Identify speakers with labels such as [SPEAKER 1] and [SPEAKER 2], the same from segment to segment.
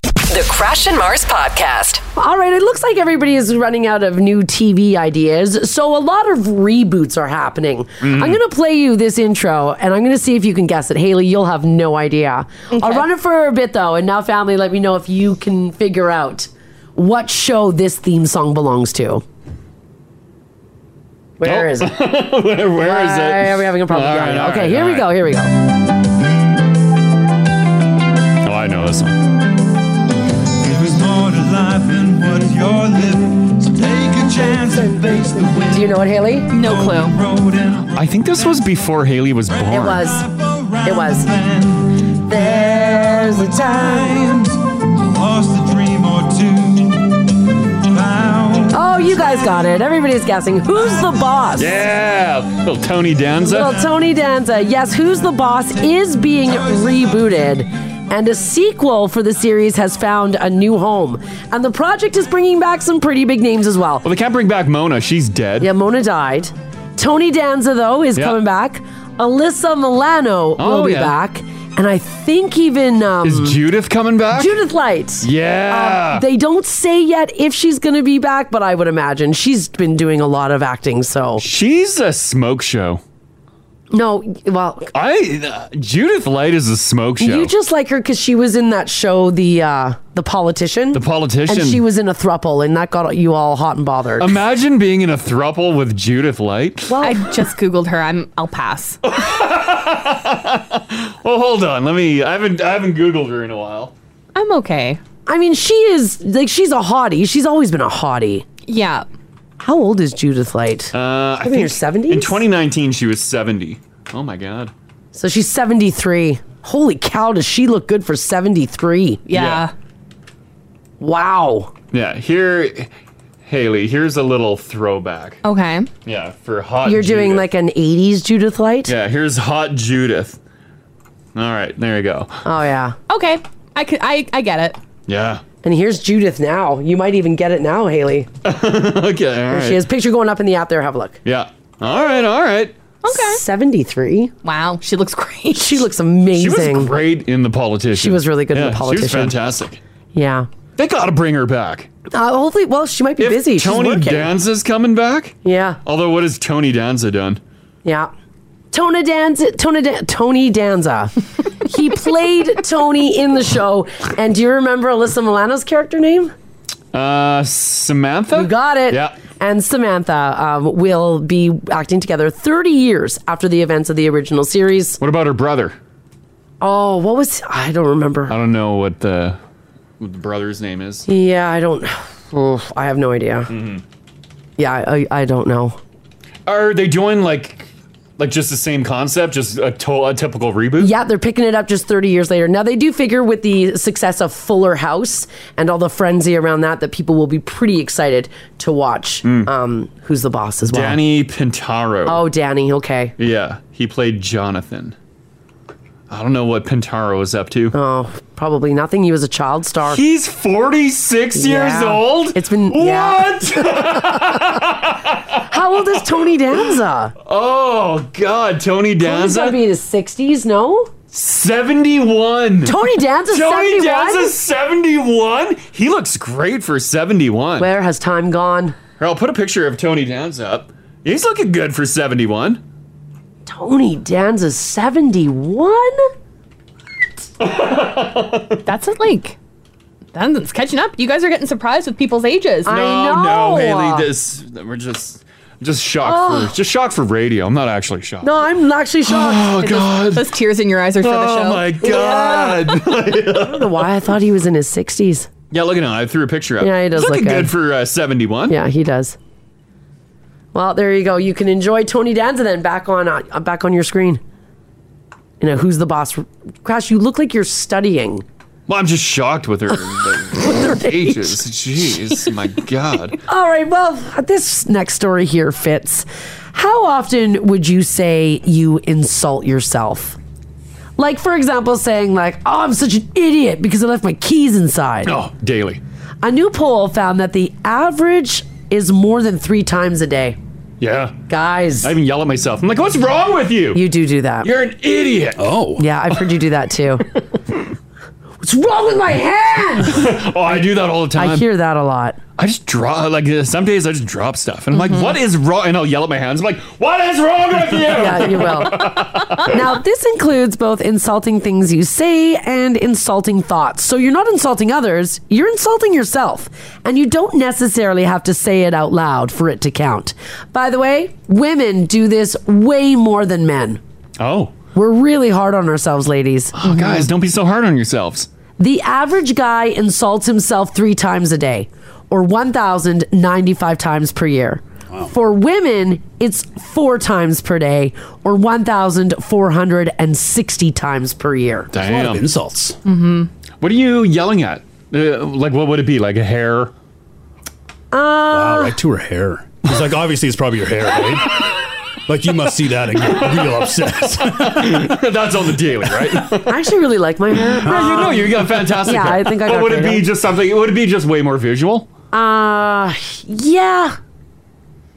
[SPEAKER 1] The Crash and Mars Podcast.
[SPEAKER 2] All right, it looks like everybody is running out of new TV ideas, so a lot of reboots are happening. I'm going to play you this intro, and I'm going to see if you can guess it. Haley, you'll have no idea. I'll run it for a bit, though, and now, family, let me know if you can figure out what show this theme song belongs to. Where is it?
[SPEAKER 3] Oh. where where is
[SPEAKER 2] Why
[SPEAKER 3] it?
[SPEAKER 2] Are we having a problem?
[SPEAKER 3] All
[SPEAKER 2] Yeah, I
[SPEAKER 3] right,
[SPEAKER 2] know.
[SPEAKER 3] all
[SPEAKER 2] okay,
[SPEAKER 3] right,
[SPEAKER 2] here
[SPEAKER 3] all
[SPEAKER 2] we
[SPEAKER 3] right.
[SPEAKER 2] go. Here we go.
[SPEAKER 3] Oh, I know this one.
[SPEAKER 4] There is more to life than what you're living. So take a chance and face the wind.
[SPEAKER 2] Do you know it, Haley?
[SPEAKER 5] No clue.
[SPEAKER 4] Road and
[SPEAKER 3] I think this was before Haley was born.
[SPEAKER 2] It was. It was.
[SPEAKER 4] land.
[SPEAKER 2] There's a
[SPEAKER 4] Times lost a dream or two. Found
[SPEAKER 2] Oh, you guys got it. Everybody's guessing. Who's the boss?
[SPEAKER 3] Yeah, little Tony Danza.
[SPEAKER 2] Little Tony Danza. Yes, Who's the Boss is being rebooted. And a sequel for the series has found a new home. And the project is bringing back some pretty big names as well.
[SPEAKER 3] well, they can't bring back Mona. She's dead.
[SPEAKER 2] Yeah, Mona died. Tony Danza, though, is
[SPEAKER 3] Yeah.
[SPEAKER 2] coming back. Alyssa Milano will
[SPEAKER 3] Oh,
[SPEAKER 2] be
[SPEAKER 3] yeah.
[SPEAKER 2] back. And I think even um,
[SPEAKER 3] Is Judith coming back?
[SPEAKER 2] Judith Light. Uh,
[SPEAKER 3] Yeah.
[SPEAKER 2] They don't say yet if she's going to be back, but I would imagine she's been doing a lot of acting. So,
[SPEAKER 3] She's a smoke show.
[SPEAKER 2] no, well,
[SPEAKER 3] I uh, Judith Light is a smoke show.
[SPEAKER 2] You just like her because she was in that show, the uh, the politician. The
[SPEAKER 3] Politician.
[SPEAKER 2] And she was in a thruple, and that got you all hot and bothered.
[SPEAKER 3] Imagine being in a thruple with Judith Light.
[SPEAKER 2] well,
[SPEAKER 5] I just googled her. I'm. I'll pass.
[SPEAKER 3] Oh, hold on. Let me. I haven't. I haven't Googled her in a while.
[SPEAKER 5] I'm okay.
[SPEAKER 2] I mean, she is like she's a hottie. She's always been a hottie.
[SPEAKER 5] Yeah.
[SPEAKER 2] How old is Judith Light?
[SPEAKER 3] Uh, I
[SPEAKER 2] in her 70s?
[SPEAKER 3] In 2019, she was 70. Oh my God.
[SPEAKER 2] so she's seventy three. Holy cow! Does she look good for seventy three?
[SPEAKER 5] Yeah.
[SPEAKER 2] Wow.
[SPEAKER 3] Yeah. Here, Haley. Here's a little throwback.
[SPEAKER 5] Okay.
[SPEAKER 3] Yeah, for hot.
[SPEAKER 2] Oh. You're doing
[SPEAKER 3] Judith.
[SPEAKER 2] like an eighties Judith Light.
[SPEAKER 3] Yeah. Here's hot Judith. All right. There you go.
[SPEAKER 2] Oh yeah.
[SPEAKER 5] Okay. I could. I. I get it.
[SPEAKER 3] Yeah.
[SPEAKER 2] And here's Judith now. You might even get it now, Haley.
[SPEAKER 3] Okay. All right.
[SPEAKER 2] She has picture going up in the app there. Have a look.
[SPEAKER 3] Yeah. All right. All right.
[SPEAKER 5] Okay.
[SPEAKER 2] Seventy three.
[SPEAKER 5] Wow. She looks great.
[SPEAKER 2] She looks amazing.
[SPEAKER 3] She was great in the politician.
[SPEAKER 2] She was really good in The
[SPEAKER 3] Yeah, She
[SPEAKER 2] Politician.
[SPEAKER 3] was fantastic.
[SPEAKER 2] yeah.
[SPEAKER 3] They got to bring her back.
[SPEAKER 2] Uh, hopefully, well, she might be
[SPEAKER 3] If
[SPEAKER 2] busy.
[SPEAKER 3] Tony
[SPEAKER 2] She's working.
[SPEAKER 3] Danza's coming back.
[SPEAKER 2] yeah,
[SPEAKER 3] Although, what has Tony Danza done?
[SPEAKER 2] yeah. Tony Danza, Tony, Dan- Tony Danza. he played Tony in the show. And do you remember Alyssa Milano's character name?
[SPEAKER 3] Uh, Samantha.
[SPEAKER 2] You got it.
[SPEAKER 3] Yeah.
[SPEAKER 2] And Samantha um, will be acting together 30 years after the events of the original series.
[SPEAKER 3] What about her brother?
[SPEAKER 2] Oh, what was I don't remember.
[SPEAKER 3] I don't know what the, what the brother's name is.
[SPEAKER 2] Yeah, I don't. Oh, I have no idea.
[SPEAKER 3] Mm-hmm.
[SPEAKER 2] Yeah, I, I, I don't know.
[SPEAKER 3] Are they doing like, like just the same concept, just a, to- a typical reboot?
[SPEAKER 2] Yeah, they're picking it up just 30 years later. Now, they do figure with the success of Fuller House and all the frenzy around that, that people will be pretty excited to watch um, Who's the Boss as well.
[SPEAKER 3] Hmm. Danny Pintaro.
[SPEAKER 2] Oh, Danny. Okay.
[SPEAKER 3] Yeah, he played Jonathan. I don't know what Pintaro is up to.
[SPEAKER 2] Oh, probably nothing. He was a child star.
[SPEAKER 3] He's 46 years
[SPEAKER 2] Yeah.
[SPEAKER 3] old?
[SPEAKER 2] It's been- yeah.
[SPEAKER 3] What?
[SPEAKER 2] How old is Tony Danza?
[SPEAKER 3] oh, God. Tony
[SPEAKER 2] He's got to
[SPEAKER 3] Danza?
[SPEAKER 2] be in his 60s, no?
[SPEAKER 3] 71.
[SPEAKER 2] Tony Danza's
[SPEAKER 3] Tony
[SPEAKER 2] 71?
[SPEAKER 3] Danza's 71? He looks great for 71. Here,
[SPEAKER 2] Where has time gone?
[SPEAKER 3] I'll put a picture of Tony Danza up. He's looking good for 71.
[SPEAKER 2] Tony Danza's 71?
[SPEAKER 5] That's it. Like. That's catching up. You guys are getting surprised with people's ages.
[SPEAKER 2] I
[SPEAKER 3] Oh,
[SPEAKER 2] know.
[SPEAKER 3] no, Haley. This, we're just. Just shocked for just shocked for radio. I'm not actually shocked.
[SPEAKER 2] No, I'm actually shocked.
[SPEAKER 3] oh God!
[SPEAKER 5] Those tears in your eyes are for the show.
[SPEAKER 3] Oh my God!
[SPEAKER 2] I don't know why I thought he was in his 60s.
[SPEAKER 3] Yeah, look at him. I threw a picture up.
[SPEAKER 2] Yeah, he does
[SPEAKER 3] He's looking
[SPEAKER 2] look
[SPEAKER 3] good
[SPEAKER 2] good.
[SPEAKER 3] for uh, 71.
[SPEAKER 2] Yeah, he does. Well, there you go. You can enjoy Tony Danza then back on uh, back on your screen. You know who's the boss? Crash, you look like you're studying.
[SPEAKER 3] Well, I'm just shocked with her with ages. Jeez, my God.
[SPEAKER 2] All right. Well, this next story here fits. How often would you say you insult yourself? Like, for example, saying like, "Oh, I'm such an idiot because I left my keys inside."
[SPEAKER 3] Oh, daily.
[SPEAKER 2] A new poll found that the average is more than three times a day.
[SPEAKER 3] Yeah.
[SPEAKER 2] Guys,
[SPEAKER 3] I even yell at myself. I'm like, what's wrong with you?
[SPEAKER 2] you do do that.
[SPEAKER 3] You're an idiot. Oh.
[SPEAKER 2] Yeah, I've heard you do that too. What's wrong with my hand?
[SPEAKER 3] oh, I do that all the time.
[SPEAKER 2] I hear that a lot.
[SPEAKER 3] I just draw like uh, some days I just drop stuff and I'm
[SPEAKER 2] Mhm.
[SPEAKER 3] like, what is wrong? And I'll yell at my hands. I'm like, what is wrong with you?
[SPEAKER 2] Yeah, you will. now, this includes both insulting things you say and insulting thoughts. So you're not insulting others, you're insulting yourself. And you don't necessarily have to say it out loud for it to count. By the way, women do this way more than men.
[SPEAKER 3] Oh.
[SPEAKER 2] We're really hard on ourselves, ladies.
[SPEAKER 3] Oh, guys, don't be so hard on yourselves.
[SPEAKER 2] The average guy insults himself three times a day, or 1,095 times per year. For women, it's four times per day, or 1,460 times per year.
[SPEAKER 3] Damn. insults.
[SPEAKER 2] Mm-hmm.
[SPEAKER 3] What are you yelling at? Uh, like, what would it be? Like a hair?
[SPEAKER 2] Uh,
[SPEAKER 6] wow, right to her hair. It's like obviously it's probably your hair, right? like you must see that and get real upset.
[SPEAKER 3] That's on the daily, right?
[SPEAKER 2] I actually really like my hair.
[SPEAKER 3] Yeah, you know, you got fantastic.
[SPEAKER 2] Yeah,
[SPEAKER 3] hair.
[SPEAKER 2] I think I
[SPEAKER 3] But
[SPEAKER 2] got
[SPEAKER 3] would it
[SPEAKER 2] great
[SPEAKER 3] be
[SPEAKER 2] hair.
[SPEAKER 3] just something? Would it be just way more visual?
[SPEAKER 2] Uh, yeah.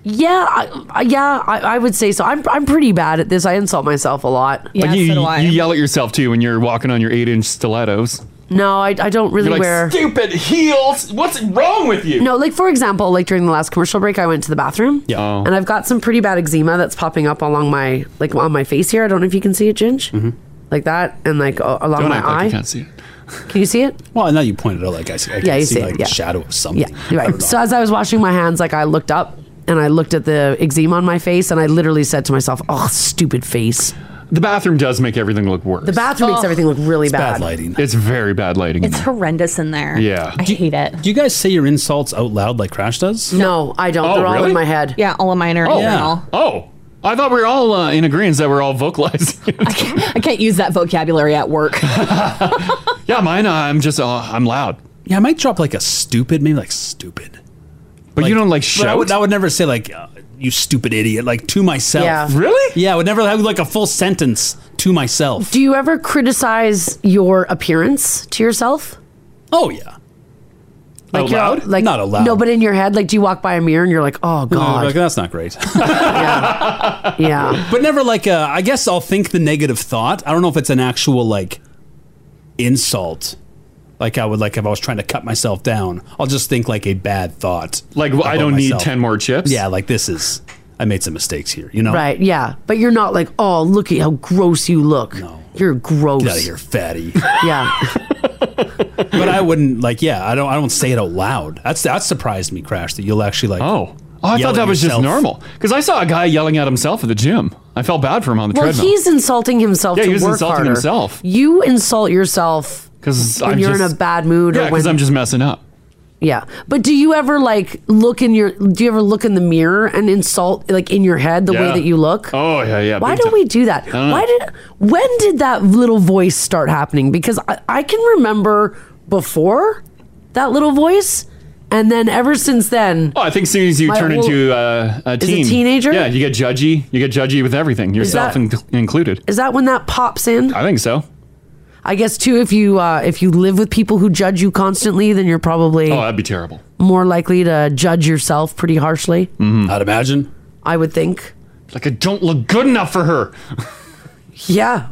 [SPEAKER 2] Yeah, I, I- yeah, I, I would say so. I'm, I'm pretty bad at this. I insult myself a lot.
[SPEAKER 3] like you, you yell at yourself too when you're walking on your eight-inch stilettos.
[SPEAKER 2] No, I, I don't really
[SPEAKER 3] You're like,
[SPEAKER 2] wear.
[SPEAKER 3] stupid heels. What's wrong with you?
[SPEAKER 2] No, like for example, like during the last commercial break, I went to the bathroom.
[SPEAKER 3] Yeah. Oh.
[SPEAKER 2] And I've got some pretty bad eczema that's popping up along my like on my face here. I don't know if you can see it, Ginge. Like that, and like a- along
[SPEAKER 6] Mm-hmm. Don't
[SPEAKER 2] my
[SPEAKER 6] act
[SPEAKER 2] eye.
[SPEAKER 6] like you can't see
[SPEAKER 3] it.
[SPEAKER 2] Can you see it?
[SPEAKER 6] Well, now you pointed out like I, see- I can
[SPEAKER 2] Yeah, you
[SPEAKER 6] see,
[SPEAKER 2] see it,
[SPEAKER 6] like
[SPEAKER 2] yeah.
[SPEAKER 6] the shadow of something.
[SPEAKER 2] Yeah, you're right. So as I was washing my hands, like I looked up and I looked at the eczema on my face, and I literally said to myself, "Oh, stupid face."
[SPEAKER 3] The bathroom does make everything look worse.
[SPEAKER 2] The bathroom makes
[SPEAKER 5] Ugh.
[SPEAKER 2] everything look really bad.
[SPEAKER 6] lighting.
[SPEAKER 3] It's very bad lighting.
[SPEAKER 5] Oh. It's horrendous in there.
[SPEAKER 3] Yeah.
[SPEAKER 5] I hate it.
[SPEAKER 6] Do you guys say your insults out loud like Crash does? Oh,
[SPEAKER 2] No, Oh, I don't. They're all in my head.
[SPEAKER 5] Yeah, all of mine are
[SPEAKER 3] oh,
[SPEAKER 5] internal.
[SPEAKER 3] oh. I thought we were all uh, in agreement that we're all vocalizing.
[SPEAKER 5] I can't use that vocabulary at work.
[SPEAKER 3] yeah, mine. Uh, I'm just. Uh, I'm loud.
[SPEAKER 6] Yeah, I might drop like a stupid, maybe like stupid.
[SPEAKER 3] But you don't like
[SPEAKER 6] But I would,
[SPEAKER 3] shout?
[SPEAKER 6] I would never say like uh, you stupid idiot like to myself.
[SPEAKER 2] Yeah.
[SPEAKER 3] Really?
[SPEAKER 6] Yeah, I would never have like a full sentence to myself.
[SPEAKER 2] Do you ever criticize your appearance to yourself?
[SPEAKER 6] Oh yeah.
[SPEAKER 2] Like
[SPEAKER 6] out
[SPEAKER 2] you're-
[SPEAKER 6] loud?
[SPEAKER 2] Like
[SPEAKER 6] Not out loud.
[SPEAKER 2] No, but in your head, like, do you walk by a mirror and you're like, oh
[SPEAKER 6] No,
[SPEAKER 2] god,
[SPEAKER 6] like, that's not great.
[SPEAKER 2] yeah.
[SPEAKER 6] But never like uh, I guess I'll think the negative thought. I don't know if it's an actual like insult. Like I would like if I was trying to cut myself down, I'll just think like a bad thought.
[SPEAKER 3] Like, well, I
[SPEAKER 6] about
[SPEAKER 3] don't need 10 more chips?
[SPEAKER 6] Yeah, like this is I made some mistakes here, you know.
[SPEAKER 2] Right, yeah. But you're not like, oh, look at how gross you look. No. You're gross.
[SPEAKER 6] Get out of here, fatty.
[SPEAKER 2] Yeah.
[SPEAKER 6] but I wouldn't like yeah, I don't I don't say it out loud. That's that surprised me, Crash, that you'll actually like Oh.
[SPEAKER 3] Oh, I thought that was just normal. Because I saw a guy yelling at himself at the gym. I felt bad for him on the
[SPEAKER 2] well,
[SPEAKER 3] treadmill.
[SPEAKER 2] he's insulting himself
[SPEAKER 3] Yeah,
[SPEAKER 2] to
[SPEAKER 3] he was
[SPEAKER 2] work
[SPEAKER 3] insulting
[SPEAKER 2] harder.
[SPEAKER 3] himself.
[SPEAKER 2] You insult yourself
[SPEAKER 3] Because
[SPEAKER 2] when
[SPEAKER 3] I'm
[SPEAKER 2] you're in
[SPEAKER 3] just-
[SPEAKER 2] a bad mood
[SPEAKER 3] yeah,
[SPEAKER 2] or when
[SPEAKER 3] because I'm just messing up.
[SPEAKER 2] Yeah. But do you ever like look in your do you ever look in the mirror and insult like in your head the way
[SPEAKER 3] Yeah.
[SPEAKER 2] that you look?
[SPEAKER 3] Oh yeah, yeah.
[SPEAKER 2] Why
[SPEAKER 3] big
[SPEAKER 2] do
[SPEAKER 3] time.
[SPEAKER 2] we do that?
[SPEAKER 3] I don't know.
[SPEAKER 2] Why did when did that little voice start happening? Because I, I can remember before that little voice, and then ever since then,
[SPEAKER 3] Oh, I think as soon as you
[SPEAKER 2] My
[SPEAKER 3] turn
[SPEAKER 2] whole-
[SPEAKER 3] into uh, a
[SPEAKER 2] Is a
[SPEAKER 3] teen,
[SPEAKER 2] teenager?
[SPEAKER 3] yeah, you get judgy. You get judgy with everything,
[SPEAKER 2] Is
[SPEAKER 3] yourself
[SPEAKER 2] that-
[SPEAKER 3] in- included.
[SPEAKER 2] is that when that pops in?
[SPEAKER 3] I think so.
[SPEAKER 2] I guess too, if you uh, if you live with people who judge you constantly, then you're probably
[SPEAKER 3] Oh, that'd be terrible.
[SPEAKER 2] more likely to judge yourself pretty harshly.
[SPEAKER 6] I'd imagine.
[SPEAKER 2] I would think.
[SPEAKER 3] Like I don't look good enough for her.
[SPEAKER 2] yeah.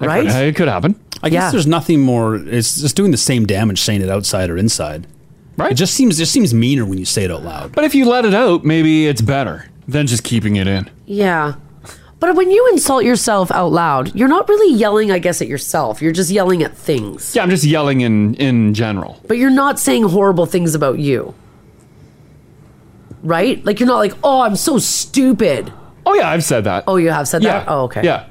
[SPEAKER 2] Right?
[SPEAKER 6] It
[SPEAKER 3] could happen.
[SPEAKER 6] I guess
[SPEAKER 2] Yeah.
[SPEAKER 6] there's nothing more. It's just doing the same damage saying it outside or inside.
[SPEAKER 3] Right.
[SPEAKER 6] It just seems it seems meaner when you say it out loud.
[SPEAKER 3] But if you let it out, maybe it's better than just keeping it in.
[SPEAKER 2] Yeah. But when you insult yourself out loud, you're not really yelling, I guess, at yourself. You're just yelling at things.
[SPEAKER 3] Yeah, I'm just yelling in in general.
[SPEAKER 2] But you're not saying horrible things about you. Right? Like you're not like, oh, I'm so stupid.
[SPEAKER 3] Oh yeah, I've said that.
[SPEAKER 2] Oh, you have said
[SPEAKER 3] yeah.
[SPEAKER 2] that? Oh, okay.
[SPEAKER 3] Yeah.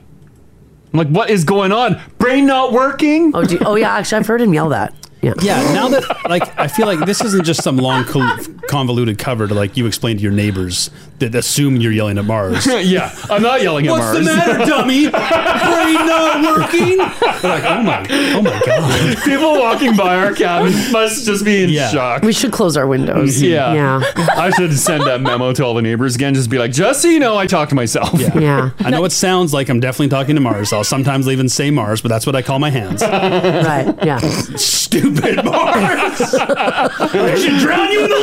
[SPEAKER 3] I'm like, what is going on? Brain not working?
[SPEAKER 2] Oh, do, oh yeah, actually, I've heard him yell that. Yeah.
[SPEAKER 6] Yeah. Now that like I feel like this isn't just some long col- convoluted cover to like you explain to your neighbors that assume you're yelling at Mars.
[SPEAKER 3] yeah, I'm not yelling at
[SPEAKER 6] What's
[SPEAKER 3] Mars.
[SPEAKER 6] the matter, dummy? Brain not working.
[SPEAKER 3] oh my, oh my god! People walking by our cabin must just be in shock.
[SPEAKER 2] We should close our windows.
[SPEAKER 3] Yeah.
[SPEAKER 2] Yeah.
[SPEAKER 3] I should send that memo to all the neighbors again. Just be like, just so you know, I talked to myself. Yeah.
[SPEAKER 2] Yeah.
[SPEAKER 6] I know it sounds like I'm definitely talking to Mars. I'll sometimes even say Mars, but that's what I call my hands.
[SPEAKER 2] right. Yeah.
[SPEAKER 6] Stupid Mars.
[SPEAKER 3] I should drown you in the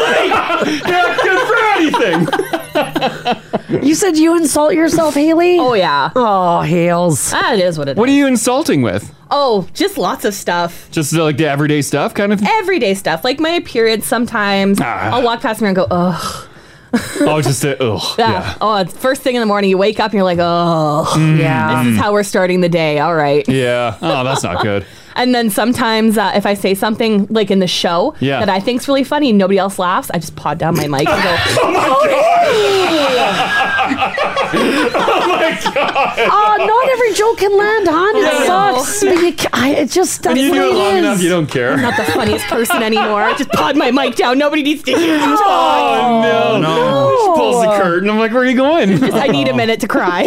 [SPEAKER 3] lake. yeah, good for anything.
[SPEAKER 2] you said you insult yourself, Haley? Oh,
[SPEAKER 5] yeah. Ah.
[SPEAKER 2] Oh, Hales.
[SPEAKER 5] That is what it is.
[SPEAKER 3] What are you insulting with?
[SPEAKER 5] Oh, just lots of stuff.
[SPEAKER 3] Just uh, like the everyday stuff, kind of.
[SPEAKER 5] Everyday stuff. Like my period sometimes.
[SPEAKER 3] Ah.
[SPEAKER 5] I'll walk past me and go, ugh.
[SPEAKER 3] oh, just a, ugh.
[SPEAKER 5] Yeah. Oh, it's first thing in the morning, you wake up and you're like, oh.
[SPEAKER 3] Yeah.
[SPEAKER 5] This is how we're starting the day. All right.
[SPEAKER 3] Mm. Yeah. Oh, that's not good.
[SPEAKER 5] And then sometimes uh, if I say something like in the show
[SPEAKER 3] Yeah.
[SPEAKER 5] that I think's really funny and nobody else laughs, I just pod down my mic and go,
[SPEAKER 4] Oh my
[SPEAKER 2] oh my god! Uh, not every joke can land, hon. It
[SPEAKER 5] I know.
[SPEAKER 2] sucks. But you, ca- I, it just that's
[SPEAKER 3] When you
[SPEAKER 2] what
[SPEAKER 3] do it
[SPEAKER 2] it
[SPEAKER 3] long
[SPEAKER 2] is.
[SPEAKER 3] enough, you don't care.
[SPEAKER 5] I'm not the funniest person anymore. I just pod my mic down. Nobody needs to hear me talk.
[SPEAKER 3] Oh, no. She pulls the curtain. I'm like, where are you going?
[SPEAKER 5] Just, I need a minute to cry.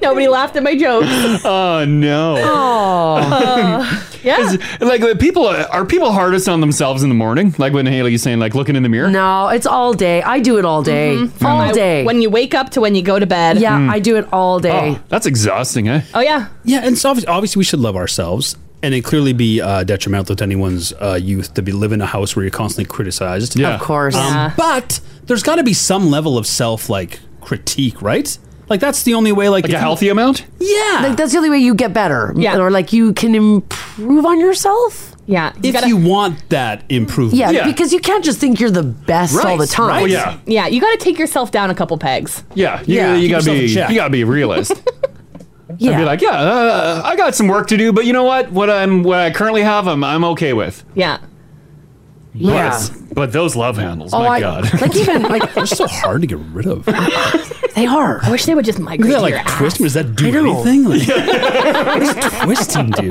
[SPEAKER 5] Nobody laughed at my Um, jokes.
[SPEAKER 3] Oh no.
[SPEAKER 5] yeah.
[SPEAKER 3] Like when people are people hardest on themselves in the morning. Like when Haley's saying, like looking in the mirror.
[SPEAKER 2] No, it's all day. I do it all day, all day.
[SPEAKER 5] Mm-hmm. When you wake up to when you go to bed.
[SPEAKER 2] Yeah, I do it all day.
[SPEAKER 3] Mm. Oh, that's exhausting, eh?
[SPEAKER 5] Oh yeah.
[SPEAKER 6] Yeah, and so obviously, obviously we should love ourselves, and it clearly be uh, detrimental to anyone's uh, youth to be live in a house where you're constantly criticized. Um,
[SPEAKER 3] Yeah. Of course. Yeah.
[SPEAKER 6] But there's got to be some level of self like critique, right? Like that's the only way. Like,
[SPEAKER 3] Like a healthy amount.
[SPEAKER 6] Yeah,
[SPEAKER 2] like that's the only way you get better.
[SPEAKER 6] Yeah.
[SPEAKER 2] or like you can improve on yourself.
[SPEAKER 5] Yeah,
[SPEAKER 6] if you want that improvement,
[SPEAKER 2] Yeah, because you can't just think you're the best all the time.
[SPEAKER 5] Yeah. You got to take yourself down a couple pegs.
[SPEAKER 3] Yeah, you,
[SPEAKER 5] Yeah.
[SPEAKER 3] you
[SPEAKER 5] Keep
[SPEAKER 3] gotta
[SPEAKER 5] yourself
[SPEAKER 3] be
[SPEAKER 5] in check.
[SPEAKER 3] you gotta be a realist.
[SPEAKER 2] Yeah.
[SPEAKER 3] I'd be like, yeah, uh, I got some work to do, but you know what? What I'm what I currently have, I'm I'm okay with.
[SPEAKER 5] Yeah.
[SPEAKER 2] Yeah.
[SPEAKER 3] But, but those love handles,
[SPEAKER 2] Oh,
[SPEAKER 3] my
[SPEAKER 2] I-
[SPEAKER 3] god,
[SPEAKER 2] like even like
[SPEAKER 6] they're so hard to get rid of.
[SPEAKER 2] they are. I
[SPEAKER 5] wish they would just migrate.
[SPEAKER 6] Look
[SPEAKER 5] to
[SPEAKER 6] at that,
[SPEAKER 5] your
[SPEAKER 6] like
[SPEAKER 5] ass.
[SPEAKER 6] twist. Does that do
[SPEAKER 2] I know.
[SPEAKER 6] anything? Like, what does twisting do?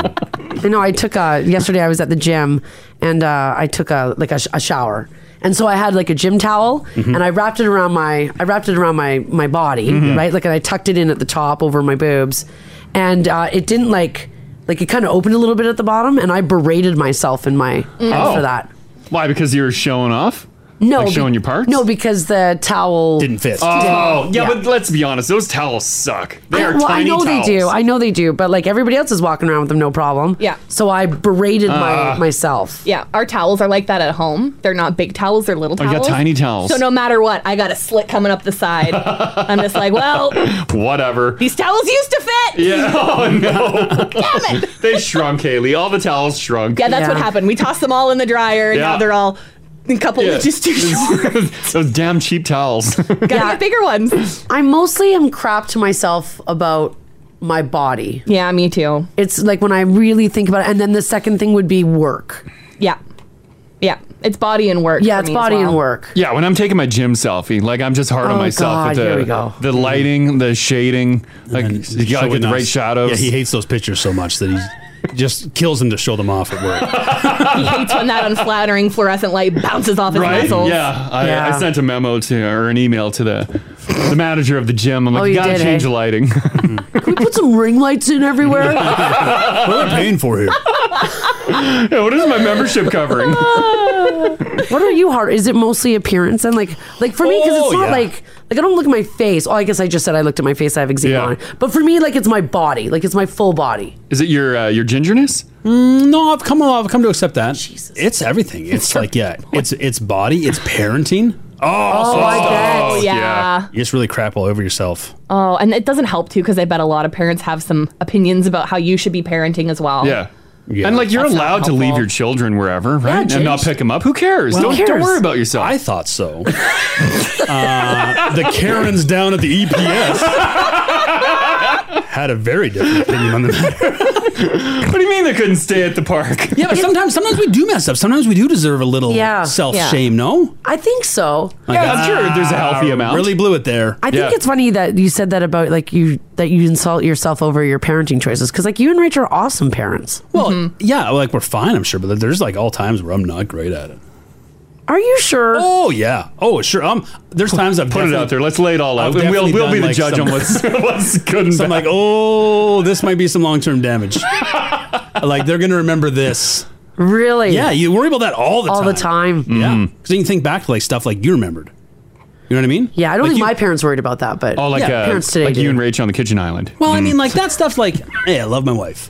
[SPEAKER 2] You know, I took a yesterday. I was at the gym and uh, I took a like a, sh- a shower, and so I had like a gym towel
[SPEAKER 3] Mm-hmm.
[SPEAKER 7] Mhm.
[SPEAKER 2] and I wrapped it around my I wrapped it around my my body,
[SPEAKER 7] Mhm.
[SPEAKER 3] Mm-hmm.
[SPEAKER 2] right? Like, and I tucked it in at the top over my boobs, and uh, it didn't like like it kind of opened a little bit at the bottom, and I berated myself in my head
[SPEAKER 3] Oh.
[SPEAKER 2] for that.
[SPEAKER 3] Why? Because you were showing off.
[SPEAKER 2] No,
[SPEAKER 3] like
[SPEAKER 2] be-
[SPEAKER 3] showing your parts.
[SPEAKER 2] No, because the towel didn't
[SPEAKER 6] fit.
[SPEAKER 3] Oh, yeah,
[SPEAKER 2] yeah.
[SPEAKER 3] but let's be honest, those towels suck. They
[SPEAKER 2] I,
[SPEAKER 3] are
[SPEAKER 2] well, I
[SPEAKER 3] tiny
[SPEAKER 2] know
[SPEAKER 3] towels.
[SPEAKER 2] they do. I know they do, but like everybody else is walking around with them, no problem. Yeah. So I berated my
[SPEAKER 3] Ah.
[SPEAKER 2] myself.
[SPEAKER 5] Yeah, our towels are like that at home. They're not big towels; they're little
[SPEAKER 2] Oh, you
[SPEAKER 5] towels.
[SPEAKER 2] got tiny towels.
[SPEAKER 5] So no matter what, I got a slit coming up the side. I'm just like, well,
[SPEAKER 3] Whatever.
[SPEAKER 5] these towels used to fit.
[SPEAKER 3] Yeah. Oh no. Damn it. they shrunk, Haley. All the towels shrunk.
[SPEAKER 5] Yeah, that's what happened. We tossed them all in the dryer, and now
[SPEAKER 3] Yeah.
[SPEAKER 5] they're all a couple
[SPEAKER 3] Yeah.
[SPEAKER 5] inches too short.
[SPEAKER 3] Those damn cheap towels.
[SPEAKER 5] Gotta get bigger ones.
[SPEAKER 2] I mostly am crap to myself about my body.
[SPEAKER 5] Yeah, me too.
[SPEAKER 2] It's like when I really think about it. And then the second thing would be work.
[SPEAKER 5] Yeah, yeah. It's body and work.
[SPEAKER 2] Yeah,
[SPEAKER 5] for
[SPEAKER 2] it's
[SPEAKER 5] me as
[SPEAKER 2] body and
[SPEAKER 5] well.
[SPEAKER 2] work.
[SPEAKER 3] Yeah, when I'm taking my gym selfie, like I'm just hard on
[SPEAKER 2] Oh,
[SPEAKER 3] myself
[SPEAKER 2] God,
[SPEAKER 3] with the,
[SPEAKER 2] here we go.
[SPEAKER 3] the lighting, the shading, like you gotta
[SPEAKER 6] Showing
[SPEAKER 3] get the
[SPEAKER 6] us-
[SPEAKER 3] right shadows.
[SPEAKER 6] Yeah, he hates those pictures so much that he just kills them to show them off at work.
[SPEAKER 5] he hates when that unflattering fluorescent light bounces off his
[SPEAKER 3] Right?
[SPEAKER 5] muscles.
[SPEAKER 3] Yeah. I, I sent a memo to or an email to the the manager of the gym. I'm like,
[SPEAKER 2] Oh,
[SPEAKER 3] you,
[SPEAKER 2] you
[SPEAKER 3] gotta
[SPEAKER 2] did,
[SPEAKER 3] change
[SPEAKER 2] eh?"
[SPEAKER 3] the lighting.
[SPEAKER 2] Can we put some ring lights in everywhere?
[SPEAKER 6] what are we paying for here?
[SPEAKER 3] Yeah, what is my membership covering?
[SPEAKER 5] Ah.
[SPEAKER 2] what are you hard? Is it mostly appearance? And like, like for me, because it's
[SPEAKER 3] Oh,
[SPEAKER 2] not
[SPEAKER 3] yeah.
[SPEAKER 2] like, like I don't look at my face. Oh, I guess I just said I looked at my face. I have eczema on it. But for me, like it's my body. Like it's my full body.
[SPEAKER 3] Is it your uh, your gingerness?
[SPEAKER 6] Mm, no, I've come. I've come to accept that. It's everything. It's like yeah, it's it's body, it's parenting. Oh,
[SPEAKER 5] Oh, I bet.
[SPEAKER 6] Oh,
[SPEAKER 5] Yeah.
[SPEAKER 6] You just really crap all over yourself.
[SPEAKER 5] Oh, and it doesn't help too because I bet a lot of parents have some opinions about how you should be parenting as well.
[SPEAKER 3] Yeah. And like you're
[SPEAKER 5] That's not
[SPEAKER 3] allowed to leave
[SPEAKER 5] helpful.
[SPEAKER 3] your children wherever,
[SPEAKER 5] Yeah,
[SPEAKER 3] right? and not
[SPEAKER 5] James.
[SPEAKER 3] pick them up. Who cares?
[SPEAKER 5] Well,
[SPEAKER 3] don't,
[SPEAKER 5] who
[SPEAKER 3] don't
[SPEAKER 5] cares?
[SPEAKER 3] worry about yourself.
[SPEAKER 6] I thought so. uh, the Karens down at the EPS had a very different opinion on the matter.
[SPEAKER 3] what do you mean they couldn't stay at the park?
[SPEAKER 6] Yeah, but sometimes sometimes we do mess up. Sometimes we do deserve a little
[SPEAKER 2] Yeah.
[SPEAKER 6] self shame. No,
[SPEAKER 2] I think so.
[SPEAKER 6] Like,
[SPEAKER 3] I'm sure there's a healthy
[SPEAKER 6] "Ah,
[SPEAKER 3] amount."
[SPEAKER 6] Really blew it there.
[SPEAKER 2] I think it's funny that you said that about like you that you insult yourself over your parenting choices because like you and Rich are awesome parents.
[SPEAKER 6] Well, yeah, like we're fine, I'm sure, but there's like all times where I'm not great at it.
[SPEAKER 2] Are you sure?
[SPEAKER 6] Oh yeah. Oh sure. Um, there's times I've
[SPEAKER 3] Put it out there. Let's lay it all out, and we'll we'll be the judge on what's what's good and
[SPEAKER 6] So I'm
[SPEAKER 3] bad.
[SPEAKER 6] like, oh, this might be some long term damage. like they're gonna remember this.
[SPEAKER 2] Really?
[SPEAKER 6] Yeah, you worry about that all the
[SPEAKER 2] All
[SPEAKER 6] time.
[SPEAKER 2] the time.
[SPEAKER 3] Mm-hmm.
[SPEAKER 6] Yeah, because you can think back to like stuff like you remembered. You know what I mean?
[SPEAKER 2] Yeah, I don't think my parents worried about that, but
[SPEAKER 3] Oh, like
[SPEAKER 2] yeah,
[SPEAKER 3] uh,
[SPEAKER 2] parents today
[SPEAKER 3] like
[SPEAKER 2] do.
[SPEAKER 3] you and Rach on the kitchen island. Mm.
[SPEAKER 6] Well, I mean, like that stuff's like, hey, I love my wife.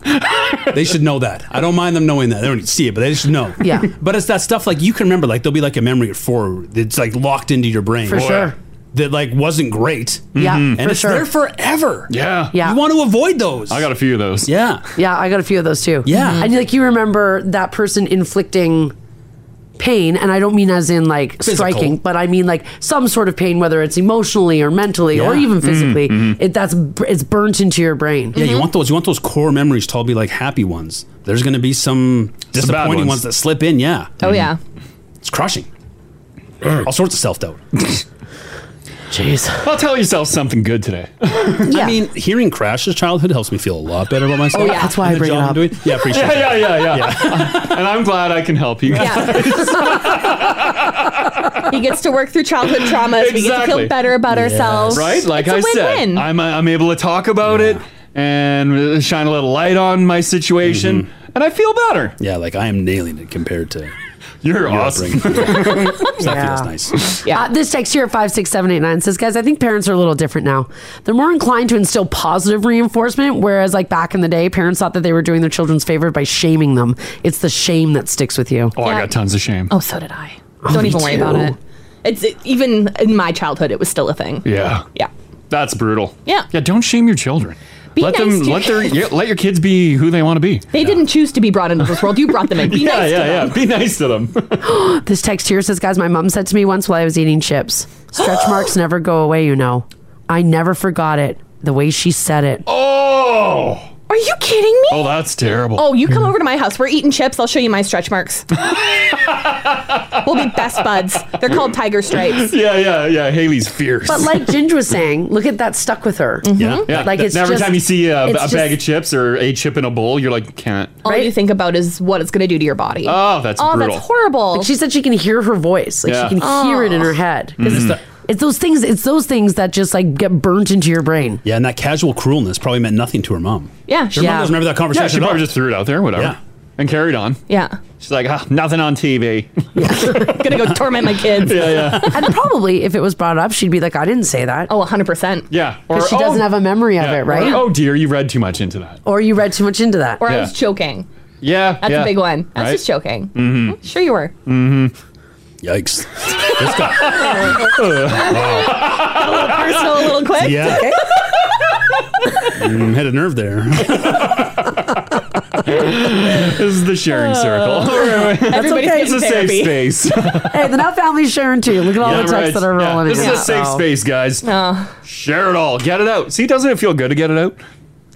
[SPEAKER 6] they should know that. I don't mind them knowing that. They don't need to see it, but they should know.
[SPEAKER 2] Yeah.
[SPEAKER 6] But it's that stuff like you can remember. Like there'll be like a memory at four. It's like locked into your brain
[SPEAKER 2] For sure.
[SPEAKER 6] that like wasn't great. Mm-hmm.
[SPEAKER 2] Yeah,
[SPEAKER 6] and
[SPEAKER 2] for
[SPEAKER 6] it's
[SPEAKER 2] sure.
[SPEAKER 6] there forever.
[SPEAKER 3] Mm-hmm. Yeah.
[SPEAKER 2] Yeah.
[SPEAKER 6] you want to avoid those.
[SPEAKER 3] I got a few of those.
[SPEAKER 6] Yeah.
[SPEAKER 2] Yeah, I got a few of those too.
[SPEAKER 6] Yeah.
[SPEAKER 2] And like you remember that person inflicting pain, and I don't mean as in like
[SPEAKER 6] Physical.
[SPEAKER 2] striking, but I mean like some sort of pain, whether it's emotionally or mentally or
[SPEAKER 6] Yeah.
[SPEAKER 2] even
[SPEAKER 6] Mhm,
[SPEAKER 2] physically.
[SPEAKER 3] Mm-hmm.
[SPEAKER 2] It that's it's burnt into your brain.
[SPEAKER 6] Yeah, you want those. You want those core memories to all be like happy ones. There's going to be some disappointing
[SPEAKER 3] ones.
[SPEAKER 6] ones. that slip in. Yeah,
[SPEAKER 3] Mm-hmm.
[SPEAKER 5] Oh yeah.
[SPEAKER 6] it's crushing. all sorts of self doubt.
[SPEAKER 2] Jeez.
[SPEAKER 3] Mm. I'll tell yourself something good today.
[SPEAKER 2] Yeah.
[SPEAKER 6] I mean, hearing Crash's childhood helps me feel a lot better about myself.
[SPEAKER 2] Oh, yeah. That's why
[SPEAKER 6] And
[SPEAKER 2] I
[SPEAKER 6] the
[SPEAKER 2] bring it
[SPEAKER 6] job I'm
[SPEAKER 2] up.
[SPEAKER 6] doing. Yeah, I appreciate it.
[SPEAKER 3] yeah, yeah, yeah, yeah. and I'm glad I can help you.
[SPEAKER 5] he gets to work through childhood traumas. We get to
[SPEAKER 3] Exactly.
[SPEAKER 5] feel better about ourselves.
[SPEAKER 3] Right? Like
[SPEAKER 5] it's
[SPEAKER 3] I
[SPEAKER 5] a
[SPEAKER 3] said,
[SPEAKER 5] win-win.
[SPEAKER 3] I'm, uh, I'm able to talk about it and uh, shine a little light on my situation, and I feel better.
[SPEAKER 6] Mm-hmm. Yeah, like I am nailing it compared to.
[SPEAKER 3] You're
[SPEAKER 6] your
[SPEAKER 3] awesome. Mm-hmm.
[SPEAKER 6] upbringing. Yeah. So that
[SPEAKER 2] Yeah.
[SPEAKER 6] feels nice.
[SPEAKER 5] Yeah.
[SPEAKER 2] Uh, this text here, 56789, says, Guys, I think parents are a little different now. They're more inclined to instill positive reinforcement, whereas, like back in the day, parents thought that they were doing their children's favor by shaming them. It's the shame that sticks with you.
[SPEAKER 3] Oh, I
[SPEAKER 5] Yeah.
[SPEAKER 3] got tons of shame.
[SPEAKER 5] oh, so did I. Don't
[SPEAKER 2] me
[SPEAKER 5] even worry about
[SPEAKER 2] too.
[SPEAKER 5] it. It's it, even in my childhood, it was still a thing.
[SPEAKER 3] Yeah.
[SPEAKER 5] Yeah.
[SPEAKER 3] That's brutal.
[SPEAKER 5] Yeah.
[SPEAKER 3] Yeah, don't shame your children.
[SPEAKER 5] Be
[SPEAKER 3] let
[SPEAKER 5] nice
[SPEAKER 3] them
[SPEAKER 5] to your
[SPEAKER 3] let their
[SPEAKER 5] kids.
[SPEAKER 3] yeah, let your kids be who they want to be.
[SPEAKER 5] They didn't choose to be brought into this world. You brought them in. Be
[SPEAKER 3] yeah,
[SPEAKER 5] nice
[SPEAKER 3] yeah,
[SPEAKER 5] to them.
[SPEAKER 3] yeah. Be nice to them.
[SPEAKER 2] This text here says, guys, my mom said to me once while I was eating chips, stretch marks never go away, you know. I never forgot it. The way she said it.
[SPEAKER 3] oh.
[SPEAKER 5] Are you kidding me?
[SPEAKER 3] Oh, that's terrible.
[SPEAKER 5] Oh, you come over to my house. We're eating chips. I'll show you my stretch marks. we'll be best buds. They're called tiger stripes.
[SPEAKER 3] Yeah, yeah, yeah. Haley's fierce.
[SPEAKER 2] But like Ginger was saying, look at that stuck with her.
[SPEAKER 6] Yeah.
[SPEAKER 5] Mm-hmm.
[SPEAKER 3] yeah.
[SPEAKER 2] Mm-hmm. like, it's
[SPEAKER 3] Now every
[SPEAKER 2] just-
[SPEAKER 3] time you see uh, a, a
[SPEAKER 2] it's
[SPEAKER 3] bag of
[SPEAKER 2] just-
[SPEAKER 3] chips or a chip in a bowl, you're like, can't.
[SPEAKER 5] All you think about is what it's going to do to your body.
[SPEAKER 3] Oh, that's
[SPEAKER 5] oh,
[SPEAKER 3] brutal.
[SPEAKER 5] that's horrible.
[SPEAKER 2] She said she can hear her voice. Like
[SPEAKER 3] Yeah.
[SPEAKER 2] she can hear it in her head. 'Cause
[SPEAKER 6] Mm-hmm.
[SPEAKER 2] It's, it's those things, it's those things that just like get burnt into your brain.
[SPEAKER 6] Yeah, and that casual cruelness probably meant nothing to her mom.
[SPEAKER 5] yeah,
[SPEAKER 6] Her
[SPEAKER 5] she,
[SPEAKER 2] Yeah.
[SPEAKER 6] mom doesn't remember that conversation.
[SPEAKER 3] Yeah, she
[SPEAKER 6] at all.
[SPEAKER 3] probably just threw it out there, whatever,
[SPEAKER 6] Yeah.
[SPEAKER 3] and carried on.
[SPEAKER 5] yeah.
[SPEAKER 3] She's like, ah, nothing on TV.
[SPEAKER 5] Gonna go torment my kids.
[SPEAKER 2] and probably if it was brought up, she'd be like, I didn't say that.
[SPEAKER 5] Oh, 100 percent.
[SPEAKER 3] yeah, or oh,
[SPEAKER 2] Because she doesn't have a memory of
[SPEAKER 3] yeah,
[SPEAKER 2] it, right?
[SPEAKER 3] or, oh dear, you read too much into that.
[SPEAKER 2] Or you read too much into that.
[SPEAKER 5] Or
[SPEAKER 3] Yeah.
[SPEAKER 5] I was joking.
[SPEAKER 3] Yeah,
[SPEAKER 5] That's
[SPEAKER 3] yeah.
[SPEAKER 5] a big one. I was
[SPEAKER 3] Right?
[SPEAKER 5] just joking. Mm-hmm. Sure you were.
[SPEAKER 3] Mm-hmm.
[SPEAKER 6] Yikes. This guy.
[SPEAKER 5] Personal, a little quick.
[SPEAKER 6] Yeah. Mm, hit a nerve there.
[SPEAKER 3] This is the
[SPEAKER 5] Uh,
[SPEAKER 3] sharing circle.
[SPEAKER 5] Everybody's
[SPEAKER 2] okay.
[SPEAKER 5] getting
[SPEAKER 3] it's a
[SPEAKER 5] therapy.
[SPEAKER 3] safe space. yeah,
[SPEAKER 2] hey, the now family's sharing too. Look at all the texts
[SPEAKER 3] right.
[SPEAKER 2] that are
[SPEAKER 3] Yeah,
[SPEAKER 2] rolling Oh.
[SPEAKER 3] This
[SPEAKER 2] in.
[SPEAKER 3] is a safe
[SPEAKER 2] So-
[SPEAKER 3] space, guys.
[SPEAKER 2] Oh.
[SPEAKER 3] Share it all. Get it out. See, doesn't it feel good to get it out?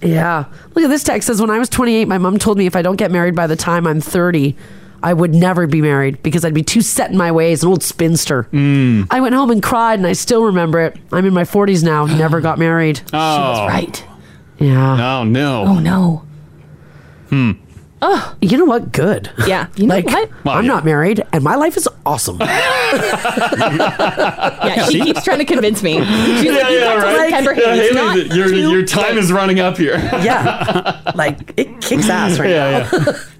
[SPEAKER 2] Yeah. Look at this text says when I was 28, my mom told me if I don't get married by the time I'm 30, I would never be married because I'd be too set in my ways, an old spinster.
[SPEAKER 3] Mm.
[SPEAKER 2] I went home and cried, and I still remember it. I'm in my 40s now, never got married.
[SPEAKER 3] Oh,
[SPEAKER 5] Right.
[SPEAKER 2] Yeah.
[SPEAKER 3] oh no. Hmm.
[SPEAKER 5] Oh no.
[SPEAKER 2] You know what? Good.
[SPEAKER 5] Yeah. You know
[SPEAKER 2] Like,
[SPEAKER 5] what?
[SPEAKER 3] Well,
[SPEAKER 2] I'm
[SPEAKER 3] yeah.
[SPEAKER 2] not married, and my life is awesome.
[SPEAKER 5] Yeah, she keeps trying to convince me. She's like,
[SPEAKER 3] Yeah,
[SPEAKER 5] you got
[SPEAKER 3] yeah,
[SPEAKER 5] till
[SPEAKER 3] right.
[SPEAKER 5] September,
[SPEAKER 3] Yeah,
[SPEAKER 5] Haley. It's
[SPEAKER 3] Haley,
[SPEAKER 5] not
[SPEAKER 3] th- your,
[SPEAKER 5] too
[SPEAKER 3] your time is running up here. yeah,
[SPEAKER 2] yeah. Like, it kicks ass right now.
[SPEAKER 3] yeah.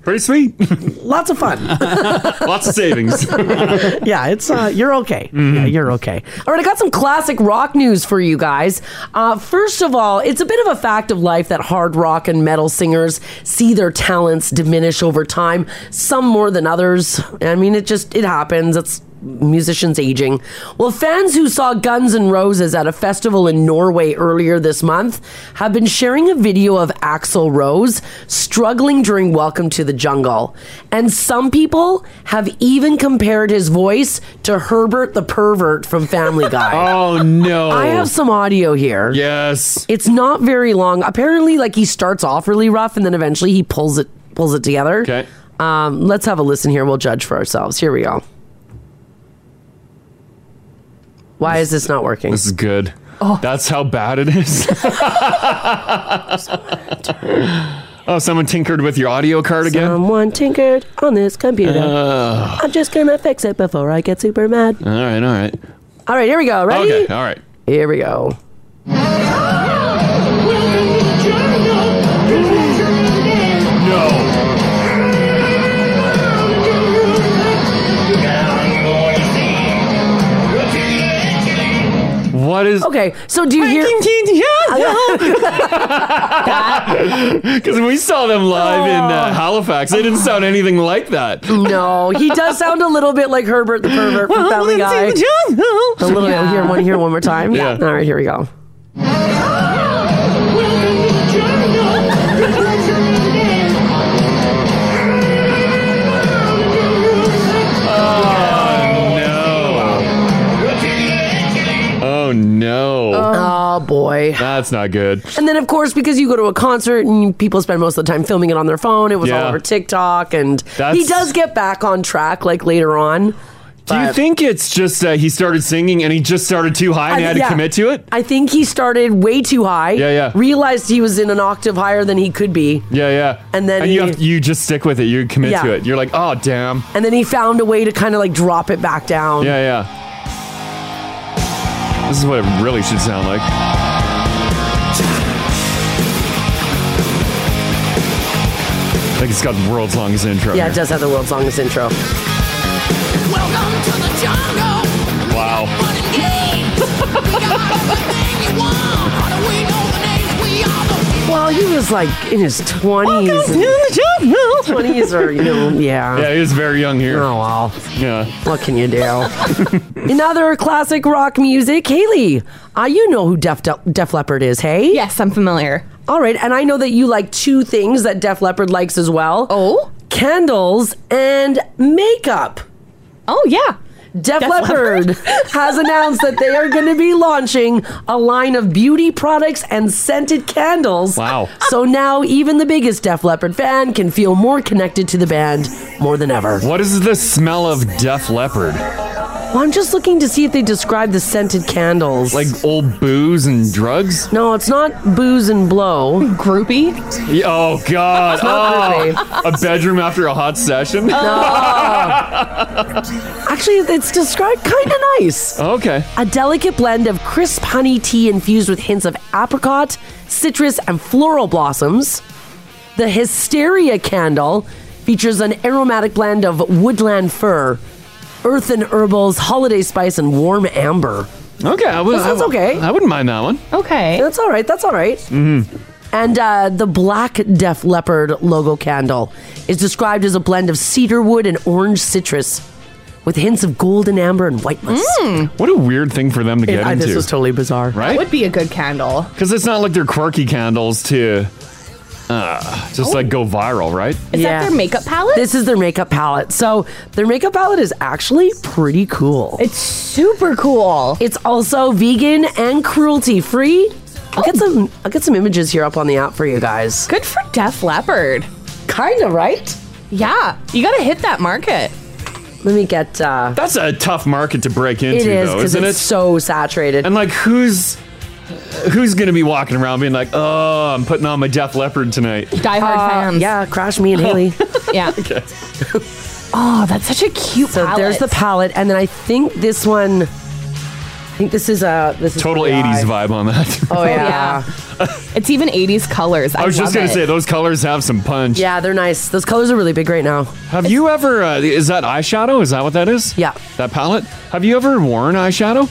[SPEAKER 3] Pretty sweet.
[SPEAKER 2] Lots of fun.
[SPEAKER 3] Lots of savings. Mm-hmm.
[SPEAKER 2] yeah, it's uh, you're okay. Yeah, you're okay. All right, I got some classic rock news for you guys. Uh, first of all, it's a bit of a fact of life that hard rock and metal singers see their talents diminish over time, some more than others. I mean, it just it happens. It's musicians aging. Well, fans who saw Guns N' Roses at a festival in Norway earlier this month have been sharing a video of Axl Rose struggling during Welcome to the Jungle. And some people have even compared his voice to Herbert the Pervert from Family Guy.
[SPEAKER 3] oh no.
[SPEAKER 2] I have some audio here.
[SPEAKER 3] Yes.
[SPEAKER 2] It's not very long. Apparently, like he starts off really rough and then eventually he pulls it pulls it together.
[SPEAKER 3] Okay.
[SPEAKER 2] Um, let's have a listen here. We'll judge for ourselves. Here we go. Why is this not working? Oh.
[SPEAKER 3] This is good. That's how bad it is. oh, someone tinkered with your audio card again? Uh,
[SPEAKER 2] Someone tinkered on this computer. I'm just gonna fix it before I get super mad.
[SPEAKER 3] All right, all right.
[SPEAKER 2] All right, here we go. Ready?
[SPEAKER 3] Okay, all right.
[SPEAKER 2] Here we go.
[SPEAKER 3] No. What is.
[SPEAKER 2] Okay, so do you hear?
[SPEAKER 3] Because we saw them live in
[SPEAKER 2] Oh.
[SPEAKER 3] uh, Halifax, they didn't sound anything like that.
[SPEAKER 2] no, he does sound a little bit like Herbert the pervert from Family Guy. A little bit. Here, one here, one more time.
[SPEAKER 3] Yeah.
[SPEAKER 2] All right, here we go.
[SPEAKER 3] Oh no,
[SPEAKER 2] Oh boy.
[SPEAKER 3] that's not good.
[SPEAKER 2] And then, of course, because you go to a concert and people spend most of the time filming it on their phone, it was all
[SPEAKER 3] Yeah.
[SPEAKER 2] over TikTok, and he
[SPEAKER 3] That's-
[SPEAKER 2] does get back on track like later on.
[SPEAKER 3] Do you think it's just uh, he started singing and he just started too high and he had
[SPEAKER 2] Uh, yeah.
[SPEAKER 3] to commit to it?
[SPEAKER 2] I think he started way too high.
[SPEAKER 3] Yeah, yeah.
[SPEAKER 2] Realized he was in an octave higher than he could be,
[SPEAKER 3] Yeah, yeah.
[SPEAKER 2] And then
[SPEAKER 3] you
[SPEAKER 2] he-
[SPEAKER 3] have, you just stick with it. You commit
[SPEAKER 2] Yeah.
[SPEAKER 3] to it. You're like, oh damn.
[SPEAKER 2] and then he found a way to kind of like drop it back down.
[SPEAKER 3] Yeah, yeah. This is what it really should sound like. Like it's got the world's longest intro.
[SPEAKER 2] Yeah,
[SPEAKER 3] here.
[SPEAKER 2] it does have the world's longest intro.
[SPEAKER 4] Welcome to the jungle.
[SPEAKER 3] Wow.
[SPEAKER 4] Fun and games. we got everything you want. How do we know the names? We are the
[SPEAKER 2] Well, he was like in his
[SPEAKER 5] Welcome to
[SPEAKER 2] twenties.
[SPEAKER 5] the jungle.
[SPEAKER 2] Twenties or you know, yeah.
[SPEAKER 3] Yeah, he was very young here.
[SPEAKER 2] Oh well.
[SPEAKER 3] Yeah.
[SPEAKER 2] What can you do? in other classic rock music, Haley, uh, you know who Def, Def Leppard is, hey?
[SPEAKER 5] Yes, I'm familiar.
[SPEAKER 2] All right, and I know that you like two things that Def Leppard likes as well.
[SPEAKER 5] Oh?
[SPEAKER 2] Candles and makeup.
[SPEAKER 5] Oh yeah.
[SPEAKER 2] Def, Leppard has announced that they are going to be launching a line of beauty products and scented candles.
[SPEAKER 3] Wow.
[SPEAKER 2] So now even the biggest Def Leppard fan can feel more connected to the band more than ever.
[SPEAKER 3] What is the smell of Def Leopard?
[SPEAKER 2] Well, I'm just looking to see if they describe the scented candles.
[SPEAKER 3] Like old booze and drugs?
[SPEAKER 2] No, it's not booze and blow.
[SPEAKER 5] Groupie.
[SPEAKER 3] Yeah, Oh God!
[SPEAKER 2] not
[SPEAKER 3] Oh, a bedroom after a hot session.
[SPEAKER 2] Actually, it's described kind of nice.
[SPEAKER 3] Okay.
[SPEAKER 2] A delicate blend of crisp honey tea infused with hints of apricot, citrus, and floral blossoms. The Hysteria candle features an aromatic blend of woodland fir, earth and herbals, holiday spice, and warm amber.
[SPEAKER 3] Okay. I would,
[SPEAKER 2] That sounds
[SPEAKER 3] I-
[SPEAKER 2] okay.
[SPEAKER 3] I wouldn't mind that one. Mm-hmm.
[SPEAKER 5] Okay.
[SPEAKER 2] That's all right. That's all right. And uh, the black Def Leopard logo candle is described as a blend of cedar wood and orange citrus with hints of golden amber and white musk.
[SPEAKER 3] What a weird thing for them to get
[SPEAKER 2] I-
[SPEAKER 3] into,
[SPEAKER 2] this is totally bizarre.
[SPEAKER 5] Hmm. That
[SPEAKER 3] right?
[SPEAKER 5] would be a good candle.
[SPEAKER 3] Because it's not like they're quirky candles to uh, just like go viral, right?
[SPEAKER 5] Is
[SPEAKER 2] Yeah.
[SPEAKER 5] that their makeup palette?
[SPEAKER 2] This is their makeup palette. So their makeup palette is actually pretty cool.
[SPEAKER 5] it's super cool.
[SPEAKER 2] It's also vegan and cruelty free. I'll get some I'll get some images here up on the app for you guys.
[SPEAKER 5] Oh. Good for Def Leppard.
[SPEAKER 2] Kinda, right?
[SPEAKER 5] Yeah, you gotta hit that market.
[SPEAKER 2] Let me get uh
[SPEAKER 3] That's a tough market to break into,
[SPEAKER 2] it is
[SPEAKER 3] though,
[SPEAKER 2] because
[SPEAKER 3] isn't
[SPEAKER 2] it's
[SPEAKER 3] it?
[SPEAKER 2] so saturated.
[SPEAKER 3] and like, who's who's gonna be walking around being like, "Oh, I'm putting on my Def Leopard tonight."
[SPEAKER 5] Die hard fans.
[SPEAKER 2] Uh, yeah, Crash Me and Haley.
[SPEAKER 5] Yeah. oh, that's such a cute
[SPEAKER 2] So there's the palette, and then I think this one. I think this is a this is
[SPEAKER 3] Total
[SPEAKER 2] the eye.
[SPEAKER 3] '80s vibe on that.
[SPEAKER 2] Oh yeah. yeah,
[SPEAKER 5] yeah. It's even 80s colors. I,
[SPEAKER 3] I was just
[SPEAKER 5] love
[SPEAKER 3] gonna say
[SPEAKER 5] it.
[SPEAKER 3] those colors have some punch.
[SPEAKER 2] they're nice. Those colors are really big right now.
[SPEAKER 3] Have you ever? Uh, is that eyeshadow? Is that what that is?
[SPEAKER 2] Yeah.
[SPEAKER 3] That palette. Have you ever worn eyeshadow?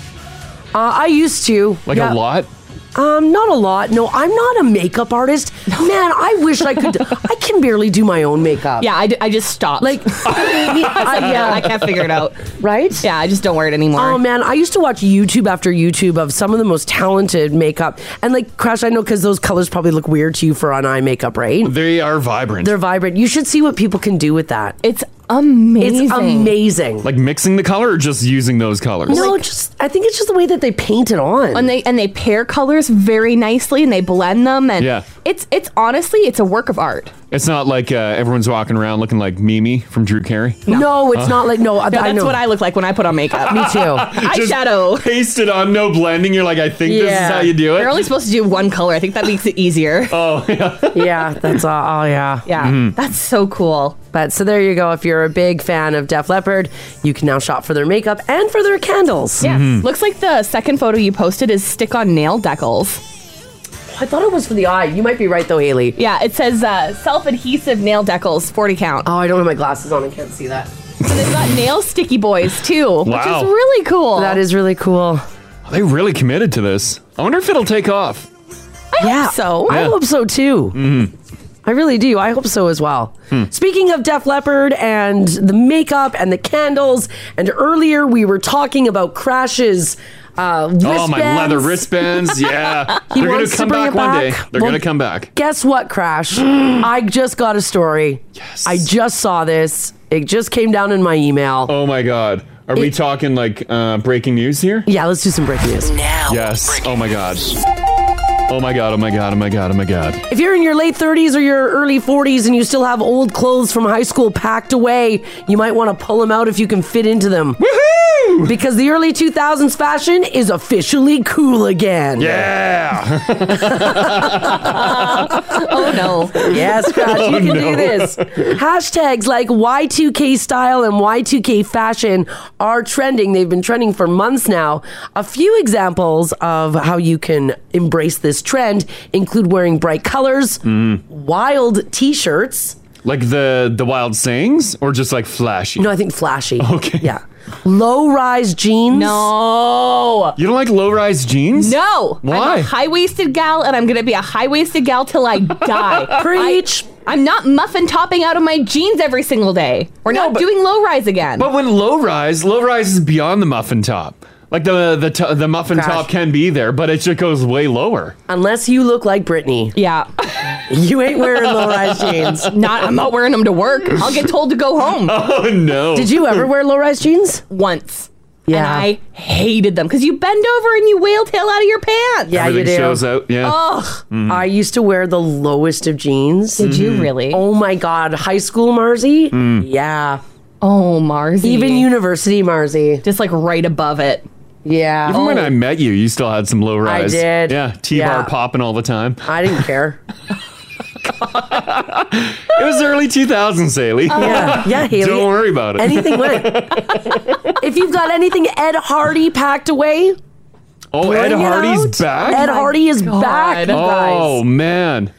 [SPEAKER 2] Uh, I used to
[SPEAKER 3] Like
[SPEAKER 2] yeah.
[SPEAKER 3] a lot.
[SPEAKER 2] Um, not a lot. No, I'm not a makeup artist. Man, I wish I could. I can barely do my own makeup.
[SPEAKER 5] Yeah, I, d- I just stopped.
[SPEAKER 2] like
[SPEAKER 5] I,
[SPEAKER 2] I-
[SPEAKER 5] yeah, I can't figure it out.
[SPEAKER 2] right.
[SPEAKER 5] Yeah, I just don't wear it anymore.
[SPEAKER 2] Oh man, I used to watch YouTube after YouTube of some of the most talented makeup. And like Crash, I know because those colors probably look weird to you for on eye makeup, right?
[SPEAKER 3] They are vibrant.
[SPEAKER 2] They're vibrant. You should see what people can do with that.
[SPEAKER 5] it's
[SPEAKER 2] Um,
[SPEAKER 5] amazing.
[SPEAKER 2] It's amazing.
[SPEAKER 3] like mixing the color or just using those colors.
[SPEAKER 2] No, just I think it's just the way that they paint it on.
[SPEAKER 5] and they and they pair colors very nicely and they blend them and
[SPEAKER 3] Yeah.
[SPEAKER 5] it's it's honestly it's a work of art.
[SPEAKER 3] It's not like uh, everyone's walking around looking like Mimi from Drew Carey.
[SPEAKER 2] no. it's not like no. I,
[SPEAKER 5] No,
[SPEAKER 2] I
[SPEAKER 5] that's
[SPEAKER 2] know.
[SPEAKER 5] what I look like when I put on makeup.
[SPEAKER 2] Me too.
[SPEAKER 3] Just
[SPEAKER 5] Eyeshadow.
[SPEAKER 3] Paste it on, no blending. You're like, I think this
[SPEAKER 2] Yeah.
[SPEAKER 3] is how you do
[SPEAKER 5] You're
[SPEAKER 3] it. Oh,
[SPEAKER 5] only supposed to do one color. I think that makes it easier.
[SPEAKER 2] yeah, that's all. Oh yeah.
[SPEAKER 5] yeah,
[SPEAKER 3] Mm-hmm.
[SPEAKER 5] that's so cool.
[SPEAKER 2] But so there you go. If you're a big fan of Def Leppard, you can now shop for their makeup and for their candles.
[SPEAKER 5] Yeah,
[SPEAKER 3] Mm-hmm.
[SPEAKER 5] looks like the second photo you posted is stick-on nail decals.
[SPEAKER 2] I thought it was for the eye. You might be right though, Haley.
[SPEAKER 5] Yeah, it says uh, self-adhesive nail decals, forty count.
[SPEAKER 2] Oh, I don't have my glasses on. I can't see that.
[SPEAKER 5] So they've got nail sticky boys too, which
[SPEAKER 3] Wow.
[SPEAKER 5] is really cool.
[SPEAKER 2] That is really cool.
[SPEAKER 3] They really committed to this. I wonder if it'll take off.
[SPEAKER 2] yeah.
[SPEAKER 5] so.
[SPEAKER 2] I
[SPEAKER 3] Yeah. Mm-hmm.
[SPEAKER 2] hope so too. I really do. I hope so as well.
[SPEAKER 3] Hmm.
[SPEAKER 2] Speaking of Def Leppard and the makeup and the candles, and earlier we were talking about Crash's uh,
[SPEAKER 3] Oh, my leather
[SPEAKER 2] wristbands.
[SPEAKER 3] wristbands. Yeah.
[SPEAKER 2] He
[SPEAKER 3] They're going
[SPEAKER 2] wants
[SPEAKER 3] to
[SPEAKER 2] to
[SPEAKER 3] come
[SPEAKER 2] bring
[SPEAKER 3] back
[SPEAKER 2] it
[SPEAKER 3] one day.
[SPEAKER 2] back.
[SPEAKER 3] They're
[SPEAKER 2] Well-
[SPEAKER 3] going to come back.
[SPEAKER 2] Guess what, Crash? I just got a story. Yes. I just saw this. It just came down in my email.
[SPEAKER 3] Oh, my God. Are we
[SPEAKER 2] It-
[SPEAKER 3] talking like uh, breaking news here?
[SPEAKER 2] Yeah, let's do some breaking news.
[SPEAKER 8] Now.
[SPEAKER 3] Yes. Oh, my God. Oh, my God. Oh, my God. Oh, my God. Oh, my God.
[SPEAKER 2] If you're in your late 30s or your early 40s and you still have old clothes from high school packed away, you might want to pull them out if you can fit into them. Woohoo! Because the early 2000s fashion is officially cool again.
[SPEAKER 3] Yeah.
[SPEAKER 5] Oh no.
[SPEAKER 2] Yes, Crash, you
[SPEAKER 3] Oh,
[SPEAKER 2] can do this. Hashtags like Y2K style and Y2K fashion are trending. They've been trending for months now. A few examples of how you can embrace this trend include wearing bright colors,
[SPEAKER 3] Hmm.
[SPEAKER 2] wild t shirts.
[SPEAKER 3] like the the wild sayings or just like flashy?
[SPEAKER 2] No, I think flashy.
[SPEAKER 3] Okay.
[SPEAKER 2] Yeah. Low rise jeans.
[SPEAKER 5] No.
[SPEAKER 3] You don't like low rise jeans?
[SPEAKER 5] No. I'm
[SPEAKER 3] Why?
[SPEAKER 5] a high waisted gal and I'm gonna be a high waisted gal till I die.
[SPEAKER 2] Preach.
[SPEAKER 5] I, am not muffin topping out of my jeans every single day. We're not doing low rise again.
[SPEAKER 3] But when low rise, low rise is beyond the muffin top. Like the the t- the muffin
[SPEAKER 2] Crash.
[SPEAKER 3] top can be there, but it just goes way lower.
[SPEAKER 2] Unless you look like Britney,
[SPEAKER 5] yeah.
[SPEAKER 2] you ain't wearing low rise jeans.
[SPEAKER 5] Not I'm not wearing them to work. I'll get told to go home
[SPEAKER 3] Oh no!
[SPEAKER 2] Did you ever wear low rise jeans?
[SPEAKER 5] once.
[SPEAKER 2] Yeah.
[SPEAKER 5] And I hated them because you bend over and you whale tail out of your pants.
[SPEAKER 2] yeah, you
[SPEAKER 3] Everything
[SPEAKER 2] do.
[SPEAKER 3] shows out. Yeah. Mm-hmm.
[SPEAKER 5] Oh,
[SPEAKER 2] I used to wear the lowest of jeans.
[SPEAKER 5] did you really?
[SPEAKER 2] Oh my God, high school Marzi?
[SPEAKER 3] Mm.
[SPEAKER 2] Yeah.
[SPEAKER 5] Oh, Mars.
[SPEAKER 2] Even university Marzi.
[SPEAKER 5] Just like right above it. Oh.
[SPEAKER 2] Yeah.
[SPEAKER 3] Even when I met you, you still had some low rise.
[SPEAKER 2] Oh. did.
[SPEAKER 3] Yeah, T bar
[SPEAKER 2] Yeah.
[SPEAKER 3] popping all the time.
[SPEAKER 2] I didn't care.
[SPEAKER 3] It was the early 2000s, Haley.
[SPEAKER 5] Oh.
[SPEAKER 2] Yeah. Yeah, Haley.
[SPEAKER 3] Don't worry about it.
[SPEAKER 2] Anything went. if you've got anything Ed Hardy packed away,
[SPEAKER 3] oh, Ed
[SPEAKER 2] bring it
[SPEAKER 3] Hardy's
[SPEAKER 2] out.
[SPEAKER 3] back.
[SPEAKER 2] Ed Hardy is
[SPEAKER 5] Oh God.
[SPEAKER 2] back.
[SPEAKER 5] Oh.
[SPEAKER 3] oh
[SPEAKER 5] guys.
[SPEAKER 3] man,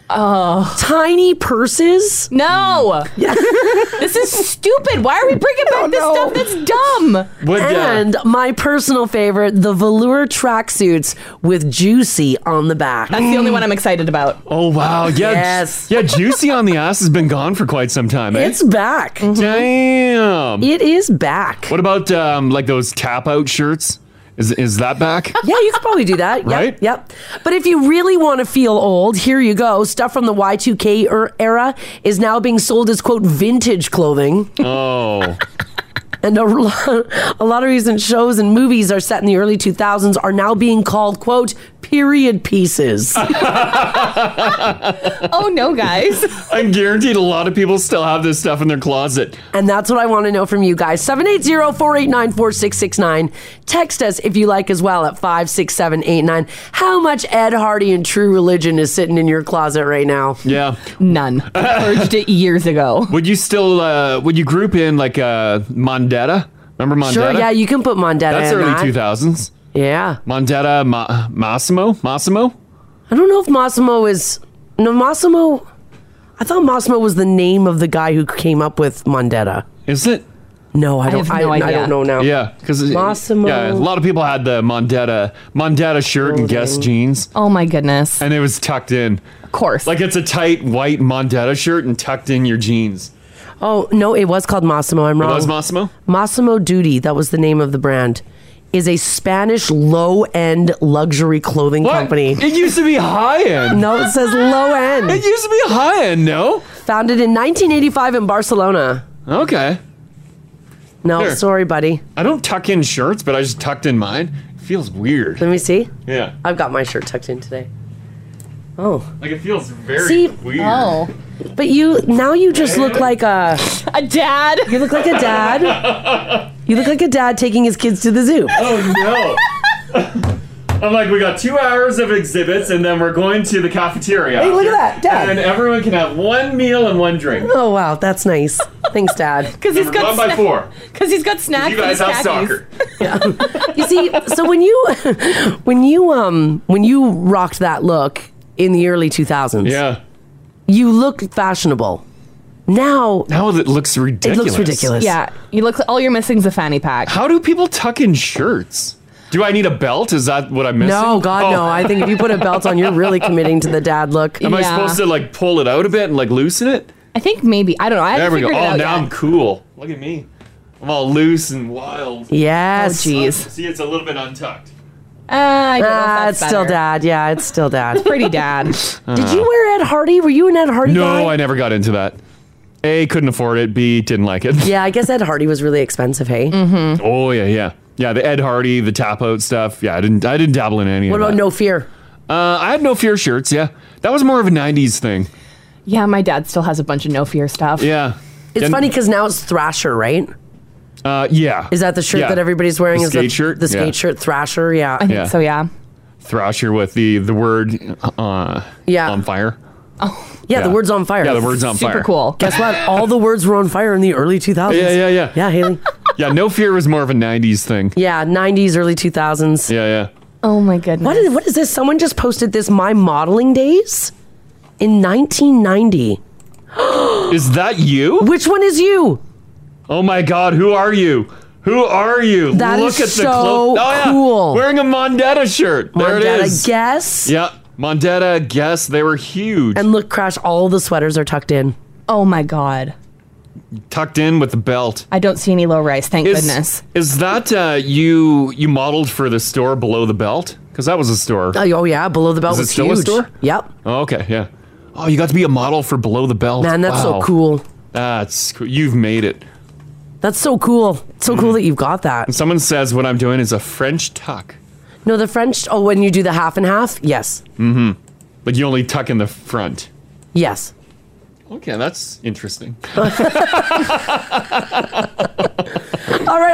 [SPEAKER 2] Tiny purses.
[SPEAKER 5] No. this is stupid. Why are we bringing back this
[SPEAKER 2] know.
[SPEAKER 5] stuff that's dumb?
[SPEAKER 3] what?
[SPEAKER 2] And my personal favorite, the velour tracksuits with juicy on the back.
[SPEAKER 5] That's the only one I'm excited about.
[SPEAKER 3] oh wow, yeah,
[SPEAKER 2] Yes.
[SPEAKER 3] yeah. Juicy on the ass has been gone for quite some time. Eh?
[SPEAKER 2] It's back.
[SPEAKER 3] Damn.
[SPEAKER 2] It is back.
[SPEAKER 3] What about um, like those tap out shirts? Is is that back?
[SPEAKER 2] Yeah, you could probably do that. Yep,
[SPEAKER 3] Right?
[SPEAKER 2] Yep. But if you really want to feel old, here you go. Stuff from the Y2K er- era is now being sold as, quote, vintage clothing.
[SPEAKER 3] oh,
[SPEAKER 2] And a lot, a lot of recent shows and movies are set in the early 2000s are now being called, quote, period pieces.
[SPEAKER 5] Oh no, guys.
[SPEAKER 3] I'm guaranteed a lot of people still have this stuff in their closet.
[SPEAKER 2] and that's what I want to know from you guys. 780 489 4669. Text us if you like as well at 56789. How much Ed Hardy and True Religion is sitting in your closet right now?
[SPEAKER 3] Yeah.
[SPEAKER 5] None. I purged it years ago.
[SPEAKER 3] Would you still? Uh, would you group in like uh, Mondetta? Remember Mondetta?
[SPEAKER 2] Sure, yeah, you can put Mondetta
[SPEAKER 3] That's
[SPEAKER 2] in
[SPEAKER 3] early
[SPEAKER 2] that.
[SPEAKER 3] 2000s.
[SPEAKER 2] Yeah.
[SPEAKER 3] Mondetta Ma- Massimo. Massimo.
[SPEAKER 2] I don't know if Massimo is. No, Massimo. I thought Massimo was the name of the guy who came up with Mondetta.
[SPEAKER 3] Is it?
[SPEAKER 2] No, I don't.
[SPEAKER 5] have no
[SPEAKER 2] I, I
[SPEAKER 5] idea.
[SPEAKER 2] don't know now.
[SPEAKER 3] Yeah, because
[SPEAKER 2] Massimo.
[SPEAKER 3] Yeah, a lot of people had the Mondetta Mondetta shirt and Guess jeans,
[SPEAKER 5] Oh my goodness.
[SPEAKER 3] and it was tucked in.
[SPEAKER 5] Of course.
[SPEAKER 3] Like it's a tight white Mondetta shirt and tucked in your jeans.
[SPEAKER 2] Oh no, it was called Massimo. I'm
[SPEAKER 3] It
[SPEAKER 2] wrong.
[SPEAKER 3] was Massimo.
[SPEAKER 2] Massimo Duty. That was the name of the brand. Is a Spanish low-end luxury clothing
[SPEAKER 3] What?
[SPEAKER 2] company.
[SPEAKER 3] It used to be high end.
[SPEAKER 2] No, it says low
[SPEAKER 3] It
[SPEAKER 2] end.
[SPEAKER 3] used to be high end. No.
[SPEAKER 2] Founded in 1985 in Barcelona.
[SPEAKER 3] Okay.
[SPEAKER 2] No,
[SPEAKER 3] Here.
[SPEAKER 2] sorry, buddy.
[SPEAKER 3] I don't tuck in shirts, but I just tucked in mine. It feels weird.
[SPEAKER 2] Let me see.
[SPEAKER 3] Yeah.
[SPEAKER 2] I've got my shirt tucked in today. Oh.
[SPEAKER 3] Like it feels very
[SPEAKER 2] See-
[SPEAKER 3] weird.
[SPEAKER 5] oh.
[SPEAKER 2] But you now you just look like a
[SPEAKER 5] A dad.
[SPEAKER 2] you look like a dad. You look like a dad taking his kids to the zoo.
[SPEAKER 3] Oh no. I'm like, we got two hours of exhibits and then we're going to the cafeteria. Hey,
[SPEAKER 2] look at that, Dad.
[SPEAKER 3] And everyone can have one meal and one drink.
[SPEAKER 2] Oh wow, that's nice. Thanks, Dad.
[SPEAKER 5] Because he's got
[SPEAKER 3] one by
[SPEAKER 5] sna-
[SPEAKER 3] four.
[SPEAKER 5] because he's got snacks.
[SPEAKER 3] You
[SPEAKER 5] in
[SPEAKER 3] guys
[SPEAKER 5] his
[SPEAKER 3] have
[SPEAKER 5] khakis.
[SPEAKER 3] soccer.
[SPEAKER 2] You see, so when you when you um when you rocked that look in the early 2000s,
[SPEAKER 3] Yeah.
[SPEAKER 2] you looked fashionable. Now
[SPEAKER 3] Now it looks
[SPEAKER 2] it
[SPEAKER 3] ridiculous.
[SPEAKER 2] looks ridiculous.
[SPEAKER 5] Yeah. You look all you're missing is a fanny pack.
[SPEAKER 3] How do people tuck in shirts? Do I need a belt? Is that what I'm missing?
[SPEAKER 2] No, God,
[SPEAKER 3] Oh.
[SPEAKER 2] no. I think if you put a belt on, you're really committing to the dad look.
[SPEAKER 3] Am I supposed to like pull it out a bit and like loosen it?
[SPEAKER 5] I think maybe I don't know. I
[SPEAKER 3] There
[SPEAKER 5] haven't
[SPEAKER 3] we go. Oh,
[SPEAKER 5] figured it
[SPEAKER 3] now
[SPEAKER 5] out
[SPEAKER 3] I'm
[SPEAKER 5] yet.
[SPEAKER 3] cool. Look at me. I'm all loose and wild.
[SPEAKER 2] Yes.
[SPEAKER 3] See, it's a little bit untucked.
[SPEAKER 5] Uh, I don't know if
[SPEAKER 2] Ah,
[SPEAKER 5] that's
[SPEAKER 2] it's still
[SPEAKER 5] better.
[SPEAKER 2] dad. Yeah, it's still dad.
[SPEAKER 5] Pretty dad.
[SPEAKER 2] Did you wear Ed Hardy? Were you an Ed Hardy guy?
[SPEAKER 3] Uh-huh. No, I never got into that. A couldn't afford it. B didn't like it.
[SPEAKER 2] Yeah, I guess Ed Hardy was really expensive. Hey,
[SPEAKER 5] Mm-hmm.
[SPEAKER 3] Oh yeah, yeah, yeah. The Ed Hardy, the tap out stuff. Yeah, I didn't. I didn't dabble in any
[SPEAKER 2] what
[SPEAKER 3] of
[SPEAKER 2] about
[SPEAKER 3] that.
[SPEAKER 2] No Fear?
[SPEAKER 3] Uh, I had no fear shirts. Yeah, that was more of a '90s thing.
[SPEAKER 5] yeah, my dad still has a bunch of no fear stuff.
[SPEAKER 3] Yeah.
[SPEAKER 2] It's
[SPEAKER 3] Gen-
[SPEAKER 2] funny because now it's Thrasher, right?
[SPEAKER 3] Uh, yeah.
[SPEAKER 2] Is that the shirt
[SPEAKER 3] Yeah.
[SPEAKER 2] that everybody's wearing?
[SPEAKER 3] The
[SPEAKER 2] is
[SPEAKER 3] skate
[SPEAKER 2] the,
[SPEAKER 3] shirt?
[SPEAKER 2] The skate
[SPEAKER 3] Yeah.
[SPEAKER 2] shirt, Thrasher. Yeah.
[SPEAKER 5] I think
[SPEAKER 3] Yeah.
[SPEAKER 5] so. Yeah.
[SPEAKER 3] Thrasher with the the word uh,
[SPEAKER 2] Yeah. Oh,
[SPEAKER 3] on fire.
[SPEAKER 2] yeah, The
[SPEAKER 3] yeah.
[SPEAKER 2] word's on fire.
[SPEAKER 3] Yeah, the word's on
[SPEAKER 5] Super
[SPEAKER 3] fire.
[SPEAKER 5] cool.
[SPEAKER 2] Guess what? All the words were on fire in the early 2000s.
[SPEAKER 3] Yeah, yeah, yeah.
[SPEAKER 2] Yeah, Haley.
[SPEAKER 3] Yeah, no fear was more of a '90s thing.
[SPEAKER 2] Yeah, 90s, early 2000s.
[SPEAKER 3] Yeah, yeah.
[SPEAKER 5] Oh my goodness.
[SPEAKER 2] What is what is this? Someone just posted this my modeling days in 1990.
[SPEAKER 3] Is that you?
[SPEAKER 2] Which one is you?
[SPEAKER 3] Oh my God, who are you? Who are you?
[SPEAKER 2] That
[SPEAKER 3] Look
[SPEAKER 2] is
[SPEAKER 3] at the
[SPEAKER 2] so
[SPEAKER 3] clo- oh, yeah.
[SPEAKER 2] cool.
[SPEAKER 3] Wearing a Mondetta shirt. There
[SPEAKER 2] Mondetta
[SPEAKER 3] it is.
[SPEAKER 2] guess.
[SPEAKER 3] Yeah, Mondetta. Guess they were huge.
[SPEAKER 2] And look, Crash, all the sweaters are tucked in.
[SPEAKER 5] Oh my god.
[SPEAKER 3] Tucked in with the belt.
[SPEAKER 5] I don't see any low rice. Thank
[SPEAKER 3] Is,
[SPEAKER 5] goodness.
[SPEAKER 3] Is that uh, you? You modeled for the store below the belt because that was a store.
[SPEAKER 2] Oh, oh, yeah, below the belt
[SPEAKER 3] Is it
[SPEAKER 2] was
[SPEAKER 3] still a
[SPEAKER 2] huge.
[SPEAKER 3] store?
[SPEAKER 2] Yep.
[SPEAKER 3] Oh, okay, yeah. Oh, you got to be a model for below the belt.
[SPEAKER 2] Man, that's
[SPEAKER 3] Wow.
[SPEAKER 2] so cool.
[SPEAKER 3] That's cool. You've made it. Mm-hmm.
[SPEAKER 2] That's so cool. So cool that you've got that.
[SPEAKER 3] Someone says what I'm doing is a French tuck,
[SPEAKER 2] No, the French. Oh, when you do the half and half? Yes.
[SPEAKER 3] but Mm-hmm. you only tuck in the front.
[SPEAKER 2] Yes.
[SPEAKER 3] Okay, that's interesting.
[SPEAKER 2] All right,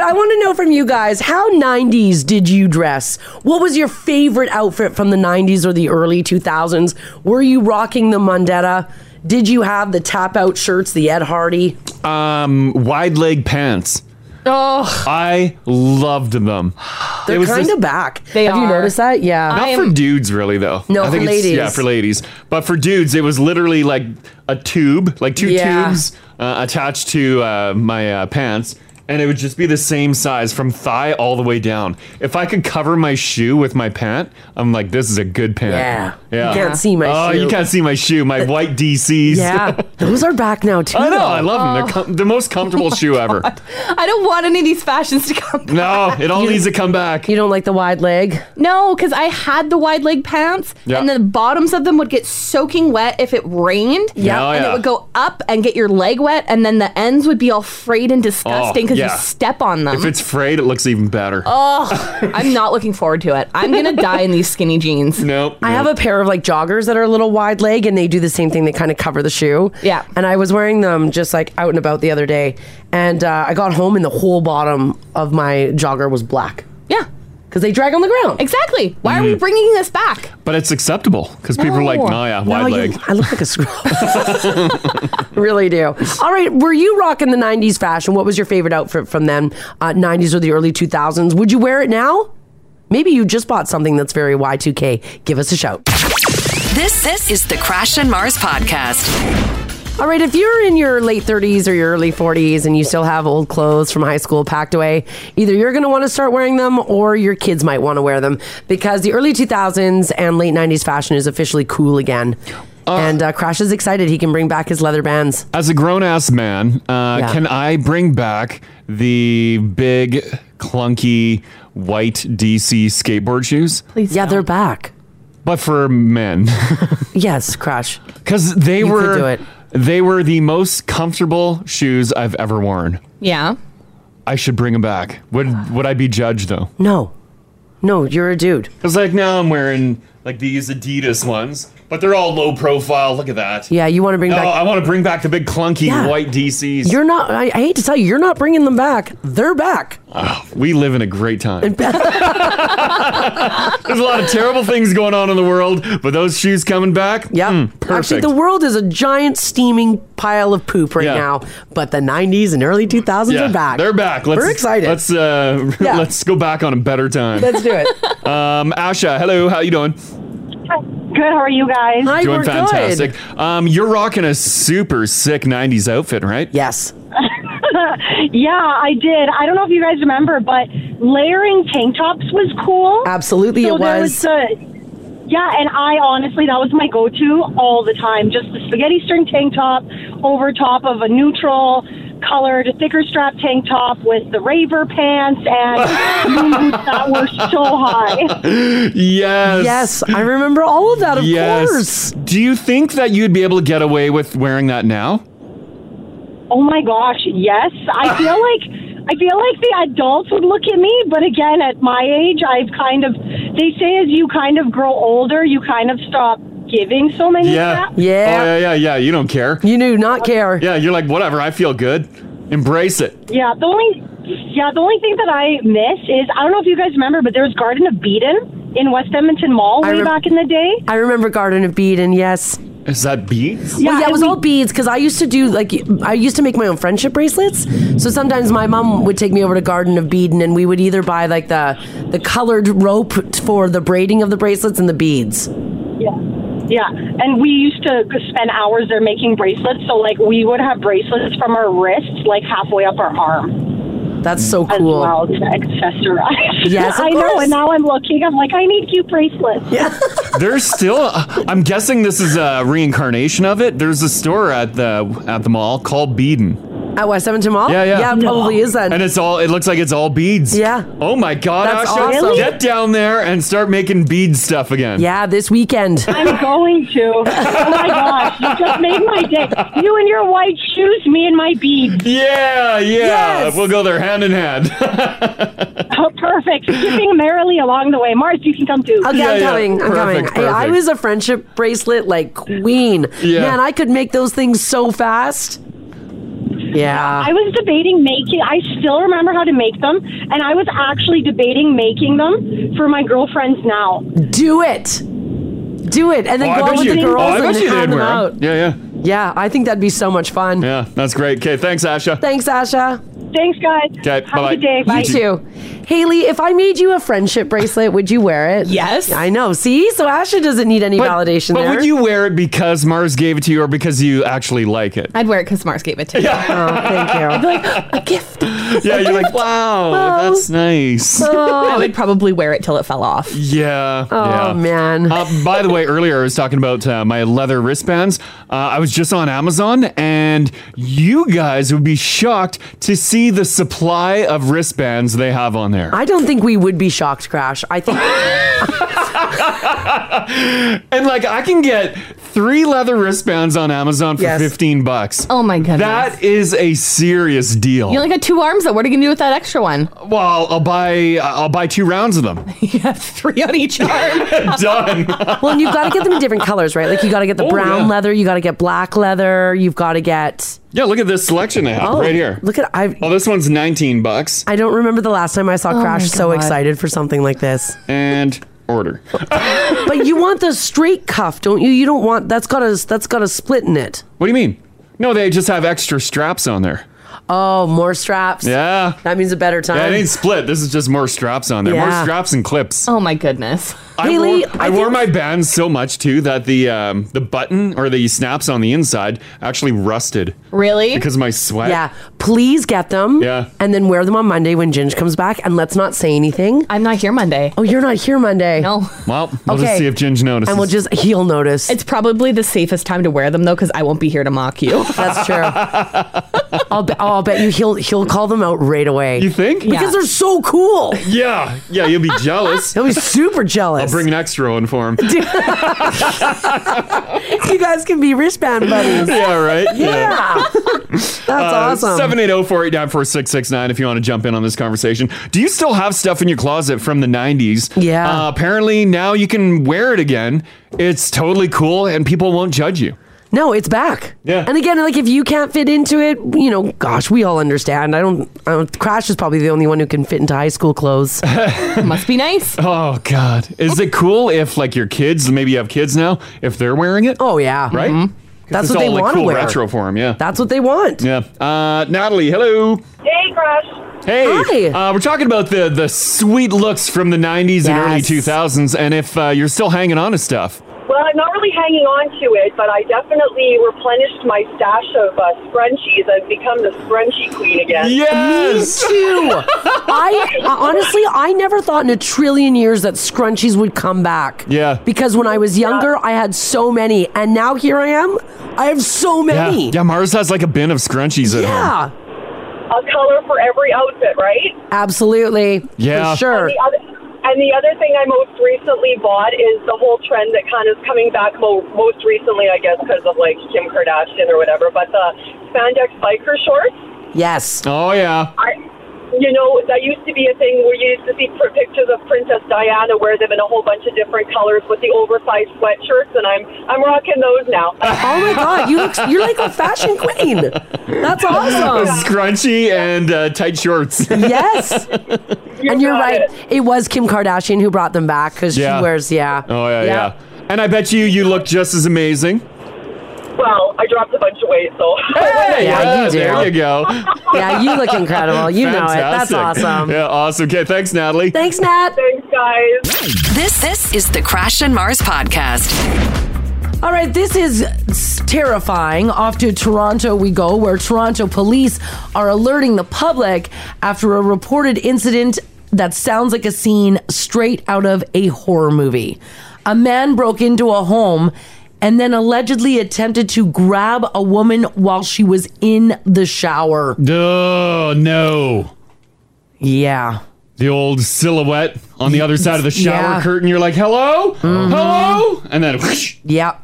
[SPEAKER 2] I want to know from you guys how 90s did you dress? What was your favorite outfit from the 90s or the early 2000s? Were you rocking the Mondetta? Did you have the tap out shirts, the Ed Hardy?
[SPEAKER 3] Um, wide leg pants.
[SPEAKER 5] Oh,
[SPEAKER 3] I loved them. It
[SPEAKER 2] They're
[SPEAKER 3] was
[SPEAKER 2] kind
[SPEAKER 3] just-
[SPEAKER 2] of back.
[SPEAKER 5] They
[SPEAKER 2] have you
[SPEAKER 5] are.
[SPEAKER 2] noticed that? Yeah.
[SPEAKER 3] Not for dudes, really, though.
[SPEAKER 2] Uh, No,
[SPEAKER 3] I think
[SPEAKER 2] for
[SPEAKER 3] it's-
[SPEAKER 2] ladies.
[SPEAKER 3] Yeah, for ladies. But for dudes, it was literally like a tube, like two
[SPEAKER 2] Yeah.
[SPEAKER 3] tubes uh, attached to uh, my uh, pants, and it would just be the same size from thigh all the way down. If I could cover my shoe with my pant, I'm like, this is a good pant.
[SPEAKER 2] Yeah.
[SPEAKER 3] Yeah.
[SPEAKER 2] You can't see my
[SPEAKER 3] oh,
[SPEAKER 2] shoe.
[SPEAKER 3] you can't see my shoe. My white DCs.
[SPEAKER 2] yeah. Those are back now, too. Oh.
[SPEAKER 3] I know.
[SPEAKER 2] though.
[SPEAKER 3] I love them. They're com- the most comfortable shoe ever.
[SPEAKER 5] I don't want any of these fashions to come. back.
[SPEAKER 3] No, it all needs to come back.
[SPEAKER 2] You don't like the wide leg?
[SPEAKER 5] No, because I had the wide leg pants,
[SPEAKER 3] Yeah.
[SPEAKER 5] and the bottoms of them would get soaking wet if it rained.
[SPEAKER 3] Yeah. Oh,
[SPEAKER 5] and
[SPEAKER 3] yeah.
[SPEAKER 5] it would go up and get your leg wet, and then the ends would be all frayed and disgusting because
[SPEAKER 3] Oh, yeah.
[SPEAKER 5] you step on them.
[SPEAKER 3] If it's frayed, it looks even better.
[SPEAKER 5] I'm not looking forward to it. I'm gonna die in these skinny jeans.
[SPEAKER 3] no.
[SPEAKER 2] I have a pair of like joggers that are a little wide leg and they do the same thing. They kind of cover the shoe.
[SPEAKER 5] Yeah.
[SPEAKER 2] And I was wearing them just like out and about the other day. And uh, I got home and the whole bottom of my jogger was black
[SPEAKER 5] Yeah,
[SPEAKER 2] because they drag on the ground.
[SPEAKER 5] exactly. Why
[SPEAKER 3] Mm-hmm.
[SPEAKER 5] are we bringing this back?
[SPEAKER 3] But it's acceptable because people are like,
[SPEAKER 5] No.
[SPEAKER 3] nah, yeah,
[SPEAKER 2] No,
[SPEAKER 3] wide
[SPEAKER 2] Oh, you-
[SPEAKER 3] leg.
[SPEAKER 2] I look like a screw. really do. All right. Were you rocking the 90s fashion? What was your favorite outfit from then? Uh, 90s or the early 2000s? Would you wear it now? Maybe you just bought something that's very Y2K. Give us a shout.
[SPEAKER 1] This this is the Crash and Mars podcast.
[SPEAKER 2] All right, if you're in your late 30s or your early 40s and you still have old clothes from high school packed away, either you're going to want to start wearing them or your kids might want to wear them because the early 2000s and late 90s fashion is officially cool again. and uh, Crash is excited he can bring back his leather bands.
[SPEAKER 3] As a grown ass man, uh,
[SPEAKER 2] Yeah.
[SPEAKER 3] can I bring back the big, clunky, white DC skateboard shoes?
[SPEAKER 5] Please,
[SPEAKER 2] Yeah,
[SPEAKER 5] don't.
[SPEAKER 2] they're back.
[SPEAKER 3] But for men.
[SPEAKER 2] Yes, Crash.
[SPEAKER 3] Because they
[SPEAKER 2] could
[SPEAKER 3] were.
[SPEAKER 2] do it.
[SPEAKER 3] They were the most comfortable shoes I've ever worn.
[SPEAKER 5] yeah.
[SPEAKER 3] I should bring them back.
[SPEAKER 2] Ah.
[SPEAKER 3] Would would I be judged though?
[SPEAKER 2] No. No, you're a dude.
[SPEAKER 3] Because like now I'm wearing like these Adidas ones, but they're all low profile. Look at that.
[SPEAKER 2] Yeah, you want to bring
[SPEAKER 3] Oh,
[SPEAKER 2] back.
[SPEAKER 3] I want to bring back the big clunky
[SPEAKER 2] Yeah.
[SPEAKER 3] white DCs.
[SPEAKER 2] you're not, I, I hate to tell you, you're not bringing them back. They're back.
[SPEAKER 3] Oh, We live in a great time. There's a lot of terrible things going on in the world, but those shoes coming back,
[SPEAKER 2] Yeah.
[SPEAKER 3] mm,
[SPEAKER 2] Actually,
[SPEAKER 3] perfect.
[SPEAKER 2] the world is a giant steaming pile of poop right
[SPEAKER 3] Yeah.
[SPEAKER 2] now, but the 90s and early 2000s
[SPEAKER 3] yeah,
[SPEAKER 2] are back.
[SPEAKER 3] They're back. Let's,
[SPEAKER 2] We're excited.
[SPEAKER 3] Let's uh,
[SPEAKER 2] Yeah.
[SPEAKER 3] let's go back on a better time.
[SPEAKER 2] Let's do it.
[SPEAKER 3] Um, Asha, hello. How you doing?
[SPEAKER 9] Good. How are you guys?
[SPEAKER 2] Hi,
[SPEAKER 3] doing
[SPEAKER 2] we're
[SPEAKER 3] fantastic.
[SPEAKER 2] good.
[SPEAKER 3] Um, you're rocking a super sick '90s outfit, right?
[SPEAKER 2] Yes.
[SPEAKER 9] yeah, I did. I don't know if you guys remember, but layering tank tops was cool.
[SPEAKER 2] Absolutely,
[SPEAKER 9] so
[SPEAKER 2] it
[SPEAKER 9] there
[SPEAKER 2] was.
[SPEAKER 9] the- yeah, and I honestly, that was my go to all the time. Just the spaghetti string tank top over top of a neutral colored thicker strap tank top with the raver pants and moon boots that were so high.
[SPEAKER 3] Yes.
[SPEAKER 2] Yes, I remember all of that, of course.
[SPEAKER 3] Do you think that you'd be able to get away with wearing that now?
[SPEAKER 9] Oh my gosh, yes. I feel like I feel like the adults would look at me, but again, at my age, I've kind of they say as you kind of grow older, you kind of stop giving so many
[SPEAKER 3] Yeah.
[SPEAKER 9] crap.
[SPEAKER 2] Yeah.
[SPEAKER 3] Oh, yeah, yeah, yeah. You don't care.
[SPEAKER 2] You knew, not care.
[SPEAKER 3] Yeah, you're like, whatever, I feel good. Embrace it.
[SPEAKER 9] Yeah, the only yeah, the only thing that I miss is I don't know if you guys remember, but there was Garden of Beaton in West Edmonton Mall
[SPEAKER 2] I
[SPEAKER 9] way
[SPEAKER 2] rem-
[SPEAKER 9] back in the day.
[SPEAKER 2] I remember Garden of Eden, yes.
[SPEAKER 3] Is that beats?
[SPEAKER 2] well, yeah, it
[SPEAKER 9] and
[SPEAKER 2] was
[SPEAKER 9] we-
[SPEAKER 2] all beads because I used to do like I used to make my own friendship bracelets. So sometimes my mom would take me over to Garden of Beeden, and we would either buy like the the colored rope t- for the braiding of the bracelets and the beads.
[SPEAKER 9] Yeah. Yeah, and we used to spend hours there making bracelets. So, like, we would have bracelets from our wrists, like halfway up our arm.
[SPEAKER 2] That's so
[SPEAKER 9] as
[SPEAKER 2] cool.
[SPEAKER 9] well to accessorize.
[SPEAKER 2] Yes, of
[SPEAKER 9] I know.
[SPEAKER 2] course.
[SPEAKER 9] And now I'm looking. I'm like, I need cute bracelets.
[SPEAKER 3] There's still. uh, I'm guessing this is a reincarnation of it. There's a store at the at the mall called Beeden,
[SPEAKER 2] At West Edmonton Mall.
[SPEAKER 3] Yeah, yeah.
[SPEAKER 2] Oh, yeah. it Probably is that.
[SPEAKER 3] and it's all. It looks like it's all beads.
[SPEAKER 2] Yeah.
[SPEAKER 3] Oh my God,
[SPEAKER 2] That's
[SPEAKER 3] Asha,
[SPEAKER 2] awesome.
[SPEAKER 3] get down there and start making bead stuff again.
[SPEAKER 2] yeah, this weekend.
[SPEAKER 9] I'm going to. Oh my gosh, you just made my day. You and your white shoes, me and my beads.
[SPEAKER 3] Yeah, yeah.
[SPEAKER 2] Yes.
[SPEAKER 3] We'll go there hand in hand.
[SPEAKER 9] Oh, perfect. Skipping merrily along the way. Mars, you can come too.
[SPEAKER 2] Okay,
[SPEAKER 3] Yeah,
[SPEAKER 2] I'm
[SPEAKER 3] yeah.
[SPEAKER 2] coming. I'm
[SPEAKER 3] Perfect,
[SPEAKER 2] coming. Hey, I
[SPEAKER 3] perfect.
[SPEAKER 2] was a friendship bracelet like queen.
[SPEAKER 3] Yeah.
[SPEAKER 2] Man, I could make those things so fast. Yeah.
[SPEAKER 9] I was debating making. I still remember how to make them, and I was actually debating making them for my girlfriends now.
[SPEAKER 2] Do it. Do it. And then
[SPEAKER 3] Oh,
[SPEAKER 2] go out with the
[SPEAKER 3] oh,
[SPEAKER 2] girls
[SPEAKER 3] I bet
[SPEAKER 2] and
[SPEAKER 3] you
[SPEAKER 2] hand
[SPEAKER 3] did
[SPEAKER 2] them
[SPEAKER 3] wear 'em.
[SPEAKER 2] out.
[SPEAKER 3] Yeah, yeah,
[SPEAKER 2] Yeah, I think that'd be so much fun.
[SPEAKER 3] yeah. That's great. Okay, thanks, Asha.
[SPEAKER 2] Thanks, Asha.
[SPEAKER 9] Thanks, guys.
[SPEAKER 3] Okay,
[SPEAKER 9] Have
[SPEAKER 3] bye-bye.
[SPEAKER 9] a good day.
[SPEAKER 3] You
[SPEAKER 9] Bye.
[SPEAKER 2] You too. Haley, if I made you a friendship bracelet, would you wear it?
[SPEAKER 5] Yes.
[SPEAKER 2] I know. See? So Asha doesn't need any validation
[SPEAKER 3] But
[SPEAKER 2] there.
[SPEAKER 3] would you wear it because Mars gave it to you, or because you actually like it?
[SPEAKER 5] I'd wear it because Mars gave it to me.
[SPEAKER 2] Oh, thank you.
[SPEAKER 5] Like a gift.
[SPEAKER 3] yeah, you're like, wow, that's nice.
[SPEAKER 5] I would probably wear it till it fell off.
[SPEAKER 3] Yeah.
[SPEAKER 2] Oh,
[SPEAKER 3] yeah.
[SPEAKER 2] man.
[SPEAKER 3] Uh, by the way, earlier I was talking about uh, my leather wristbands. Uh, I was just on Amazon, and you guys would be shocked to see the supply of wristbands they have on there.
[SPEAKER 2] I don't think we would be shocked, Crash. I think
[SPEAKER 3] And like, I can get three leather wristbands on Amazon for
[SPEAKER 2] Yes.
[SPEAKER 3] 15 bucks.
[SPEAKER 5] Oh my goodness.
[SPEAKER 3] That is a serious deal.
[SPEAKER 5] You only got two arms though. What are you gonna do with that extra one?
[SPEAKER 3] well, I'll buy I'll buy two rounds of them.
[SPEAKER 5] You have three on each arm.
[SPEAKER 3] Done.
[SPEAKER 2] Well, and you've got to get them in different colors, right? Like you got to get the
[SPEAKER 3] Oh,
[SPEAKER 2] brown
[SPEAKER 3] yeah.
[SPEAKER 2] leather, you got to get black leather, you've got to get
[SPEAKER 3] yeah, look at this selection I have
[SPEAKER 2] oh,
[SPEAKER 3] right here.
[SPEAKER 2] Look at I.
[SPEAKER 3] Oh, this one's 19 bucks
[SPEAKER 2] I don't remember the last time I saw Crash so
[SPEAKER 5] God.
[SPEAKER 2] excited for something like this.
[SPEAKER 3] and order.
[SPEAKER 2] But you want the straight cuff, don't you? You don't want that's got a that's got a split in it.
[SPEAKER 3] What do you mean? No, they just have extra straps on there.
[SPEAKER 2] Oh, more straps.
[SPEAKER 3] Yeah.
[SPEAKER 2] That means a better time.
[SPEAKER 3] Yeah, it ain't split. This is just more straps on there.
[SPEAKER 2] Yeah.
[SPEAKER 3] More straps and clips.
[SPEAKER 5] Oh my goodness.
[SPEAKER 3] I
[SPEAKER 2] Haley,
[SPEAKER 3] wore,
[SPEAKER 2] I
[SPEAKER 3] I wore
[SPEAKER 2] think-
[SPEAKER 3] my bands so much too that the um, the button or the snaps on the inside actually rusted
[SPEAKER 5] Really?
[SPEAKER 3] because of my sweat.
[SPEAKER 2] yeah. Please get them.
[SPEAKER 3] Yeah.
[SPEAKER 2] And then wear them on Monday when Ginge comes back and let's not say anything.
[SPEAKER 5] I'm not here Monday.
[SPEAKER 2] Oh, you're not here Monday. Oh,
[SPEAKER 5] No.
[SPEAKER 3] Well, we'll
[SPEAKER 2] Okay.
[SPEAKER 3] just see if Ginge notices.
[SPEAKER 2] And we'll just he'll notice.
[SPEAKER 5] It's probably the safest time to wear them though, because I won't be here to mock you.
[SPEAKER 2] That's true. I'll, be, oh, I'll bet you he'll he'll call them out right away.
[SPEAKER 3] you think?
[SPEAKER 5] Yeah.
[SPEAKER 2] Because they're so cool.
[SPEAKER 3] Yeah. Yeah, you'll be jealous.
[SPEAKER 2] He'll be super
[SPEAKER 3] I'll
[SPEAKER 2] jealous.
[SPEAKER 3] bring an extra one for him.
[SPEAKER 2] you guys can be wristband buddies.
[SPEAKER 3] yeah, right? Uh,
[SPEAKER 2] Yeah. That's awesome.
[SPEAKER 3] 780 489 4669 if you want to jump in on this conversation. Do you still have stuff in your closet from the 90s?
[SPEAKER 2] Yeah.
[SPEAKER 3] Uh, apparently now you can wear it again. It's totally cool and people won't judge you.
[SPEAKER 2] no, it's back.
[SPEAKER 3] Yeah.
[SPEAKER 2] And again, like if you can't fit into it, you know, gosh, we all understand. I don't, I don't Crash is probably the only one who can fit into high school clothes.
[SPEAKER 5] Must be nice.
[SPEAKER 3] Oh, God. Is it cool if, like, your kids, maybe you have kids now, if they're wearing it?
[SPEAKER 2] Oh yeah.
[SPEAKER 3] Right?
[SPEAKER 2] That's
[SPEAKER 3] It's
[SPEAKER 2] what they
[SPEAKER 3] all, like,
[SPEAKER 2] want to
[SPEAKER 3] cool
[SPEAKER 2] wear.
[SPEAKER 3] retro for 'em, yeah.
[SPEAKER 2] That's what they want.
[SPEAKER 3] yeah. Uh, Natalie, hello.
[SPEAKER 9] Hey, Crush.
[SPEAKER 3] Hey,
[SPEAKER 2] Hi.
[SPEAKER 3] Uh, we're talking about the the sweet looks from the '90s and early
[SPEAKER 2] Yes.
[SPEAKER 3] 2000s, and if uh, you're still hanging on to stuff,
[SPEAKER 10] Well, I'm not really hanging on to it, but I definitely replenished my stash of uh, scrunchies. I've become the scrunchie queen again.
[SPEAKER 2] Me too. I honestly, I never thought in a trillion years that scrunchies would come back.
[SPEAKER 3] Yeah.
[SPEAKER 2] Because when I was younger, I had so many, and now here I am. I have so
[SPEAKER 3] Yeah.
[SPEAKER 2] many.
[SPEAKER 3] yeah, Mars has like a bin of scrunchies at home.
[SPEAKER 2] Yeah.
[SPEAKER 10] A color for every outfit, right?
[SPEAKER 2] Absolutely.
[SPEAKER 3] Yeah.
[SPEAKER 2] For sure.
[SPEAKER 10] And the other, and the other thing I most recently bought is the whole trend that kind of is coming back mo- most recently, I guess, because of like Kim Kardashian or whatever. But the spandex biker shorts,
[SPEAKER 2] Yes.
[SPEAKER 3] Oh yeah.
[SPEAKER 10] I, you know, that used to be a thing where you used to see pr- pictures of Princess Diana wear them in a whole bunch of different colors with the oversized sweatshirts, and I'm I'm rocking those now.
[SPEAKER 2] Oh my God, you look, you're like a fashion queen. That's
[SPEAKER 3] A
[SPEAKER 2] awesome.
[SPEAKER 3] scrunchie and uh, tight shorts.
[SPEAKER 2] Yes. and you're
[SPEAKER 10] got
[SPEAKER 2] right.
[SPEAKER 10] it.
[SPEAKER 2] It. was Kim Kardashian who brought them back because
[SPEAKER 3] Yeah.
[SPEAKER 2] she wears, yeah.
[SPEAKER 3] Oh yeah, yeah, And I bet you you look just as amazing.
[SPEAKER 10] well, Oh, I dropped a bunch of weight, so
[SPEAKER 3] Hey,
[SPEAKER 2] Yeah, you do.
[SPEAKER 3] There you go.
[SPEAKER 2] Yeah, you look incredible. You know it. That's
[SPEAKER 3] Fantastic.
[SPEAKER 2] awesome.
[SPEAKER 3] Yeah, awesome. Okay, thanks, Natalie.
[SPEAKER 2] Thanks, Nat.
[SPEAKER 10] thanks, guys.
[SPEAKER 1] This this is the Crash and Mars podcast.
[SPEAKER 2] All right, this is s- terrifying. Off to Toronto we go, where Toronto police are alerting the public after a reported incident that sounds like a scene straight out of a horror movie. A man broke into a home and then allegedly attempted to grab a woman while she was in the shower.
[SPEAKER 3] Oh no.
[SPEAKER 2] Yeah.
[SPEAKER 3] The old silhouette on the other side of the shower
[SPEAKER 2] Yeah. Mm-hmm.
[SPEAKER 3] curtain. You're like, hello? Hello? And then whoosh.
[SPEAKER 2] Yeah.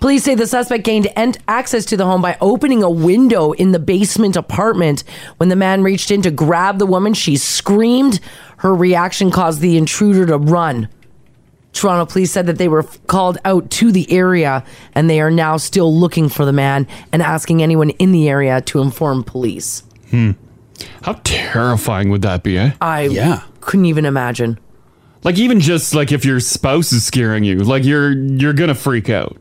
[SPEAKER 2] Police say the suspect gained ent- access to the home by opening a window in the basement apartment. When the man reached in to grab the woman, she screamed. Her reaction caused the intruder to run. Toronto police said that they were f- called out to the area and they are now still looking for the man and asking anyone in the area to inform police.
[SPEAKER 3] Hmm. How terrifying would that be, eh?
[SPEAKER 2] I
[SPEAKER 6] Yeah.
[SPEAKER 2] couldn't even imagine.
[SPEAKER 3] Like even just like if your spouse is scaring you, like you're you're gonna freak out.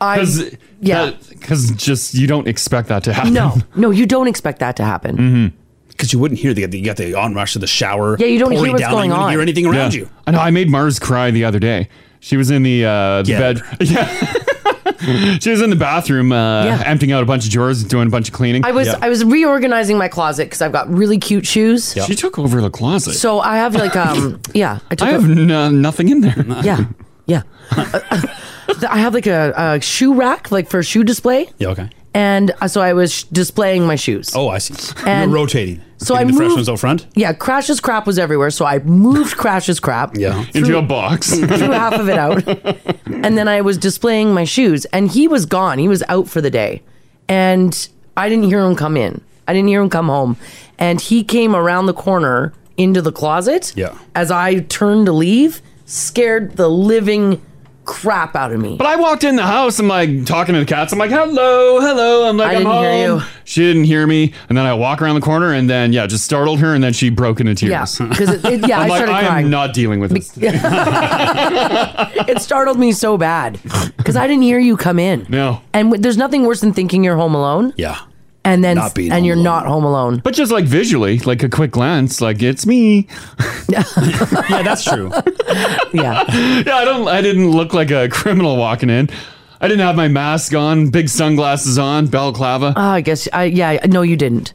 [SPEAKER 2] I
[SPEAKER 3] Cause
[SPEAKER 2] yeah.
[SPEAKER 3] Because just you don't expect that to happen. Mm-hmm.
[SPEAKER 2] no, no, you don't expect that to happen.
[SPEAKER 6] Because you wouldn't hear the you got the onrush of the shower.
[SPEAKER 2] Yeah, you don't hear
[SPEAKER 6] pouring
[SPEAKER 2] what's
[SPEAKER 6] down, and
[SPEAKER 2] going
[SPEAKER 6] you wouldn't
[SPEAKER 2] on.
[SPEAKER 6] Hear anything around
[SPEAKER 3] Yeah.
[SPEAKER 6] you?
[SPEAKER 3] I know. I made Mars cry the other day. She was in the uh, the
[SPEAKER 6] Get
[SPEAKER 3] bed. Yeah. she was in the bathroom, uh,
[SPEAKER 2] Yeah.
[SPEAKER 3] emptying out a bunch of drawers, doing a bunch of cleaning.
[SPEAKER 2] I was
[SPEAKER 6] Yeah.
[SPEAKER 2] I was reorganizing my closet because I've got really cute shoes.
[SPEAKER 3] she took over the closet.
[SPEAKER 2] So I have like um yeah I took
[SPEAKER 3] I have
[SPEAKER 2] a,
[SPEAKER 3] n- nothing in there.
[SPEAKER 2] yeah yeah I have like a, a shoe rack like for shoe display
[SPEAKER 6] Yeah. Okay.
[SPEAKER 2] and uh, so I was sh- displaying my shoes.
[SPEAKER 6] Oh, I see.
[SPEAKER 2] And-
[SPEAKER 6] You're rotating.
[SPEAKER 2] so
[SPEAKER 6] Getting
[SPEAKER 2] I
[SPEAKER 6] the fresh
[SPEAKER 2] moved-
[SPEAKER 6] ones out front.
[SPEAKER 2] Yeah, Crash's crap was everywhere, so I moved Crash's crap.
[SPEAKER 6] Yeah.
[SPEAKER 3] Into a box.
[SPEAKER 2] threw half of it out. And then I was displaying my shoes, and he was gone. He was out for the day. And I didn't hear him come in. I didn't hear him come home. And he came around the corner into the closet.
[SPEAKER 6] Yeah.
[SPEAKER 2] As I turned to leave, scared the living crap out of me.
[SPEAKER 3] but I walked in the house. I'm like talking to the cats. I'm like, hello, hello. I'm like,
[SPEAKER 2] I
[SPEAKER 3] am
[SPEAKER 2] didn't hear
[SPEAKER 3] home.
[SPEAKER 2] you.
[SPEAKER 3] She didn't hear me. And then I walk around the corner, and then yeah, just startled her, and then she broke into
[SPEAKER 2] Yeah.
[SPEAKER 3] tears.
[SPEAKER 2] Because it, it- yeah, I
[SPEAKER 3] I'm like,
[SPEAKER 2] started
[SPEAKER 3] I
[SPEAKER 2] crying.
[SPEAKER 3] am not dealing with this.
[SPEAKER 2] it startled me so bad because I didn't hear you come in.
[SPEAKER 3] no.
[SPEAKER 2] And w- there's nothing worse than thinking you're home alone.
[SPEAKER 6] Yeah.
[SPEAKER 2] And then
[SPEAKER 6] Not being
[SPEAKER 2] and
[SPEAKER 6] home
[SPEAKER 2] you're
[SPEAKER 6] alone.
[SPEAKER 2] not home alone.
[SPEAKER 3] But just like visually, like a quick glance, like it's me.
[SPEAKER 6] Yeah, that's true.
[SPEAKER 2] Yeah.
[SPEAKER 3] Yeah, I don't. I didn't look like a criminal walking in. I didn't have my mask on, big sunglasses on, balaclava.
[SPEAKER 2] Oh, I guess I yeah, no you didn't.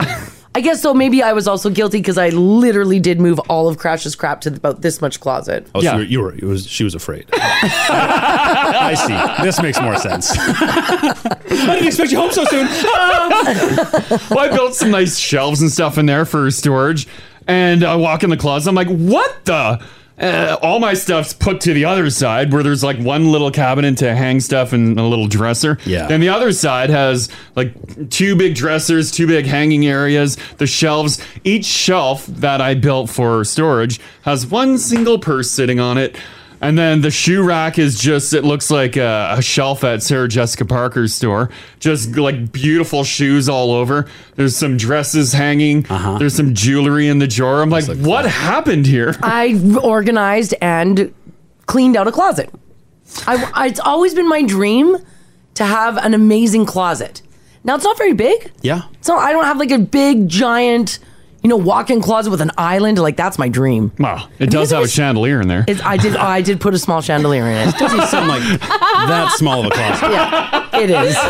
[SPEAKER 2] I guess so maybe I was also guilty because I literally did move all of Crash's crap to about this much closet.
[SPEAKER 6] Oh,
[SPEAKER 3] Yeah.
[SPEAKER 6] so you were, you were. It was. She was afraid. I see. This makes more sense. I didn't expect you home so soon.
[SPEAKER 3] well, I built some nice shelves and stuff in there for storage. And I walk in the closet. I'm like, what the? Uh, all my stuff's put to the other side where there's like one little cabinet to hang stuff and a little dresser.
[SPEAKER 6] Yeah.
[SPEAKER 3] Then the other side has like two big dressers, two big hanging areas, the shelves. Each shelf that I built for storage has one single purse sitting on it. And then the shoe rack is just, it looks like a, a shelf at Sarah Jessica Parker's store. Just like beautiful shoes all over. There's some dresses hanging. There's some jewelry in the drawer. I'm Uh-huh. like, what happened here?
[SPEAKER 2] I organized and cleaned out a closet. I, I- it's always been my dream to have an amazing closet. Now it's not very big.
[SPEAKER 6] Yeah.
[SPEAKER 2] So I don't have like a big giant, you know, walk-in closet with an island. Like that's my dream.
[SPEAKER 3] Wow, it does have a chandelier in there.
[SPEAKER 2] It's, I did. I did put a small chandelier in it.
[SPEAKER 3] Doesn't sound like that small of a closet.
[SPEAKER 2] Yeah, it is. Oh,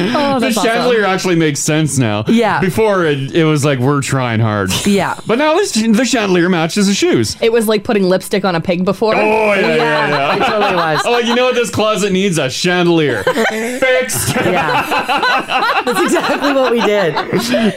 [SPEAKER 3] the
[SPEAKER 4] Oh,
[SPEAKER 2] that's awesome.
[SPEAKER 3] chandelier actually makes sense now.
[SPEAKER 2] Yeah.
[SPEAKER 3] Before it, it was like we're trying hard.
[SPEAKER 2] Yeah.
[SPEAKER 3] But now this, the chandelier matches the shoes.
[SPEAKER 5] It was like putting lipstick on a pig before.
[SPEAKER 3] Oh yeah, yeah, yeah.
[SPEAKER 5] it totally was.
[SPEAKER 3] Oh, you know what this closet needs? A chandelier. Fixed.
[SPEAKER 2] That's exactly what we did.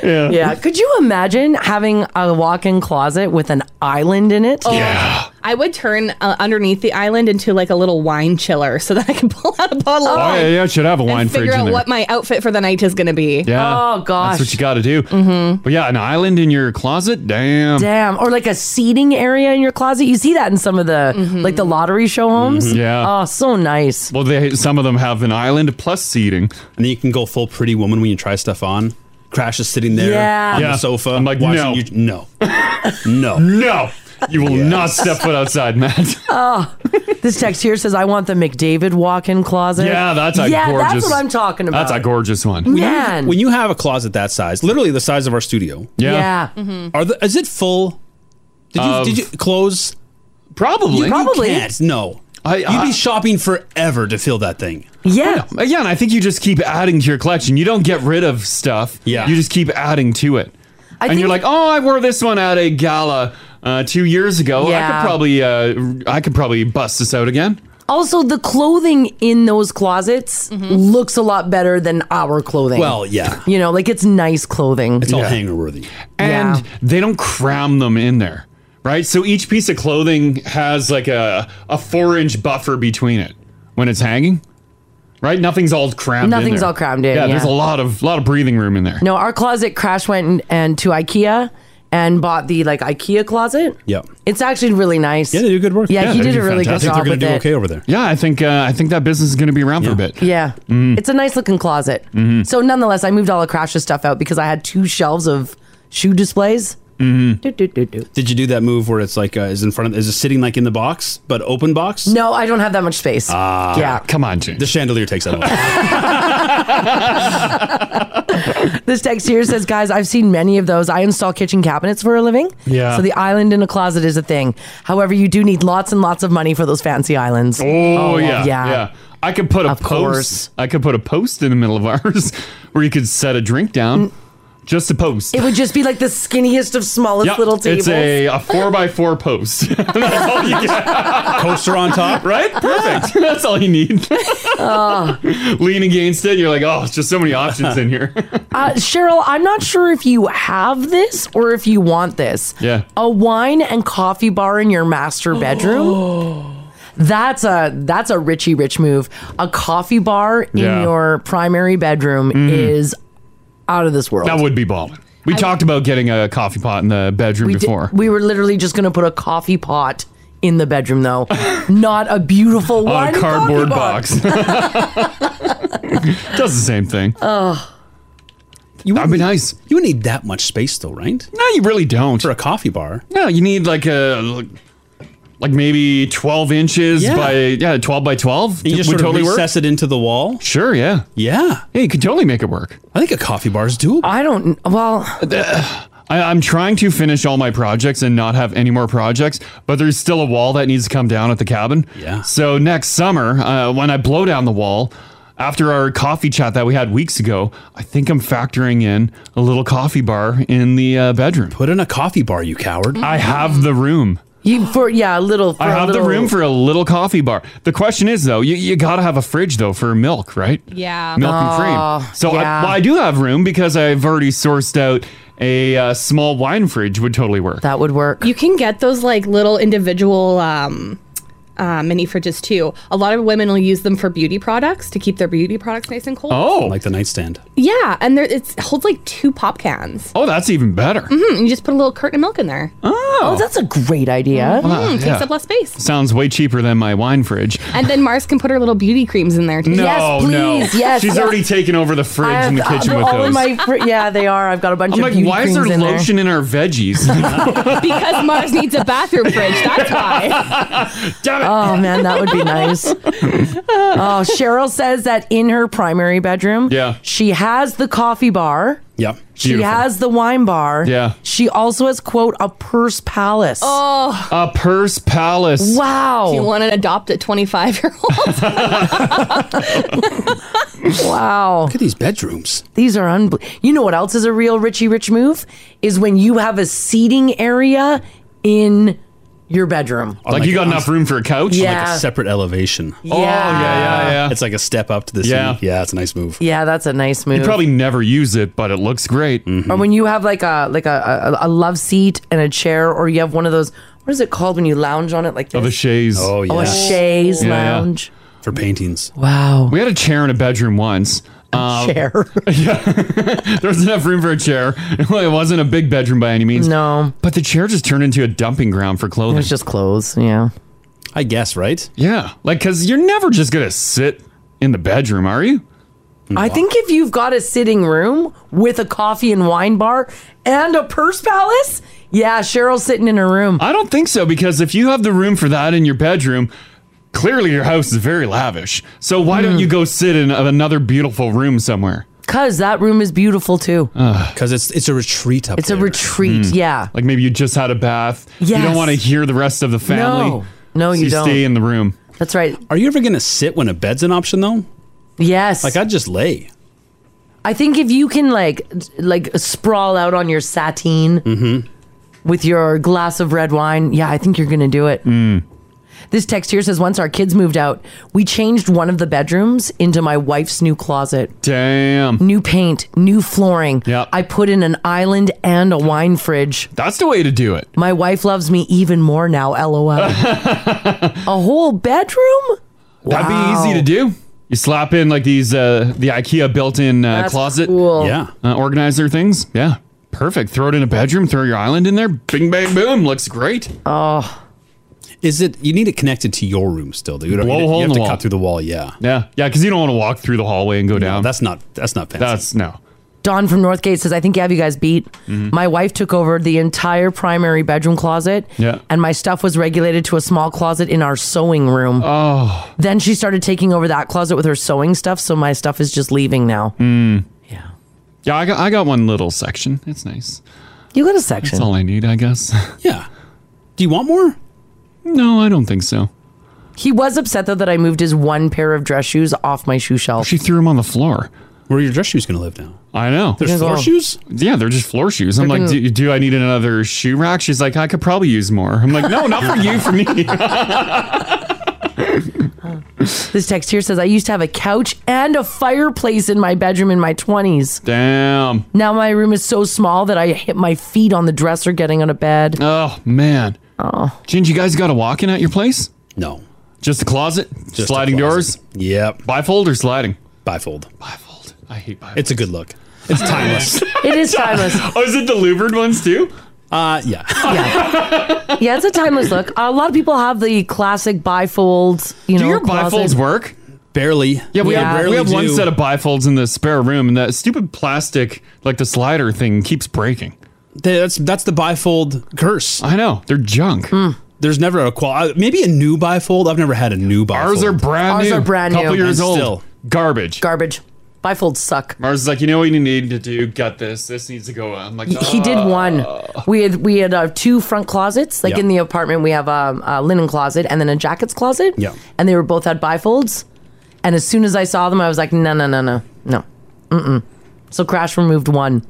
[SPEAKER 3] Yeah.
[SPEAKER 2] Yeah. Could you imagine having a walk-in closet with an island in it?
[SPEAKER 3] Yeah.
[SPEAKER 5] Oh, I would turn uh, underneath the island into like a little wine chiller so that I can pull out a bottle of
[SPEAKER 3] Oh,
[SPEAKER 5] wine.
[SPEAKER 3] yeah, yeah, it should have a wine
[SPEAKER 5] and
[SPEAKER 3] fridge
[SPEAKER 5] figure
[SPEAKER 3] in
[SPEAKER 5] out
[SPEAKER 3] there.
[SPEAKER 5] what my Oh, outfit for the night is going to be.
[SPEAKER 3] Yeah.
[SPEAKER 2] Oh,
[SPEAKER 3] That's what you got to do. Mm-hmm. But yeah, an island in your closet? Damn.
[SPEAKER 2] Damn. Or like a seating area in your closet. You see that in some of the
[SPEAKER 6] Mm-hmm.
[SPEAKER 2] like the lottery show homes.
[SPEAKER 3] Mhm. Yeah.
[SPEAKER 2] Oh, so nice.
[SPEAKER 3] Well, they some of them have an island plus seating.
[SPEAKER 6] And then you can go full pretty woman when you try stuff on. Crash is sitting there
[SPEAKER 2] Yeah.
[SPEAKER 6] on
[SPEAKER 3] Yeah.
[SPEAKER 6] the sofa.
[SPEAKER 3] I'm like,
[SPEAKER 6] watching
[SPEAKER 3] no.
[SPEAKER 6] You, no. no.
[SPEAKER 3] No. You will not step foot outside, Matt.
[SPEAKER 2] Oh, this text here says, I want the McDavid walk in closet.
[SPEAKER 3] Yeah, that's a
[SPEAKER 2] yeah,
[SPEAKER 3] gorgeous.
[SPEAKER 2] that's what I'm talking about.
[SPEAKER 3] That's a gorgeous one.
[SPEAKER 6] When you-
[SPEAKER 2] Man.
[SPEAKER 6] When you have a closet that size, literally the size of our studio.
[SPEAKER 2] Yeah.
[SPEAKER 6] Are the, is it full? Did you
[SPEAKER 3] Mm-hmm. Of-
[SPEAKER 6] did you close?
[SPEAKER 3] Probably.
[SPEAKER 6] You
[SPEAKER 2] Probably.
[SPEAKER 6] can't. No.
[SPEAKER 3] I-
[SPEAKER 6] You'd
[SPEAKER 3] I-
[SPEAKER 6] be shopping forever to fill that thing.
[SPEAKER 2] Yeah.
[SPEAKER 3] Again, I think you just keep adding to your collection. You don't get rid of stuff.
[SPEAKER 6] Yeah.
[SPEAKER 3] You just keep adding to it.
[SPEAKER 2] I
[SPEAKER 3] and you're like,
[SPEAKER 2] think-
[SPEAKER 3] oh, I wore this one at a gala uh, two years ago. I
[SPEAKER 2] Yeah.
[SPEAKER 3] could probably, uh, I could probably bust this out again.
[SPEAKER 2] Also, the clothing in those closets looks a lot better than our clothing.
[SPEAKER 6] Mm-hmm. Well, yeah.
[SPEAKER 2] You know, like it's nice clothing.
[SPEAKER 6] It's all
[SPEAKER 3] Yeah.
[SPEAKER 6] hanger worthy.
[SPEAKER 3] and
[SPEAKER 2] Yeah.
[SPEAKER 3] they don't cram them in there, right? So each piece of clothing has like a a four inch buffer between it when it's hanging, right? Nothing's all crammed. in
[SPEAKER 2] Nothing's
[SPEAKER 3] there.
[SPEAKER 2] all crammed in,
[SPEAKER 3] there's a
[SPEAKER 2] yeah.
[SPEAKER 3] lot of lot of breathing room in there.
[SPEAKER 2] No, our closet crash went and, and to IKEA and bought the like IKEA closet.
[SPEAKER 6] Yep.
[SPEAKER 2] It's actually really nice.
[SPEAKER 6] Yeah, they do good work.
[SPEAKER 2] Yeah,
[SPEAKER 3] Yeah,
[SPEAKER 2] he
[SPEAKER 3] they
[SPEAKER 2] did
[SPEAKER 3] do
[SPEAKER 2] a really
[SPEAKER 6] I
[SPEAKER 2] good
[SPEAKER 3] fantastic.
[SPEAKER 6] think
[SPEAKER 2] job
[SPEAKER 6] they're
[SPEAKER 2] with
[SPEAKER 6] going to do
[SPEAKER 2] it.
[SPEAKER 6] okay over there.
[SPEAKER 3] Yeah, I think uh, I think that business is going to be around for a bit.
[SPEAKER 2] Yeah. It's a nice looking closet. So nonetheless, I moved all the Crash's stuff out because I had two shelves of shoe displays. Mm-hmm. Do, do, do, do.
[SPEAKER 6] Did you do that move where it's like uh, is in front of is it sitting like in the box but open box? Ah.
[SPEAKER 2] No, I don't have that much space. yeah.
[SPEAKER 3] Come on, James.
[SPEAKER 6] The chandelier takes that off.
[SPEAKER 2] This text here says, guys, I've seen many of those. I install kitchen cabinets for a living.
[SPEAKER 3] Yeah.
[SPEAKER 2] So the island in a closet is a thing. However, you do need lots and lots of money for those fancy islands.
[SPEAKER 3] Oh, yeah, yeah,
[SPEAKER 2] yeah.
[SPEAKER 3] I could put a
[SPEAKER 2] Of
[SPEAKER 3] post.
[SPEAKER 2] course.
[SPEAKER 3] I could put a post in the middle of ours where you could set a drink
[SPEAKER 2] Mm.
[SPEAKER 3] down. Just a post.
[SPEAKER 2] It would just be like the skinniest of smallest
[SPEAKER 3] Yep,
[SPEAKER 2] little tables.
[SPEAKER 3] It's a, a four by four post. That's all you get.
[SPEAKER 6] Coaster on top.
[SPEAKER 3] Right? Perfect. That's all you need.
[SPEAKER 2] Uh.
[SPEAKER 3] Lean against it. You're like, oh, it's just so many options in here.
[SPEAKER 2] Uh, Cheryl, I'm not sure if you have this or if you want this.
[SPEAKER 3] Yeah.
[SPEAKER 2] A wine and coffee bar in your master bedroom. that's a that's a Richie Rich move. A coffee bar in
[SPEAKER 3] Yeah. Mm.
[SPEAKER 2] your primary bedroom is out of this world.
[SPEAKER 3] that would be ballin'. We talked about getting a coffee pot in the bedroom
[SPEAKER 2] we, did-
[SPEAKER 3] before.
[SPEAKER 2] we were literally just going to put a coffee pot in the bedroom though. not a beautiful
[SPEAKER 3] on
[SPEAKER 2] wine
[SPEAKER 3] a
[SPEAKER 2] and coffee
[SPEAKER 3] cardboard
[SPEAKER 2] bar.
[SPEAKER 3] box. Does the same thing.
[SPEAKER 6] You
[SPEAKER 3] That'd
[SPEAKER 6] wouldn't-
[SPEAKER 3] be nice.
[SPEAKER 6] You would need that much space though, right?
[SPEAKER 3] No, you really don't.
[SPEAKER 6] For a coffee bar.
[SPEAKER 3] No, you need like a like maybe 12 inches
[SPEAKER 6] Yeah.
[SPEAKER 3] by yeah 12 by 12
[SPEAKER 6] You just
[SPEAKER 3] would
[SPEAKER 6] sort
[SPEAKER 3] totally
[SPEAKER 6] of
[SPEAKER 3] work.
[SPEAKER 6] recess it into the wall.
[SPEAKER 3] Sure, yeah.
[SPEAKER 6] Yeah.
[SPEAKER 3] Yeah, you could totally make it work.
[SPEAKER 6] I think a coffee bar is doable.
[SPEAKER 2] I don't well
[SPEAKER 3] I, I'm trying to finish all my projects and not have any more projects, but there's still a wall that needs to come down at the cabin.
[SPEAKER 6] Yeah.
[SPEAKER 3] So next summer, uh, when I blow down the wall, after our coffee chat that we had weeks ago, I think I'm factoring in a little coffee bar in the uh, bedroom.
[SPEAKER 6] Put in a coffee bar, you coward.
[SPEAKER 3] I have the room.
[SPEAKER 2] you for yeah, a little for
[SPEAKER 3] I
[SPEAKER 2] a
[SPEAKER 3] have the
[SPEAKER 2] little-
[SPEAKER 3] room for a little coffee bar. The question is though, you, you gotta have a fridge though for milk, right?
[SPEAKER 5] Yeah.
[SPEAKER 3] Milk
[SPEAKER 2] Oh,
[SPEAKER 3] and cream. So uh, I,
[SPEAKER 2] yeah.
[SPEAKER 3] well, I do have room because I've already sourced out a uh, small wine fridge would totally work.
[SPEAKER 2] that would work.
[SPEAKER 5] You can get those like little individual um, uh, mini fridges too. A lot of women will use them for beauty products to keep their beauty products nice and cold.
[SPEAKER 3] oh,
[SPEAKER 6] Like the nightstand.
[SPEAKER 5] Yeah, and there it holds like two pop cans.
[SPEAKER 3] Oh, that's even better.
[SPEAKER 5] Mm, You just put a little carton of milk in there.
[SPEAKER 2] Oh, that's a great idea.
[SPEAKER 3] Oh, Wow,
[SPEAKER 5] Mm,
[SPEAKER 3] yeah.
[SPEAKER 5] Takes up less space.
[SPEAKER 3] Sounds way cheaper than my wine fridge.
[SPEAKER 5] And then Mars can put her little beauty creams in there too.
[SPEAKER 3] No, no.
[SPEAKER 2] please, yes,
[SPEAKER 3] She's
[SPEAKER 2] yes.
[SPEAKER 3] already taken over the fridge
[SPEAKER 2] I
[SPEAKER 3] in the
[SPEAKER 2] have-
[SPEAKER 3] kitchen
[SPEAKER 2] they're
[SPEAKER 3] with
[SPEAKER 2] all
[SPEAKER 3] those.
[SPEAKER 2] in my fr- yeah, they are. I've got a bunch
[SPEAKER 3] I'm
[SPEAKER 2] of
[SPEAKER 3] like,
[SPEAKER 2] beauty
[SPEAKER 3] why is there
[SPEAKER 2] creams in
[SPEAKER 3] lotion in our veggies?
[SPEAKER 5] because Mars needs a bathroom fridge. That's why.
[SPEAKER 3] Damn
[SPEAKER 2] Oh man, that would be nice. oh, Cheryl says that in her primary bedroom,
[SPEAKER 3] Yeah.
[SPEAKER 2] she has the coffee bar.
[SPEAKER 6] Yep.
[SPEAKER 2] She has the wine bar.
[SPEAKER 3] Yeah.
[SPEAKER 2] She also has quote a purse palace.
[SPEAKER 5] Oh.
[SPEAKER 3] A purse palace.
[SPEAKER 5] Do you want to adopt a 25 year old?
[SPEAKER 2] Wow.
[SPEAKER 6] Look at these bedrooms.
[SPEAKER 2] These are unbelievable. You know what else is a real Richie Rich move? Is when you have a seating area in your bedroom.
[SPEAKER 3] Like, you got enough room for a couch?
[SPEAKER 2] Yeah.
[SPEAKER 6] Like a separate elevation.
[SPEAKER 2] Oh, yeah, yeah,
[SPEAKER 3] yeah.
[SPEAKER 6] It's like a step up to the
[SPEAKER 3] Yeah.
[SPEAKER 6] yeah. Yeah, it's a nice move.
[SPEAKER 2] Yeah, that's a nice move.
[SPEAKER 3] You probably never use it, but it looks great. Mm-hmm.
[SPEAKER 2] Or when you have like a like a, a a love seat and a chair, or you have one of those. What is it called when you lounge on it like
[SPEAKER 3] Oh,
[SPEAKER 2] this?
[SPEAKER 3] the chaise.
[SPEAKER 2] Oh, a chaise lounge.
[SPEAKER 6] For paintings.
[SPEAKER 2] Wow.
[SPEAKER 3] We had a chair in a bedroom once. Um,
[SPEAKER 2] chair.
[SPEAKER 3] yeah. there was enough room for a chair. Well, it wasn't a big bedroom by any means.
[SPEAKER 2] No.
[SPEAKER 3] But the chair just turned into a dumping ground for clothing. It was
[SPEAKER 2] just clothes. Yeah.
[SPEAKER 6] I guess, right?
[SPEAKER 3] Yeah. Like, because you're never just going to sit in the bedroom, are you?
[SPEAKER 2] I think if you've got a sitting room with a coffee and wine bar and a purse palace, yeah, Cheryl's sitting in her room.
[SPEAKER 3] I don't think so because if you have the room for that in your bedroom, clearly your house is very lavish. So why
[SPEAKER 2] Hmm.
[SPEAKER 3] don't you go sit in another beautiful room somewhere?
[SPEAKER 2] Cause that room is beautiful too.
[SPEAKER 3] Uh,
[SPEAKER 6] Because it's it's a retreat up
[SPEAKER 2] It's a retreat, yeah.
[SPEAKER 3] Hmm. Like maybe you just had a bath. You
[SPEAKER 2] Yes.
[SPEAKER 3] don't want to hear the rest of the family.
[SPEAKER 2] No. No,
[SPEAKER 3] So
[SPEAKER 2] you don't.
[SPEAKER 3] stay in the room.
[SPEAKER 2] That's right.
[SPEAKER 6] Are you ever going to sit when a bed's an option, though?
[SPEAKER 2] Yes.
[SPEAKER 6] Like, I'd just lay.
[SPEAKER 2] I think if you can like like sprawl out on your sateen
[SPEAKER 3] Mm-hmm.
[SPEAKER 2] with your glass of red wine, yeah, I think you're gonna do it.
[SPEAKER 3] Mm.
[SPEAKER 2] This text here says once our kids moved out, we changed one of the bedrooms into my wife's new closet.
[SPEAKER 3] Damn.
[SPEAKER 2] New paint, new flooring. Yeah. I put in an island and a wine fridge.
[SPEAKER 3] That's the way to do it.
[SPEAKER 2] My wife loves me even more now, lol. a whole bedroom?
[SPEAKER 3] That'd
[SPEAKER 2] Wow.
[SPEAKER 3] be easy to do. You slap in like these uh the IKEA built-in uh,
[SPEAKER 2] That's
[SPEAKER 3] closet
[SPEAKER 2] cool. Yeah.
[SPEAKER 3] uh, organizer things. Yeah. Perfect. Throw it in a bedroom, throw your island in there. Bing bang boom. Looks great.
[SPEAKER 2] Oh.
[SPEAKER 6] Is it, you need it connected to your room still, dude. You
[SPEAKER 3] Blow a
[SPEAKER 6] don't- you
[SPEAKER 3] hole in
[SPEAKER 6] have
[SPEAKER 3] the
[SPEAKER 6] to
[SPEAKER 3] wall.
[SPEAKER 6] cut through the wall, yeah.
[SPEAKER 3] Yeah. Yeah, cuz you don't want to walk through the hallway and go down.
[SPEAKER 6] That's not that's not fancy.
[SPEAKER 3] That's no.
[SPEAKER 2] Don from Northgate says, I think you have you guys beat.
[SPEAKER 3] Mm-hmm.
[SPEAKER 2] My wife took over the entire primary bedroom closet.
[SPEAKER 3] Yeah.
[SPEAKER 2] And my stuff was regulated to a small closet in our sewing room.
[SPEAKER 3] Oh.
[SPEAKER 2] Then she started taking over that closet with her sewing stuff, so my stuff is just leaving now.
[SPEAKER 3] Mm. Yeah. Yeah, I got I got one little section. It's nice.
[SPEAKER 2] You got a section.
[SPEAKER 3] That's all I need, I guess.
[SPEAKER 6] yeah. Do you want more?
[SPEAKER 3] No, I don't think so.
[SPEAKER 2] He was upset though that I moved his one pair of dress shoes off my shoe shelf.
[SPEAKER 3] She threw him on the floor.
[SPEAKER 6] Where are your dress shoes going to live now?
[SPEAKER 3] I know.
[SPEAKER 6] There's floor shoes?
[SPEAKER 3] Yeah, they're just floor shoes. I'm like,
[SPEAKER 2] Freaking-
[SPEAKER 3] do, do I need another shoe rack? She's like, I could probably use more. I'm like, no, not for you, for me.
[SPEAKER 2] This text here says I used to have a couch and a fireplace in my bedroom in my 20s.
[SPEAKER 3] Damn.
[SPEAKER 2] Now my room is so small that I hit my feet on the dresser getting out of bed.
[SPEAKER 3] Oh man. Oh. Ginge, you guys got a walk-in at your place?
[SPEAKER 6] No.
[SPEAKER 3] Just a closet?
[SPEAKER 6] a
[SPEAKER 3] sliding
[SPEAKER 6] closet.
[SPEAKER 3] doors?
[SPEAKER 6] Yep.
[SPEAKER 3] Bifold or sliding?
[SPEAKER 6] Bifold.
[SPEAKER 3] Bifold. I hate bifold.
[SPEAKER 6] It's a good look. It's timeless.
[SPEAKER 2] It is timeless.
[SPEAKER 3] oh, is it the louvered ones too?
[SPEAKER 6] uh, yeah.
[SPEAKER 2] Yeah, it's a timeless look. A lot of people have the classic bifolds. You know,
[SPEAKER 3] do your
[SPEAKER 2] closet.
[SPEAKER 3] bifolds work?
[SPEAKER 6] Barely.
[SPEAKER 3] Yeah, we
[SPEAKER 2] Yeah.
[SPEAKER 3] have, we
[SPEAKER 6] Rarely
[SPEAKER 3] have one
[SPEAKER 6] do.
[SPEAKER 3] set of bifolds in the spare room, and that stupid plastic, like the slider thing, keeps breaking.
[SPEAKER 6] That's that's the bifold curse. Hmm.
[SPEAKER 3] I know. They're junk.
[SPEAKER 6] There's never a qual. uh, Maybe a new bifold. I've never had a new bifold.
[SPEAKER 3] Ours are brand
[SPEAKER 2] Ours
[SPEAKER 3] new.
[SPEAKER 2] are brand
[SPEAKER 3] couple
[SPEAKER 2] new.
[SPEAKER 3] years
[SPEAKER 6] And
[SPEAKER 3] old.
[SPEAKER 6] still-
[SPEAKER 3] Garbage.
[SPEAKER 2] Garbage. Bifolds suck.
[SPEAKER 3] Mars is like, you know what you need to do? Gut this. This needs to go. out." I'm like,
[SPEAKER 2] He- He did
[SPEAKER 3] "Ah."
[SPEAKER 2] one. We had we had uh, two front closets. Like
[SPEAKER 6] Yeah.
[SPEAKER 2] in the apartment, we have um, a linen closet and then a jackets closet.
[SPEAKER 6] Yeah.
[SPEAKER 2] and they were both had bifolds. And as soon as I saw them, I was like, no, no, no, no, no, mm-mm. So Crash removed one.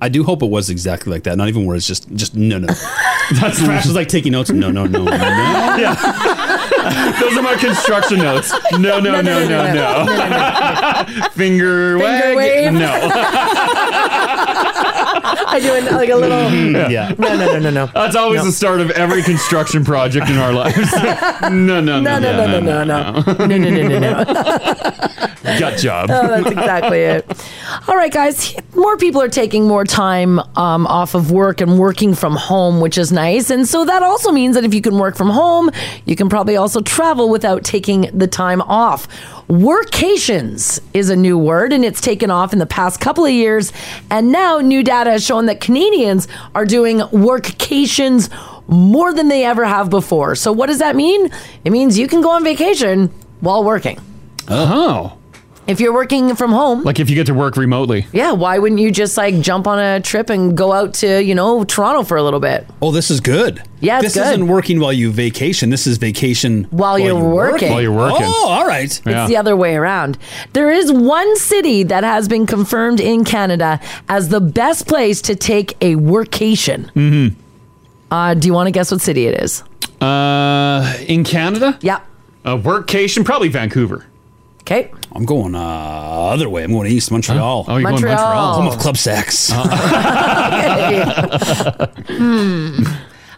[SPEAKER 6] I do hope it was exactly like that. Not even where it's just just no no. that's Crash is like taking notes. No no no no. no.
[SPEAKER 3] Those are my construction notes. No, no, no, no, no, no. Finger, wag.
[SPEAKER 2] wave.
[SPEAKER 3] No,
[SPEAKER 2] I do it like a little. no,
[SPEAKER 6] yeah.
[SPEAKER 2] Mm-hmm. no, no, no, no.
[SPEAKER 3] that's always the start of every construction project in our lives. no, no, no,
[SPEAKER 2] No, no, no, no, no, no, no, no, no, no, no.
[SPEAKER 3] Gut job.
[SPEAKER 2] Oh, that's exactly it. All right, guys. More people are taking more time um, off of work and working from home, which is nice. And so that also means that if you can work from home, you can probably also travel without taking the time off. Workations is a new word, and it's taken off in the past couple of years. And now new data has shown that Canadians are doing workations more than they ever have before. So, what does that mean? It means you can go on vacation while working.
[SPEAKER 3] Oh.
[SPEAKER 2] If you're working from home,
[SPEAKER 3] Like if you get to work remotely.
[SPEAKER 2] yeah, why wouldn't you just like jump on a trip and go out to, you know, Toronto for a little bit?
[SPEAKER 6] Oh, this is good.
[SPEAKER 2] Yeah, it's
[SPEAKER 6] this
[SPEAKER 2] good.
[SPEAKER 6] isn't working while you vacation. This is vacation
[SPEAKER 2] While you're working.
[SPEAKER 6] While you're working. Oh, all right.
[SPEAKER 2] It's the other way around. There is one city that has been confirmed in Canada as the best place to take a workation.
[SPEAKER 3] Mm
[SPEAKER 2] Uh, do you want to guess what city it is?
[SPEAKER 3] hmm. Uh, in Canada?
[SPEAKER 2] Yeah.
[SPEAKER 3] A workcation, probably Vancouver.
[SPEAKER 2] Okay.
[SPEAKER 6] I'm going uh, other way. I'm going east, Montreal.
[SPEAKER 3] Oh, you're going Montreal. Montreal. Oh,
[SPEAKER 6] Home of Club Sex.
[SPEAKER 5] Hmm.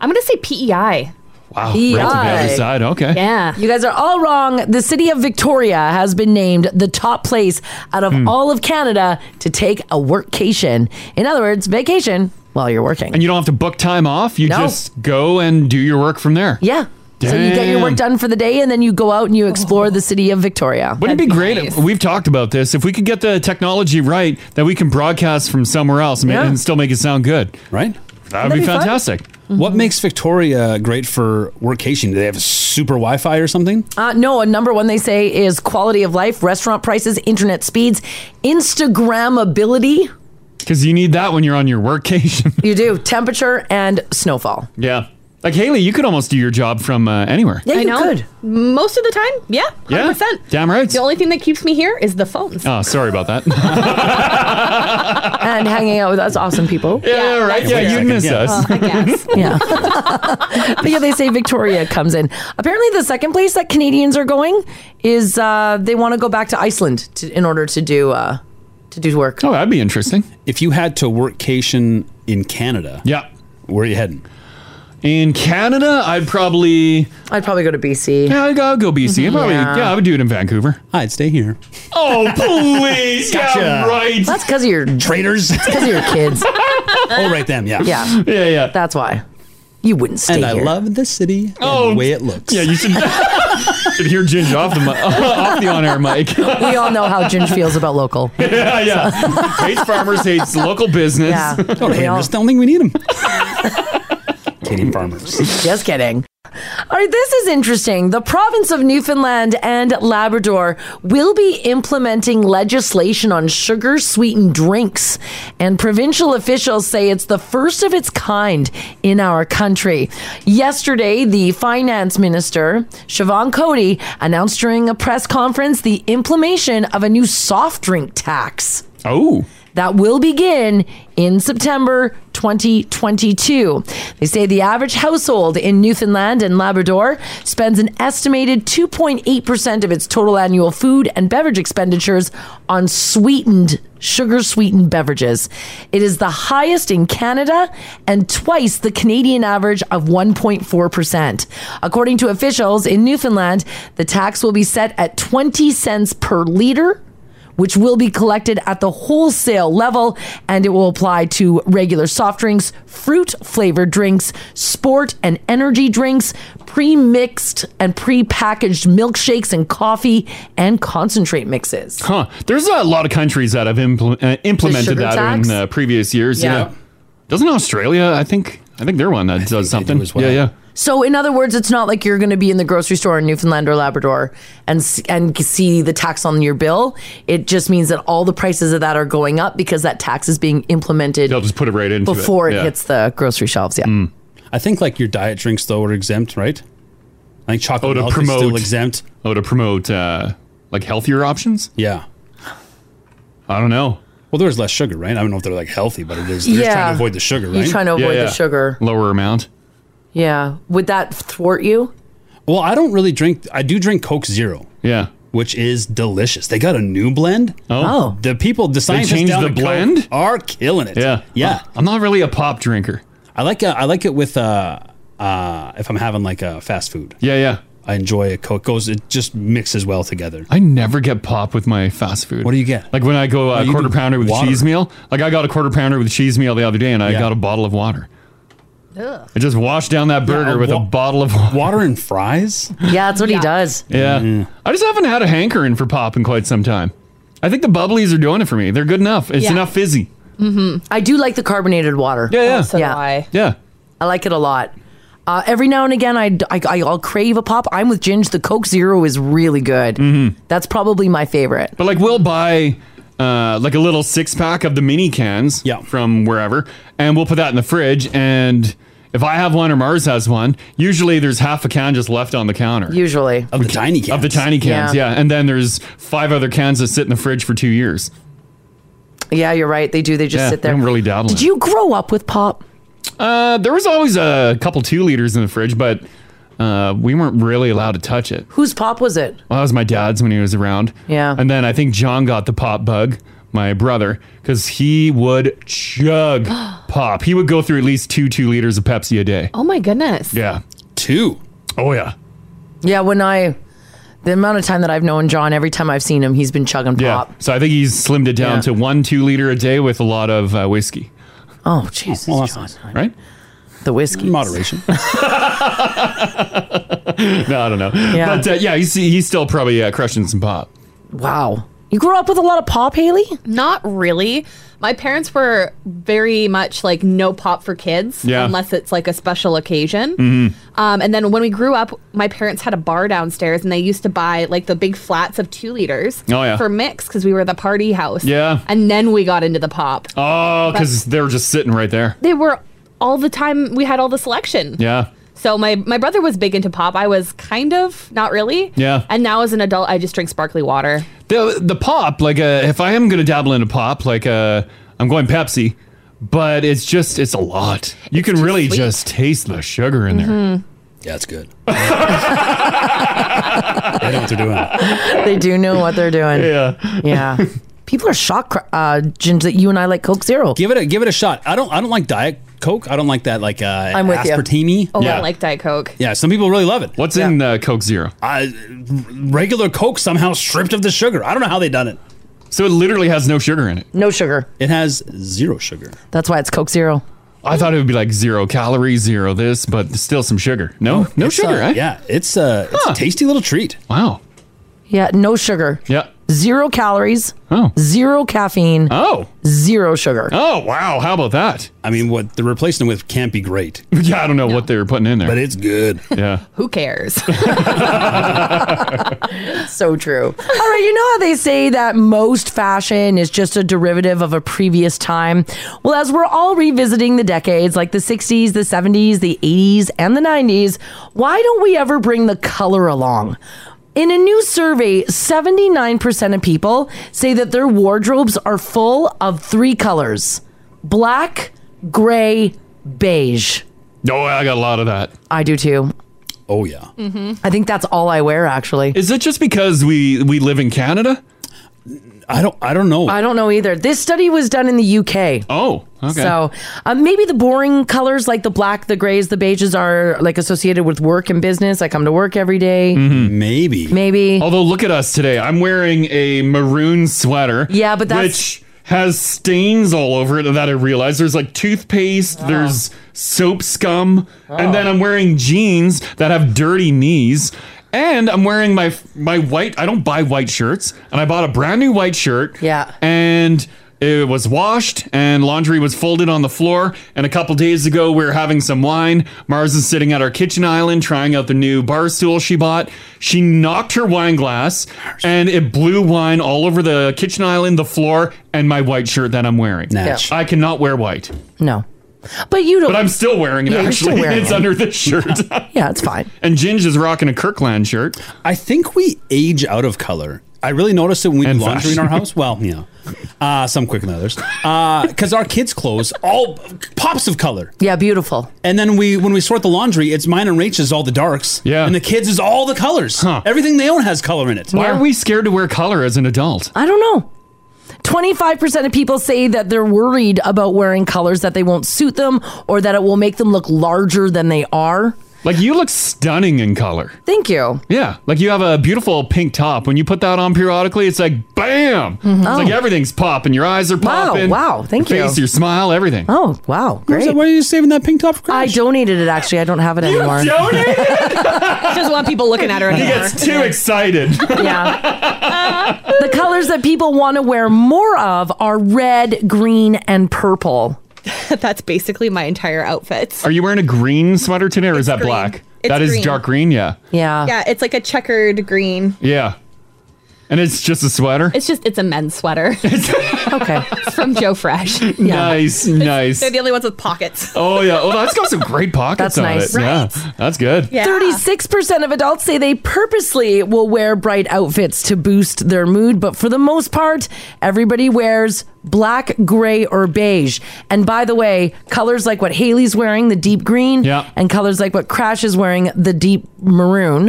[SPEAKER 5] I'm gonna say PEI.
[SPEAKER 3] Wow. Right to the other side. Okay.
[SPEAKER 5] Yeah.
[SPEAKER 2] E You guys are all wrong. The city of Victoria has been named the top place out of all of Canada to take a workcation. In other words, vacation while you're working.
[SPEAKER 3] And you don't have to book time off. You
[SPEAKER 2] No.
[SPEAKER 3] just go and do your work from there.
[SPEAKER 2] Yeah. So you get your work done for the day and then you go out and you explore the city of Victoria.
[SPEAKER 3] Wouldn't it be great? if- We've talked about this. If we could get the technology right, that we can broadcast from somewhere else and, ma-
[SPEAKER 6] Yeah.
[SPEAKER 3] and still make it sound oh, good.
[SPEAKER 6] Right?
[SPEAKER 3] That would be, fantastic.
[SPEAKER 2] Mm-hmm.
[SPEAKER 6] What makes Victoria great for workation? Do they have super Wi Fi or something?
[SPEAKER 2] Uh, no, a number one they say is quality of life, restaurant prices, internet speeds, Instagrammability.
[SPEAKER 3] Because you need that when you're on your workcation.
[SPEAKER 2] You do temperature and snowfall.
[SPEAKER 3] yeah. Like Haley, you could almost do your job from uh, anywhere.
[SPEAKER 5] I know. Most of the time, yeah, hundred
[SPEAKER 3] Yeah.
[SPEAKER 5] percent.
[SPEAKER 3] Damn right.
[SPEAKER 5] The only thing that keeps me here is the phones.
[SPEAKER 3] Oh, sorry about that.
[SPEAKER 2] and hanging out with us Oh, awesome people.
[SPEAKER 3] Yeah, right. Yeah, you'd miss us.
[SPEAKER 2] yeah. but yeah, they say Victoria comes in. Apparently, the second place that Canadians are going is uh, they want to go back to Iceland to, in order to do uh, to do work.
[SPEAKER 3] Oh, that'd be interesting.
[SPEAKER 6] If you had to workcation in Canada,
[SPEAKER 3] yeah,
[SPEAKER 6] where are you heading?
[SPEAKER 3] In Canada, I'd probably
[SPEAKER 2] I'd probably go to BC.
[SPEAKER 3] Yeah, I'd go, I'd go BC. I'd probably, yeah.
[SPEAKER 2] Yeah.
[SPEAKER 3] I would do it in Vancouver.
[SPEAKER 6] I'd stay here.
[SPEAKER 3] Oh, please.
[SPEAKER 6] Gotcha.
[SPEAKER 3] Yeah, right.
[SPEAKER 2] That's because of your
[SPEAKER 6] traitors.
[SPEAKER 2] because of your kids.
[SPEAKER 6] oh, right, them. Yeah.
[SPEAKER 2] Yeah.
[SPEAKER 3] Yeah, yeah.
[SPEAKER 2] That's why. You wouldn't stay
[SPEAKER 6] and I
[SPEAKER 2] here.
[SPEAKER 6] love the city and the way it looks.
[SPEAKER 3] Oh, Yeah, you should, should hear Ginge off the mi- off the on air mic.
[SPEAKER 2] we all know how Ginge feels about local.
[SPEAKER 3] yeah, yeah. hates farmers, hates local business.
[SPEAKER 2] Yeah.
[SPEAKER 6] Don't hate 'em, Oh, just don't think we need them. Canadian farmers.
[SPEAKER 2] Just kidding. All right, this is interesting. The province of Newfoundland and Labrador will be implementing legislation on sugar sweetened drinks, and provincial officials say it's the first of its kind in our country. Yesterday, the finance minister, Siobhan Cody, announced during a press conference the implementation of a new soft drink tax.
[SPEAKER 3] Oh.
[SPEAKER 2] That will begin in September 2022. They say the average household in Newfoundland and Labrador spends an estimated 2.8% of its total annual food and beverage expenditures on sweetened, sugar sweetened beverages. It is the highest in Canada and twice the Canadian average of 1.4%. According to officials in Newfoundland, the tax will be set at 20 cents per liter which will be collected at the wholesale level and it will apply to regular soft drinks, fruit flavored drinks, sport and energy drinks, pre mixed and pre packaged milkshakes and coffee and concentrate mixes.
[SPEAKER 3] Huh. There's a lot of countries that have impl- uh, implemented
[SPEAKER 2] The sugar
[SPEAKER 3] that
[SPEAKER 2] tax?
[SPEAKER 3] in uh, previous years.
[SPEAKER 2] Yeah.
[SPEAKER 3] Yeah. Doesn't Australia? I think I think they're one that does something. Yeah, yeah.
[SPEAKER 2] So, in other words, it's not like you're going to be in the grocery store in Newfoundland or Labrador and s- and see the tax on your bill. It just means that all the prices of that are going up because that tax is being implemented
[SPEAKER 3] They'll just put it right into
[SPEAKER 2] before
[SPEAKER 3] it.
[SPEAKER 2] it
[SPEAKER 3] Yeah. Mm.
[SPEAKER 2] hits the grocery shelves. Yeah.
[SPEAKER 6] I think like your diet drinks though are exempt, right? I think chocolate
[SPEAKER 3] Oh, to
[SPEAKER 6] milk
[SPEAKER 3] promote
[SPEAKER 6] is still exempt.
[SPEAKER 3] Oh, to promote uh, like healthier options.
[SPEAKER 6] Yeah.
[SPEAKER 3] I don't know.
[SPEAKER 6] Well, there's less sugar, right? I don't know if they're like healthy, but it is. They're just trying
[SPEAKER 2] Yeah.
[SPEAKER 6] to avoid the sugar,
[SPEAKER 2] You're
[SPEAKER 6] right?
[SPEAKER 2] trying to avoid the sugar.
[SPEAKER 3] Lower amount.
[SPEAKER 2] Yeah. Would that thwart you?
[SPEAKER 6] Well, I don't really drink. I do drink Coke Zero.
[SPEAKER 3] Yeah.
[SPEAKER 6] Which is delicious. They got a new blend.
[SPEAKER 3] Oh.
[SPEAKER 6] The people, the scientists
[SPEAKER 3] changed
[SPEAKER 6] down
[SPEAKER 3] the
[SPEAKER 6] at Coke
[SPEAKER 3] blend?
[SPEAKER 6] are killing it.
[SPEAKER 3] Yeah.
[SPEAKER 6] Yeah.
[SPEAKER 3] I'm not really a pop drinker.
[SPEAKER 6] I like uh, I like it with uh uh if I'm having like a fast food.
[SPEAKER 3] Yeah, yeah.
[SPEAKER 6] I enjoy a Coke. Goes it just mixes well together.
[SPEAKER 3] I never get pop with my fast food. What do
[SPEAKER 6] you get?
[SPEAKER 3] Like when I go
[SPEAKER 6] Oh,
[SPEAKER 3] a
[SPEAKER 6] you
[SPEAKER 3] quarter
[SPEAKER 6] do
[SPEAKER 3] pounder with
[SPEAKER 6] water.
[SPEAKER 3] cheese meal. Like I got a quarter pounder with cheese meal the other day, and I got a bottle of water. I just washed down that burger
[SPEAKER 6] a
[SPEAKER 3] with a
[SPEAKER 6] wa-
[SPEAKER 3] bottle of water.
[SPEAKER 6] Water and fries. Mm.
[SPEAKER 2] Yeah, that's what he does.
[SPEAKER 3] Yeah. I just haven't had a hankering for pop in quite some time. I think the bubblies are doing it for me. They're good enough. It's
[SPEAKER 2] Yeah.
[SPEAKER 3] enough fizzy.
[SPEAKER 5] Oh,
[SPEAKER 2] Mm-hmm. I do like the carbonated water.
[SPEAKER 3] Yeah, yeah.
[SPEAKER 2] yeah. I.
[SPEAKER 3] Yeah.
[SPEAKER 2] like it a lot. Uh, every now and again, I, I, will crave a pop. I'm with Ginge. The Coke Zero is really good.
[SPEAKER 3] Mm-hmm.
[SPEAKER 2] That's probably my favorite.
[SPEAKER 3] But like we'll buy uh, like a little six pack of the mini cans from wherever, and we'll put that in the fridge. And if I have one or Mars has one, usually there's half a can just left on the counter.
[SPEAKER 2] Usually
[SPEAKER 6] of the tiny cans.
[SPEAKER 3] Of the tiny cans,
[SPEAKER 2] Yeah.
[SPEAKER 3] yeah. And then there's five other cans that sit in the fridge for two years.
[SPEAKER 2] Yeah, you're right. They do. They just
[SPEAKER 3] Yeah,
[SPEAKER 2] sit there.
[SPEAKER 3] they don't really dabble in
[SPEAKER 2] Did
[SPEAKER 3] it.
[SPEAKER 2] you grow up with pop?
[SPEAKER 3] Uh, there was always a couple two liters in the fridge, but uh, we weren't really allowed to touch it.
[SPEAKER 2] Whose pop was it?
[SPEAKER 3] Well, that was my dad's when he was around.
[SPEAKER 2] Yeah.
[SPEAKER 3] And then I think John got the pop bug, my brother, because he would chug pop. He would go through at least two two liters of Pepsi a day.
[SPEAKER 5] Oh my goodness.
[SPEAKER 3] Yeah. Two. Oh yeah.
[SPEAKER 2] Yeah, when I, the amount of time that I've known John, every time I've seen him, he's been chugging pop.
[SPEAKER 3] Yeah. So I think he's slimmed it down
[SPEAKER 2] Yeah.
[SPEAKER 3] to one two liter a day with a lot of uh, whiskey.
[SPEAKER 2] Oh Jesus, John.
[SPEAKER 3] right?
[SPEAKER 2] The whiskey.
[SPEAKER 6] Moderation.
[SPEAKER 3] no, I don't know.
[SPEAKER 2] Yeah.
[SPEAKER 3] But uh, yeah, he's he's still probably uh, crushing some pop.
[SPEAKER 2] Wow. You grew up with a lot of pop, Haley?
[SPEAKER 5] Not really. My parents were very much like no pop for kids
[SPEAKER 4] Yeah.
[SPEAKER 5] unless it's like a special occasion.
[SPEAKER 4] Mm-hmm.
[SPEAKER 5] Um, and then when we grew up, my parents had a bar downstairs, and they used to buy like the big flats of two liters
[SPEAKER 3] Oh, yeah.
[SPEAKER 5] for mix because we were the party house.
[SPEAKER 3] Yeah.
[SPEAKER 5] And then we got into the pop.
[SPEAKER 3] Oh, because they're just sitting right there.
[SPEAKER 5] They were all the time. We had all the selection.
[SPEAKER 3] Yeah.
[SPEAKER 5] So my my brother was big into pop. I was kind of not really.
[SPEAKER 3] Yeah.
[SPEAKER 5] And now as an adult, I just drink sparkly water.
[SPEAKER 3] The the pop, like uh, if I am gonna dabble into pop, like uh, I'm going Pepsi, but it's just it's a lot. You can really just taste the sugar in
[SPEAKER 2] Mm-hmm.
[SPEAKER 3] there.
[SPEAKER 6] Yeah, it's good.
[SPEAKER 3] I know what they're doing.
[SPEAKER 2] they do know what they're doing.
[SPEAKER 3] Yeah.
[SPEAKER 2] Yeah. People are shocked, uh, Ginge, that you and I like Coke Zero.
[SPEAKER 6] Give it a give it a shot. I don't I don't like Diet Coke. I don't like that like uh
[SPEAKER 5] I'm with you.
[SPEAKER 6] aspartame.
[SPEAKER 5] Oh, I like Diet Coke.
[SPEAKER 6] Yeah, some people really love it.
[SPEAKER 3] What's in uh, Coke Zero?
[SPEAKER 6] Uh, regular Coke somehow stripped of the sugar. I don't know how they done it.
[SPEAKER 3] So it literally has no sugar in it.
[SPEAKER 2] No sugar.
[SPEAKER 6] It has zero sugar.
[SPEAKER 2] That's why it's Coke Zero.
[SPEAKER 3] I thought it would be like zero calories, zero this, but still some sugar. No, no
[SPEAKER 6] It's,
[SPEAKER 3] sugar,
[SPEAKER 6] uh,
[SPEAKER 3] right?
[SPEAKER 6] Yeah, it's uh, it's a tasty little treat.
[SPEAKER 3] Wow.
[SPEAKER 2] Yeah, no sugar.
[SPEAKER 3] Yeah.
[SPEAKER 2] Zero calories.
[SPEAKER 3] Oh.
[SPEAKER 2] Zero caffeine.
[SPEAKER 3] Oh.
[SPEAKER 2] Zero sugar.
[SPEAKER 3] Oh wow! How about that?
[SPEAKER 6] I mean, what they're replacing it with can't be great.
[SPEAKER 3] Yeah, I don't know what they were putting in there, but
[SPEAKER 6] it's good.
[SPEAKER 3] Yeah.
[SPEAKER 5] Who cares?
[SPEAKER 2] so true. All right, you know how they say that most fashion is just a derivative of a previous time? Well, as we're all revisiting the decades like the 60s, the 70s, the 80s, and the 90s, why don't we ever bring the color along? In a new survey, 79% of people say that their wardrobes are full of three colors black, gray, beige.
[SPEAKER 3] No, Oh, I got a lot of that.
[SPEAKER 2] I do too.
[SPEAKER 6] Oh yeah.
[SPEAKER 2] Mm-hmm. I think that's all I wear, actually.
[SPEAKER 3] Is it just because we we live in Canada?
[SPEAKER 6] I don't I don't know.
[SPEAKER 2] I don't know either. This study was done in the UK.
[SPEAKER 3] Oh, okay.
[SPEAKER 2] So um, maybe the boring colors like the black, the grays, the beiges are like associated with work and business. I come to work every day.
[SPEAKER 6] Mm-hmm.
[SPEAKER 3] Hmm.
[SPEAKER 6] Maybe.
[SPEAKER 2] Maybe.
[SPEAKER 6] Oh.
[SPEAKER 3] Although look at us today. I'm wearing a maroon sweater.
[SPEAKER 2] Yeah, but that's-
[SPEAKER 3] which has stains all over it that I realize. There's like
[SPEAKER 2] Oh.
[SPEAKER 3] toothpaste, there's soap scum, and then I'm wearing jeans that have dirty knees. And I'm wearing my my white. I don't buy white shirts, and I bought a brand new white shirt. Yeah, and it was washed, and laundry was folded on the floor. And a couple days ago, we were having some wine. Mars is sitting at our kitchen island trying out the new bar stool she bought. She knocked her wine glass, and it blew wine all over the kitchen island, the floor, and my white shirt that I'm wearing.
[SPEAKER 2] Natch.
[SPEAKER 3] I cannot wear white,
[SPEAKER 2] No. But you don't.
[SPEAKER 3] but I'm still wearing it.
[SPEAKER 2] Yeah, you're still
[SPEAKER 3] actually,
[SPEAKER 2] wearing
[SPEAKER 3] it's
[SPEAKER 2] it.
[SPEAKER 3] under this shirt.
[SPEAKER 2] yeah, it's fine.
[SPEAKER 3] And Ginge is rocking a Kirkland shirt.
[SPEAKER 6] I think we age out of color. I really noticed it when we do laundry in our
[SPEAKER 3] fashion.
[SPEAKER 6] house. Well, yeah, uh, some quicker than others, because our kids' clothes all pops of color.
[SPEAKER 2] Yeah, beautiful.
[SPEAKER 6] And then we when we sort the laundry, it's mine and Rachel's all the darks. Yeah, and the kids is all the colors. Everything they own has color in it.
[SPEAKER 3] Why are we scared to wear color as an adult?
[SPEAKER 2] I don't know. 25% of people say that they're worried about wearing colors that they won't suit them or that it will make them look larger than they are.
[SPEAKER 3] Like you look stunning in color.
[SPEAKER 2] Thank you.
[SPEAKER 3] Yeah, like you have a beautiful pink top. When you put that on periodically, it's like bam! It's
[SPEAKER 2] Oh.
[SPEAKER 3] like everything's popping. Your eyes are
[SPEAKER 2] Wow,
[SPEAKER 3] popping.
[SPEAKER 2] wow, thank
[SPEAKER 3] your
[SPEAKER 2] you.
[SPEAKER 3] Face, your smile, everything.
[SPEAKER 2] Oh, wow. Great.
[SPEAKER 6] Why are you saving that pink top for
[SPEAKER 2] I donated it, actually. I don't have it anymore.
[SPEAKER 5] she doesn't want people looking at her
[SPEAKER 3] He
[SPEAKER 5] anymore.
[SPEAKER 3] gets too excited.
[SPEAKER 2] the colors that people want to wear more of are red, green, and purple.
[SPEAKER 5] That's basically my entire outfit.
[SPEAKER 3] Are you wearing a green sweater today, or is that
[SPEAKER 5] green.
[SPEAKER 3] black?
[SPEAKER 5] It's
[SPEAKER 3] that is
[SPEAKER 5] green.
[SPEAKER 3] dark green. Yeah.
[SPEAKER 2] Yeah.
[SPEAKER 5] Yeah, it's like a checkered green.
[SPEAKER 3] Yeah. And it's just a sweater.
[SPEAKER 5] It's just it's a men's sweater.
[SPEAKER 2] okay.
[SPEAKER 5] It's from Joe Fresh.
[SPEAKER 3] Nice, nice.
[SPEAKER 5] They're the only ones with pockets.
[SPEAKER 3] Oh yeah. Oh, that's got some great
[SPEAKER 2] That's
[SPEAKER 3] pockets on
[SPEAKER 2] nice.
[SPEAKER 3] it. Yeah, that's good.
[SPEAKER 2] 36% of adults say they purposely will wear bright outfits to boost their mood, but for the most part, everybody wears black, gray, or beige. And by the way, colors like what Haley's wearing, the deep green, and colors like what Crash is wearing, the deep maroon,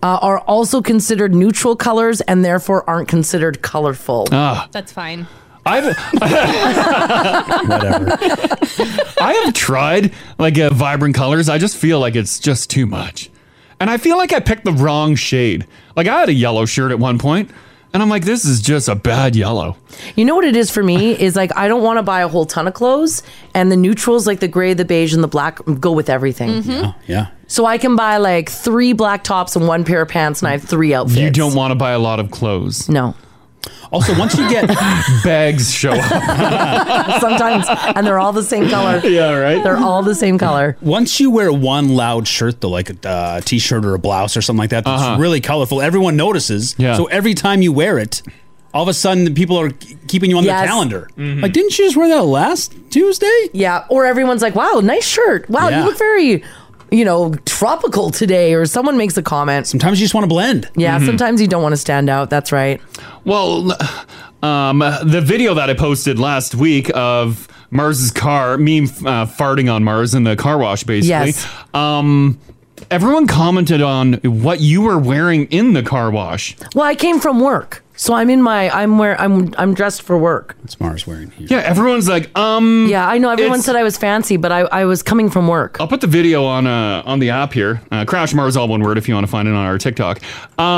[SPEAKER 2] uh, are also considered neutral colors and therefore aren't considered colorful.
[SPEAKER 4] Ah.
[SPEAKER 3] Ah.
[SPEAKER 5] That's fine.
[SPEAKER 3] I've I have tried like uh, vibrant colors. I just feel like it's just too much, and I feel like I picked the wrong shade. Like I had a yellow shirt at one point, and I'm like, this is just a bad yellow.
[SPEAKER 2] You know what it is for me is like I don't want to buy a whole ton of clothes, and the neutrals like the gray, the beige, and the black go with everything.
[SPEAKER 6] Yeah.
[SPEAKER 2] So I can buy like three black tops and one pair of pants, and I have three outfits.
[SPEAKER 3] You don't want to buy a lot of clothes.
[SPEAKER 2] No.
[SPEAKER 6] Also, once you get
[SPEAKER 3] bags show up.
[SPEAKER 2] sometimes, and they're all the same color.
[SPEAKER 3] Yeah, right.
[SPEAKER 2] They're all the same color.
[SPEAKER 6] Once you wear one loud shirt, though, like a uh, t-shirt or a blouse or something like that, that's really colorful. Everyone notices.
[SPEAKER 3] Uh-huh. Yeah.
[SPEAKER 6] So every time you wear it, all of a sudden the people are k- keeping you on
[SPEAKER 2] Yes.
[SPEAKER 6] their calendar.
[SPEAKER 3] Mm-hmm.
[SPEAKER 6] Like, didn't you just wear that last Tuesday?
[SPEAKER 2] Yeah. Or everyone's like, "Wow, nice shirt. Wow,
[SPEAKER 6] Yeah.
[SPEAKER 2] you look very, you know, tropical today." Or someone makes a comment.
[SPEAKER 6] Sometimes you just want to blend. Mm-hmm.
[SPEAKER 2] Yeah.
[SPEAKER 3] Mhm.
[SPEAKER 2] Sometimes you don't want to stand out. That's right.
[SPEAKER 3] Well, um, the video that I posted last week of Mars's car, me uh, farting on Mars in the car wash, basically.
[SPEAKER 2] Yes.
[SPEAKER 3] Um, everyone commented on what you were wearing in the car wash.
[SPEAKER 2] Well, I came from work, so I'm in my I'm where I'm I'm dressed for work.
[SPEAKER 6] What's Mars wearing here?
[SPEAKER 3] Yeah, everyone's like, um.
[SPEAKER 2] Yeah, I know. Everyone
[SPEAKER 3] it's-
[SPEAKER 2] said I was fancy, but I I was coming from work.
[SPEAKER 3] I'll put the video on uh, on the app here. Uh, Crash Mars, all one word, if you want to find it on our TikTok. Um,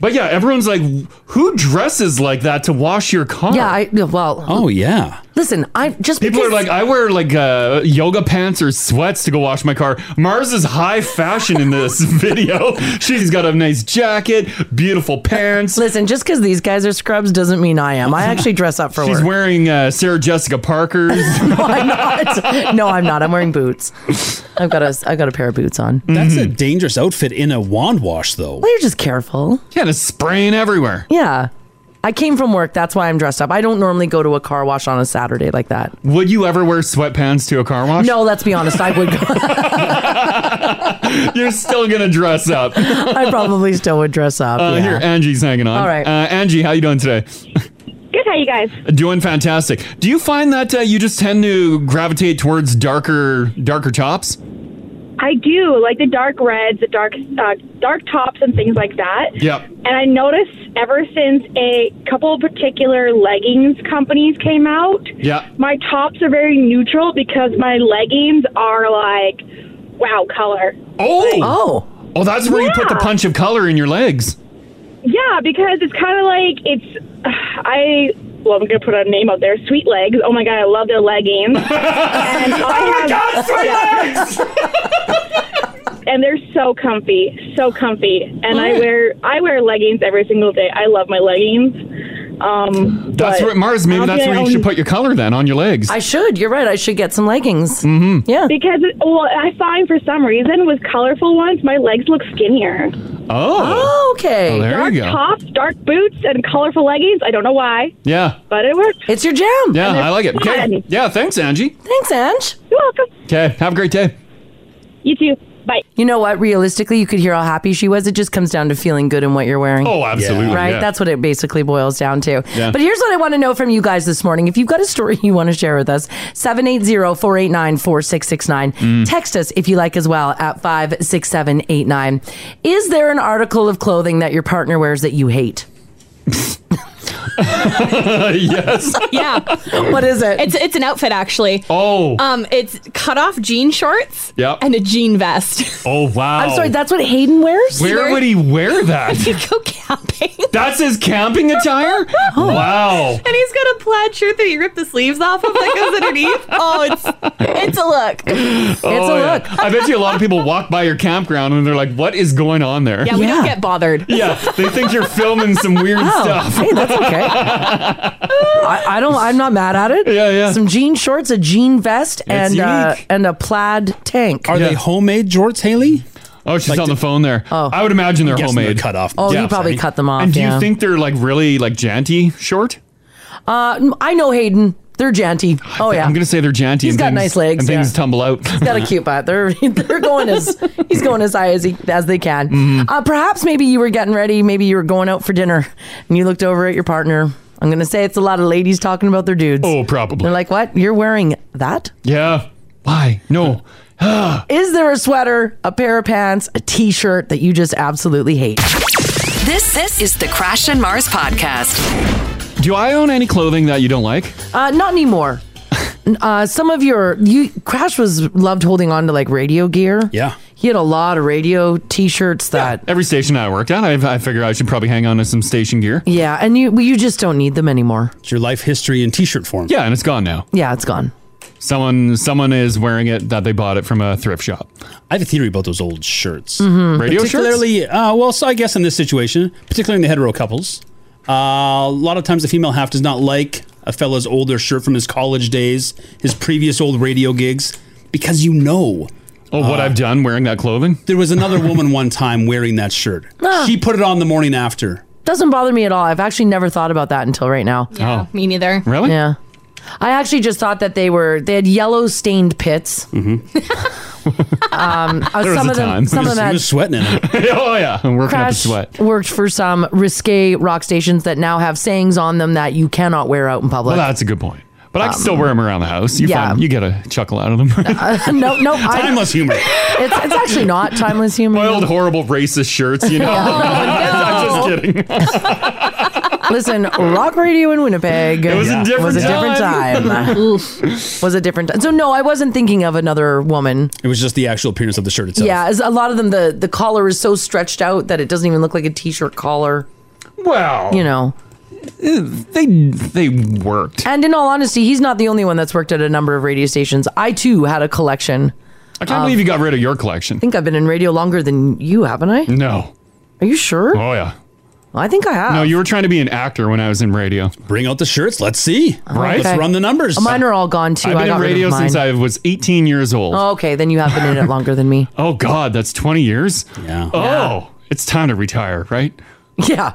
[SPEAKER 3] but yeah, everyone's like, who dresses like that to wash your car?
[SPEAKER 2] Yeah. I well.
[SPEAKER 6] Oh yeah.
[SPEAKER 2] Listen, I just
[SPEAKER 3] People are
[SPEAKER 2] because-
[SPEAKER 3] like, I wear like uh, yoga pants or sweats to go wash my car. Mars is high fashion in this video. She's got a nice jacket, beautiful pants.
[SPEAKER 2] Listen, just because these guys are scrubs doesn't mean I am. I actually dress up for
[SPEAKER 3] She's
[SPEAKER 2] work.
[SPEAKER 3] wearing uh, Sarah Jessica Parker's.
[SPEAKER 2] no, I'm not. No, I'm not. I'm wearing boots. I've got a I've got a pair of boots on.
[SPEAKER 6] That's
[SPEAKER 3] Mm-hmm.
[SPEAKER 6] a dangerous outfit in a wand wash, though.
[SPEAKER 2] Well, you're just careful.
[SPEAKER 3] yeah, it's spraying everywhere.
[SPEAKER 2] Yeah. I came from work. That's why I'm dressed up. I don't normally go to a car wash on a Saturday like that.
[SPEAKER 3] Would you ever wear sweatpants to a car wash?
[SPEAKER 2] No, let's be honest. I would. Go,
[SPEAKER 3] You're still gonna dress up. Uh,
[SPEAKER 2] I probably still would dress up. Uh, yeah.
[SPEAKER 3] Here, Uh, Angie's hanging on.
[SPEAKER 2] All right.
[SPEAKER 3] uh, Angie, how you doing today?
[SPEAKER 11] Good. How you guys?
[SPEAKER 3] Doing fantastic. Do you find that uh, you just tend to gravitate towards darker, darker tops?
[SPEAKER 11] I do like the dark reds, the dark uh, dark tops, and things like that.
[SPEAKER 3] Yep.
[SPEAKER 11] And I noticed ever since a couple of particular leggings companies came out,
[SPEAKER 3] Yeah.
[SPEAKER 11] my tops are very neutral because my leggings are like wow color.
[SPEAKER 3] Oh.
[SPEAKER 2] Oh.
[SPEAKER 3] Oh, that's where you put the
[SPEAKER 11] Yeah.
[SPEAKER 3] punch of color in your legs.
[SPEAKER 11] Yeah, because it's kind of like it's I. Well, I'm gonna put a name out there. Sweet legs. Oh my god, I love their leggings. and I have, and they're so comfy, so comfy. And I wear I wear leggings every single day. I love my leggings. Um,
[SPEAKER 3] That's
[SPEAKER 11] but
[SPEAKER 3] where Mars.
[SPEAKER 11] I
[SPEAKER 3] Maybe
[SPEAKER 11] don't
[SPEAKER 3] that's
[SPEAKER 11] think
[SPEAKER 3] where
[SPEAKER 11] I
[SPEAKER 3] you
[SPEAKER 11] own-
[SPEAKER 3] should put your color then on your legs.
[SPEAKER 2] I should. You're right. I should get some leggings. Mm-hmm. Yeah.
[SPEAKER 11] Because well, I find for some reason with colorful ones, my legs look skinnier.
[SPEAKER 3] oh.
[SPEAKER 2] Okay.
[SPEAKER 3] Oh, there
[SPEAKER 11] Dark
[SPEAKER 3] you go.
[SPEAKER 11] tops, dark boots, and colorful leggings. I don't know why,
[SPEAKER 3] Yeah.
[SPEAKER 11] but it works.
[SPEAKER 2] It's your jam.
[SPEAKER 3] Yeah,
[SPEAKER 11] And they're
[SPEAKER 3] I like it. 'Kay.
[SPEAKER 11] fun.
[SPEAKER 3] Yeah, thanks, Angie.
[SPEAKER 2] Thanks, Ange.
[SPEAKER 11] You're welcome.
[SPEAKER 3] Okay, have a great day.
[SPEAKER 11] You too. Bye.
[SPEAKER 2] You know what? Realistically, you could hear how happy she was. It just comes down to feeling good in what you're wearing.
[SPEAKER 3] Oh, absolutely.
[SPEAKER 2] right?
[SPEAKER 3] yeah.
[SPEAKER 2] That's what it basically boils down to.
[SPEAKER 3] Yeah.
[SPEAKER 2] But here's what I want to know from you guys this morning. If you've got a story you want to share with us, 780-489-4669. Text us if you like as well at 56789. Is there an article of clothing that your partner wears that you hate?
[SPEAKER 3] yes.
[SPEAKER 5] Yeah.
[SPEAKER 2] What is it?
[SPEAKER 5] It's it's an outfit actually.
[SPEAKER 3] Oh.
[SPEAKER 5] Um, it's cut off jean shorts
[SPEAKER 3] Yep.
[SPEAKER 5] and a jean vest.
[SPEAKER 3] oh wow.
[SPEAKER 2] I'm sorry, that's what Hayden wears?
[SPEAKER 3] where would he wear that?
[SPEAKER 5] You go camping.
[SPEAKER 3] that's his camping attire.
[SPEAKER 2] Oh.
[SPEAKER 3] Wow.
[SPEAKER 5] And he's got a plaid shirt that he ripped the sleeves off of that goes underneath. Oh, it's it's a look.
[SPEAKER 2] it's a
[SPEAKER 3] Oh, yeah.
[SPEAKER 2] look.
[SPEAKER 3] I bet you a lot of people walk by your campground and they're like, "What is going on there?"
[SPEAKER 5] Yeah, we
[SPEAKER 2] Yeah.
[SPEAKER 5] don't get bothered.
[SPEAKER 3] Yeah, they think you're filming some weird
[SPEAKER 2] Oh,
[SPEAKER 3] stuff.
[SPEAKER 2] hey, that's a Okay. I, I don't. I'm not mad at it. Yeah, yeah. Some jean shorts, a jean vest, and uh,
[SPEAKER 6] unique.
[SPEAKER 2] and a plaid tank.
[SPEAKER 6] Are they homemade jorts, Haley?
[SPEAKER 3] Oh, she's on the phone there. Oh. I would imagine they're
[SPEAKER 6] I'm guessing they're
[SPEAKER 3] homemade.
[SPEAKER 6] cut off.
[SPEAKER 2] Oh, you probably cut them off,
[SPEAKER 3] And do
[SPEAKER 2] yeah.
[SPEAKER 3] you think they're like really like janty short?
[SPEAKER 2] Uh, I know Hayden. They're janty. Oh yeah.
[SPEAKER 3] I'm gonna say they're janty.
[SPEAKER 2] He's
[SPEAKER 3] and
[SPEAKER 2] got
[SPEAKER 3] things-
[SPEAKER 2] nice legs,
[SPEAKER 3] And things
[SPEAKER 2] yeah.
[SPEAKER 3] tumble out.
[SPEAKER 2] He's got a cute butt. They're they're going as he's going as high as he as they can.
[SPEAKER 3] Mm-hmm.
[SPEAKER 2] Uh, perhaps maybe you were getting ready. Maybe you were going out for dinner, and you looked over at your partner. I'm gonna say it's a lot of ladies talking about their dudes. Oh,
[SPEAKER 3] probably.
[SPEAKER 2] They're like, "What? You're wearing that?
[SPEAKER 3] Yeah. Why? No.
[SPEAKER 2] Is there a sweater, a pair of pants, a t-shirt that you just absolutely hate?"
[SPEAKER 1] This this is the Crash and Mars podcast.
[SPEAKER 3] Do I own any clothing that you don't like?
[SPEAKER 2] Uh, not anymore. N- uh, some of your you Crash was loved holding on to like radio gear.
[SPEAKER 3] Yeah.
[SPEAKER 2] He had a lot of radio t-shirts that
[SPEAKER 3] Every station I worked at, I, I figure I should probably hang on to some station gear.
[SPEAKER 2] yeah, and you well, you just don't need them anymore.
[SPEAKER 3] It's your life history in T-shirt form. Yeah, and it's gone now.
[SPEAKER 2] Yeah, it's gone.
[SPEAKER 3] Someone, someone is wearing it that they bought it from a thrift shop.
[SPEAKER 6] I have a theory about those old shirts.
[SPEAKER 2] Mm-hmm.
[SPEAKER 3] Radio shirts.
[SPEAKER 6] Hmm. particularly, Uh, well, so I guess in this situation, particularly in the hetero couples, uh, a lot of times the female half does not like a fella's older shirt from his college days, his previous old radio gigs, because you know. uh,
[SPEAKER 3] Oh, what I've done wearing that clothing?
[SPEAKER 6] There was another woman one time wearing that shirt.
[SPEAKER 2] Ah.
[SPEAKER 6] She put it on the morning after.
[SPEAKER 2] Doesn't bother me at all. I've actually never thought about that until right now.
[SPEAKER 6] Yeah,
[SPEAKER 2] me neither.
[SPEAKER 3] Oh. Really?
[SPEAKER 2] Yeah. I actually just thought that they were they had yellow stained pits.
[SPEAKER 6] Mm-hmm.
[SPEAKER 2] Um, uh, some of them, some of them had
[SPEAKER 6] sweating in it.
[SPEAKER 3] oh yeah, I'm working up a
[SPEAKER 2] Crash
[SPEAKER 3] sweat.
[SPEAKER 2] worked for some risque rock stations that now have sayings on them that you cannot wear out in public.
[SPEAKER 3] Well, that's a good point. But I can
[SPEAKER 2] Um,
[SPEAKER 3] still wear them around the house. You
[SPEAKER 2] yeah.
[SPEAKER 3] find, you get a chuckle out of them.
[SPEAKER 2] Uh, no, no, I-
[SPEAKER 3] Timeless humor.
[SPEAKER 2] It's, it's actually not timeless humor. Oh,
[SPEAKER 3] Old horrible racist shirts, you know. I'm just kidding.
[SPEAKER 2] Listen, rock radio in Winnipeg.
[SPEAKER 3] It was a different
[SPEAKER 2] was a different
[SPEAKER 3] time.
[SPEAKER 2] time. was a different time. So no, I wasn't thinking of another woman.
[SPEAKER 6] It was just the actual appearance of the shirt itself.
[SPEAKER 2] Yeah, as a lot of them, the the collar is so stretched out that it doesn't even look like a t-shirt collar.
[SPEAKER 3] Well,
[SPEAKER 2] you know.
[SPEAKER 3] They they worked.
[SPEAKER 2] And in all honesty, he's not the only one that's worked at a number of radio stations. I too had a collection.
[SPEAKER 3] I can't believe you got rid of your collection. I
[SPEAKER 2] think I've been in radio longer than you, haven't I?
[SPEAKER 3] No.
[SPEAKER 2] Are you sure?
[SPEAKER 3] Oh yeah.
[SPEAKER 2] I think I have.
[SPEAKER 3] No, you were trying to be an actor when I was in radio. Bring out the shirts. Let's see. Right?
[SPEAKER 2] Oh, Okay. Oh, Mine are all gone too.
[SPEAKER 3] I've
[SPEAKER 2] I
[SPEAKER 3] been
[SPEAKER 2] got
[SPEAKER 3] in
[SPEAKER 2] rid of
[SPEAKER 3] radio since
[SPEAKER 2] mine.
[SPEAKER 3] I was 18 years old.
[SPEAKER 2] Oh, okay, then you have been in it longer than me.
[SPEAKER 3] Oh God, that's 20 years.
[SPEAKER 6] Yeah.
[SPEAKER 3] Oh,
[SPEAKER 2] Yeah.
[SPEAKER 3] it's time to retire, right?
[SPEAKER 2] Yeah.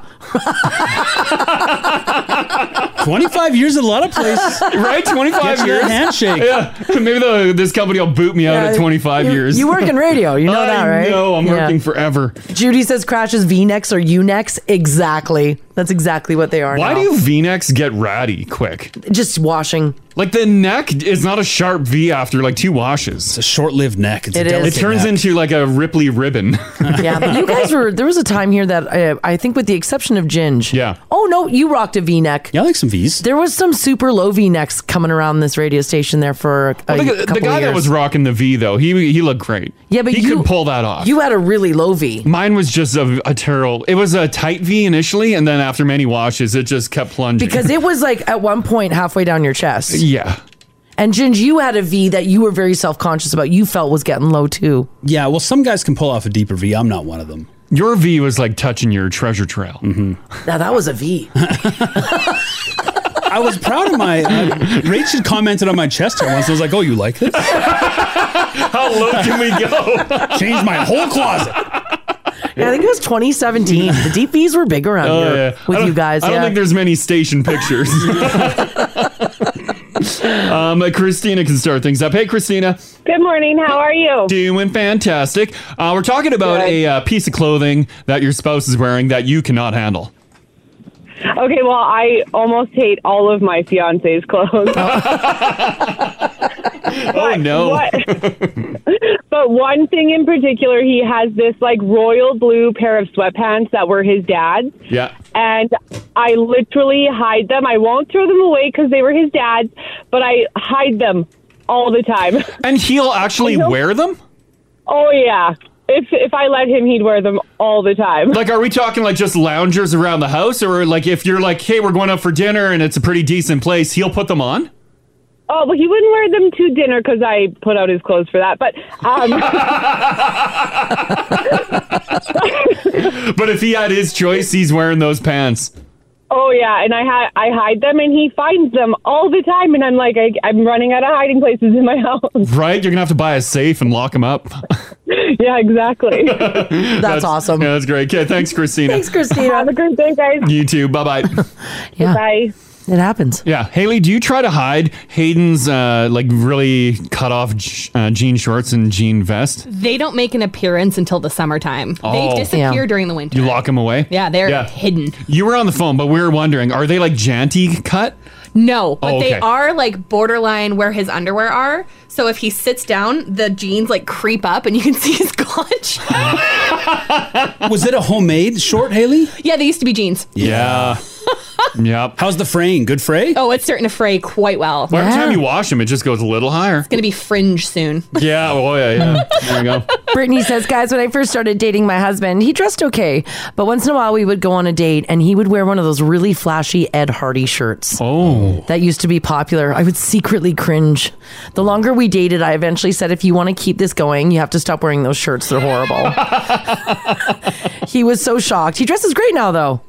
[SPEAKER 6] 25 years in a lot of places.
[SPEAKER 3] right? 25
[SPEAKER 6] Get you that
[SPEAKER 3] years.
[SPEAKER 6] handshake.
[SPEAKER 3] Yeah. Maybe the, this company will boot me out
[SPEAKER 2] Yeah,
[SPEAKER 3] at 25
[SPEAKER 2] you-
[SPEAKER 3] years.
[SPEAKER 2] you work in radio, you know
[SPEAKER 3] I
[SPEAKER 2] that, right?
[SPEAKER 3] No, I'm
[SPEAKER 2] Yeah.
[SPEAKER 3] working forever.
[SPEAKER 2] Judy says crashes V necks or U necks. Exactly. That's exactly what they are.
[SPEAKER 3] Why
[SPEAKER 2] now.
[SPEAKER 3] do V-necks get ratty quick?
[SPEAKER 2] Just washing.
[SPEAKER 3] Like the neck is not a sharp V after like two washes. It's a
[SPEAKER 6] short-lived neck. It's
[SPEAKER 2] a It is. delicate
[SPEAKER 3] It turns
[SPEAKER 2] neck.
[SPEAKER 3] into like a Ripley ribbon.
[SPEAKER 2] Yeah, but you guys were. There was a time here that uh, I think, with the exception of Ginge.
[SPEAKER 3] Yeah.
[SPEAKER 2] Oh no, you rocked a V neck.
[SPEAKER 6] Yeah, I like some V's.
[SPEAKER 2] There was some super low V necks coming around this radio station there for a, a
[SPEAKER 3] Well, the, the
[SPEAKER 2] couple of
[SPEAKER 3] guy
[SPEAKER 2] years.
[SPEAKER 3] that was rocking the V though, he he looked great.
[SPEAKER 2] Yeah, but
[SPEAKER 3] he
[SPEAKER 2] you-
[SPEAKER 3] could pull that off.
[SPEAKER 2] you had a really low V.
[SPEAKER 3] Mine was just a, a terrible. It was a tight V initially, and then after many washes, it just kept plunging.
[SPEAKER 2] because it was like at one point halfway down your chest.
[SPEAKER 3] yeah,
[SPEAKER 2] And Ginge, you had a V that you were very self conscious about. You felt was getting low too.
[SPEAKER 6] Yeah, well, some guys can pull off a deeper V. I'm not one of them.
[SPEAKER 3] your V was like touching your treasure trail. Mm-hmm.
[SPEAKER 2] Now that was a V.
[SPEAKER 6] I was proud of my. Uh, Rachel commented on my chest hair once. I was like, "Oh, you like this?
[SPEAKER 3] How low can we go?
[SPEAKER 6] Change my whole closet."
[SPEAKER 2] Yeah, I think it was 2017. The deep V's were big around here with you guys.
[SPEAKER 3] Oh, I don't
[SPEAKER 2] yeah.
[SPEAKER 3] think there's many station pictures. um, Christina can start things up. Hey, Christina.
[SPEAKER 12] Good morning. How are you?
[SPEAKER 3] Doing fantastic. Uh, we're talking about a uh, piece of clothing that your spouse is wearing that you cannot handle.
[SPEAKER 12] Okay, well, I almost hate all of my fiance's clothes.
[SPEAKER 3] oh no!
[SPEAKER 12] but one thing in particular, he has this like royal blue pair of sweatpants that were his dad's.
[SPEAKER 3] Yeah.
[SPEAKER 12] And I literally hide them. I won't throw them away because they were his dad's, but I hide them all the time.
[SPEAKER 3] And he'll actually wear them?
[SPEAKER 12] Oh, yeah. If, if I let him, he'd wear them all the time.
[SPEAKER 3] Like, are we talking like just loungers around the house, or like if you're like, hey, we're going out for dinner and it's a pretty decent place, he'll put them on?
[SPEAKER 12] Oh, but he wouldn't wear them to dinner because I put out his clothes for that. But um,
[SPEAKER 3] but if he had his choice, he's wearing those pants.
[SPEAKER 12] oh Oh yeah, and I ha- I hide them, and he finds them all the time, and I'm like, I, I'm running out of hiding places in my house.
[SPEAKER 3] Right? You're gonna have to buy a safe and lock them up.
[SPEAKER 12] yeah, exactly.
[SPEAKER 3] that's, awesome. Yeah, that's great. Okay, thanks, Christina.
[SPEAKER 12] Christina. Have a great day, guys.
[SPEAKER 3] You too. Bye bye.
[SPEAKER 13] Yeah.
[SPEAKER 12] Bye.
[SPEAKER 13] It happens.
[SPEAKER 3] Yeah, Haley, do you try to hide Hayden's uh, like really cut off j- uh, jean shorts and jean vest?
[SPEAKER 5] They don't make an appearance until the summertime.
[SPEAKER 3] Oh.
[SPEAKER 5] They disappear
[SPEAKER 3] Yeah.
[SPEAKER 5] during the winter.
[SPEAKER 3] You lock them away.
[SPEAKER 5] Yeah, they're hidden.
[SPEAKER 3] You were on the phone, but we were wondering: are they like janty cut?
[SPEAKER 5] No, but
[SPEAKER 3] Oh,
[SPEAKER 5] they
[SPEAKER 3] okay.
[SPEAKER 5] are like borderline where his underwear are. So if he sits down, the jeans like creep up and you can see his crotch.
[SPEAKER 6] Was it a homemade short, Haley?
[SPEAKER 5] yeah, they used to be jeans.
[SPEAKER 6] Yeah.
[SPEAKER 3] yep.
[SPEAKER 6] How's the fraying? Good fray?
[SPEAKER 5] Oh, it's starting to fray quite well.
[SPEAKER 3] Well, every time you wash them, it just goes a little higher.
[SPEAKER 5] It's going to be fringe soon.
[SPEAKER 3] Yeah. Oh yeah. Yeah. there you go.
[SPEAKER 2] Brittany says, guys, when I first started dating my husband, he dressed okay, but once in a while we would go on a date and he would wear one of those really flashy Ed Hardy shirts.
[SPEAKER 3] Oh.
[SPEAKER 2] That used to be popular. I would secretly cringe. The longer we dated, I eventually said, if you want to keep this going, you have to stop wearing those shirts. They're horrible. he was so shocked. He dresses great now, though.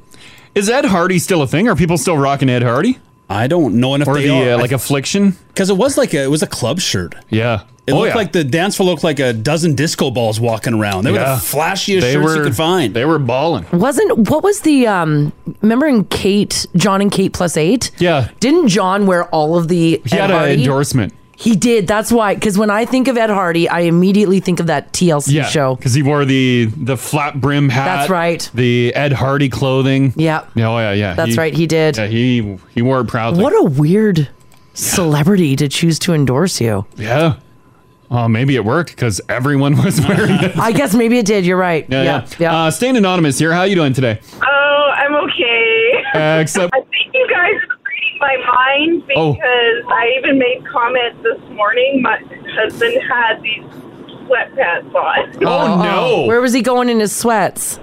[SPEAKER 3] Is Ed Hardy still a thing? Are people still rocking Ed Hardy?
[SPEAKER 6] I don't know enough.
[SPEAKER 3] Or
[SPEAKER 6] they
[SPEAKER 3] the
[SPEAKER 6] are.
[SPEAKER 3] Uh, like affliction?
[SPEAKER 6] Because it was like a, it was a club shirt.
[SPEAKER 3] Yeah.
[SPEAKER 6] It
[SPEAKER 3] Oh,
[SPEAKER 6] looked
[SPEAKER 3] yeah.
[SPEAKER 6] like the dance floor looked like a dozen disco balls walking around. They
[SPEAKER 3] Yeah.
[SPEAKER 6] were the flashiest
[SPEAKER 3] They
[SPEAKER 6] shirts
[SPEAKER 3] were-
[SPEAKER 6] you could find.
[SPEAKER 3] They were balling.
[SPEAKER 2] Wasn't what was the um remember in Kate John and Kate plus eight?
[SPEAKER 3] Yeah.
[SPEAKER 2] Didn't John wear all of the
[SPEAKER 3] He
[SPEAKER 2] Ed
[SPEAKER 3] had an
[SPEAKER 2] Hardy?
[SPEAKER 3] endorsement.
[SPEAKER 2] He did. That's why. Because when I think of Ed Hardy, I immediately think of that TLC
[SPEAKER 3] Yeah.
[SPEAKER 2] show.
[SPEAKER 3] Because he wore the the flat brim hat.
[SPEAKER 2] That's right.
[SPEAKER 3] The Ed Hardy clothing.
[SPEAKER 2] Yeah.
[SPEAKER 3] Oh yeah. Yeah.
[SPEAKER 2] That's right, he did.
[SPEAKER 3] Yeah. He he wore it proudly.
[SPEAKER 2] What a weird celebrity to choose to endorse you.
[SPEAKER 3] Yeah. Oh, maybe it worked because everyone was wearing it.
[SPEAKER 2] I guess maybe it did. You're right.
[SPEAKER 3] Yeah. Yeah. Uh, staying anonymous here. How you doing today?
[SPEAKER 10] Oh, I'm okay.
[SPEAKER 3] Except-
[SPEAKER 10] I think you guys are reading my mind
[SPEAKER 3] Oh.
[SPEAKER 10] because I even made comment this morning. My husband had these sweatpants
[SPEAKER 3] Oh,
[SPEAKER 10] on.
[SPEAKER 2] Where was he going in his sweats?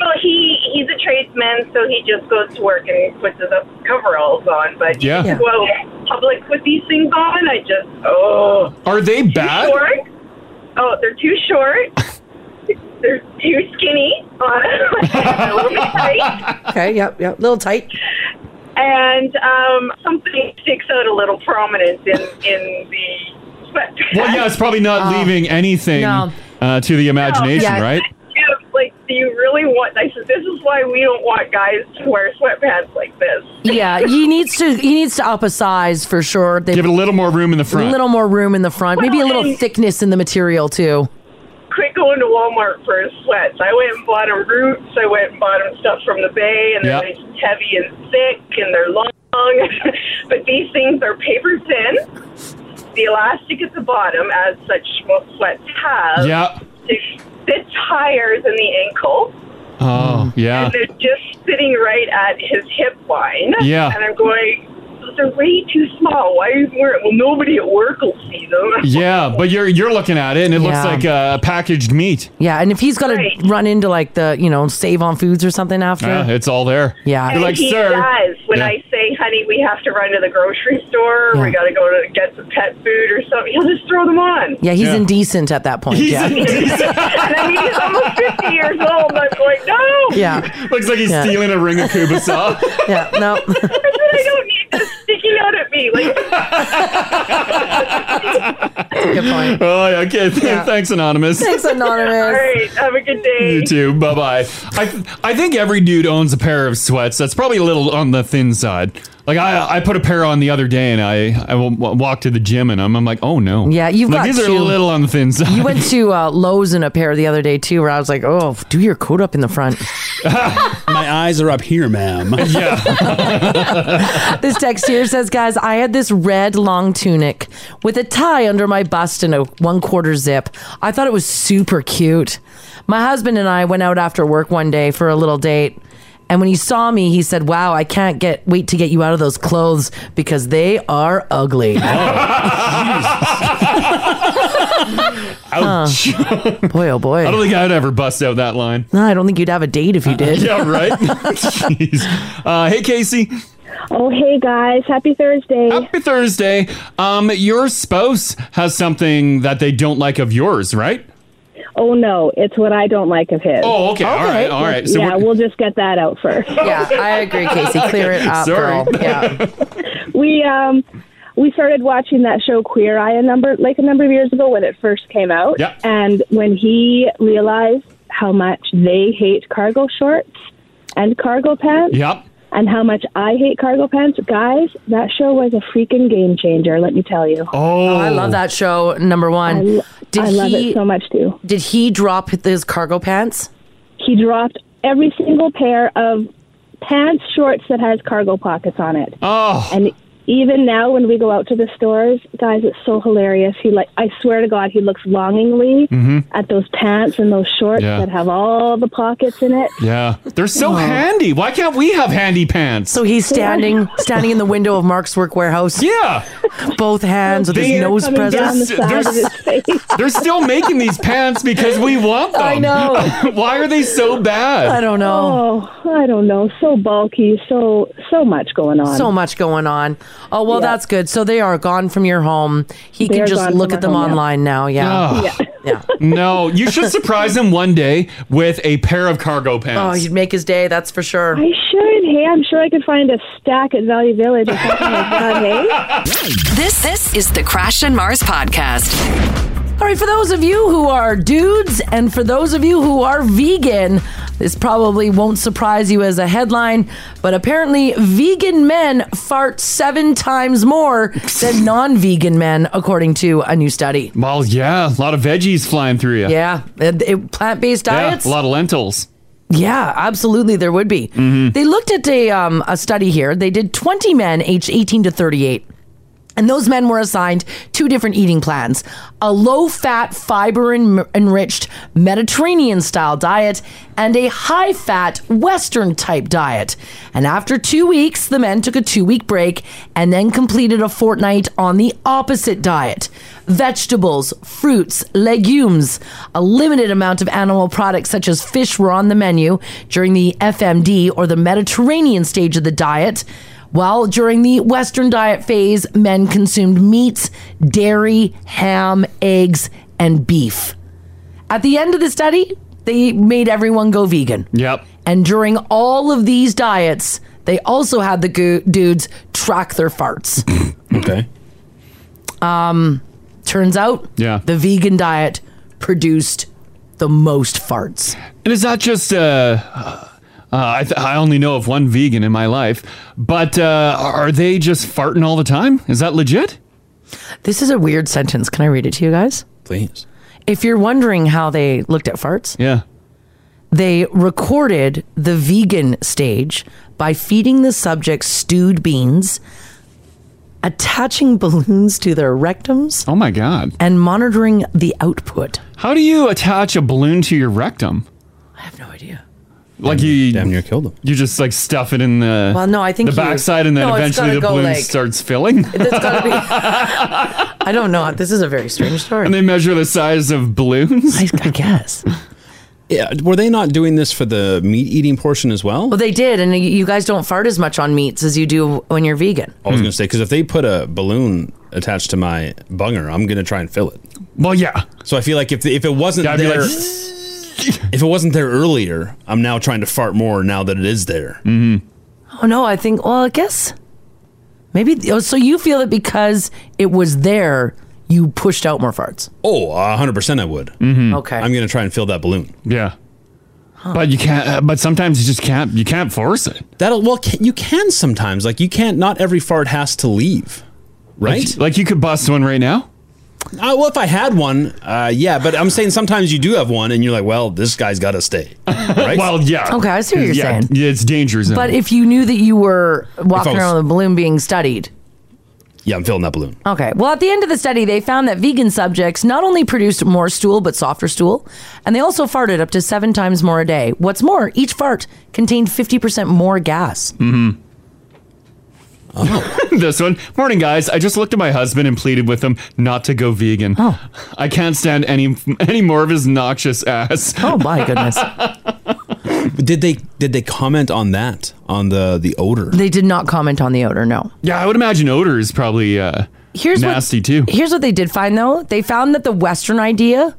[SPEAKER 10] Well, he he's a tradesman, so he just goes to work and puts his coveralls on. But
[SPEAKER 3] Yeah. Yeah.
[SPEAKER 10] well, public with these things on, I just oh.
[SPEAKER 3] Are they bad?
[SPEAKER 10] Too short. Oh, they're too short. they're too skinny. a little bit tight.
[SPEAKER 2] Okay. Yep. Yep. Little tight.
[SPEAKER 10] And um, something sticks out a little prominent in in the sweatpants.
[SPEAKER 3] Well, yeah. It's probably not
[SPEAKER 2] Oh.
[SPEAKER 3] leaving anything
[SPEAKER 10] No.
[SPEAKER 3] uh, to the imagination,
[SPEAKER 10] Yeah.
[SPEAKER 3] right?
[SPEAKER 10] Yeah, Like, do you really want? I said, this is why we don't want guys to wear sweatpants like this.
[SPEAKER 2] Yeah. He needs to. He needs to up a size for sure. They
[SPEAKER 3] Give it a little more room in the front.
[SPEAKER 2] A little more room in the front. Maybe a
[SPEAKER 10] Well,
[SPEAKER 2] little
[SPEAKER 10] and-
[SPEAKER 2] thickness in the material too.
[SPEAKER 10] quit going to Walmart for his sweats. I went and bought him roots. I went and bought him stuff from the bay, and they're
[SPEAKER 2] Yep.
[SPEAKER 10] nice, heavy and thick, and they're long. but these things are paper thin. The elastic at the bottom, as such most sweats have,
[SPEAKER 3] Yep.
[SPEAKER 10] it sits higher than the ankle.
[SPEAKER 3] Oh, yeah.
[SPEAKER 10] And they're just sitting right at his hip line.
[SPEAKER 3] Yeah.
[SPEAKER 10] And I'm going, those are way too small. Why are you wearing Well, nobody at work will see them.
[SPEAKER 3] Yeah, but you're you're looking at it, and it
[SPEAKER 2] Yeah.
[SPEAKER 3] looks like uh, packaged meat.
[SPEAKER 2] Yeah. And if he's got to run into like the you know save on foods or something after.
[SPEAKER 3] Ah, Yeah, it's all there.
[SPEAKER 2] Yeah.
[SPEAKER 3] you're like,
[SPEAKER 10] he
[SPEAKER 3] sir.
[SPEAKER 10] does. When
[SPEAKER 3] Yeah.
[SPEAKER 10] I say, honey, we have to run to the grocery store, we got to go to get some pet food or something, he'll just throw them on.
[SPEAKER 2] Yeah, he's indecent at that point.
[SPEAKER 10] He's
[SPEAKER 2] yeah.
[SPEAKER 10] and I mean, he's almost 50 years old. I'm going, no.
[SPEAKER 2] Yeah.
[SPEAKER 3] Looks like he's
[SPEAKER 2] Yeah.
[SPEAKER 3] stealing a ring of Kubasa.
[SPEAKER 2] yeah, no.
[SPEAKER 10] I don't need this sticking out at me. Like,
[SPEAKER 2] Good point.
[SPEAKER 3] Oh, yeah, okay. Th-
[SPEAKER 10] Yeah.
[SPEAKER 3] Thanks, Anonymous.
[SPEAKER 10] All right. Have a good day.
[SPEAKER 3] You too. Bye bye. I I think every dude owns a pair of sweats. That's probably a little on the thin side. Like I I put a pair on the other day, and I I w- w- walked to the gym, and I'm I'm like, oh no.
[SPEAKER 2] Yeah, you've
[SPEAKER 3] like,
[SPEAKER 2] got
[SPEAKER 3] these are
[SPEAKER 2] two.
[SPEAKER 3] a little on the thin side.
[SPEAKER 2] You went to uh, Lowe's in a pair the other day too, where I was like, "Oh, do your coat up in the front."
[SPEAKER 6] My eyes are up here, ma'am.
[SPEAKER 2] this text here says, "Guys, I had this red long tunic with a tie under my bust and a one quarter zip. I thought it was super cute. My husband and I went out after work one day for a little date." And when he saw me, he said, "Wow, I can't get wait to get you out of those clothes because they are ugly."
[SPEAKER 3] Ouch.
[SPEAKER 2] boy, oh boy.
[SPEAKER 3] I don't think I'd ever bust out that line.
[SPEAKER 2] No, I don't think you'd have a date if you did.
[SPEAKER 3] Uh, yeah, right? Jeez. Uh, hey, Casey.
[SPEAKER 14] Oh, hey, guys. Happy Thursday.
[SPEAKER 3] Happy Thursday. Um, your spouse has something that they don't like of yours, right?
[SPEAKER 14] Oh no, it's what I don't like of his.
[SPEAKER 3] Oh, okay, all right, all right. So
[SPEAKER 14] yeah,
[SPEAKER 3] we're-
[SPEAKER 14] we'll just get that out first.
[SPEAKER 2] Yeah, I agree, Casey. Clear it up,
[SPEAKER 3] Sorry.
[SPEAKER 2] girl. Yeah.
[SPEAKER 14] we um we started watching that show Queer Eye a number like a number of years ago when it first came out.
[SPEAKER 3] Yeah.
[SPEAKER 14] And when he realized how much they hate cargo shorts and cargo pants.
[SPEAKER 3] Yep.
[SPEAKER 14] And how much I hate cargo pants, guys! That show was a freaking game changer. Let me tell you.
[SPEAKER 3] Oh,
[SPEAKER 2] I love that show. Number
[SPEAKER 14] I
[SPEAKER 2] one.
[SPEAKER 14] lo- I love it so much too.
[SPEAKER 2] Did he drop his cargo pants?
[SPEAKER 14] He dropped every single pair of pants, shorts that has cargo pockets on it.
[SPEAKER 3] Oh.
[SPEAKER 14] And even now, when we go out to the stores, guys, it's so hilarious. He like, I swear to God, he looks longingly
[SPEAKER 3] Mhm.
[SPEAKER 14] at those pants and those shorts
[SPEAKER 3] Yeah.
[SPEAKER 14] that have all the pockets in it.
[SPEAKER 3] Yeah, they're
[SPEAKER 2] Oh.
[SPEAKER 3] so handy. Why can't we have handy pants?
[SPEAKER 2] So he's standing standing in the window of Mark's work warehouse.
[SPEAKER 3] Yeah.
[SPEAKER 2] Both hands with
[SPEAKER 3] They-
[SPEAKER 2] his nose
[SPEAKER 3] Coming down
[SPEAKER 2] pressed.
[SPEAKER 3] the side of his They're still making these pants because we want them.
[SPEAKER 2] I know.
[SPEAKER 3] Why are they so bad?
[SPEAKER 2] know.
[SPEAKER 14] Oh, I don't know. So bulky. So so much going on.
[SPEAKER 2] So much going on. Oh well,
[SPEAKER 14] Yeah.
[SPEAKER 2] that's good. So they are gone from your home. He
[SPEAKER 14] They
[SPEAKER 2] can
[SPEAKER 14] are
[SPEAKER 2] just
[SPEAKER 14] gone
[SPEAKER 2] look
[SPEAKER 14] from
[SPEAKER 2] at
[SPEAKER 14] our
[SPEAKER 2] them
[SPEAKER 14] home, yeah.
[SPEAKER 2] online now. Yeah.
[SPEAKER 3] Ugh. No, you should surprise him one day with a pair of cargo
[SPEAKER 2] Oh,
[SPEAKER 3] pants.
[SPEAKER 2] you'd make his day. That's for sure.
[SPEAKER 14] I should. Hey, I'm sure I could find a stack at Valley Village. or something like that, hey?
[SPEAKER 1] This this is the Crash and Mars podcast.
[SPEAKER 2] All right, for those of you who are dudes and for those of you who are vegan, this probably won't surprise you as a headline, but apparently vegan men fart seven times more than non vegan men, according to a new study.
[SPEAKER 3] Well, yeah, a lot of veggies flying through you.
[SPEAKER 2] Yeah, plant based diets?
[SPEAKER 3] a lot of lentils. Mm-hmm.
[SPEAKER 2] Yeah, absolutely. There would be.
[SPEAKER 3] Mm.
[SPEAKER 2] They looked at a, um, a study here. They did 20 men aged 18 to 38. And those men were assigned two different eating plans a low fat, fiber en- enriched Mediterranean style diet and a high fat, Western type diet. And after two weeks, the men took a two week break and then completed a fortnight on the opposite diet vegetables, fruits, legumes. A limited amount of animal products such as fish were on the menu during the FMD or the Mediterranean stage of the diet. While during the Western diet phase, men consumed meats, dairy, ham, eggs, and beef. At the end of the study, they made everyone go vegan.
[SPEAKER 3] Yep.
[SPEAKER 2] And during all of these diets, they also had the goo- dudes track their farts.
[SPEAKER 6] Okay.
[SPEAKER 2] Um, turns out,
[SPEAKER 3] Yeah.
[SPEAKER 2] the vegan diet produced the most farts.
[SPEAKER 3] And is that just uh, uh I, th- I only know of one vegan in my life, but uh, are they just farting all the time? Is that legit?
[SPEAKER 2] This is a weird sentence. Can I read it to you guys?
[SPEAKER 6] Please.
[SPEAKER 2] If you're wondering how they looked at farts,
[SPEAKER 3] yeah,
[SPEAKER 2] they recorded the vegan stage by feeding the subjects stewed beans, attaching balloons to their rectums.
[SPEAKER 3] Oh my god!
[SPEAKER 2] And monitoring the output.
[SPEAKER 3] How do you attach a balloon to your rectum? I have no idea. Like you damn
[SPEAKER 6] near killed them.
[SPEAKER 3] You just like stuff it in the
[SPEAKER 2] Well, no, I think
[SPEAKER 3] the
[SPEAKER 2] you-
[SPEAKER 3] backside, and then
[SPEAKER 2] No, it's
[SPEAKER 3] eventually
[SPEAKER 2] gotta
[SPEAKER 3] the
[SPEAKER 2] go,
[SPEAKER 3] balloon
[SPEAKER 2] like-
[SPEAKER 3] starts filling.
[SPEAKER 2] I don't know. This is a very strange story.
[SPEAKER 3] And they measure the size of balloons. I,
[SPEAKER 2] I guess.
[SPEAKER 6] Yeah. Were they not doing this for the meat eating portion as well?
[SPEAKER 2] Well, they did, and you guys don't fart as much on meats as you do when you're vegan.
[SPEAKER 6] I
[SPEAKER 3] Hmm.
[SPEAKER 6] was going to say because if they put a balloon attached to my bunger, I'm going to try and fill it.
[SPEAKER 3] Well, yeah.
[SPEAKER 6] So I feel like if if it wasn't
[SPEAKER 3] Yeah, I'd be
[SPEAKER 6] there,
[SPEAKER 3] like,
[SPEAKER 6] if it wasn't there earlier, I'm now trying to fart more now that it is there. Mm-hmm.
[SPEAKER 2] Oh no, I think. Well, I guess maybe. Oh, so you feel that because it was there, you pushed out more farts.
[SPEAKER 6] Oh, 100 percent I would.
[SPEAKER 2] Okay.
[SPEAKER 6] I'm going to try and fill that balloon.
[SPEAKER 3] Mm-hmm. Yeah. But you can't. Uh, but sometimes you just can't. You can't force it.
[SPEAKER 6] That'll well. Can, you can sometimes. Like you can't. Not every fart has to leave. Right.
[SPEAKER 3] Like, like you could bust one right now.
[SPEAKER 6] Uh, well, if I had one, uh, yeah. But I'm saying sometimes you do have one, and you're like, well, this guy's got to stay. Right?
[SPEAKER 3] well, yeah.
[SPEAKER 2] Okay, I see what you're
[SPEAKER 3] yeah,
[SPEAKER 2] saying.
[SPEAKER 3] yeah, it's dangerous.
[SPEAKER 2] But if you knew that you were walking
[SPEAKER 6] was-
[SPEAKER 2] around with a balloon being studied.
[SPEAKER 6] yeah, I'm filling that balloon.
[SPEAKER 2] Okay. Well, at the end of the study, they found that vegan subjects not only produced more stool, but softer stool, and they also farted up to seven times more a day. What's more, each fart contained 50% more gas.
[SPEAKER 3] Mm-hmm. this one. Morning, guys. I just looked at my husband and pleaded with him not to go vegan. Oh. I can't stand any any more of his noxious ass.
[SPEAKER 2] Oh my goodness.
[SPEAKER 6] did they did they comment on that on the the odor?
[SPEAKER 2] They did not comment on the odor, no.
[SPEAKER 3] yeah, I would imagine odor is probably uh,
[SPEAKER 2] Here's what-
[SPEAKER 3] nasty too.
[SPEAKER 2] Here's what they did find, though. They found that the Western idea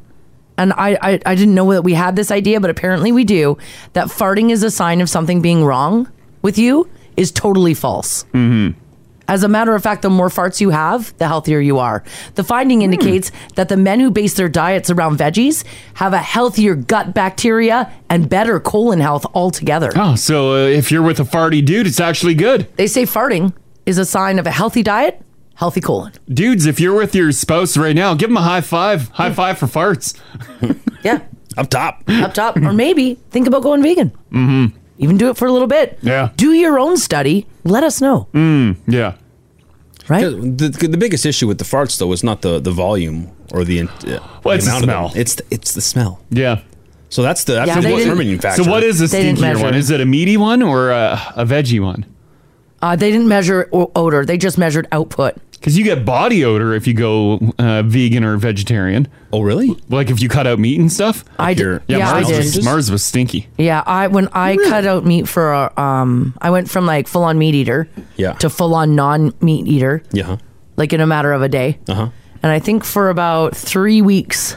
[SPEAKER 2] and I, I I didn't know that we had this idea, but apparently we do. That farting is a sign of something being wrong with you is totally false.
[SPEAKER 4] Mm-hmm.
[SPEAKER 2] As a matter of fact, the more farts you have, the healthier you are. The finding indicates that the men who base their diets around veggies have a healthier gut bacteria and better colon health altogether.
[SPEAKER 3] Oh, so uh, if you're with a farty dude, it's actually good.
[SPEAKER 2] They say farting is a sign of a healthy diet, healthy colon.
[SPEAKER 3] Dudes, if you're with your spouse right now, give them a high five. High five for farts.
[SPEAKER 2] yeah.
[SPEAKER 6] Up top.
[SPEAKER 2] Up top. or maybe think about going vegan.
[SPEAKER 3] Mm-hmm.
[SPEAKER 2] Even do it for a little bit.
[SPEAKER 3] Yeah.
[SPEAKER 2] Do your own study. Let us know.
[SPEAKER 3] Mm, yeah.
[SPEAKER 2] Right.
[SPEAKER 6] The, the, the biggest issue with the farts though is not the the volume or the, in- uh,
[SPEAKER 3] Well, it's the
[SPEAKER 6] amount of them.
[SPEAKER 3] smell.
[SPEAKER 6] It's the, it's the smell.
[SPEAKER 3] Yeah.
[SPEAKER 6] So that's the that's the determining factor.
[SPEAKER 3] So what is the stinkier one? Is it a meaty one or a, a veggie one?
[SPEAKER 2] Uh, they didn't measure o- odor. They just measured output.
[SPEAKER 3] Because you get body odor if you go uh, vegan or vegetarian.
[SPEAKER 6] Oh, really?
[SPEAKER 3] Like if you cut out meat and stuff.
[SPEAKER 2] I did.
[SPEAKER 3] Yeah,
[SPEAKER 2] Yeah, I
[SPEAKER 3] Mars,
[SPEAKER 2] did.
[SPEAKER 3] Was, Mars was stinky.
[SPEAKER 2] Yeah, I when I cut out meat for a, um, I went from like full on meat eater,
[SPEAKER 6] Yeah.
[SPEAKER 2] to full on non meat eater,
[SPEAKER 6] Yeah.
[SPEAKER 2] like in a matter of a day.
[SPEAKER 6] Uh huh.
[SPEAKER 2] And I think for about three weeks,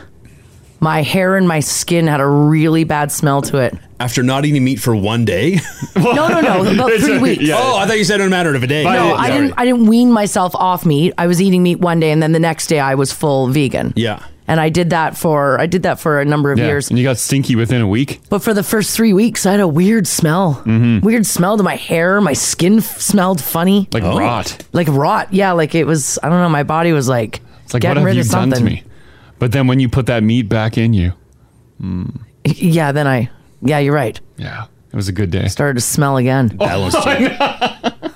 [SPEAKER 2] my hair and my skin had a really bad smell to it.
[SPEAKER 6] After not eating meat for one day?
[SPEAKER 2] No, no, no, about It's three a- weeks. yeah.
[SPEAKER 6] Oh, I thought you said in a matter of a day.
[SPEAKER 2] no, I didn't. I didn't wean myself off meat. I was eating meat one day, and then the next day I was full vegan.
[SPEAKER 6] Yeah.
[SPEAKER 2] And I did that for I did that for a number of
[SPEAKER 3] Yeah.
[SPEAKER 2] years.
[SPEAKER 3] And you got stinky within a week.
[SPEAKER 2] But for the first three weeks, I had a weird smell. Weird smell to my hair. My skin f- smelled funny.
[SPEAKER 3] Mm-hmm. Like Oh. rot.
[SPEAKER 2] Like rot. Yeah. Like it was, I don't know. My body was like,
[SPEAKER 3] It's like,
[SPEAKER 2] getting
[SPEAKER 3] what
[SPEAKER 2] rid
[SPEAKER 3] have you
[SPEAKER 2] of
[SPEAKER 3] done
[SPEAKER 2] something.
[SPEAKER 3] to me? But then when you put that meat back in you, mm,
[SPEAKER 2] Yeah. Then I, yeah, you're right.
[SPEAKER 3] yeah, it was a good day. Oh,
[SPEAKER 2] Started to smell again.
[SPEAKER 3] Balanced it.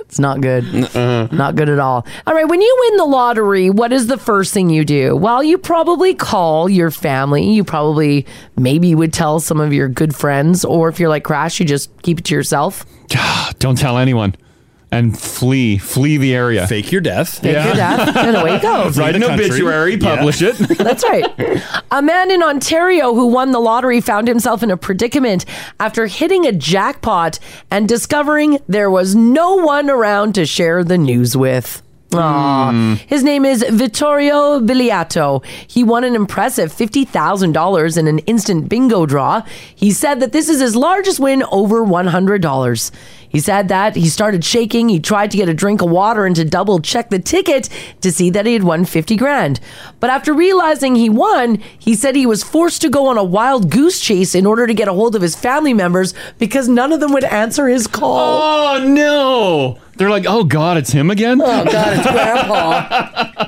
[SPEAKER 2] It's not good. Not good at all. All right. When you win the lottery, what is the first thing you do? Well, you probably call your family. You probably, maybe you would tell some of your good friends. Or if you're like Crash, you just keep it to yourself.
[SPEAKER 3] Don't tell anyone. And flee, flee the area. Fake
[SPEAKER 6] your death.
[SPEAKER 2] Fake your death, and away it goes.
[SPEAKER 3] Write
[SPEAKER 2] Flee
[SPEAKER 3] an
[SPEAKER 2] the country.
[SPEAKER 3] obituary,
[SPEAKER 2] Yeah.
[SPEAKER 3] publish it.
[SPEAKER 2] That's right. A man in Ontario who won the lottery found himself in a predicament after hitting a jackpot and discovering there was no one around to share the news with. Aw. His name is Vittorio Biliato. He won an impressive $50,000 in an instant bingo draw. He said that this is his largest win over $100. He said that he started shaking. He tried to get a drink of water and to double check the ticket to see that he had won 50 grand. But after realizing he won, he said he was forced to go on a wild goose chase in order to get a hold of his family members because none of them would answer his call.
[SPEAKER 3] Oh no! They're like, oh god, it's him again. Oh
[SPEAKER 2] god, it's
[SPEAKER 3] grandpa.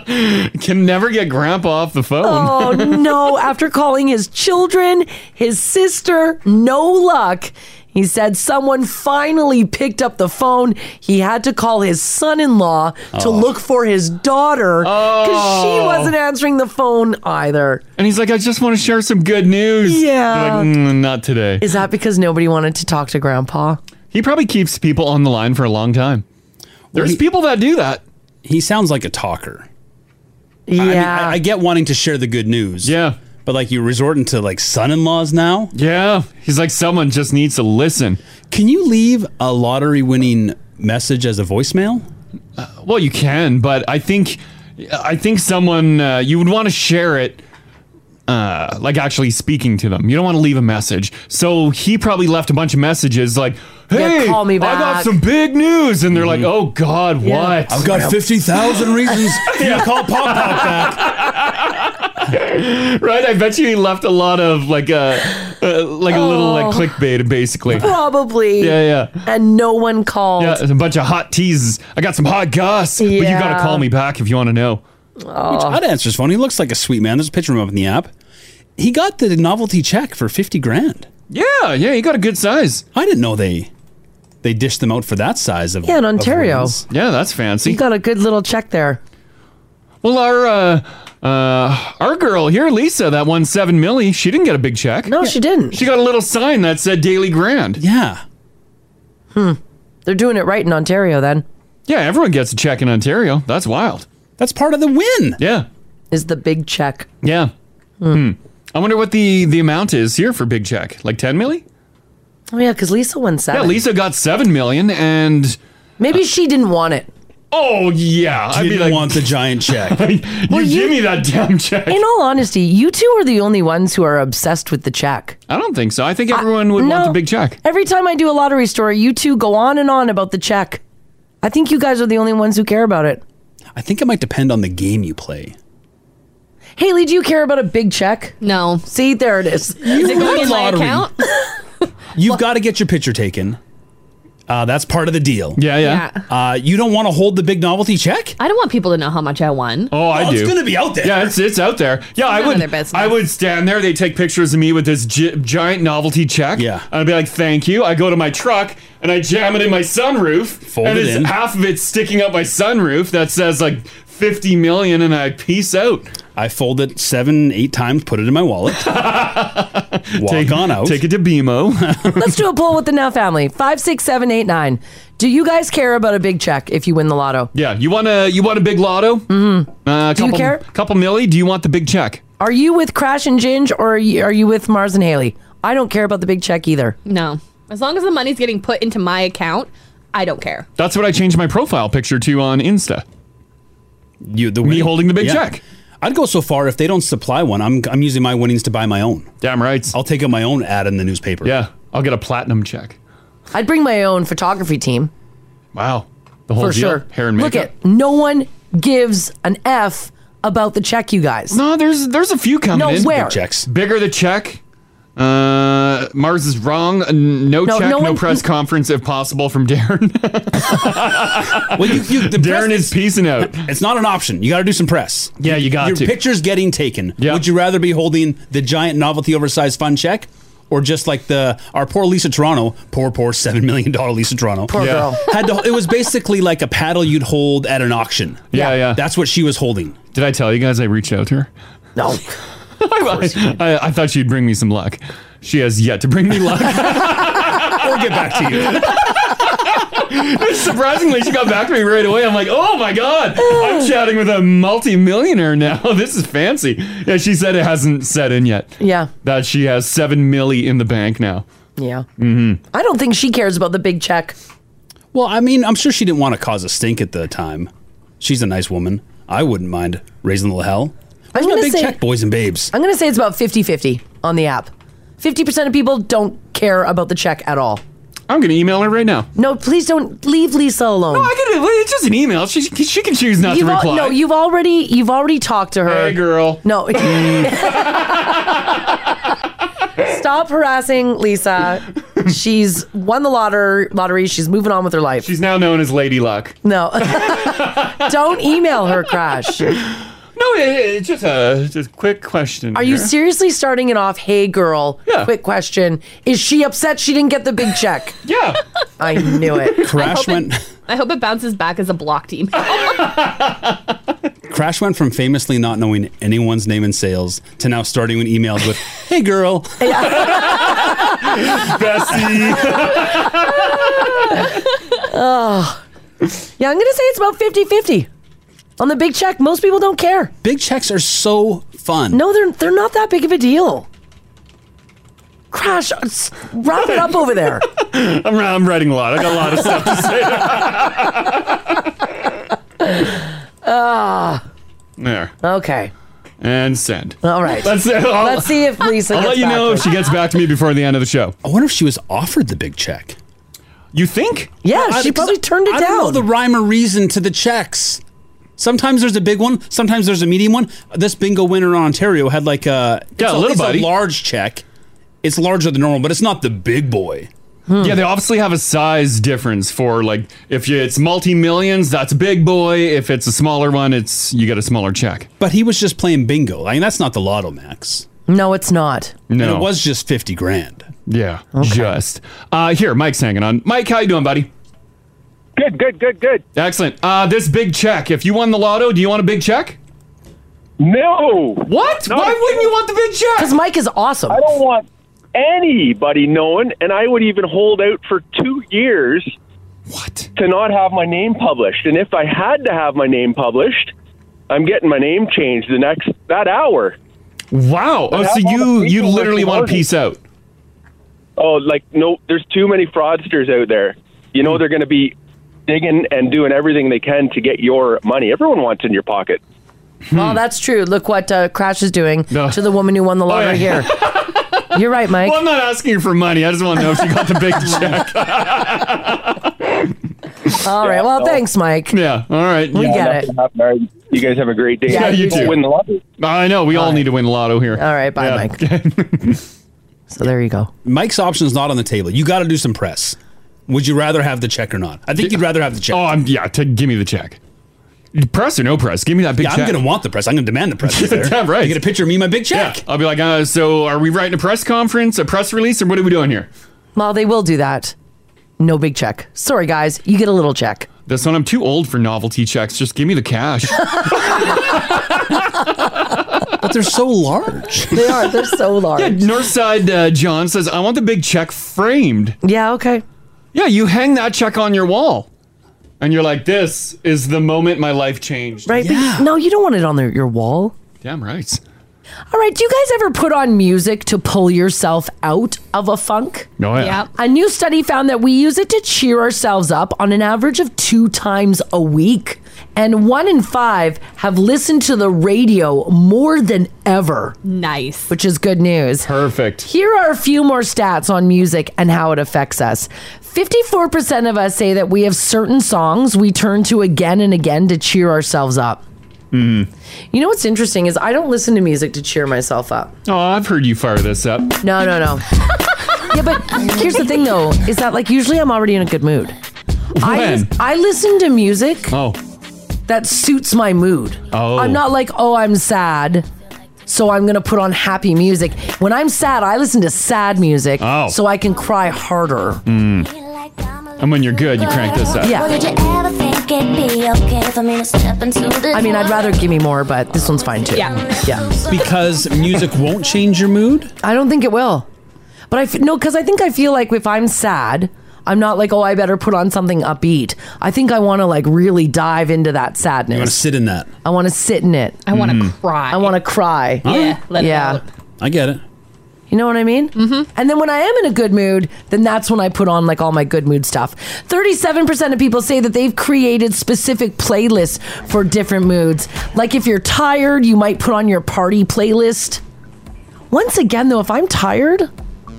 [SPEAKER 3] Can never get grandpa off the phone.
[SPEAKER 2] Oh no, after calling his children, his sister, no luck. He said someone finally picked up the phone. He had to call his son in law to
[SPEAKER 3] Oh.
[SPEAKER 2] look for his daughter because she
[SPEAKER 3] Oh.
[SPEAKER 2] wasn't answering the phone either.
[SPEAKER 3] And he's like, I just want to share some good news.
[SPEAKER 2] Yeah.
[SPEAKER 3] They're Like, "Mm, not today.
[SPEAKER 2] Uh, Is that because nobody wanted to talk to grandpa?
[SPEAKER 3] He probably keeps people on the line for a long time. There's people that do that.
[SPEAKER 6] He sounds like a talker.
[SPEAKER 2] Yeah.
[SPEAKER 6] I, mean, I, I get wanting to share the good news. Yeah. But like you resorting to like son-in-laws now.
[SPEAKER 3] Yeah. He's like someone just needs to listen.
[SPEAKER 6] Can you leave a lottery winning message as a voicemail?
[SPEAKER 3] Uh, Well, you can, but I think, I think someone uh, you would want to share it, uh, like actually speaking to them. You don't want to leave a message. So he probably left a bunch of messages like,
[SPEAKER 6] Yeah,
[SPEAKER 3] "Hey,
[SPEAKER 6] call me
[SPEAKER 3] I got
[SPEAKER 6] back."
[SPEAKER 3] some big news," and they're like, "Oh God, what?
[SPEAKER 6] I've got 50,000 reasons for you to call Pop Pop back.
[SPEAKER 3] right? I bet you he left a lot of like a, uh, like a little like
[SPEAKER 2] Oh.
[SPEAKER 3] clickbait, basically.
[SPEAKER 2] Probably.
[SPEAKER 3] Yeah,
[SPEAKER 2] yeah. And no one called.
[SPEAKER 3] Yeah, there's a bunch of hot teases. I got some hot goss, but you
[SPEAKER 2] Yeah.
[SPEAKER 3] gotta call me back if you want to know.
[SPEAKER 6] Which I'd answer his phone. He looks like a sweet man. There's a picture of him up in the app. He got the novelty check for 50 grand.
[SPEAKER 3] Yeah, yeah, he got a good size.
[SPEAKER 6] I didn't know they they dished them out for that size of
[SPEAKER 2] Yeah, in
[SPEAKER 6] of
[SPEAKER 2] Ontario.
[SPEAKER 6] wins.
[SPEAKER 3] Yeah, that's fancy.
[SPEAKER 2] You got a good little check there.
[SPEAKER 3] Well, our uh, uh, our girl here, Lisa, that won seven milli. She didn't get a big check.
[SPEAKER 2] No, she didn't.
[SPEAKER 3] She got a little sign that said Daily Grand.
[SPEAKER 6] Yeah.
[SPEAKER 2] Hmm. They're doing it right in Ontario then.
[SPEAKER 3] Yeah, everyone gets a check in Ontario. That's wild.
[SPEAKER 6] That's part of the win.
[SPEAKER 3] Yeah.
[SPEAKER 2] Is the big check.
[SPEAKER 3] Yeah. Hmm. I wonder what the the amount is here for big check. Like ten milli?
[SPEAKER 2] Oh yeah, because Lisa won seven.
[SPEAKER 3] Yeah, Lisa got seven million, and
[SPEAKER 2] Maybe she didn't want it.
[SPEAKER 3] Oh yeah, I mean, like,
[SPEAKER 6] want the giant check.
[SPEAKER 3] you give me that damn check.
[SPEAKER 2] In all honesty, you two are the only ones who are obsessed with the check. Uh,
[SPEAKER 3] I don't think so. I think everyone would want the big check.
[SPEAKER 2] Every time I do a lottery story, you two go on and on about the check. I think you guys are the only ones who care about it.
[SPEAKER 6] I think it might depend on the game you play.
[SPEAKER 2] Haley, do you care about a big check? No. See, there it is.
[SPEAKER 6] You it going in my lottery. account? You've got to get your picture taken. Uh, that's part of the deal.
[SPEAKER 3] Yeah,
[SPEAKER 5] yeah.
[SPEAKER 6] Uh, you don't want to hold the big novelty check?
[SPEAKER 5] I don't want people to know how much I won.
[SPEAKER 3] Oh, I do.
[SPEAKER 6] It's going to be out there.
[SPEAKER 3] Yeah, it's it's out there. Yeah, I
[SPEAKER 5] none of
[SPEAKER 3] would.
[SPEAKER 5] their business.
[SPEAKER 3] I would stand there. They take pictures of me with this gi- giant novelty check. Yeah, and I'd be like, "Thank you." I go to my truck and I jam it in my sunroof.
[SPEAKER 6] Fold
[SPEAKER 3] and
[SPEAKER 6] it
[SPEAKER 3] it's
[SPEAKER 6] in.
[SPEAKER 3] half of it sticking up my sunroof that says like fifty million, and I peace out.
[SPEAKER 6] I fold it seven, eight times, put it in my wallet. Walk on out. Take
[SPEAKER 3] it to BMO.
[SPEAKER 2] Let's do a poll with the Now family. Five, six, seven, eight, nine. Do you guys care about a big check if you win the lotto?
[SPEAKER 3] Yeah, you want a you want a big lotto? Mm-hmm. Uh,
[SPEAKER 2] Do you
[SPEAKER 3] couple,
[SPEAKER 2] care?
[SPEAKER 3] Couple milli? Do you want the big check?
[SPEAKER 2] Are you with Crash and Ginge or are you, are you with Mars and Haley? I don't care about the big check either.
[SPEAKER 5] No. As long as the money's getting put into my account, I don't care.
[SPEAKER 3] That's what I changed my profile picture to on Insta.
[SPEAKER 6] You, the
[SPEAKER 3] me holding the big check.
[SPEAKER 6] I'd go so far if they don't supply one, I'm, I'm using my winnings to buy my own.
[SPEAKER 3] Damn right.
[SPEAKER 6] I'll take out my own ad in the newspaper.
[SPEAKER 3] Yeah, I'll get a platinum check.
[SPEAKER 2] I'd bring my own photography team
[SPEAKER 3] Wow, the whole
[SPEAKER 2] for
[SPEAKER 3] deal?
[SPEAKER 2] sure.
[SPEAKER 3] Hair and makeup.
[SPEAKER 2] Look at no one gives an F about the check, you guys.
[SPEAKER 3] No, there's there's a few coming
[SPEAKER 2] no,
[SPEAKER 3] in.
[SPEAKER 2] where?
[SPEAKER 3] Bigger the check. Uh, Mars is wrong. N- No,
[SPEAKER 2] No,
[SPEAKER 3] check.
[SPEAKER 2] no
[SPEAKER 3] No,
[SPEAKER 2] one-
[SPEAKER 3] press conference if possible from Darren.
[SPEAKER 6] well, you, you, the Darren
[SPEAKER 3] is piecing out.
[SPEAKER 6] It's not an option. You got to do some press.
[SPEAKER 3] Yeah, you got
[SPEAKER 6] Your
[SPEAKER 3] to.
[SPEAKER 6] picture's getting taken. Would you rather be holding the giant novelty oversized fun check? Or just like the our poor Lisa Toronto, poor poor seven million dollar Lisa Toronto,
[SPEAKER 3] Poor Yeah. girl.
[SPEAKER 6] had to. It was basically like a paddle you'd hold at an auction.
[SPEAKER 3] Yeah, yeah.
[SPEAKER 6] That's what she was holding.
[SPEAKER 3] Did I tell you guys I reached out to her?
[SPEAKER 2] No.
[SPEAKER 3] I, I, I thought she'd bring me some luck. She has yet to bring me luck.
[SPEAKER 6] we'll get back to you.
[SPEAKER 3] Surprisingly, she got back to me right away. I'm like, oh my god, I'm chatting with a multimillionaire now. This is fancy. Yeah, she said it hasn't set in yet.
[SPEAKER 2] Yeah.
[SPEAKER 3] That she has seven milli in the bank now.
[SPEAKER 2] Yeah.
[SPEAKER 3] Mm-hmm.
[SPEAKER 2] I don't think she cares about the big check.
[SPEAKER 6] Well, I mean, I'm sure she didn't want to cause a stink at the time. She's a nice woman. I wouldn't mind raising a little hell.
[SPEAKER 2] I'm
[SPEAKER 6] Where's my
[SPEAKER 2] gonna
[SPEAKER 6] big
[SPEAKER 2] say-
[SPEAKER 6] check, boys and babes.
[SPEAKER 2] I'm going to say it's about 50 50 on the app. 50% of people don't care about the check at all.
[SPEAKER 3] I'm going to email her right now.
[SPEAKER 2] No, please don't leave Lisa alone. No, I
[SPEAKER 3] get it. It's just an email. She, she can choose not
[SPEAKER 2] you've
[SPEAKER 3] to
[SPEAKER 2] al-
[SPEAKER 3] reply.
[SPEAKER 2] no, you've already you've already talked to her.
[SPEAKER 3] Hey, girl.
[SPEAKER 2] No. Stop harassing Lisa. She's won the lotter- lottery. She's moving on with her life.
[SPEAKER 3] She's now known as Lady Luck.
[SPEAKER 2] No. Don't email her, Crash.
[SPEAKER 3] No, it, it- it's just a just a quick question.
[SPEAKER 2] Are you
[SPEAKER 3] here.
[SPEAKER 2] seriously starting it off? Hey, girl.
[SPEAKER 3] Yeah.
[SPEAKER 2] Quick question. Is she upset she didn't get the big check?
[SPEAKER 3] yeah.
[SPEAKER 2] I knew it.
[SPEAKER 5] I
[SPEAKER 6] Crash
[SPEAKER 5] hope it-
[SPEAKER 6] went.
[SPEAKER 5] I hope it bounces back as a blocked email.
[SPEAKER 6] Crash went from famously not knowing anyone's name in sales to now starting with emails with "Hey, girl."
[SPEAKER 2] Oh. Yeah, I'm going to say it's about 50 50. On the big check, most people don't care.
[SPEAKER 6] Big checks are so fun.
[SPEAKER 2] No, they're, they're not that big of a deal. Crash, s- wrap it up over there.
[SPEAKER 3] I'm, I'm writing a lot. I got a lot of stuff to say.
[SPEAKER 2] Ah.
[SPEAKER 3] There.
[SPEAKER 2] Okay.
[SPEAKER 3] And send.
[SPEAKER 2] All right.
[SPEAKER 3] Let's, I'll-
[SPEAKER 2] Let's see if Lisa
[SPEAKER 3] I'll
[SPEAKER 2] gets
[SPEAKER 3] let you
[SPEAKER 2] back
[SPEAKER 3] know
[SPEAKER 2] to
[SPEAKER 3] if
[SPEAKER 2] us.
[SPEAKER 3] she gets back to me before the end of the show.
[SPEAKER 6] I wonder if she was offered the big check.
[SPEAKER 3] You think?
[SPEAKER 2] Yeah,
[SPEAKER 6] I-
[SPEAKER 2] she probably turned it
[SPEAKER 6] I don't know
[SPEAKER 2] down.
[SPEAKER 6] the rhyme or reason to the checks. Sometimes there's a big one. Sometimes there's a medium one. This bingo winner in Ontario had like a
[SPEAKER 3] Yeah,
[SPEAKER 6] it's
[SPEAKER 3] little
[SPEAKER 6] it's
[SPEAKER 3] buddy.
[SPEAKER 6] large check. It's larger than normal, but it's not the big boy.
[SPEAKER 2] Hmm.
[SPEAKER 3] Yeah, they obviously have a size difference for like if you, it's multi millions, that's a big boy. If it's a smaller one, it's you get a smaller check.
[SPEAKER 6] But he was just playing bingo. I mean, that's not the Lotto Max.
[SPEAKER 2] No, it's not.
[SPEAKER 3] No,
[SPEAKER 6] And it was just fifty grand.
[SPEAKER 3] Yeah, just uh, here. Mike's hanging on. Mike, how you doing, buddy?
[SPEAKER 15] Good, good, good, good.
[SPEAKER 3] Excellent. Uh, this big check. If you won the lotto, do you want a big check?
[SPEAKER 15] No.
[SPEAKER 3] What? Why wouldn't you want the big check?
[SPEAKER 2] Because Mike is awesome.
[SPEAKER 15] I don't want anybody knowing, and I would even hold out for two years.
[SPEAKER 3] What?
[SPEAKER 15] To not have my name published, and if I had to have my name published, I'm getting my name changed the next that hour.
[SPEAKER 3] Wow. Oh,
[SPEAKER 15] But
[SPEAKER 3] so
[SPEAKER 15] how about
[SPEAKER 3] you
[SPEAKER 15] the
[SPEAKER 3] you
[SPEAKER 15] people
[SPEAKER 3] literally
[SPEAKER 15] working
[SPEAKER 3] want to
[SPEAKER 15] hard?
[SPEAKER 3] peace out? Hmm.
[SPEAKER 15] Oh, like no, there's too many fraudsters out there. You know they're going to be digging and doing everything they can to get your money. Everyone wants in your pocket.
[SPEAKER 2] Well, that's true. Look what uh, Crash is doing to the woman who won the lottery
[SPEAKER 3] Oh, yeah.
[SPEAKER 2] here. You're right, Mike.
[SPEAKER 3] Well, I'm not asking you for money. I just want to know if you got the big check.
[SPEAKER 2] All right. Well,
[SPEAKER 15] no.
[SPEAKER 2] thanks, Mike.
[SPEAKER 3] Yeah. All right.
[SPEAKER 2] We get it.
[SPEAKER 15] it. You guys have a great day.
[SPEAKER 2] Yeah, you
[SPEAKER 15] People
[SPEAKER 2] too.
[SPEAKER 15] Win the lottery.
[SPEAKER 3] I know. We all, need to win the lotto here.
[SPEAKER 2] All right. Bye, Mike. So there you go.
[SPEAKER 6] Mike's option is not on the table. You got to do some press. Would you rather have the check or not? I think you'd rather have the check.
[SPEAKER 3] Oh, I'm, yeah. T- give me the check. Press or no press? Give me that big
[SPEAKER 6] Yeah, I'm
[SPEAKER 3] check.
[SPEAKER 6] gonna want the press. I'm going to demand the press. is there.
[SPEAKER 3] Yeah, right.
[SPEAKER 6] You get a picture of me, my big check.
[SPEAKER 3] I'll be like, uh, so are we writing a press conference, a press release, or what are we doing here?
[SPEAKER 2] Well, they will do that. No big check. Sorry, guys. You get a little check.
[SPEAKER 3] This one, I'm too old for novelty checks. Just give me the cash.
[SPEAKER 6] but they're so large.
[SPEAKER 2] They are. They're so large.
[SPEAKER 3] Yeah, Northside uh, John says, I want the big check framed.
[SPEAKER 2] Yeah, okay.
[SPEAKER 3] Yeah, you hang that check on your wall. And you're like, this is the moment my life changed.
[SPEAKER 2] Right? But no, you don't want it on the, your wall.
[SPEAKER 3] Damn right.
[SPEAKER 2] All right. Do you guys ever put on music to pull yourself out of a funk?
[SPEAKER 3] No, yeah.
[SPEAKER 2] A new study found that we use it to cheer ourselves up on an average of two times a week. And one in five have listened to the radio more than ever.
[SPEAKER 5] Nice.
[SPEAKER 2] Which is good news.
[SPEAKER 3] Perfect.
[SPEAKER 2] Here are a few more stats on music and how it affects us. 54% of us say that we have certain songs we turn to again and again to cheer ourselves up. You know what's interesting is I don't listen to music to cheer myself up.
[SPEAKER 3] Oh, I've heard you fire this up.
[SPEAKER 2] No, no, no. yeah, but here's the thing though, is that like usually I'm already in a good mood. I
[SPEAKER 3] When?
[SPEAKER 2] I listen to music
[SPEAKER 3] Oh.
[SPEAKER 2] that suits my mood.
[SPEAKER 3] Oh.
[SPEAKER 2] I'm not like, oh, I'm sad. So I'm gonna put on happy music. When I'm sad, I listen to sad music
[SPEAKER 3] Oh.
[SPEAKER 2] so I can cry harder.
[SPEAKER 3] Mm. And when you're good, you crank this up.
[SPEAKER 2] Yeah. I mean, I'd rather give me more, but this one's fine too. Yeah. Yeah.
[SPEAKER 6] Because music won't change your mood?
[SPEAKER 2] I don't think it will. But I f- no, because I think I feel like if I'm sad, I'm not like, oh, I better put on something upbeat. I think I want to like really dive into that sadness.
[SPEAKER 6] You want to sit in that.
[SPEAKER 2] I want to sit in it. I
[SPEAKER 6] wanna Mm.
[SPEAKER 2] cry. I want to cry.
[SPEAKER 6] Yeah, let it
[SPEAKER 2] yeah.
[SPEAKER 6] out. I get it.
[SPEAKER 2] You know what I mean? Mm-hmm. And then when I am in a good mood, then that's when I put on like all my good mood stuff. 37% of people say that they've created specific playlists for different moods. Like if you're tired, you might put on your party playlist. Once again, though, if I'm tired,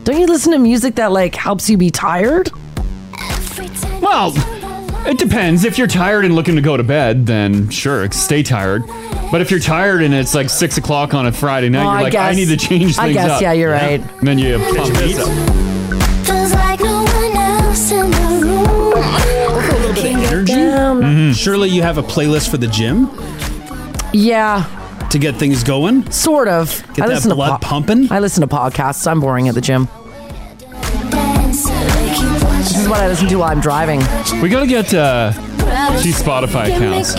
[SPEAKER 2] don't you listen to music that like helps you be tired?
[SPEAKER 3] Well, it depends. If you're tired and looking to go to bed, then sure, stay tired. But if you're tired and it's like six o'clock on a Friday night,
[SPEAKER 2] Oh,
[SPEAKER 3] you're
[SPEAKER 2] I
[SPEAKER 3] like, I
[SPEAKER 2] guess-
[SPEAKER 3] need to change things
[SPEAKER 2] I guess,
[SPEAKER 3] up.
[SPEAKER 2] yeah, you're right.
[SPEAKER 3] And then you pump this up.
[SPEAKER 6] Energy?
[SPEAKER 3] Mm-hmm.
[SPEAKER 6] Surely you have a playlist for the gym
[SPEAKER 2] Yeah,
[SPEAKER 6] to get things going?
[SPEAKER 2] sort of.
[SPEAKER 6] Get that blood pumping?
[SPEAKER 2] I listen to podcasts. I'm boring at the gym. This is what I listen to while I'm driving.
[SPEAKER 3] We gotta get uh, two Spotify accounts.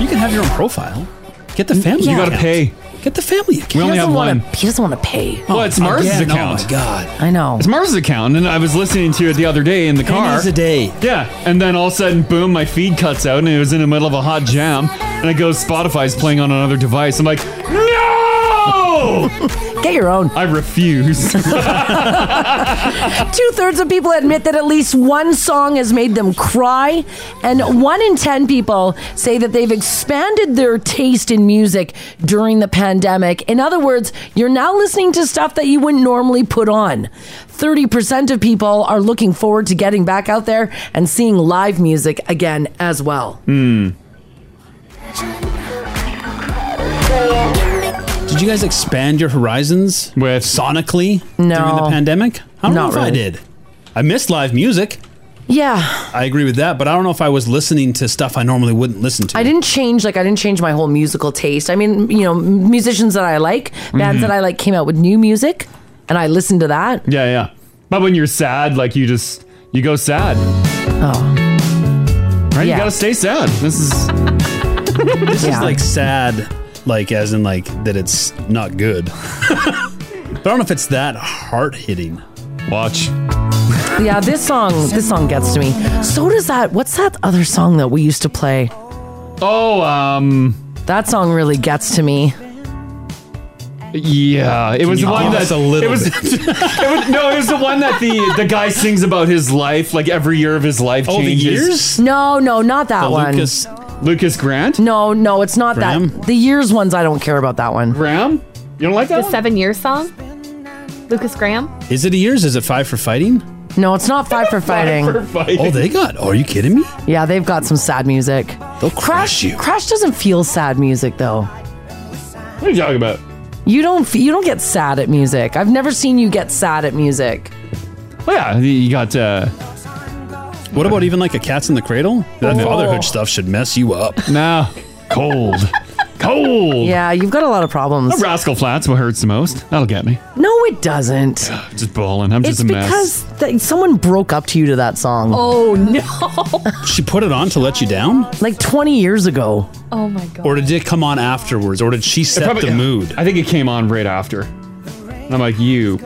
[SPEAKER 6] You can have your own profile. Get the family.
[SPEAKER 3] You gotta
[SPEAKER 6] account.
[SPEAKER 3] pay.
[SPEAKER 6] Get the family.
[SPEAKER 3] We only have one.
[SPEAKER 2] He doesn't want to pay.
[SPEAKER 3] well, it's Mars's
[SPEAKER 6] again, oh
[SPEAKER 3] account.
[SPEAKER 6] my God.
[SPEAKER 2] I know.
[SPEAKER 3] It's Mars's account, and I was listening to it the other day in the car.
[SPEAKER 6] Pennies a day.
[SPEAKER 3] Yeah, and then all of a sudden, boom, my feed cuts out, and it was in the middle of a hot jam, and it goes Spotify's playing on another device. I'm like, no!
[SPEAKER 2] Get your own.
[SPEAKER 3] I refuse.
[SPEAKER 2] Two thirds of people admit that at least one song has made them cry, and one in 10 people say that they've expanded their taste in music during the pandemic. In other words, you're now listening to stuff that you wouldn't normally put on. 30% of people are looking forward to getting back out there and seeing live music again as well.
[SPEAKER 6] Hmm. Did you guys expand your horizons with sonically during the pandemic? I don't
[SPEAKER 2] Not
[SPEAKER 6] know if I
[SPEAKER 2] really.
[SPEAKER 6] did. I missed live music.
[SPEAKER 2] Yeah.
[SPEAKER 6] I agree with that, but I don't know if I was listening to stuff I normally wouldn't listen to.
[SPEAKER 2] I didn't change like I didn't change my whole musical taste. I mean, you know, musicians that I like, bands
[SPEAKER 3] Mhm.
[SPEAKER 6] Mm-hmm.
[SPEAKER 2] that I like came out with new music and I listened to that.
[SPEAKER 3] Yeah, yeah. But when you're sad, like you just you go sad.
[SPEAKER 2] Oh.
[SPEAKER 3] Right?
[SPEAKER 6] Yeah.
[SPEAKER 3] You gotta stay sad. This is
[SPEAKER 6] This
[SPEAKER 3] Yeah.
[SPEAKER 6] is like sad, like as in like that it's not good. but I don't know if it's that heart hitting.
[SPEAKER 3] Watch.
[SPEAKER 2] Yeah, this song this song gets to me. So does that what's that other song that we used to play?
[SPEAKER 3] Oh, um
[SPEAKER 2] That song really gets to me.
[SPEAKER 3] Yeah, it was
[SPEAKER 6] you
[SPEAKER 3] the one
[SPEAKER 6] give
[SPEAKER 3] that
[SPEAKER 6] us a little
[SPEAKER 3] it was, it was- no, it was the one that the the guy sings about his life, like every year of his life
[SPEAKER 2] Oh, the
[SPEAKER 3] changes.
[SPEAKER 2] years? No, no, not that
[SPEAKER 3] The
[SPEAKER 2] one.
[SPEAKER 3] Lucas Lucas Grant?
[SPEAKER 2] No, no, it's not
[SPEAKER 3] Graham?
[SPEAKER 2] that. The years ones, I don't care about that one.
[SPEAKER 3] Graham? You don't like
[SPEAKER 5] The seven year song? Lucas Graham?
[SPEAKER 6] Is it a years? Is it five for fighting?
[SPEAKER 2] No, it's not five for fighting.
[SPEAKER 6] Oh, they got. Oh, are you kidding me?
[SPEAKER 2] Yeah, they've got some sad music. They'll crash, you. Crash doesn't feel sad music though.
[SPEAKER 3] What are you talking about?
[SPEAKER 2] You don't. fe- You don't get sad at music. I've never seen you get sad at music.
[SPEAKER 3] Well, yeah, you got. uh
[SPEAKER 6] What about even like a Cats in the Cradle? That
[SPEAKER 3] Oh.
[SPEAKER 6] fatherhood stuff should mess you up.
[SPEAKER 3] Nah, cold, cold.
[SPEAKER 2] Yeah, you've got a lot of problems.
[SPEAKER 3] The Rascal Flats what hurts the most. That'll get me.
[SPEAKER 2] No, it doesn't.
[SPEAKER 3] Just balling. I'm just
[SPEAKER 2] it's
[SPEAKER 3] a mess.
[SPEAKER 2] because th- someone broke up to you to that song.
[SPEAKER 5] Oh no!
[SPEAKER 6] She put it on to let you down?
[SPEAKER 2] Like 20 years ago.
[SPEAKER 5] Oh my god.
[SPEAKER 6] Or did it come on afterwards? Or did she set
[SPEAKER 3] probably-
[SPEAKER 6] the mood?
[SPEAKER 3] I think it came on right after. And I'm like, you.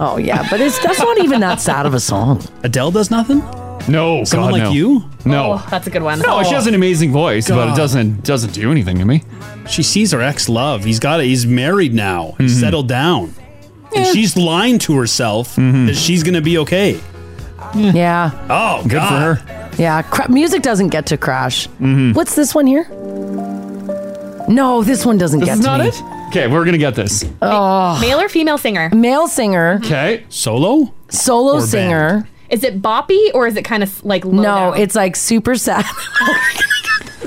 [SPEAKER 2] Oh yeah, but it's that's not even that sad of a song.
[SPEAKER 6] Adele does nothing.
[SPEAKER 3] No,
[SPEAKER 6] Someone
[SPEAKER 3] God,
[SPEAKER 6] like
[SPEAKER 3] no.
[SPEAKER 6] you?
[SPEAKER 3] No.
[SPEAKER 5] Oh, that's a good one.
[SPEAKER 3] No, she has an amazing voice, but
[SPEAKER 6] God.
[SPEAKER 3] it doesn't doesn't do anything to me.
[SPEAKER 6] She sees her ex love. He's got it. He's married now.
[SPEAKER 3] Mm-hmm.
[SPEAKER 6] He's settled down. And she's lying to herself
[SPEAKER 3] Mm-hmm.
[SPEAKER 6] that she's going to be okay.
[SPEAKER 2] Hmm. Yeah.
[SPEAKER 6] Oh, good for her.
[SPEAKER 2] Yeah, cra- music doesn't get to crash.
[SPEAKER 3] Mm-hmm.
[SPEAKER 2] What's this one here? No, this one doesn't
[SPEAKER 3] This
[SPEAKER 2] get
[SPEAKER 3] is
[SPEAKER 2] to
[SPEAKER 3] not
[SPEAKER 2] me.
[SPEAKER 3] it. Okay, we're gonna get this.
[SPEAKER 2] Oh.
[SPEAKER 5] Male or female singer?
[SPEAKER 2] Male singer.
[SPEAKER 3] Okay.
[SPEAKER 6] Solo?
[SPEAKER 2] Solo
[SPEAKER 5] Or band?
[SPEAKER 2] singer.
[SPEAKER 5] Is it boppy or is it kind of like low
[SPEAKER 2] No,
[SPEAKER 5] down?
[SPEAKER 2] it's like super sad.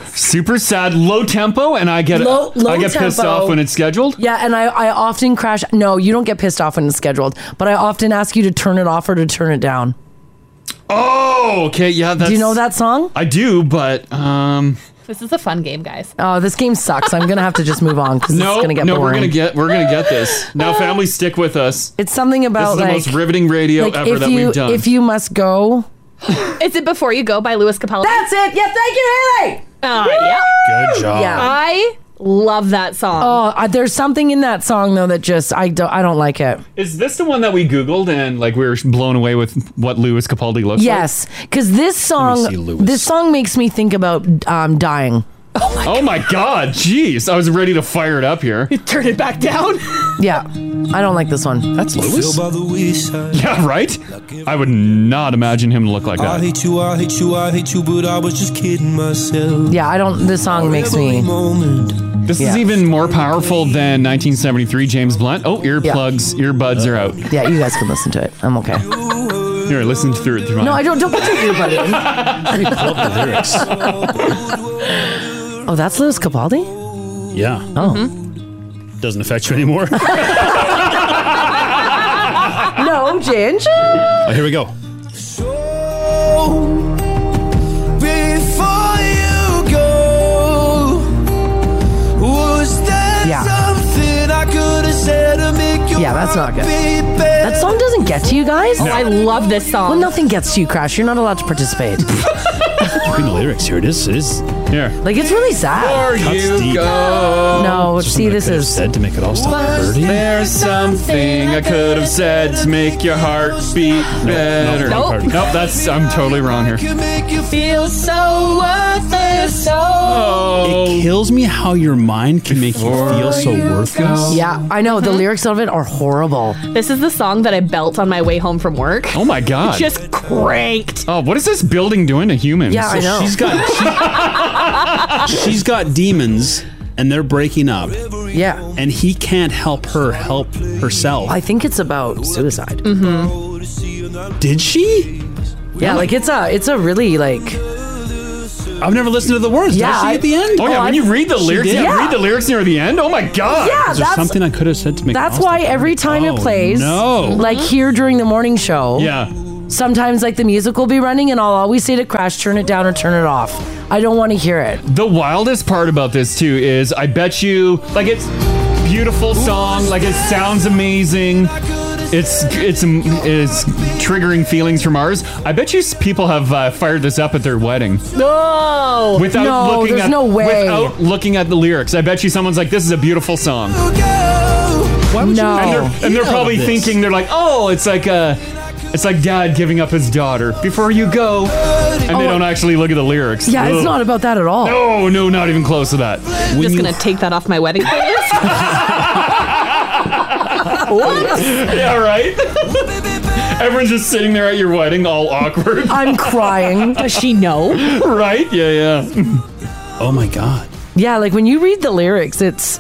[SPEAKER 3] Super sad, low tempo, and I get
[SPEAKER 2] Low- low
[SPEAKER 3] I get pissed
[SPEAKER 2] tempo.
[SPEAKER 3] off when it's scheduled.
[SPEAKER 2] yeah, and I, I often crash. No, you don't get pissed off when it's scheduled, but I often ask you to turn it off or to turn it down.
[SPEAKER 3] Oh, okay, yeah. That's,
[SPEAKER 2] Do you know that song?
[SPEAKER 3] I do, but um,
[SPEAKER 5] This is a fun game, guys.
[SPEAKER 2] Oh, this game sucks. I'm gonna have to just move on because
[SPEAKER 3] no,
[SPEAKER 2] it's gonna get
[SPEAKER 3] no,
[SPEAKER 2] boring.
[SPEAKER 3] we're gonna get we're gonna get this. Now, family, stick with us.
[SPEAKER 2] It's something
[SPEAKER 3] this
[SPEAKER 2] about
[SPEAKER 3] is the
[SPEAKER 2] like
[SPEAKER 3] most riveting radio
[SPEAKER 2] like,
[SPEAKER 3] ever
[SPEAKER 2] if
[SPEAKER 3] that
[SPEAKER 2] you
[SPEAKER 3] we've done.
[SPEAKER 2] if you must go.
[SPEAKER 5] Is it Before You Go by Lewis Capaldi?
[SPEAKER 2] That's it. Yeah, thank you, Haley.
[SPEAKER 5] Uh, yeah.
[SPEAKER 6] Good job.
[SPEAKER 2] Ah, Yeah.
[SPEAKER 5] I love that song.
[SPEAKER 2] Oh, uh, there's something in that song though that just I don't I don't like it.
[SPEAKER 3] is this the one that we googled and like we were blown away with what Lewis Capaldi looks
[SPEAKER 2] yes, because this
[SPEAKER 3] see
[SPEAKER 2] song
[SPEAKER 3] Lewis.
[SPEAKER 2] this song makes me think about um, dying.
[SPEAKER 3] like? Yes. Oh my god, jeez! I was ready to fire it up here.
[SPEAKER 5] Turn it back down.
[SPEAKER 2] Yeah, I don't like this one.
[SPEAKER 6] That's
[SPEAKER 3] Lewis? Yeah, right? I would not imagine him to look like
[SPEAKER 16] I
[SPEAKER 3] that.
[SPEAKER 16] hate you, I hate you, I hate you, but I was just kidding myself.
[SPEAKER 2] Yeah, I don't. This song makes me.
[SPEAKER 3] This is even more powerful than 1973 James Blunt. Oh, earplugs, earbuds are out.
[SPEAKER 2] Yeah, you guys can listen to it. I'm okay.
[SPEAKER 3] Here, listen through it through my.
[SPEAKER 2] No, I don't. Don't put your earbud
[SPEAKER 6] the lyrics.
[SPEAKER 2] in. Oh, that's Lewis Capaldi.
[SPEAKER 6] Yeah.
[SPEAKER 2] Oh.
[SPEAKER 6] Doesn't affect you anymore. oh,
[SPEAKER 2] no, Ginger.
[SPEAKER 6] Oh, here we go.
[SPEAKER 4] Before you go, was there
[SPEAKER 2] Yeah.
[SPEAKER 4] something I could have said to make you
[SPEAKER 2] Yeah, that's not good. That song doesn't get to you guys.
[SPEAKER 5] Oh, I love this song.
[SPEAKER 2] Well, nothing gets to you, Crash. You're not allowed to participate.
[SPEAKER 6] Read the lyrics. Here it is. It is. Here.
[SPEAKER 2] Like it's really sad.
[SPEAKER 6] Cuts deep.
[SPEAKER 2] No,
[SPEAKER 6] Just
[SPEAKER 2] see,
[SPEAKER 6] something I
[SPEAKER 2] this
[SPEAKER 6] could've
[SPEAKER 2] is
[SPEAKER 6] said to make it all stop.
[SPEAKER 3] Was there something I could have said to make your heart beat better?
[SPEAKER 4] Nope.
[SPEAKER 3] Nope, that's I'm totally wrong here.
[SPEAKER 4] Can make you feel so worthless. So
[SPEAKER 3] Oh.
[SPEAKER 6] It kills me how your mind can make you feel so worthless.
[SPEAKER 2] Yeah, I know. The lyrics of it are horrible.
[SPEAKER 5] Uh-huh. This is the song that I belt on my way home from work.
[SPEAKER 3] Oh my god.
[SPEAKER 5] Just cranked.
[SPEAKER 3] Oh, what is this building doing to humans?
[SPEAKER 5] Yeah, I know.
[SPEAKER 6] She's got she, she's got demons and they're breaking up.
[SPEAKER 2] Yeah.
[SPEAKER 6] And he can't help her help herself.
[SPEAKER 2] I think it's about suicide.
[SPEAKER 5] Mm-hmm.
[SPEAKER 6] Did she?
[SPEAKER 2] Yeah, like it's a it's a really like
[SPEAKER 6] I've never listened to the words.
[SPEAKER 2] Yeah,
[SPEAKER 6] Yeah, she
[SPEAKER 2] I-
[SPEAKER 6] at the end.
[SPEAKER 2] Oh, yeah, Oh, when I-
[SPEAKER 3] you read the
[SPEAKER 6] She
[SPEAKER 3] lyrics,
[SPEAKER 6] did?
[SPEAKER 3] yeah, read the lyrics near the end. Oh my god.
[SPEAKER 2] Yeah,
[SPEAKER 6] Is there
[SPEAKER 2] that's-
[SPEAKER 6] something I could have said to make
[SPEAKER 2] that's
[SPEAKER 6] Austin-
[SPEAKER 2] why every time
[SPEAKER 6] Oh,
[SPEAKER 2] it plays,
[SPEAKER 6] no.
[SPEAKER 2] like here during the morning show,
[SPEAKER 6] Yeah.
[SPEAKER 2] sometimes like the music will be running and I'll always say to Crash, turn it down or turn it off. I don't want to hear it.
[SPEAKER 3] The wildest part about this too is I bet you like it's beautiful song, like it sounds amazing. It's it's it's triggering feelings from ours. I bet you s- people have uh, fired this up at their wedding
[SPEAKER 5] No.
[SPEAKER 3] without
[SPEAKER 2] no,
[SPEAKER 3] looking
[SPEAKER 2] there's
[SPEAKER 3] at
[SPEAKER 2] no way.
[SPEAKER 3] without looking at the lyrics. I bet you someone's like, "This is a beautiful song,"
[SPEAKER 6] Why
[SPEAKER 2] would no.
[SPEAKER 3] and they're, and they're probably
[SPEAKER 2] Oh. this.
[SPEAKER 3] thinking they're like, "Oh, it's like uh it's like dad giving up his daughter before you go," and they
[SPEAKER 2] Oh.
[SPEAKER 3] don't actually look at the lyrics.
[SPEAKER 2] Yeah, it's
[SPEAKER 3] Ugh.
[SPEAKER 2] not about that at all.
[SPEAKER 3] No, no, not even close to that.
[SPEAKER 5] I'm just gonna take that off my wedding playlist.
[SPEAKER 3] yeah, right? Everyone's just sitting there at your wedding, all awkward.
[SPEAKER 2] I'm crying. Does she know?
[SPEAKER 3] Right? Yeah, yeah.
[SPEAKER 6] Oh my god.
[SPEAKER 2] Yeah, like when you read the lyrics, it's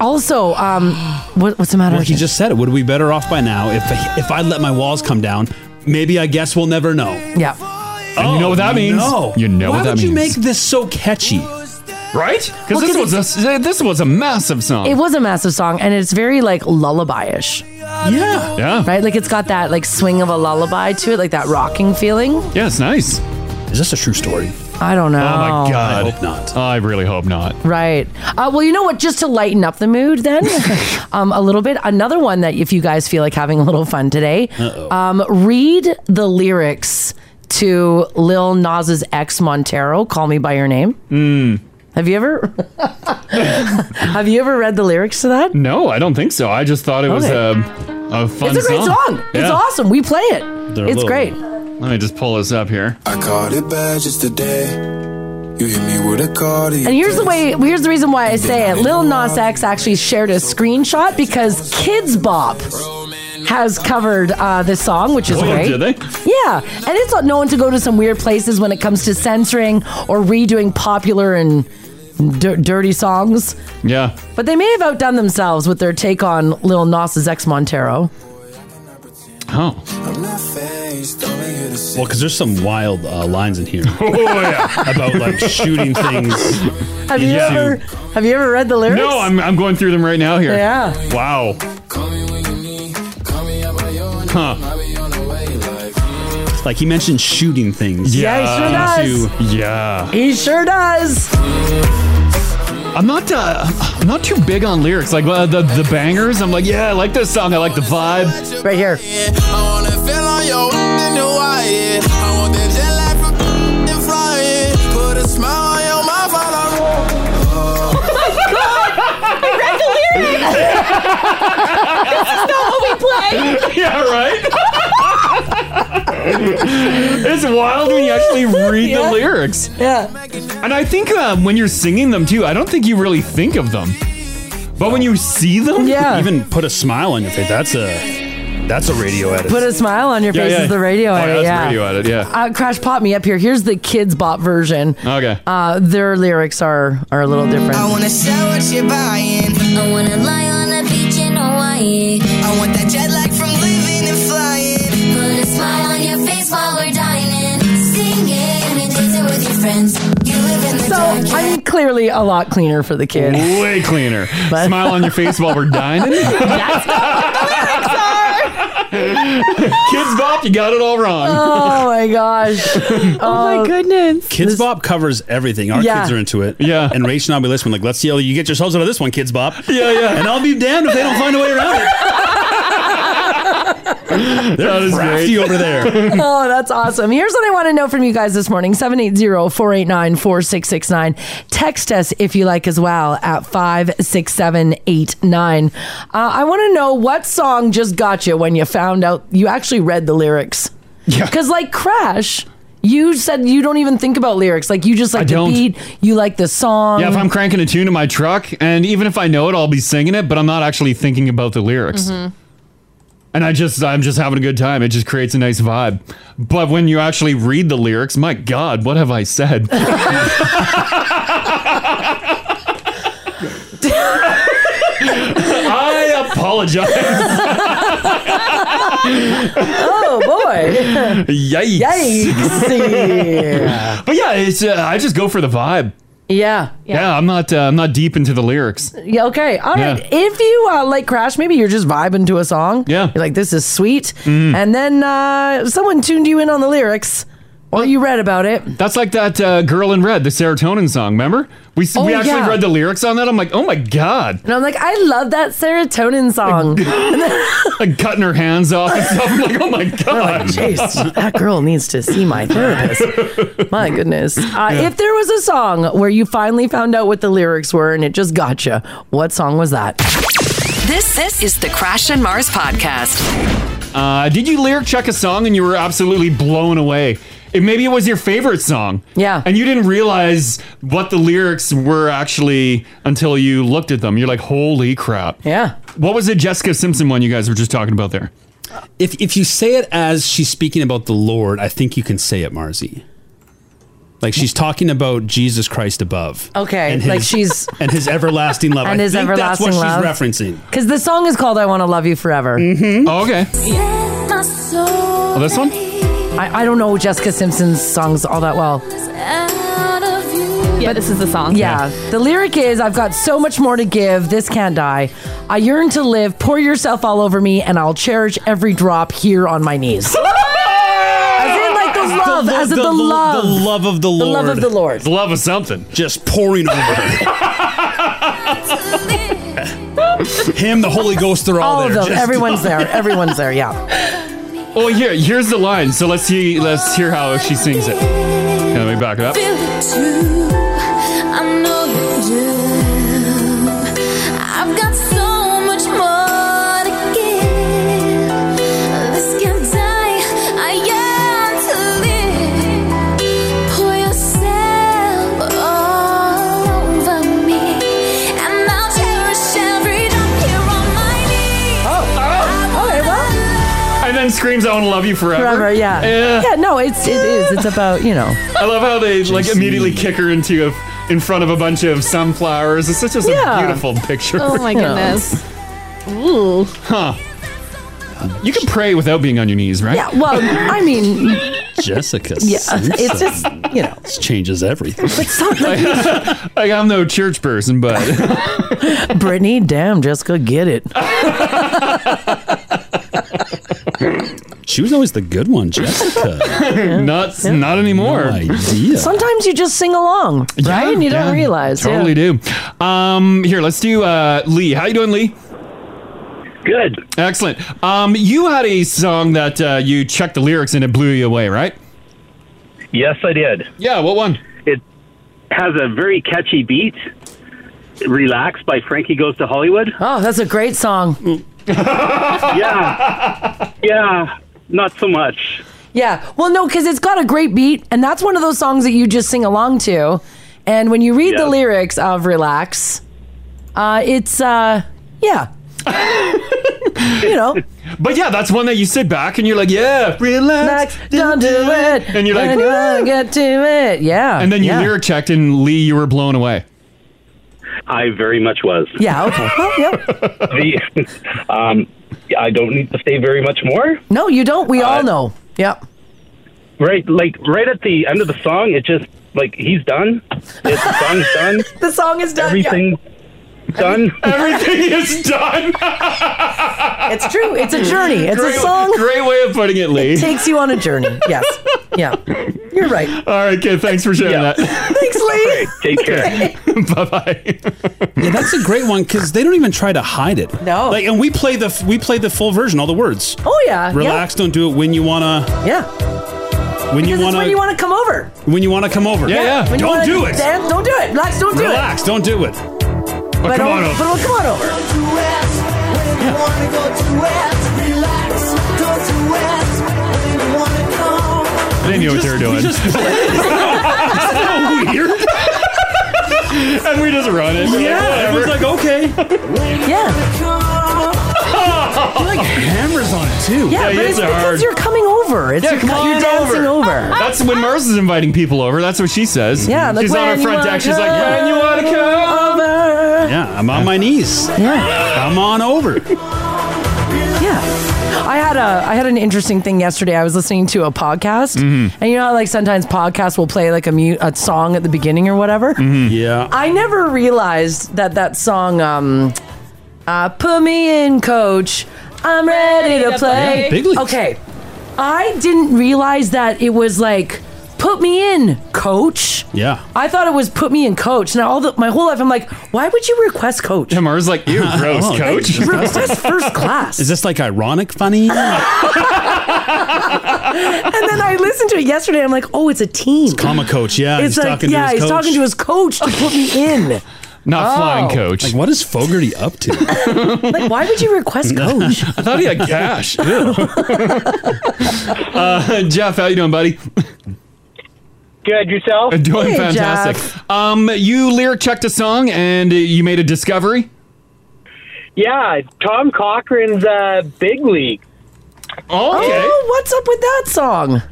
[SPEAKER 2] also um, what, what's the matter?
[SPEAKER 6] Well, he just said it. Would we be better off by now if if I let my walls come down? Maybe I guess we'll never know. Oh,
[SPEAKER 2] Yeah.
[SPEAKER 3] And you know what that means. You know
[SPEAKER 6] Why
[SPEAKER 3] what that
[SPEAKER 6] would you
[SPEAKER 3] means.
[SPEAKER 6] make this so catchy?
[SPEAKER 3] Right? Because
[SPEAKER 2] Well,
[SPEAKER 3] this
[SPEAKER 2] 'cause
[SPEAKER 3] was a this was a massive song.
[SPEAKER 2] It was a massive song, and it's very like lullaby-ish.
[SPEAKER 6] Yeah.
[SPEAKER 3] Yeah.
[SPEAKER 2] Right? Like it's got that like swing of a lullaby to it, like that rocking feeling.
[SPEAKER 3] Yeah, it's nice.
[SPEAKER 6] Is this a true story?
[SPEAKER 2] I don't know.
[SPEAKER 3] Oh my god.
[SPEAKER 6] I hope not.
[SPEAKER 3] I really hope not.
[SPEAKER 2] Right. Uh, well, you know what? Just to lighten up the mood, then, um, a little bit. Another one that if you guys feel like having a little fun today, um, read the lyrics to Lil Nas's ex Montero, "Call Me by Your Name."
[SPEAKER 3] Hmm.
[SPEAKER 2] Have you ever? have you ever read the lyrics to that?
[SPEAKER 3] No, I don't think so. I just thought it was
[SPEAKER 2] Okay.
[SPEAKER 3] um a fun
[SPEAKER 2] it's a great song. It's
[SPEAKER 3] Yeah.
[SPEAKER 2] awesome. We play it.
[SPEAKER 3] They're a
[SPEAKER 2] it's
[SPEAKER 3] little-
[SPEAKER 2] great.
[SPEAKER 3] Let me just pull this up here.
[SPEAKER 17] I caught it bad just today. You hit me with a card.
[SPEAKER 2] And here's the way. Here's the reason why I say it. Lil Nas X actually shared a screenshot because Kids Bop has covered uh, this song, which is
[SPEAKER 3] Oh,
[SPEAKER 2] great.
[SPEAKER 3] did they?
[SPEAKER 2] Yeah, and it's not known to go to some weird places when it comes to censoring or redoing popular and dir- dirty songs.
[SPEAKER 3] Yeah.
[SPEAKER 2] But they may have outdone themselves with their take on Lil Nas's ex Montero.
[SPEAKER 3] Oh.
[SPEAKER 6] Well, because there's some wild uh, lines in here.
[SPEAKER 3] Oh,
[SPEAKER 2] yeah.
[SPEAKER 6] About like shooting things.
[SPEAKER 2] Have you
[SPEAKER 6] Yeah.
[SPEAKER 2] ever? Have you ever read the lyrics?
[SPEAKER 3] No, I'm I'm going through them right now here.
[SPEAKER 2] Yeah.
[SPEAKER 3] Wow. Huh.
[SPEAKER 6] Like he mentioned shooting things.
[SPEAKER 3] Yeah,
[SPEAKER 2] he sure
[SPEAKER 6] does.
[SPEAKER 3] Yeah.
[SPEAKER 2] He sure does.
[SPEAKER 3] I'm not uh, I'm not too big on lyrics like uh, the the bangers. I'm like, yeah, I like this song. I like the vibe.
[SPEAKER 2] Right here.
[SPEAKER 4] I wanna feel on your in Hawaii. I want that jet lag from and flying. Put a smile on your mouth while I'm
[SPEAKER 15] I read the lyrics. this is not what we play.
[SPEAKER 3] Yeah, it's wild when you actually read
[SPEAKER 15] Yeah.
[SPEAKER 3] the lyrics.
[SPEAKER 2] Yeah.
[SPEAKER 3] And I think um, when you're singing them too, I don't think you really think of them. But when you see them,
[SPEAKER 2] Yeah.
[SPEAKER 6] Even put a smile on your face. That's a that's a radio edit.
[SPEAKER 2] Put a smile on your
[SPEAKER 6] Yeah,
[SPEAKER 2] face
[SPEAKER 6] yeah.
[SPEAKER 2] is the radio
[SPEAKER 6] Oh, yeah,
[SPEAKER 2] edit.
[SPEAKER 6] that's
[SPEAKER 2] Yeah.
[SPEAKER 6] radio edit,
[SPEAKER 3] yeah.
[SPEAKER 2] Uh, Crash pop me up here. Here's the kids bop version.
[SPEAKER 3] Okay.
[SPEAKER 2] Uh, their lyrics are are a little different.
[SPEAKER 4] I wanna sell what you're buying. I wanna lie on the beach in Hawaii. I want that jet lag from living and flying. Put a smile on your face while we're dining. Sing it and dance it with your friends. You live in the
[SPEAKER 2] So
[SPEAKER 4] dark.
[SPEAKER 2] I mean, clearly a lot cleaner for the kids.
[SPEAKER 3] way cleaner. Smile on your face while we're dining. Kids Bop, you got it all wrong.
[SPEAKER 2] Oh my gosh! oh, my goodness!
[SPEAKER 6] Kids Bop covers everything. Our
[SPEAKER 2] Yeah.
[SPEAKER 6] kids are into it. Yeah. And Rach and I'll be listening, like, let's see how you get yourselves out of this one, Kids Bop.
[SPEAKER 3] Yeah, yeah.
[SPEAKER 6] And I'll be damned if they don't find a way around it.
[SPEAKER 3] That is
[SPEAKER 6] crafty
[SPEAKER 3] great.
[SPEAKER 6] over there.
[SPEAKER 2] oh, that's awesome. Here's what I want to know from you guys this morning 780 489 4669. Text us if you like as well at 56789. Uh, I want to know what song just got you when you found out you actually read the lyrics. Yeah. Because, like, Crash. You said you don't even think about lyrics. Like you just like the
[SPEAKER 3] don't.
[SPEAKER 2] beat. You like the song.
[SPEAKER 3] Yeah, if I'm cranking a tune in my truck, and even if I know it, I'll be singing it, but I'm not actually thinking about the lyrics.
[SPEAKER 15] Mm-hmm.
[SPEAKER 2] Mhm.
[SPEAKER 3] And I just, I'm just having a good time. It just creates a nice vibe. But when you actually read the lyrics, my God, what have I said? I apologize.
[SPEAKER 2] oh boy.
[SPEAKER 3] Yikes.
[SPEAKER 2] Yikes.
[SPEAKER 3] but yeah, it's, uh, I just go for the vibe.
[SPEAKER 2] Yeah.
[SPEAKER 3] Yeah, I'm not, uh, I'm not deep into the lyrics.
[SPEAKER 2] Yeah, okay. All right. If you uh, like Crash, maybe you're just vibing to a song. Yeah. You're like, this is sweet. And then uh, someone tuned you in on the lyrics or you read about it.
[SPEAKER 3] That's like that uh, girl in red, the serotonin song. Remember? We s
[SPEAKER 2] Oh,
[SPEAKER 3] we actually
[SPEAKER 2] yeah.
[SPEAKER 3] read the lyrics on that. I'm like, oh my god,
[SPEAKER 2] And I'm like, I love that serotonin song. And then-
[SPEAKER 3] like cutting her hands off and stuff. I'm like, oh my god,
[SPEAKER 2] Jeez, that girl needs to see my therapist. My goodness. Uh, If there was a song where you finally found out what the lyrics were and it just got you, what song was that?
[SPEAKER 1] This this is the Crash and Mars podcast.
[SPEAKER 3] Uh, did you lyric check a song and you were absolutely blown away? It, maybe it was your favorite song. Yeah. And you didn't realize what the lyrics were actually until you looked at them. You're like, holy crap.
[SPEAKER 2] Yeah.
[SPEAKER 3] What was the Jessica Simpson one you guys were just talking about there?
[SPEAKER 6] If if you say it as she's speaking about the Lord, I think you can say it, Marzi. Like she's talking about Jesus Christ above.
[SPEAKER 2] Okay,
[SPEAKER 6] And
[SPEAKER 2] like
[SPEAKER 6] his-
[SPEAKER 2] she's-
[SPEAKER 6] and his everlasting love.
[SPEAKER 2] And
[SPEAKER 6] I
[SPEAKER 2] his
[SPEAKER 6] think
[SPEAKER 2] everlasting
[SPEAKER 6] that's
[SPEAKER 2] love.
[SPEAKER 6] what she's referencing.
[SPEAKER 2] Because the song is called I Want to Love You Forever. Mm-hmm.
[SPEAKER 3] Oh, okay.
[SPEAKER 2] Oh,
[SPEAKER 3] this one?
[SPEAKER 2] I, I don't know Jessica Simpson's songs all that well.
[SPEAKER 5] Yeah, this is the song.
[SPEAKER 2] Yeah. The lyric is I've got so much more to give. This can't die. I yearn to live. Pour yourself all over me, and I'll cherish every drop here on my knees. As in, like, the love, as in the love.
[SPEAKER 6] the love of the Lord,
[SPEAKER 2] The love of the Lord,
[SPEAKER 3] the love of something,
[SPEAKER 6] just pouring over her. Him, the Holy Ghost, they're all,
[SPEAKER 2] All of
[SPEAKER 6] there.
[SPEAKER 2] those.
[SPEAKER 6] just-
[SPEAKER 2] Everyone's there. Everyone's there. Yeah.
[SPEAKER 3] Oh, here, here's the line. So let's see, let's hear how she sings it. Okay, let me back it up.
[SPEAKER 4] Feel it too. I know you do. I've got so much more to give. This can die. I yearn to live. Pour yourself all over me, and I'll cherish every drop here on my knees. Oh, okay, well.
[SPEAKER 3] And then screams, "I want to love you forever."
[SPEAKER 2] Forever. Yeah.
[SPEAKER 3] Yeah.
[SPEAKER 2] No, it's it is. It's about you know.
[SPEAKER 3] I love how they like immediately kick her into a, in front of a bunch of sunflowers. It's such a,
[SPEAKER 2] Yeah.
[SPEAKER 3] beautiful picture.
[SPEAKER 5] Oh my goodness. Ooh.
[SPEAKER 3] Huh. You can pray without being on your knees, right?
[SPEAKER 2] Yeah. Well, I mean,
[SPEAKER 6] Jessica.
[SPEAKER 2] Yeah,
[SPEAKER 6] Simpson.
[SPEAKER 2] it's just, you know.
[SPEAKER 6] This changes everything.
[SPEAKER 2] but something.
[SPEAKER 3] like, I'm no church person, but
[SPEAKER 2] Brittany, damn, Jessica, get it.
[SPEAKER 6] She was always the good one, Jessica.
[SPEAKER 3] not not anymore.
[SPEAKER 2] Sometimes you just sing along, right? and you don't
[SPEAKER 3] Yeah,
[SPEAKER 2] realize.
[SPEAKER 3] Totally
[SPEAKER 2] yeah.
[SPEAKER 3] do. Um, here, let's do uh, Lee. How you doing, Lee?
[SPEAKER 18] Good.
[SPEAKER 3] Excellent. Um, you had a song that uh, you checked the lyrics and it blew you away, right?
[SPEAKER 18] Yes, I did.
[SPEAKER 3] Yeah, what one?
[SPEAKER 18] It has a very catchy beat. Relax by Frankie Goes to Hollywood.
[SPEAKER 2] Oh, that's a great song.
[SPEAKER 18] yeah. Yeah. Not so much.
[SPEAKER 2] Yeah. Well, no, because it's got a great beat, and that's one of those songs that you just sing along to. And when you read the
[SPEAKER 18] Yes.
[SPEAKER 2] lyrics of "Relax," uh, it's uh, yeah, you know.
[SPEAKER 3] But yeah, that's one that you sit back and you're like, yeah, relax,
[SPEAKER 2] don't do it,
[SPEAKER 3] And you're like,
[SPEAKER 2] when you wanna get to it, yeah.
[SPEAKER 3] and then you
[SPEAKER 2] yeah.
[SPEAKER 3] lyric checked and Lee, you were blown away.
[SPEAKER 18] I very much was.
[SPEAKER 2] Yeah. Okay. Well, yeah.
[SPEAKER 18] The, um, I don't need to say very much more.
[SPEAKER 2] No, you don't. We all
[SPEAKER 18] Uh,
[SPEAKER 2] know. Yep.
[SPEAKER 18] Right, like right at the end of the song, it just like he's done. It's, the song's done.
[SPEAKER 2] The song is done. yeah.
[SPEAKER 18] Everything done.
[SPEAKER 3] Everything is done.
[SPEAKER 2] it's true. It's a journey. It's
[SPEAKER 3] Great-
[SPEAKER 2] a song.
[SPEAKER 3] Great way of putting it, Lee.
[SPEAKER 2] It takes you on a journey. Yes. Yeah. You're right.
[SPEAKER 3] All right, kid. Thanks for sharing that.
[SPEAKER 2] Thanks, Lee.
[SPEAKER 18] Take
[SPEAKER 6] care.
[SPEAKER 3] bye bye.
[SPEAKER 6] yeah, that's a great one because they don't even try to hide it. No. Like, and we play the we play the full version, all the words.
[SPEAKER 2] Oh yeah.
[SPEAKER 6] Relax. Don't do it when you wanna.
[SPEAKER 2] Yeah.
[SPEAKER 6] When
[SPEAKER 2] Because
[SPEAKER 6] you
[SPEAKER 2] it's
[SPEAKER 6] wanna.
[SPEAKER 2] when you want to come over.
[SPEAKER 6] when you wanna come over.
[SPEAKER 2] When you
[SPEAKER 6] Don't
[SPEAKER 2] wanna
[SPEAKER 6] do it.
[SPEAKER 2] dance, don't do it. Relax. Don't do it.
[SPEAKER 6] Relax. Don't do it. But
[SPEAKER 2] But
[SPEAKER 6] come on
[SPEAKER 2] oh,
[SPEAKER 6] over.
[SPEAKER 2] but oh, come on over.
[SPEAKER 3] They knew what they were doing. and we just run it.
[SPEAKER 6] Yeah, everyone's like, okay.
[SPEAKER 2] Yeah.
[SPEAKER 6] You're like hammers on it too.
[SPEAKER 2] Yeah, but it's because you're coming over. It's
[SPEAKER 3] Yeah,
[SPEAKER 2] your-
[SPEAKER 3] come on
[SPEAKER 2] you're dancing over.
[SPEAKER 3] That's when Mars is inviting people over. That's what she says.
[SPEAKER 2] Yeah, like
[SPEAKER 3] she's on her
[SPEAKER 2] when you
[SPEAKER 3] front
[SPEAKER 2] wanna
[SPEAKER 3] deck. She's like,
[SPEAKER 2] come
[SPEAKER 3] when you want to come
[SPEAKER 2] over.
[SPEAKER 6] Yeah, I'm on my knees.
[SPEAKER 2] Yeah.
[SPEAKER 6] Come on over.
[SPEAKER 2] Yeah. I had a I had an interesting thing yesterday. I was listening to a podcast,
[SPEAKER 3] Mm-hmm.
[SPEAKER 2] and you know, how, like sometimes podcasts will play like a mute a song at the beginning or whatever.
[SPEAKER 3] Mm-hmm.
[SPEAKER 6] Yeah.
[SPEAKER 2] I never realized that that song, um, uh, "Put Me In, Coach, I'm Ready, to, Play."
[SPEAKER 6] Yeah, big leagues.
[SPEAKER 2] Okay, I didn't realize that it was like "Put Me In, Coach."
[SPEAKER 6] Yeah.
[SPEAKER 2] I thought it was "Put Me In, Coach." Now all the, my whole life, I'm like, why would you request Coach?
[SPEAKER 3] Yeah, Mars like, ew, gross,
[SPEAKER 6] Oh,
[SPEAKER 3] coach.
[SPEAKER 6] that's
[SPEAKER 2] Request
[SPEAKER 6] disgusting.
[SPEAKER 2] first class.
[SPEAKER 6] Is this like ironic funny?
[SPEAKER 2] and then I listened to it yesterday. I'm like, oh, it's a team. It's
[SPEAKER 6] Comma coach, yeah.
[SPEAKER 2] it's
[SPEAKER 6] he's
[SPEAKER 2] like,
[SPEAKER 6] talking
[SPEAKER 2] yeah,
[SPEAKER 6] to his
[SPEAKER 2] he's
[SPEAKER 6] coach.
[SPEAKER 2] talking to his coach to put me in.
[SPEAKER 3] Not
[SPEAKER 2] Oh.
[SPEAKER 3] flying coach.
[SPEAKER 6] Like, what is Fogarty up to?
[SPEAKER 2] Like, why would you request coach?
[SPEAKER 3] I thought he had cash. Ew. uh, Jeff, how you doing, buddy?
[SPEAKER 19] Good yourself.
[SPEAKER 3] Doing fantastic. Um, you lyric checked a song and uh, you made a discovery.
[SPEAKER 19] Yeah, Tom Cochran's uh, Big League.
[SPEAKER 3] Okay.
[SPEAKER 2] Oh, what's up with that song?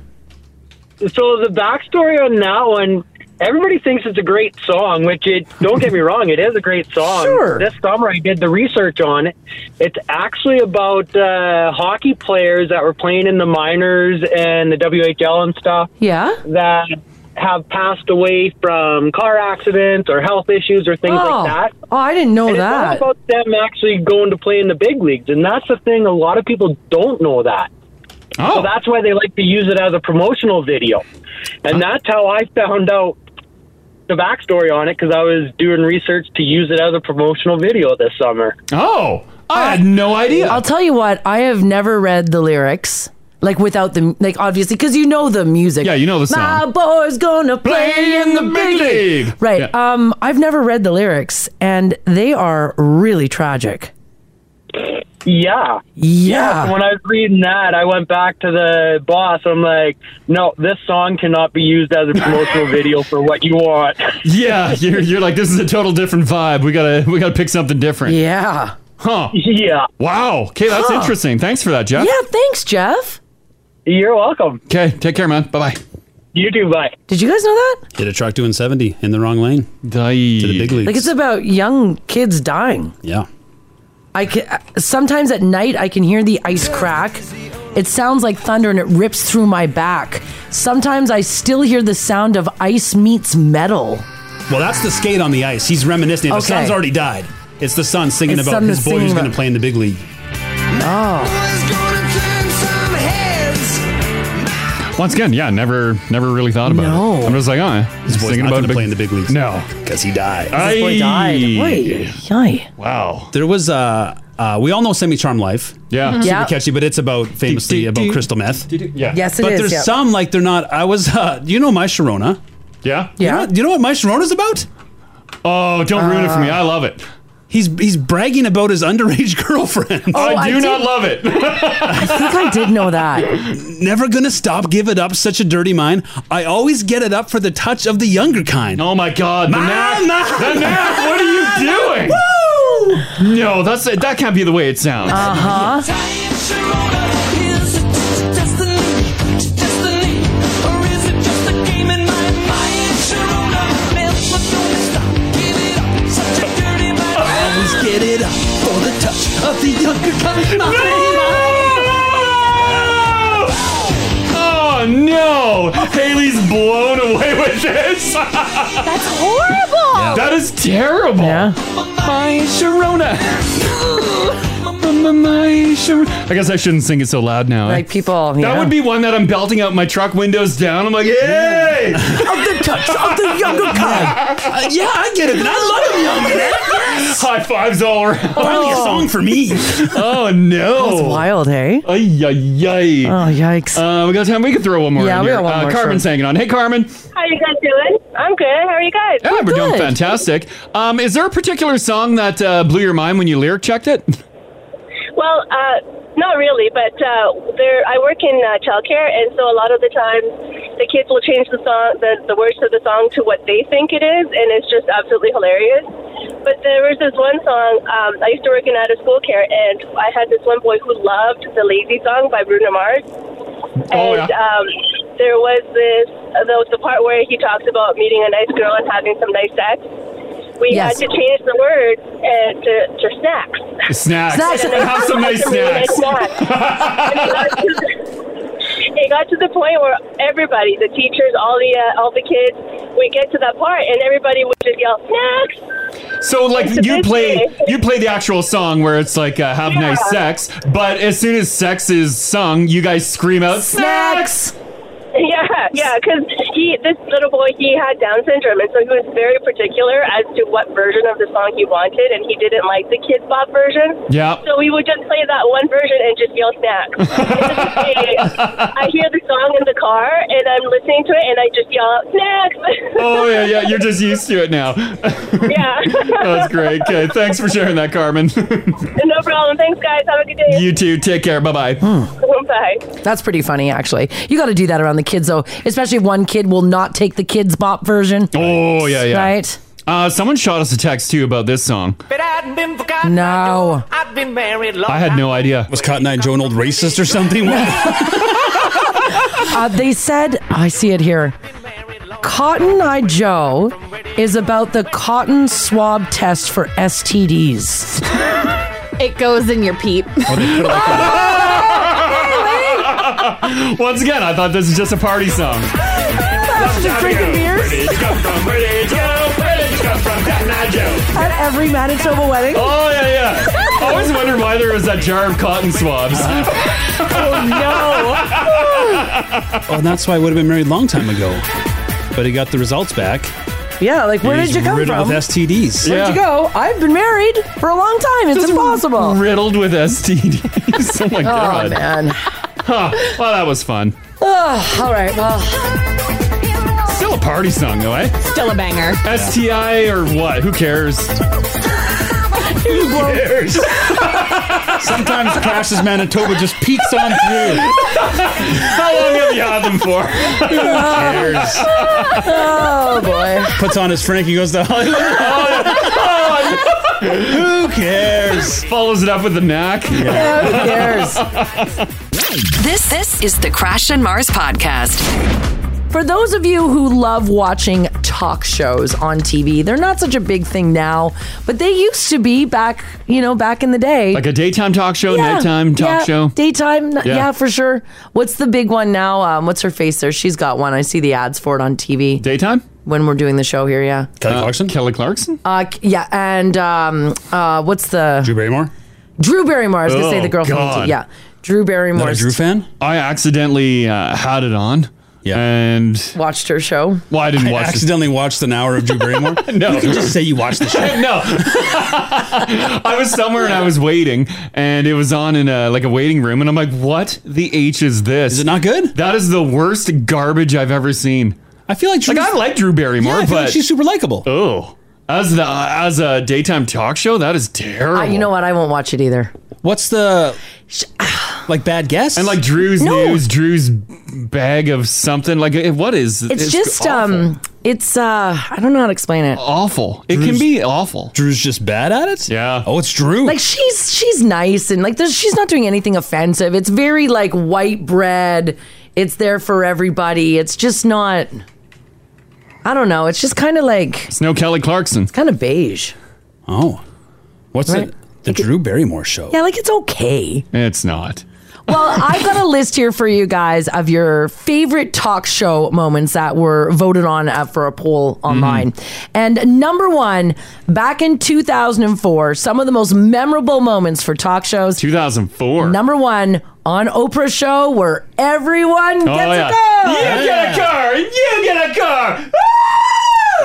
[SPEAKER 19] So the backstory on that one, everybody thinks it's a great song, which it don't get me wrong, it is a great song. Sure. This summer I did the research on it. It's actually about uh, hockey players that were playing in the minors and the WHL and stuff.
[SPEAKER 2] Yeah.
[SPEAKER 19] That have passed away from car accidents or health issues or things
[SPEAKER 2] Oh.
[SPEAKER 19] like that.
[SPEAKER 2] Oh, I didn't know
[SPEAKER 19] And it's all
[SPEAKER 2] that.
[SPEAKER 19] about them actually going to play in the big leagues, and that's the thing. A lot of people don't know that.
[SPEAKER 3] Oh.
[SPEAKER 19] So that's why they like to use it as a promotional video, and that's how I found out the backstory on it because I was doing research to use it as a promotional video this summer.
[SPEAKER 3] Oh, I had no idea.
[SPEAKER 2] I'll tell you what, I have never read the lyrics. Like without the like, obviously, because you know the music. Yeah, you know
[SPEAKER 3] the
[SPEAKER 2] My boy's gonna play, in the big league. Right. Um, I've never read the lyrics, and they are really tragic.
[SPEAKER 19] Yeah.
[SPEAKER 2] Yeah.
[SPEAKER 19] When I was reading that, I went back to the boss. I'm like, no, this song cannot be used as a promotional video for what you want.
[SPEAKER 3] Yeah, you're, you're like this is a total different vibe. We gotta we gotta pick something different.
[SPEAKER 2] Yeah.
[SPEAKER 3] Huh.
[SPEAKER 19] Yeah.
[SPEAKER 3] Wow. Okay, that's
[SPEAKER 2] Huh.
[SPEAKER 3] interesting. Thanks for that, Jeff.
[SPEAKER 2] Yeah. Thanks, Jeff.
[SPEAKER 19] You're welcome.
[SPEAKER 3] Okay. Take care, man. Bye bye.
[SPEAKER 19] You too. Bye.
[SPEAKER 2] Did you guys know that?
[SPEAKER 6] Hit a truck doing 70 in the wrong lane.
[SPEAKER 3] To
[SPEAKER 6] the big leagues.
[SPEAKER 2] Like it's about young kids dying.
[SPEAKER 6] yeah.
[SPEAKER 2] I can, sometimes at night I can hear the ice crack. It sounds like thunder and it rips through my back. Sometimes I still hear the sound of ice meets metal.
[SPEAKER 6] Well, that's the skate on the ice. He's reminiscing. The
[SPEAKER 2] Okay.
[SPEAKER 6] son's already died. It's the son singing
[SPEAKER 2] It's
[SPEAKER 6] about
[SPEAKER 2] son
[SPEAKER 6] his boy
[SPEAKER 2] singing
[SPEAKER 6] who's going
[SPEAKER 2] about- Oh.
[SPEAKER 6] to play in the big league.
[SPEAKER 3] Once again, yeah, never never really thought about it. I'm just like, oh, his
[SPEAKER 6] boy's
[SPEAKER 3] thinking
[SPEAKER 6] not
[SPEAKER 3] about
[SPEAKER 6] gonna play in the
[SPEAKER 3] big leagues. No,
[SPEAKER 6] because he died.
[SPEAKER 3] Aye.
[SPEAKER 6] This boy died.
[SPEAKER 3] Aye.
[SPEAKER 6] Wow. There was Uh, uh, we all know Semi Charm Life.
[SPEAKER 3] Yeah.
[SPEAKER 2] Mhm.
[SPEAKER 6] Super
[SPEAKER 2] Yeah.
[SPEAKER 6] catchy, but it's about famously about crystal meth.
[SPEAKER 3] Yeah.
[SPEAKER 2] Yes, it
[SPEAKER 6] but
[SPEAKER 2] is,
[SPEAKER 6] there's
[SPEAKER 2] yeah.
[SPEAKER 6] some like they're not. I was, uh, you know, My Sharona.
[SPEAKER 3] Yeah.
[SPEAKER 6] You know, what- you know what My Sharona's about?
[SPEAKER 3] Oh, don't ruin it for me.
[SPEAKER 2] Uh.
[SPEAKER 3] I love it.
[SPEAKER 6] He's he's bragging about his underage girlfriend.
[SPEAKER 2] Oh,
[SPEAKER 3] I do not love it.
[SPEAKER 6] I
[SPEAKER 2] think I did know that.
[SPEAKER 6] Never gonna stop, give it up, such a dirty mind. I always get it up for the touch of the younger kind.
[SPEAKER 3] Oh my god, the nap, the nap, what are you doing? Woo! No, that's it. That can't be the way it sounds. Uh-huh.
[SPEAKER 2] Uh
[SPEAKER 4] huh.
[SPEAKER 6] Always get it up for the touch of the younger kind.
[SPEAKER 4] No!
[SPEAKER 3] Oh no! Haley's blown away with this.
[SPEAKER 4] That's horrible.
[SPEAKER 3] That is terrible. Yeah. My Sharona. My Sharona. I guess I shouldn't sing it so loud now. eh?
[SPEAKER 2] Like people,
[SPEAKER 3] That
[SPEAKER 2] yeah.
[SPEAKER 3] would be one that I'm belting out my truck windows down. I'm like, yay!
[SPEAKER 2] Of the touch of the younger kind.
[SPEAKER 6] Uh, yeah, I get it, and I love him young, man.
[SPEAKER 3] High fives all around.
[SPEAKER 6] Finally, a song for me.
[SPEAKER 3] oh no!
[SPEAKER 6] That's
[SPEAKER 2] wild, hey?
[SPEAKER 3] Ay yay yay!
[SPEAKER 2] Oh yikes!
[SPEAKER 3] Uh, we got time. We can throw one more.
[SPEAKER 2] Yeah,
[SPEAKER 3] in
[SPEAKER 2] we
[SPEAKER 3] here.
[SPEAKER 2] got one
[SPEAKER 3] uh,
[SPEAKER 2] more,
[SPEAKER 3] Carmen's
[SPEAKER 2] sure.
[SPEAKER 3] hanging on. Hey, Carmen.
[SPEAKER 20] How you guys doing? I'm good. How are you guys?
[SPEAKER 3] Yeah, we're doing fantastic. Um, is there a particular song that uh, blew your mind when you lyric checked it?
[SPEAKER 20] Well, uh, not really, but uh, there. I work in uh, childcare, and so a lot of the times the kids will change the song, the, the words to the song to what they think it is, and it's just absolutely hilarious. But there was this one song um, I used to work in out of school care, and I had this one boy who loved the Lazy Song by Bruno Mars.
[SPEAKER 4] Oh,
[SPEAKER 20] and
[SPEAKER 4] yeah.
[SPEAKER 20] um, there was this there was the part where he talks about meeting a nice girl and having some nice sex. We
[SPEAKER 4] Yes.
[SPEAKER 20] had to change the words and to, to snacks.
[SPEAKER 3] Snacks.
[SPEAKER 4] Snacks.
[SPEAKER 3] Have some nice snacks.
[SPEAKER 20] it got to the point where everybody, the teachers, all the uh, all the kids, we get to that part, and everybody would just yell snacks.
[SPEAKER 3] So like
[SPEAKER 20] It's a
[SPEAKER 3] you
[SPEAKER 20] big
[SPEAKER 3] play
[SPEAKER 20] day.
[SPEAKER 3] you play the actual song where it's like uh, have nice sex, but as soon as sex is sung, you guys scream out
[SPEAKER 2] snacks.
[SPEAKER 20] Yeah, yeah, because he, this little boy, he had Down syndrome, and so he was very particular as to what version of the song he wanted, and he didn't like the Kids Bop version.
[SPEAKER 4] Yep.
[SPEAKER 20] So we would just play that one version and just yell snacks. And to this day, I hear the song in the car, and I'm listening to it, and I just yell out, snacks.
[SPEAKER 3] Oh yeah, yeah, you're just used to it now.
[SPEAKER 20] yeah.
[SPEAKER 3] That's great. Okay, thanks for sharing that, Carmen.
[SPEAKER 20] no problem. Thanks, guys. Have a good day.
[SPEAKER 3] you too. Take care. Bye bye.
[SPEAKER 20] Bye. outside.
[SPEAKER 2] That's pretty funny, actually. You got to do that around the kids, though, especially if one kid will not take the kids' bop version.
[SPEAKER 3] Oh yeah, yeah.
[SPEAKER 2] Right?
[SPEAKER 3] Uh, someone shot us a text too about this song.
[SPEAKER 2] No.
[SPEAKER 21] I've been married long
[SPEAKER 3] I had no idea.
[SPEAKER 6] Was Cotton Eye Joe an old racist or something?
[SPEAKER 2] uh, they said, I see it here. Cotton Eye Joe is about the cotton swab test for STDs.
[SPEAKER 5] It goes in your
[SPEAKER 3] Oh,
[SPEAKER 5] peep.
[SPEAKER 3] Once again, I thought this was just a party song.
[SPEAKER 2] At every Manitoba wedding.
[SPEAKER 3] Oh yeah, yeah. I always wondered why there was that jar of cotton swabs.
[SPEAKER 2] oh
[SPEAKER 6] Well, that's why I would have been married a long time ago. But he got the results back.
[SPEAKER 2] Yeah, like where
[SPEAKER 6] And
[SPEAKER 2] did
[SPEAKER 6] he's
[SPEAKER 2] you come
[SPEAKER 6] riddled
[SPEAKER 2] from?
[SPEAKER 6] With STDs.
[SPEAKER 2] Where'd you go? I've been married for a long time. It's impossible.
[SPEAKER 3] Riddled with STDs. oh my god.
[SPEAKER 2] man.
[SPEAKER 3] Huh. Well, that was fun.
[SPEAKER 2] Ugh, all right, well,
[SPEAKER 3] Still a party song, though, eh?
[SPEAKER 5] Still a banger.
[SPEAKER 3] STI or what? Who cares? Who cares?
[SPEAKER 6] Sometimes Crash's Manitoba just peeks on through.
[SPEAKER 3] How long have you had them for?
[SPEAKER 2] oh boy.
[SPEAKER 6] Puts on his Frankie goes to Hollywood.
[SPEAKER 3] Oh,
[SPEAKER 6] Who cares?
[SPEAKER 3] Follows it up with the knack.
[SPEAKER 1] Yeah, who cares?
[SPEAKER 2] This
[SPEAKER 1] This is the Crash and Mars Podcast.
[SPEAKER 2] For those of you who love watching talk shows on TV, they're not such a big thing now, but they used to be back, you know, back in the day.
[SPEAKER 3] Like a daytime talk show, nighttime talk
[SPEAKER 2] yeah,
[SPEAKER 3] show.
[SPEAKER 2] Daytime, n-
[SPEAKER 3] Yeah.
[SPEAKER 2] yeah. for sure. What's the big one now? Um, what's her face there? She's got one. I see the ads for it on TV.
[SPEAKER 3] Daytime? Uh,
[SPEAKER 2] When we're doing the show here, yeah.
[SPEAKER 6] Kelly Clarkson?
[SPEAKER 3] Kelly Clarkson?
[SPEAKER 2] Uh, k- yeah, and um, uh, what's the. Drew
[SPEAKER 6] Barrymore?
[SPEAKER 2] Drew Barrymore. I was going to say
[SPEAKER 3] Oh,
[SPEAKER 2] the girl from
[SPEAKER 3] God.
[SPEAKER 2] the Yeah. Drew Barrymore.
[SPEAKER 6] fan?
[SPEAKER 3] I accidentally uh, had it on. Yeah. And
[SPEAKER 2] watched her show.
[SPEAKER 3] Well, I didn't
[SPEAKER 6] I
[SPEAKER 3] watch it.
[SPEAKER 6] accidentally watched an hour of Drew Barrymore.
[SPEAKER 3] No.
[SPEAKER 6] You can just say you watched the show.
[SPEAKER 3] no. I was somewhere and I was waiting, and it was on in a like a waiting room, and I'm like, "What the h is this? Is it
[SPEAKER 6] not good?
[SPEAKER 3] That is the worst garbage I've ever seen."
[SPEAKER 6] I feel like
[SPEAKER 3] like I like Drew Barrymore,
[SPEAKER 6] Yeah, I
[SPEAKER 3] but
[SPEAKER 6] feel like she's super likable.
[SPEAKER 3] Oh, as the as a daytime talk show, that is terrible.
[SPEAKER 2] Uh, you know what? I won't watch it either.
[SPEAKER 6] What's the like bad guess?
[SPEAKER 3] And like Drew's news, Drew's bag of something. Like, eh, what is?
[SPEAKER 2] It's, just um, it's uh, I don't know how to explain it.
[SPEAKER 3] Awful. It can be awful.
[SPEAKER 6] Drew's just bad at it?
[SPEAKER 3] Yeah.
[SPEAKER 6] Oh, it's Drew.
[SPEAKER 2] Like she's she's nice and like there's, she's not doing anything offensive. It's very like white bread. It's there for everybody. It's just not. I don't know. It's just kind of like
[SPEAKER 3] it's no Kelly Clarkson. It's
[SPEAKER 2] kind of beige.
[SPEAKER 6] Oh. What's
[SPEAKER 2] Right.
[SPEAKER 6] it? The Drew Barrymore show.
[SPEAKER 2] Yeah, like it's okay.
[SPEAKER 3] It's not.
[SPEAKER 2] Well, I've got a list here for you guys of your favorite talk show moments that were voted on uh, for a poll
[SPEAKER 3] Mm-hmm.
[SPEAKER 2] online. And number one, back in 2004, some of the most memorable moments for talk shows.
[SPEAKER 3] 2004.
[SPEAKER 2] Number one, on Oprah's show where everyone gets
[SPEAKER 3] Oh, yeah.
[SPEAKER 2] a car.
[SPEAKER 3] You get a car. You get a car.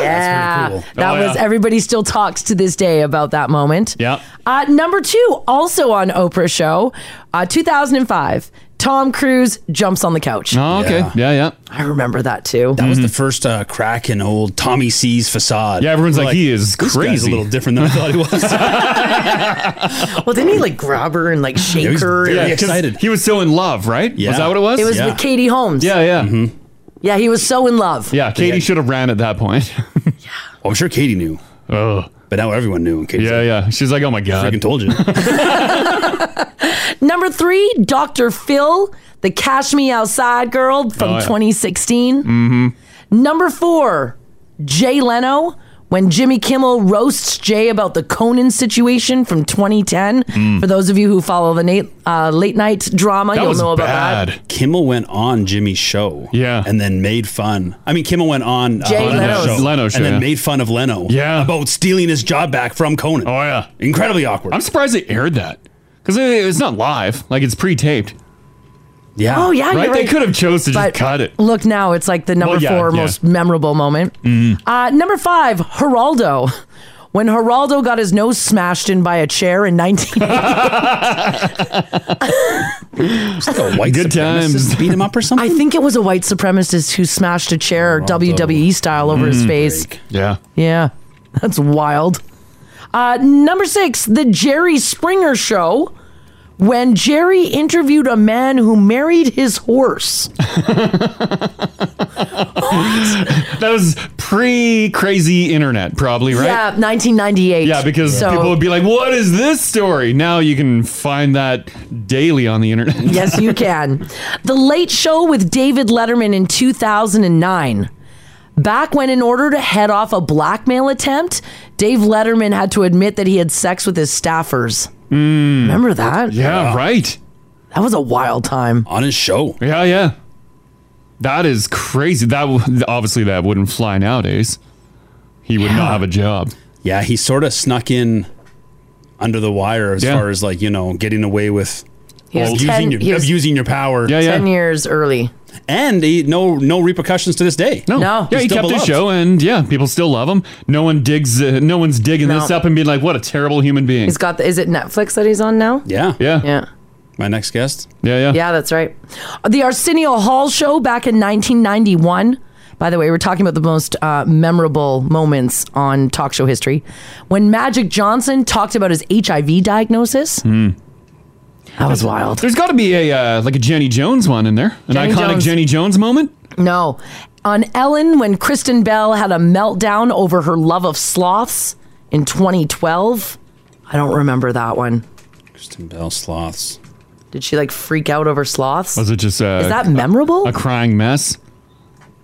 [SPEAKER 2] Yeah,
[SPEAKER 3] cool.
[SPEAKER 2] that
[SPEAKER 3] Oh,
[SPEAKER 2] was
[SPEAKER 3] yeah.
[SPEAKER 2] everybody still talks to this day about that moment.
[SPEAKER 3] Yeah.
[SPEAKER 2] Uh, number two, also on Oprah show, uh, 2005. Tom Cruise jumps on the couch.
[SPEAKER 3] Oh, okay. Yeah, yeah.
[SPEAKER 2] I remember that too.
[SPEAKER 6] That was the first uh, crack in old Tommy C's facade.
[SPEAKER 3] Yeah, everyone's
[SPEAKER 6] We're
[SPEAKER 3] like, "He
[SPEAKER 6] this
[SPEAKER 3] is
[SPEAKER 6] guy's
[SPEAKER 3] crazy."
[SPEAKER 6] a little different than I thought he was.
[SPEAKER 2] Well, didn't he like grab her and like shake her? and-
[SPEAKER 3] Yeah, 'cause He was so in love, right? Was that what it was?
[SPEAKER 2] It was with Katie Holmes.
[SPEAKER 3] Yeah, yeah.
[SPEAKER 6] Mm-hmm.
[SPEAKER 2] Yeah, he was so in love.
[SPEAKER 3] Yeah, Katie should have ran at that point. yeah.
[SPEAKER 6] I'm sure Katie knew.
[SPEAKER 3] Oh.
[SPEAKER 6] But now everyone knew. And Katie's
[SPEAKER 3] yeah, yeah. She's like, oh my God.
[SPEAKER 6] freaking told you.
[SPEAKER 2] Number three, Dr. Phil, the Cash Me Outside girl from
[SPEAKER 6] Oh, yeah.
[SPEAKER 2] 2016.
[SPEAKER 6] mm-hmm.
[SPEAKER 2] Number four, Jay Leno. When Jimmy Kimmel roasts Jay about the Conan situation from 2010,
[SPEAKER 3] Hmm.
[SPEAKER 6] Mm.
[SPEAKER 2] for those of you who follow the Nate, uh, late night drama, you'll know about that.
[SPEAKER 6] Kimmel went on Jimmy's show. Yeah. And then made fun. I mean, Kimmel went on uh,
[SPEAKER 2] Jay
[SPEAKER 6] on
[SPEAKER 2] Leno's.
[SPEAKER 3] Leno's show,
[SPEAKER 6] And then
[SPEAKER 3] yeah.
[SPEAKER 6] made fun of Leno.
[SPEAKER 3] Yeah.
[SPEAKER 6] About stealing his job back from Conan.
[SPEAKER 3] Oh, yeah.
[SPEAKER 6] Incredibly awkward.
[SPEAKER 3] I'm surprised they aired that because it's not live. Like, it's pre taped.
[SPEAKER 6] Yeah.
[SPEAKER 2] Oh, yeah,
[SPEAKER 3] Right?
[SPEAKER 2] you're
[SPEAKER 3] They
[SPEAKER 2] right.
[SPEAKER 3] could have chose to just
[SPEAKER 2] But-
[SPEAKER 3] cut it.
[SPEAKER 2] Look now, it's like the number
[SPEAKER 3] Well, yeah,
[SPEAKER 2] four
[SPEAKER 3] yeah.
[SPEAKER 2] most memorable moment.
[SPEAKER 6] Mm-hmm.
[SPEAKER 2] Uh, number five, Geraldo. When Geraldo got his nose smashed in by a chair in 19.
[SPEAKER 6] white
[SPEAKER 3] Good times.
[SPEAKER 6] Beat him up or something?
[SPEAKER 2] I think it was a white supremacist who smashed a chair WWE style over his
[SPEAKER 6] Mm-hmm.
[SPEAKER 3] Mm.
[SPEAKER 4] Hmm,
[SPEAKER 2] face.
[SPEAKER 3] Yeah.
[SPEAKER 2] Yeah, that's wild. Uh, number six, the Jerry Springer Show,
[SPEAKER 13] when Jerry interviewed a man who married his horse.
[SPEAKER 3] that was pre crazy internet, probably, right?
[SPEAKER 13] Yeah, 1998.
[SPEAKER 3] Yeah, because
[SPEAKER 13] So-
[SPEAKER 3] people would be like, "What is this story?" Now you can find that daily on the internet.
[SPEAKER 13] yes, you can.
[SPEAKER 2] The Late Show with David Letterman in 2009. Back when, in order to head off a blackmail attempt, Dave Letterman had to admit that he had sex with his staffers. Remember that?
[SPEAKER 3] Mm. Hmm. Yeah, right.
[SPEAKER 2] That was a wild time
[SPEAKER 6] on his show.
[SPEAKER 3] Yeah, yeah. That is crazy. That w- obviously that wouldn't fly nowadays. He would not have a job.
[SPEAKER 6] Yeah, he sort of snuck in under the wire as far as like you know getting away with
[SPEAKER 2] He was
[SPEAKER 6] abusing,
[SPEAKER 2] 10
[SPEAKER 6] your,
[SPEAKER 2] he was
[SPEAKER 6] abusing your power.
[SPEAKER 2] Yeah, yeah. 10 years early,
[SPEAKER 6] and he, no no repercussions to this day.
[SPEAKER 3] No,
[SPEAKER 2] Oh.
[SPEAKER 3] yeah, he
[SPEAKER 6] He's
[SPEAKER 3] kept
[SPEAKER 6] still
[SPEAKER 3] his
[SPEAKER 6] beloved.
[SPEAKER 3] show, and yeah, people still love him. No one digs. Uh, no one's digging
[SPEAKER 2] No.
[SPEAKER 3] this up and being like, "What a terrible human being."
[SPEAKER 2] He's got the. Is it Netflix that he's on now?
[SPEAKER 6] Yeah,
[SPEAKER 3] yeah,
[SPEAKER 2] yeah.
[SPEAKER 6] My next guest.
[SPEAKER 3] Yeah, yeah.
[SPEAKER 2] Yeah, that's right. The Arsenio Hall show back in 1991. By the way, we're talking about the most uh, memorable moments on talk show history. When Magic Johnson talked about his HIV diagnosis.
[SPEAKER 3] Hmm.
[SPEAKER 2] That was wild.
[SPEAKER 3] There's got to be a uh, like a Jenny Jones one in there, an
[SPEAKER 2] Jenny
[SPEAKER 3] iconic
[SPEAKER 2] Jones.
[SPEAKER 3] Jenny Jones moment.
[SPEAKER 2] No. On Ellen, when Kristen Bell had a meltdown over her love of sloths in 2012. I don't remember that one.
[SPEAKER 6] Kristen Bell sloths.
[SPEAKER 2] Did she like freak out over sloths?
[SPEAKER 3] Was it just uh,
[SPEAKER 2] Is that
[SPEAKER 3] a-
[SPEAKER 2] memorable?
[SPEAKER 3] A, crying mess.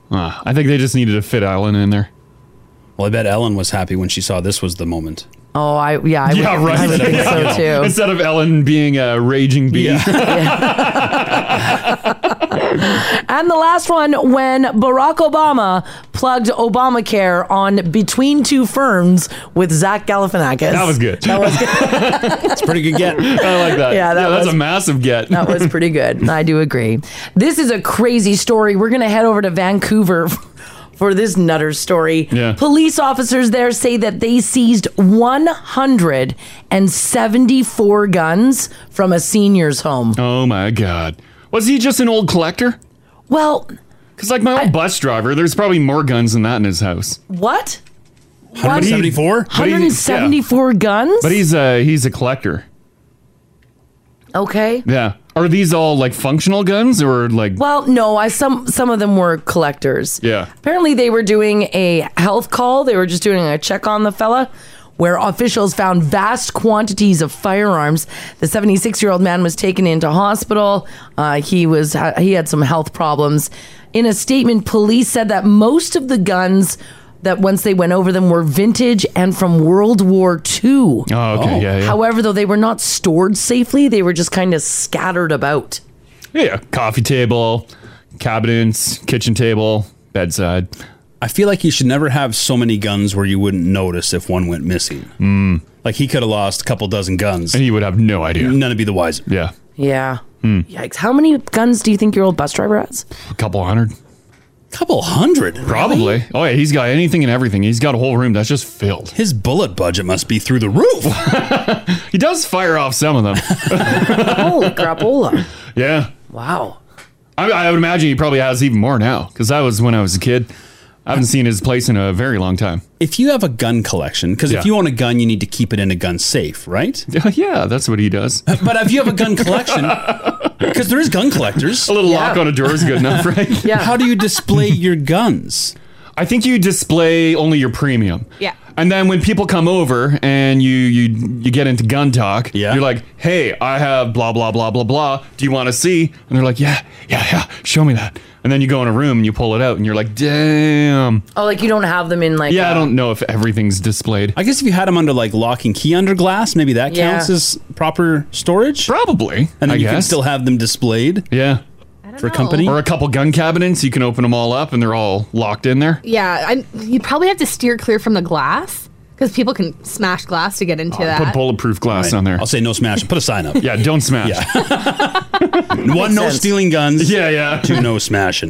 [SPEAKER 3] Uh, I think they just needed to fit Ellen in there.
[SPEAKER 6] Well, I bet Ellen was happy when she saw this was the moment.
[SPEAKER 2] Oh, I yeah, I would-
[SPEAKER 3] yeah, right.
[SPEAKER 2] I would think
[SPEAKER 3] Yeah.
[SPEAKER 2] so too.
[SPEAKER 3] Instead of Ellen being a raging bee.
[SPEAKER 2] And the last one when Barack Obama plugged Obamacare on Between Two Ferns with Zach Galifianakis.
[SPEAKER 3] That was good.
[SPEAKER 2] That was
[SPEAKER 6] That's pretty good get.
[SPEAKER 3] I like that.
[SPEAKER 2] Yeah, that
[SPEAKER 3] that's
[SPEAKER 2] was-
[SPEAKER 3] a massive get.
[SPEAKER 2] That was pretty good. I do agree. This is a crazy story. We're going to head over to Vancouver for this nutter story.
[SPEAKER 4] Yeah.
[SPEAKER 2] Police officers there say that they seized 174 guns from a senior's home.
[SPEAKER 3] Oh my god. Was he just an old collector?
[SPEAKER 2] Well,
[SPEAKER 3] because like my old bus driver, there's probably more guns than that in his house.
[SPEAKER 2] What?
[SPEAKER 3] But he- but he- yeah.
[SPEAKER 2] 174 guns?
[SPEAKER 3] But he's a he's a collector.
[SPEAKER 2] Okay.
[SPEAKER 3] Yeah. Are these all like functional guns or like?
[SPEAKER 2] Well, no, I some some of them were collectors.
[SPEAKER 3] Yeah.
[SPEAKER 2] Apparently, they were doing a health call. They were just doing a check on the fella, where officials found vast quantities of firearms. The 76 year old man was taken into hospital. Uh, he was ha- he had some health problems. In a statement, police said that most of the guns that once they went over them were vintage and from World War II.
[SPEAKER 3] Oh, okay, yeah, yeah.
[SPEAKER 2] However, though they were not stored safely, they were just kind of scattered about.
[SPEAKER 3] Yeah, coffee table, cabinets, kitchen table, bedside.
[SPEAKER 6] I feel like you should never have so many guns where you wouldn't notice if one went missing. Mm. Like he could have lost a couple dozen guns, and
[SPEAKER 3] he would have no idea.
[SPEAKER 6] None would be the wiser.
[SPEAKER 3] Yeah, Hmm.
[SPEAKER 2] Yeah. Yikes. How many guns do you think your old bus driver has?
[SPEAKER 3] a couple hundred.
[SPEAKER 6] Couple hundred,
[SPEAKER 3] probably. Oh yeah, he's got anything and everything. He's got a whole room that's just filled.
[SPEAKER 6] His bullet budget must be through the roof.
[SPEAKER 3] he does fire off some of them.
[SPEAKER 2] Holy crapola.
[SPEAKER 3] Yeah.
[SPEAKER 2] Wow.
[SPEAKER 3] I, I would imagine he probably has even more now because that was when I was a kid. I haven't seen his place in a very long time.
[SPEAKER 6] If you have a gun collection, because if you own a gun, you need to keep it in a gun safe, right?
[SPEAKER 3] Yeah, that's what he does.
[SPEAKER 6] But if you have a gun collection, because there is gun collectors, a
[SPEAKER 3] little lock on a door is good enough, right?
[SPEAKER 6] Yeah. How do you display your guns?
[SPEAKER 3] I think you display only your premium.
[SPEAKER 5] Yeah.
[SPEAKER 3] And then when people come over and you you you get into gun talk, yeah. you're like, "Hey, I have blah blah blah blah blah. Do you want to see?" And they're like, "Yeah, yeah, yeah. Show me that." And then you go in a room and you pull it out and you're like, "Damn."
[SPEAKER 2] Oh, like you don't have them in like.
[SPEAKER 3] yeah, I don't know if everything's displayed.
[SPEAKER 6] I guess if you had them under like lock and key under glass, maybe that
[SPEAKER 2] Yeah.
[SPEAKER 6] counts as proper storage.
[SPEAKER 3] Probably.
[SPEAKER 6] And then
[SPEAKER 3] I
[SPEAKER 6] you can
[SPEAKER 3] guess.
[SPEAKER 6] still have them displayed.
[SPEAKER 3] Yeah.
[SPEAKER 6] For a company
[SPEAKER 3] or a couple gun cabinets, you can open them all up and they're all locked in there.
[SPEAKER 5] Yeah, I, you probably have to steer clear from the glass because people can smash glass to get into
[SPEAKER 3] Oh, Put
[SPEAKER 5] that.
[SPEAKER 3] bulletproof glass
[SPEAKER 6] Right.
[SPEAKER 3] on there. I'll
[SPEAKER 6] say no smash. Put a sign up.
[SPEAKER 3] yeah, don't smash.
[SPEAKER 6] One, no
[SPEAKER 3] sense.
[SPEAKER 6] stealing guns.
[SPEAKER 3] Yeah, yeah.
[SPEAKER 6] Two, no smashing.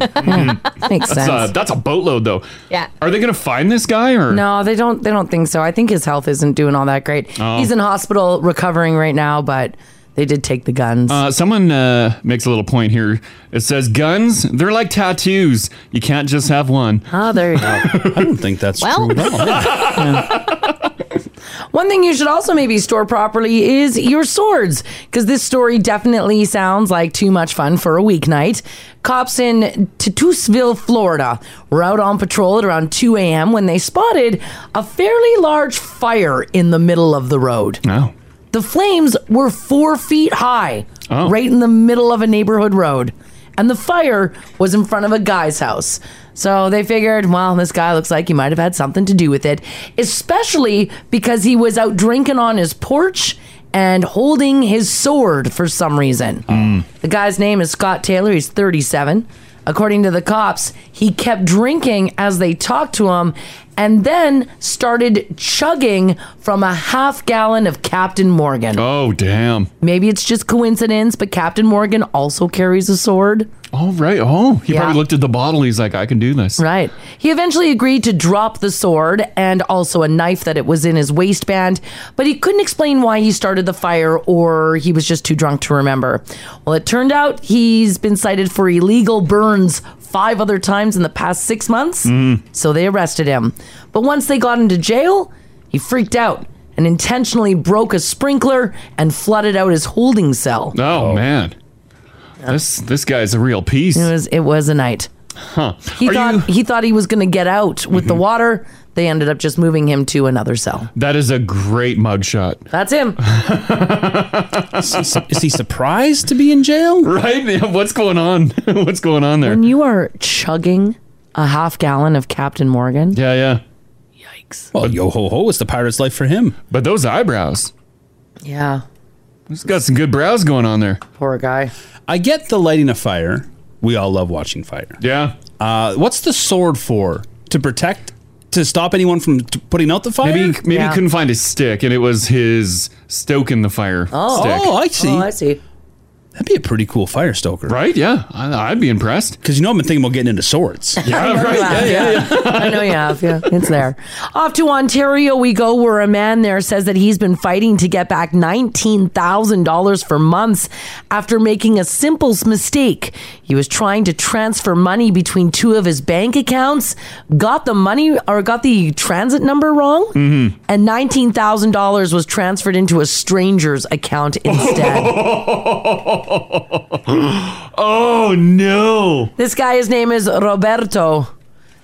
[SPEAKER 2] Makes
[SPEAKER 3] that's
[SPEAKER 2] sense.
[SPEAKER 3] A, that's a boatload, though.
[SPEAKER 2] Yeah.
[SPEAKER 3] Are they gonna find this guy or
[SPEAKER 2] No, they don't. They don't think so. I think his health isn't doing all that great.
[SPEAKER 3] Oh.
[SPEAKER 2] He's in hospital recovering right now, but they did take the guns.
[SPEAKER 3] Uh, someone uh, makes a little point here. It says guns, they're like tattoos. You can't just have one.
[SPEAKER 2] Ah, there you go.
[SPEAKER 6] I don't think that's
[SPEAKER 2] Well.
[SPEAKER 6] true at all.
[SPEAKER 2] One thing you should also maybe store properly is your swords, because this story definitely sounds like too much fun for a weeknight. Cops in Titusville, Florida, were out on patrol at around 2 a.m. when they spotted a fairly large fire in the middle of the road.
[SPEAKER 3] No.
[SPEAKER 2] The flames were four feet high, right in the middle of a neighborhood road. And the fire was in front of a guy's house. So they figured, well, this guy looks like he might have had something to do with it, especially because he was out drinking on his porch and holding his sword for some reason. The guy's name is Scott Taylor. He's 37. According to the cops, he kept drinking as they talked to him and then started chugging from a half gallon of Captain Morgan.
[SPEAKER 3] Oh, damn.
[SPEAKER 2] Maybe it's just coincidence, but Captain Morgan also carries a sword.
[SPEAKER 3] All right. Oh, He probably looked at the bottle. He's like, I can do this.
[SPEAKER 2] Right. He eventually agreed to drop the sword and also a knife that it was in his waistband, but he couldn't explain why he started the fire or he was just too drunk to remember. Well, it turned out he's been cited for illegal burns five other times in the past six months,
[SPEAKER 3] Mm-hmm.
[SPEAKER 2] so they arrested him. But once they got him to jail, he freaked out and intentionally broke a sprinkler and flooded out his holding cell.
[SPEAKER 3] Oh, man. This this guy's a real piece. It
[SPEAKER 2] was it was a night.
[SPEAKER 3] Huh.
[SPEAKER 2] He
[SPEAKER 3] Are you-
[SPEAKER 2] thought he thought he was going to get out with the water. They ended up just moving him to another cell.
[SPEAKER 3] that is a great mugshot.
[SPEAKER 2] That's him.
[SPEAKER 6] is, he, is he surprised to be in jail?
[SPEAKER 3] Right? Yeah, What's going on? What's going on there?
[SPEAKER 2] When you are chugging a half gallon of Captain Morgan,
[SPEAKER 3] yeah, yeah,
[SPEAKER 6] Well, yo ho ho, it's the pirate's life for him.
[SPEAKER 3] But those eyebrows.
[SPEAKER 2] yeah.
[SPEAKER 3] He's got some good brows going on there.
[SPEAKER 2] Poor guy.
[SPEAKER 6] I get the lighting of fire. We all love watching fire.
[SPEAKER 3] Yeah.
[SPEAKER 6] Uh, what's the sword for? To protect? To stop anyone from t- putting out the fire?
[SPEAKER 3] Maybe maybe he couldn't find his stick, and it was his stoke in the fire.
[SPEAKER 6] Oh.
[SPEAKER 3] stick.
[SPEAKER 6] Oh, I see. Oh, I
[SPEAKER 2] see.
[SPEAKER 6] That'd be a pretty cool fire stoker,
[SPEAKER 3] right? Yeah, I, I'd be impressed.
[SPEAKER 6] Because you know I've been thinking about getting into swords.
[SPEAKER 2] I know you have, I know you have. Yeah, it's there. Off to Ontario we go, where a man there says that he's been fighting to get back $19,000 for months after making a simple mistake. He was trying to transfer money between two of his bank accounts, got the money or got the transit number wrong, and $19,000 was transferred into a stranger's account instead.
[SPEAKER 3] Oh no.
[SPEAKER 2] This guy, his name is Roberto.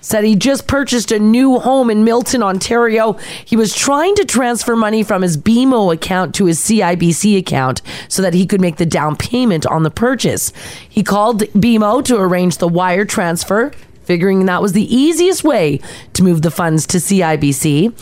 [SPEAKER 2] Said he just purchased a new home in Milton, Ontario. He was trying to transfer money from his BMO account to his CIBC account so that he could make the down payment on the purchase. He called BMO to arrange the wire transfer, figuring that was the easiest way to move the funds to CIBC.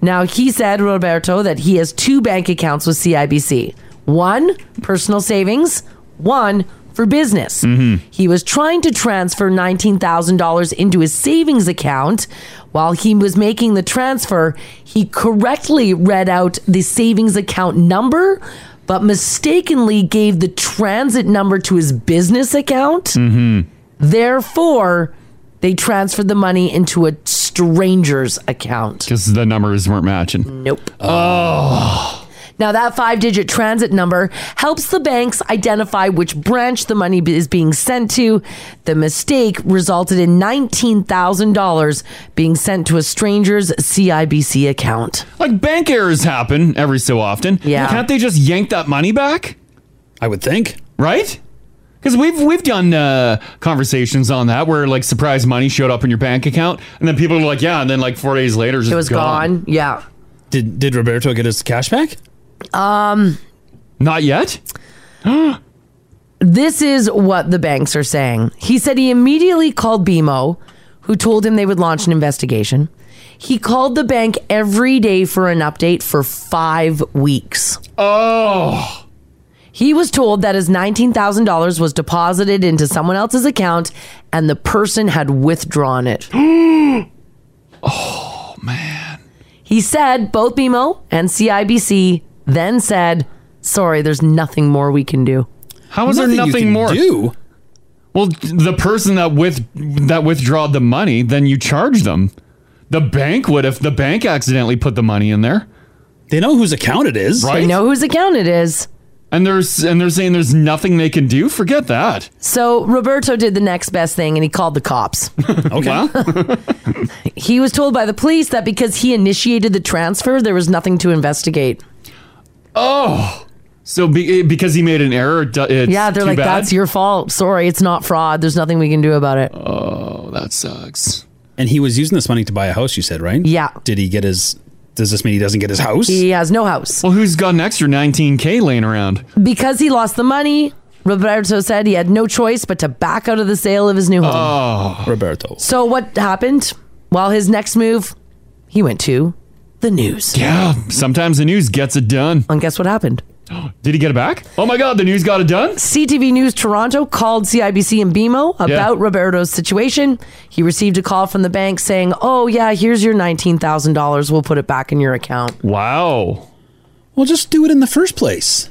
[SPEAKER 2] Now, he said, Roberto, that he has two bank accounts with CIBC one, personal savings, one, for business.
[SPEAKER 3] Mm-hmm.
[SPEAKER 2] He was trying to transfer $19,000 into his savings account. While he was making the transfer, he correctly read out the savings account number, but mistakenly gave the transit number to his business account.
[SPEAKER 3] Mm-hmm.
[SPEAKER 2] Therefore, they transferred the money into a stranger's account.
[SPEAKER 3] Because the numbers weren't matching.
[SPEAKER 2] Nope. Oh. Now, that five digit transit number helps the banks identify which branch the money b- is being sent to. The mistake resulted in $19,000 being sent to a stranger's CIBC account.
[SPEAKER 3] Like bank errors happen every so often. Yeah. Can't they just yank that money back?
[SPEAKER 6] I would think.
[SPEAKER 3] Right? Because we've we've done uh, conversations on that where like surprise money showed up in your bank account, and then people are like, yeah, and then like four days later, just
[SPEAKER 2] It was gone. Yeah.
[SPEAKER 6] Did did Roberto get his cash back?
[SPEAKER 2] Um,
[SPEAKER 3] Not yet.
[SPEAKER 2] this is what the banks are saying. He said he immediately called BMO, who told him they would launch an investigation. He called the bank every day for an update for five weeks.
[SPEAKER 3] Oh.
[SPEAKER 2] He was told that his $19,000 was deposited into someone else's account and the person had withdrawn it.
[SPEAKER 3] Oh,
[SPEAKER 2] He said both BMO and CIBC then said, sorry, there's nothing more we can do.
[SPEAKER 3] How is there nothing more? Well, the person that with that withdrawed the money, then you charge them. The bank would if the bank accidentally put the money in there.
[SPEAKER 6] They know whose account it is,
[SPEAKER 3] right?
[SPEAKER 2] They know whose account it is.
[SPEAKER 3] And there's and they're saying there's nothing they can do. Forget that.
[SPEAKER 2] So Roberto did the next best thing and he called the cops.
[SPEAKER 3] Okay.
[SPEAKER 2] he was told by the police that because he initiated the transfer, there was nothing to investigate.
[SPEAKER 3] Oh, so be, because he made an error. it do- It's
[SPEAKER 2] yeah, they're
[SPEAKER 3] too
[SPEAKER 2] like,
[SPEAKER 3] bad?
[SPEAKER 2] that's your fault. Sorry, it's not fraud. There's nothing we can do about it.
[SPEAKER 3] Oh, that sucks.
[SPEAKER 6] And he was using this money to buy a house, you said, right?
[SPEAKER 2] Yeah.
[SPEAKER 6] Did he get his does this mean he doesn't get his house?
[SPEAKER 2] He has no house.
[SPEAKER 3] Well, who's got an extra 19k laying around?
[SPEAKER 2] Because he lost the money, Roberto said he had no choice but to back out of the sale of his new home.
[SPEAKER 3] Oh,
[SPEAKER 6] Roberto.
[SPEAKER 2] So what happened? Well, his next move, he went to the news.
[SPEAKER 3] Yeah, sometimes the news gets it done.
[SPEAKER 2] And guess what happened?
[SPEAKER 3] Did he get it back? Oh my God, the news got it done.
[SPEAKER 2] CTV News Toronto called CIBC and BMO about
[SPEAKER 3] Yeah.
[SPEAKER 2] Roberto's situation. He received a call from the bank saying, "Oh yeah, here's your nineteen thousand dollars. We'll put it back in your account."
[SPEAKER 3] Wow.
[SPEAKER 6] Well, just do it in the first place.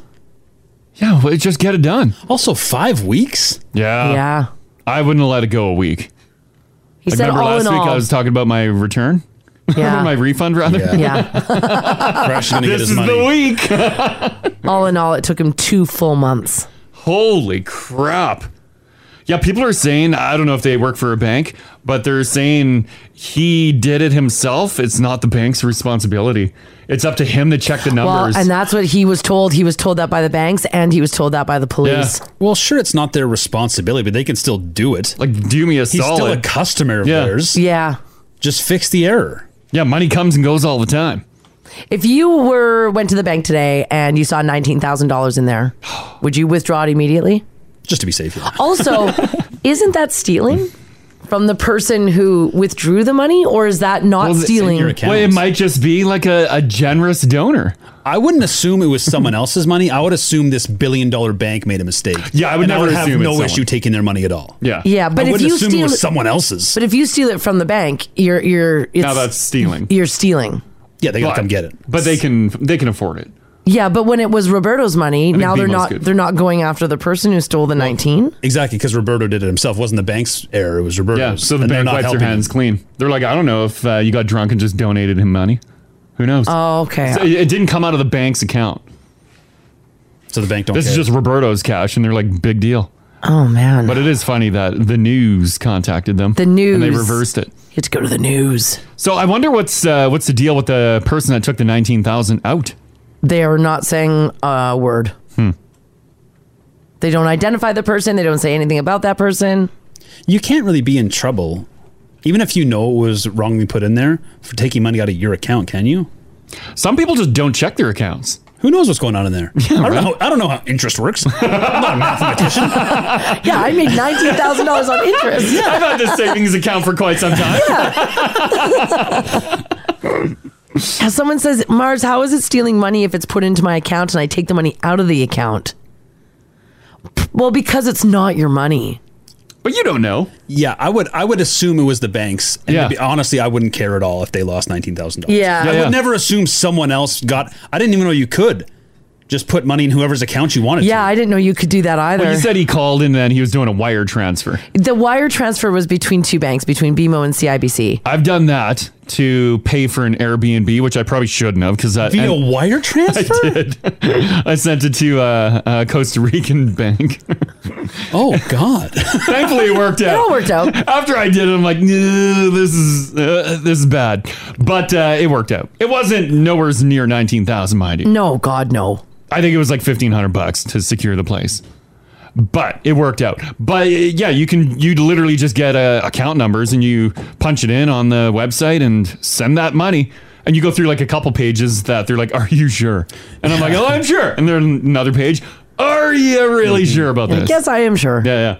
[SPEAKER 3] Yeah, well, just get it done.
[SPEAKER 6] Also, five weeks.
[SPEAKER 3] Yeah.
[SPEAKER 2] Yeah.
[SPEAKER 3] I wouldn't have let it go a week.
[SPEAKER 2] He said,
[SPEAKER 3] remember
[SPEAKER 2] "All
[SPEAKER 3] last
[SPEAKER 2] in
[SPEAKER 3] week
[SPEAKER 2] all."
[SPEAKER 3] I was talking about my return.
[SPEAKER 2] Yeah.
[SPEAKER 3] my refund rather.
[SPEAKER 2] Yeah.
[SPEAKER 6] Crash is gonna get
[SPEAKER 3] This
[SPEAKER 6] his
[SPEAKER 3] is
[SPEAKER 6] money.
[SPEAKER 3] the week.
[SPEAKER 2] all in all, it took him two full months.
[SPEAKER 3] Holy crap. Yeah, people are saying, I don't know if they work for a bank, but they're saying he did it himself. It's not the bank's responsibility. It's up to him to check the numbers.
[SPEAKER 2] Well, and that's what he was told. He was told that by the banks, and he was told that by the police.
[SPEAKER 6] Well, sure, it's not their responsibility, but they can still do it.
[SPEAKER 3] Like, do me a
[SPEAKER 6] He's still a
[SPEAKER 3] solid.
[SPEAKER 6] customer of
[SPEAKER 3] Yeah.
[SPEAKER 6] theirs.
[SPEAKER 2] Yeah.
[SPEAKER 6] Just fix the error.
[SPEAKER 3] Yeah, money comes and goes all the time.
[SPEAKER 2] If you were went to the bank today and you saw nineteen thousand dollars in there, would you withdraw it immediately?
[SPEAKER 6] Just to be safe. Yeah.
[SPEAKER 2] Also, isn't that stealing from the person who withdrew the money, or is that not stealing?
[SPEAKER 3] Well, it might just be like a, a generous donor.
[SPEAKER 6] I wouldn't assume it was someone else's money. I would assume this billion dollar bank made a mistake.
[SPEAKER 3] Yeah, I would
[SPEAKER 6] And
[SPEAKER 3] never
[SPEAKER 6] have
[SPEAKER 3] assume it's
[SPEAKER 6] no
[SPEAKER 3] someone.
[SPEAKER 6] issue taking their money at all.
[SPEAKER 3] Yeah.
[SPEAKER 2] Yeah, but
[SPEAKER 6] I
[SPEAKER 2] if
[SPEAKER 6] wouldn't
[SPEAKER 2] you
[SPEAKER 6] assume
[SPEAKER 2] steal
[SPEAKER 6] it was someone else's.
[SPEAKER 2] But if you steal it from the bank, you're you're it's,
[SPEAKER 3] now that's stealing.
[SPEAKER 2] You're stealing.
[SPEAKER 6] Yeah, they gotta
[SPEAKER 3] But-
[SPEAKER 6] come get it.
[SPEAKER 3] But they can they can afford it.
[SPEAKER 2] Yeah, but when it was Roberto's money,
[SPEAKER 6] think
[SPEAKER 2] now they're
[SPEAKER 6] BMO's
[SPEAKER 2] not
[SPEAKER 6] good.
[SPEAKER 2] they're not going after the person who stole the nineteen.
[SPEAKER 6] Exactly, because Roberto did it himself. It wasn't the bank's error. It was Roberto's.
[SPEAKER 3] Yeah, so the
[SPEAKER 6] and they're
[SPEAKER 3] bank
[SPEAKER 6] not
[SPEAKER 3] wipes their
[SPEAKER 6] helping him.
[SPEAKER 3] hands clean. They're like, I don't know if uh, you got drunk and just donated him money. Who knows?
[SPEAKER 2] Oh, okay.
[SPEAKER 3] So it it didn't come out of the bank's account.
[SPEAKER 6] So the bank don't.
[SPEAKER 3] This
[SPEAKER 6] care.
[SPEAKER 3] is just Roberto's cash, and they're like, big deal.
[SPEAKER 2] Oh man!
[SPEAKER 3] But it is funny that the news contacted them. The and they
[SPEAKER 2] news.
[SPEAKER 3] reversed it.
[SPEAKER 2] You had to go to the news.
[SPEAKER 3] So I wonder what's uh, what's the deal with the person that took the nineteen thousand out.
[SPEAKER 2] They are not saying a word.
[SPEAKER 3] Hmm.
[SPEAKER 2] They don't identify the person. They don't say anything about that person.
[SPEAKER 6] you can't really be in trouble, even if you know it was wrongly put in there for taking money out of your account. Can you?
[SPEAKER 3] Some people just don't check their accounts.
[SPEAKER 6] Who knows what's going on in there? I, don't know how, I don't know how interest works. I'm not a mathematician.
[SPEAKER 2] Yeah, I made nineteen thousand dollars on interest.
[SPEAKER 3] I've had this savings account for quite some time.
[SPEAKER 2] Now, Someone says, Mars, how is it stealing money if it's put into my account and I take the money out of the account? P- Well, because it's not your money.
[SPEAKER 3] But you don't know.
[SPEAKER 6] Yeah, I would. I would assume it was the banks. And
[SPEAKER 3] Yeah.
[SPEAKER 6] to be, honestly, I wouldn't care at all if they lost nineteen thousand dollars.
[SPEAKER 2] Yeah. Yeah,
[SPEAKER 6] I
[SPEAKER 2] yeah.
[SPEAKER 6] would never assume someone else got. I didn't even know you could just put money in whoever's account you wanted.
[SPEAKER 2] Yeah, I didn't know you could do that either.
[SPEAKER 3] Well, you said he called and then he was doing a wire transfer.
[SPEAKER 2] the wire transfer was between two banks, between BMO and CIBC.
[SPEAKER 3] I've done that to pay for an Airbnb, which I probably shouldn't have because that
[SPEAKER 6] Via
[SPEAKER 3] and-
[SPEAKER 6] wire transfer.
[SPEAKER 3] I did. I sent it to uh, uh, Costa Rican bank.
[SPEAKER 6] oh God!
[SPEAKER 3] Thankfully, it worked out. It all
[SPEAKER 2] worked out.
[SPEAKER 3] After I did it, I'm like, "No, this is uh, this is bad, but uh, it worked out. It wasn't nowhere near nineteen thousand, mind you.
[SPEAKER 2] No, God, no.
[SPEAKER 3] I think it was like fifteen hundred bucks to secure the place. But it worked out. But uh, yeah, you can you literally just get uh, account numbers and you punch it in on the website and send that money. And you go through like a couple pages that they're like, "Are you sure?" And I'm like, "Oh, I'm sure." And then another page, "Are you really sure about
[SPEAKER 2] Mm-hmm. I
[SPEAKER 3] this?"
[SPEAKER 2] guess I am sure.
[SPEAKER 3] Yeah,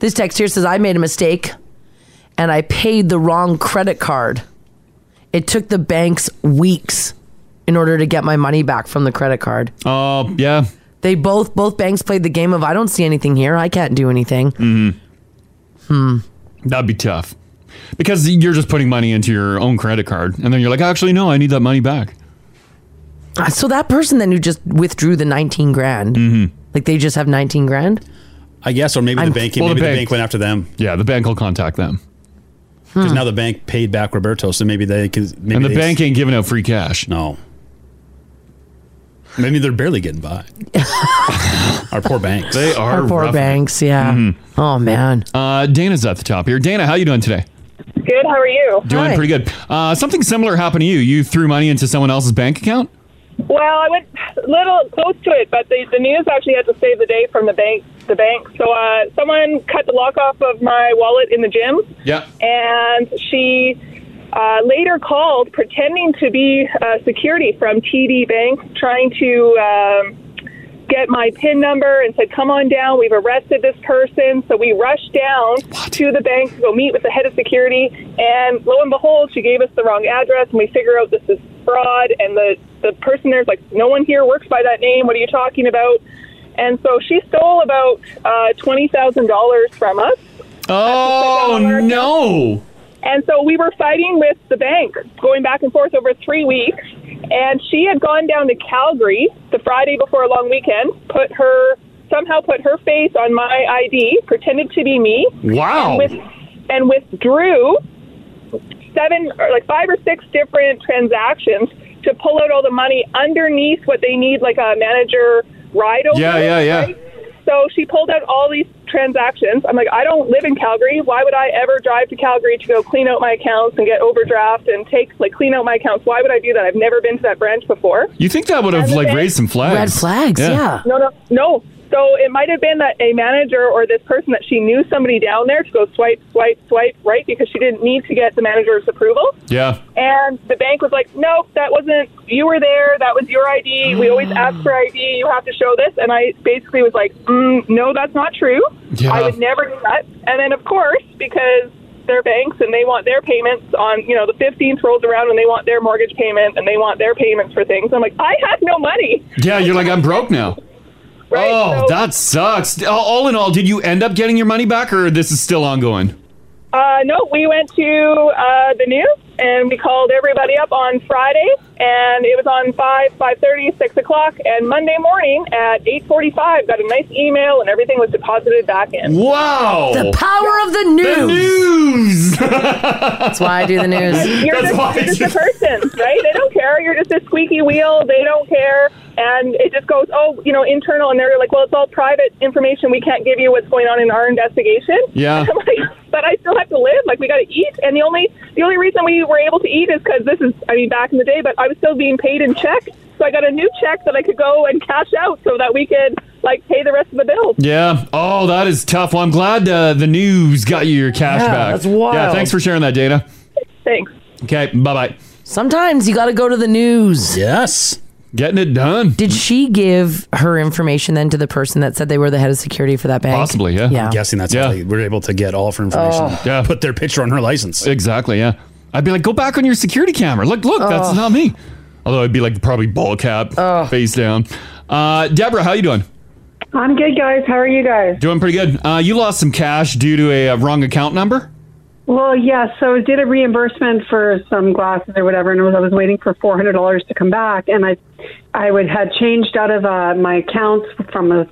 [SPEAKER 2] This text here says, I made a mistake and I paid the wrong credit card. It took the banks weeks in order to get my money back from the credit card.
[SPEAKER 3] Oh, yeah.
[SPEAKER 2] They both, both banks played the game of, I don't see anything here. I can't do anything.
[SPEAKER 3] Mm-hmm.
[SPEAKER 2] Hmm.
[SPEAKER 3] That'd be tough because you're just putting money into your own credit card, and then you're like, "Actually, no, I need that money back."
[SPEAKER 2] Uh, So that person then who just withdrew the 19 grand, like they just have 19 grand?
[SPEAKER 6] I guess, or maybe
[SPEAKER 2] I'm-
[SPEAKER 6] the bank.
[SPEAKER 2] Well, the
[SPEAKER 6] maybe the
[SPEAKER 2] bank-
[SPEAKER 6] bank. went after them.
[SPEAKER 3] Yeah, the bank will contact them Hmm.
[SPEAKER 6] because now the bank paid back Roberto, so maybe they can. Maybe
[SPEAKER 3] and the
[SPEAKER 6] they-
[SPEAKER 3] bank ain't giving out free cash.
[SPEAKER 6] No. Maybe they're barely getting by. Our poor banks.
[SPEAKER 3] They
[SPEAKER 13] Our
[SPEAKER 3] are
[SPEAKER 13] poor
[SPEAKER 3] rough.
[SPEAKER 13] banks, yeah. Oh man.
[SPEAKER 3] Mm-hmm. Uh, Dana's at the top here. Dana, how you doing today?
[SPEAKER 10] Good. How are you?
[SPEAKER 3] Doing pretty good. Uh, something similar happened to you. You threw money into someone else's bank account.
[SPEAKER 21] Well, I went a little close to it, but the, the news actually had to save the day from the bank. The bank. So uh, someone cut the lock off of my wallet in the gym,
[SPEAKER 3] Yeah.
[SPEAKER 21] and she uh, later called pretending to be uh, security from TD Bank, trying to um, get my PIN number, and said, "Come on down. We've arrested this person." So we rushed down to the bank to go meet with the head of security, and lo and behold, she gave us the wrong address, and we figure out this is fraud. And the the person there's like, "No one here works by that name. What are you talking about?" And so she stole about uh, twenty thousand dollars from us.
[SPEAKER 3] Oh no!
[SPEAKER 21] And so we were fighting with the bank, going back and forth over three weeks. And she had gone down to Calgary the Friday before a long weekend, put her somehow put her face on my ID, pretended to be me. And,
[SPEAKER 3] Wow.
[SPEAKER 21] with, and withdrew seven or like five or six different transactions to pull out all the money underneath what they need, like a manager ride over.
[SPEAKER 3] Yeah, yeah, yeah.
[SPEAKER 21] right? So she pulled out all these transactions. I'm like, I don't live in Calgary. Why would I ever drive to Calgary to go clean out my accounts and get overdraft and take like clean out my accounts? Why would I do that? I've never been to that branch before.
[SPEAKER 3] You think that would have
[SPEAKER 21] And the
[SPEAKER 3] like
[SPEAKER 21] bank-
[SPEAKER 3] raised some flags?
[SPEAKER 21] No, no, no. So it might have been that a manager or this person that she knew somebody down there to go swipe, swipe, swipe, right, because she didn't need to get the manager's approval.
[SPEAKER 3] Yeah.
[SPEAKER 21] And the bank was like, nope, that wasn't, you were there, that was your ID, we always ask for ID, you have to show this. And I basically was like, mm, no, that's not true.
[SPEAKER 3] Yeah.
[SPEAKER 21] I would never do that. And then, of course, because they're banks and they want their payments on, you know, the 15th rolls around and they want their mortgage payment and they want their payments for things. I'm like, I have no money.
[SPEAKER 3] Yeah, you're like I'm broke now. oh, that sucks. All- All in all, did you end up getting your money back, or this is still ongoing?
[SPEAKER 21] Uh, no, we went to uh, the news and we called everybody up on Friday, and it was on five, five thirty, six o'clock, and Monday morning at eight forty-five, got a nice email, and everything was deposited back in.
[SPEAKER 3] Wow!
[SPEAKER 13] The power of the news. That's why I do the news.
[SPEAKER 21] You're just, you're just a person, right? They don't care. You're just a squeaky wheel. They don't care. And it just goes, oh, you know, internal. And they're like, well, it's all private information. We can't give you what's going on in our investigation.
[SPEAKER 3] Yeah.
[SPEAKER 21] And I'm like, but I still have to live. Like, we got to eat. And the only the only reason we were able to eat is because this is, I mean, back in the day, but I was still being paid in check. So I got a new check that I could go and cash out so that we could, like, pay the rest of the bills.
[SPEAKER 3] Yeah. Oh, that is tough. Well, I'm glad uh, the news got you your cash
[SPEAKER 13] Yeah,
[SPEAKER 3] back.
[SPEAKER 13] that's wild.
[SPEAKER 3] Yeah, thanks for sharing that, Dana.
[SPEAKER 21] Thanks.
[SPEAKER 3] Okay, bye bye.
[SPEAKER 2] Sometimes you got to go to the news.
[SPEAKER 6] Yes.
[SPEAKER 3] Getting it done.
[SPEAKER 2] Did she give her information then to the person that said they were the head of security for that bank?
[SPEAKER 6] Possibly,
[SPEAKER 2] yeah.
[SPEAKER 6] I'm guessing that's how they were able to get all of her information.
[SPEAKER 2] Oh.
[SPEAKER 3] Yeah.
[SPEAKER 6] Put their picture on her license.
[SPEAKER 3] Exactly. Yeah. I'd be like, go back on your security camera. Look, look,
[SPEAKER 6] Oh.
[SPEAKER 3] that's not me. Although I'd be like probably ball cap, face down. Uh, Deborah, how you doing?
[SPEAKER 22] I'm good, guys. How are you guys?
[SPEAKER 3] Doing pretty good. Uh, you lost some cash due to a, uh wrong account number.
[SPEAKER 22] Well, yeah. So I did a reimbursement for some glasses or whatever, and I was, I was waiting for four hundred dollars to come back, and I, I would had changed out of uh, my accounts from a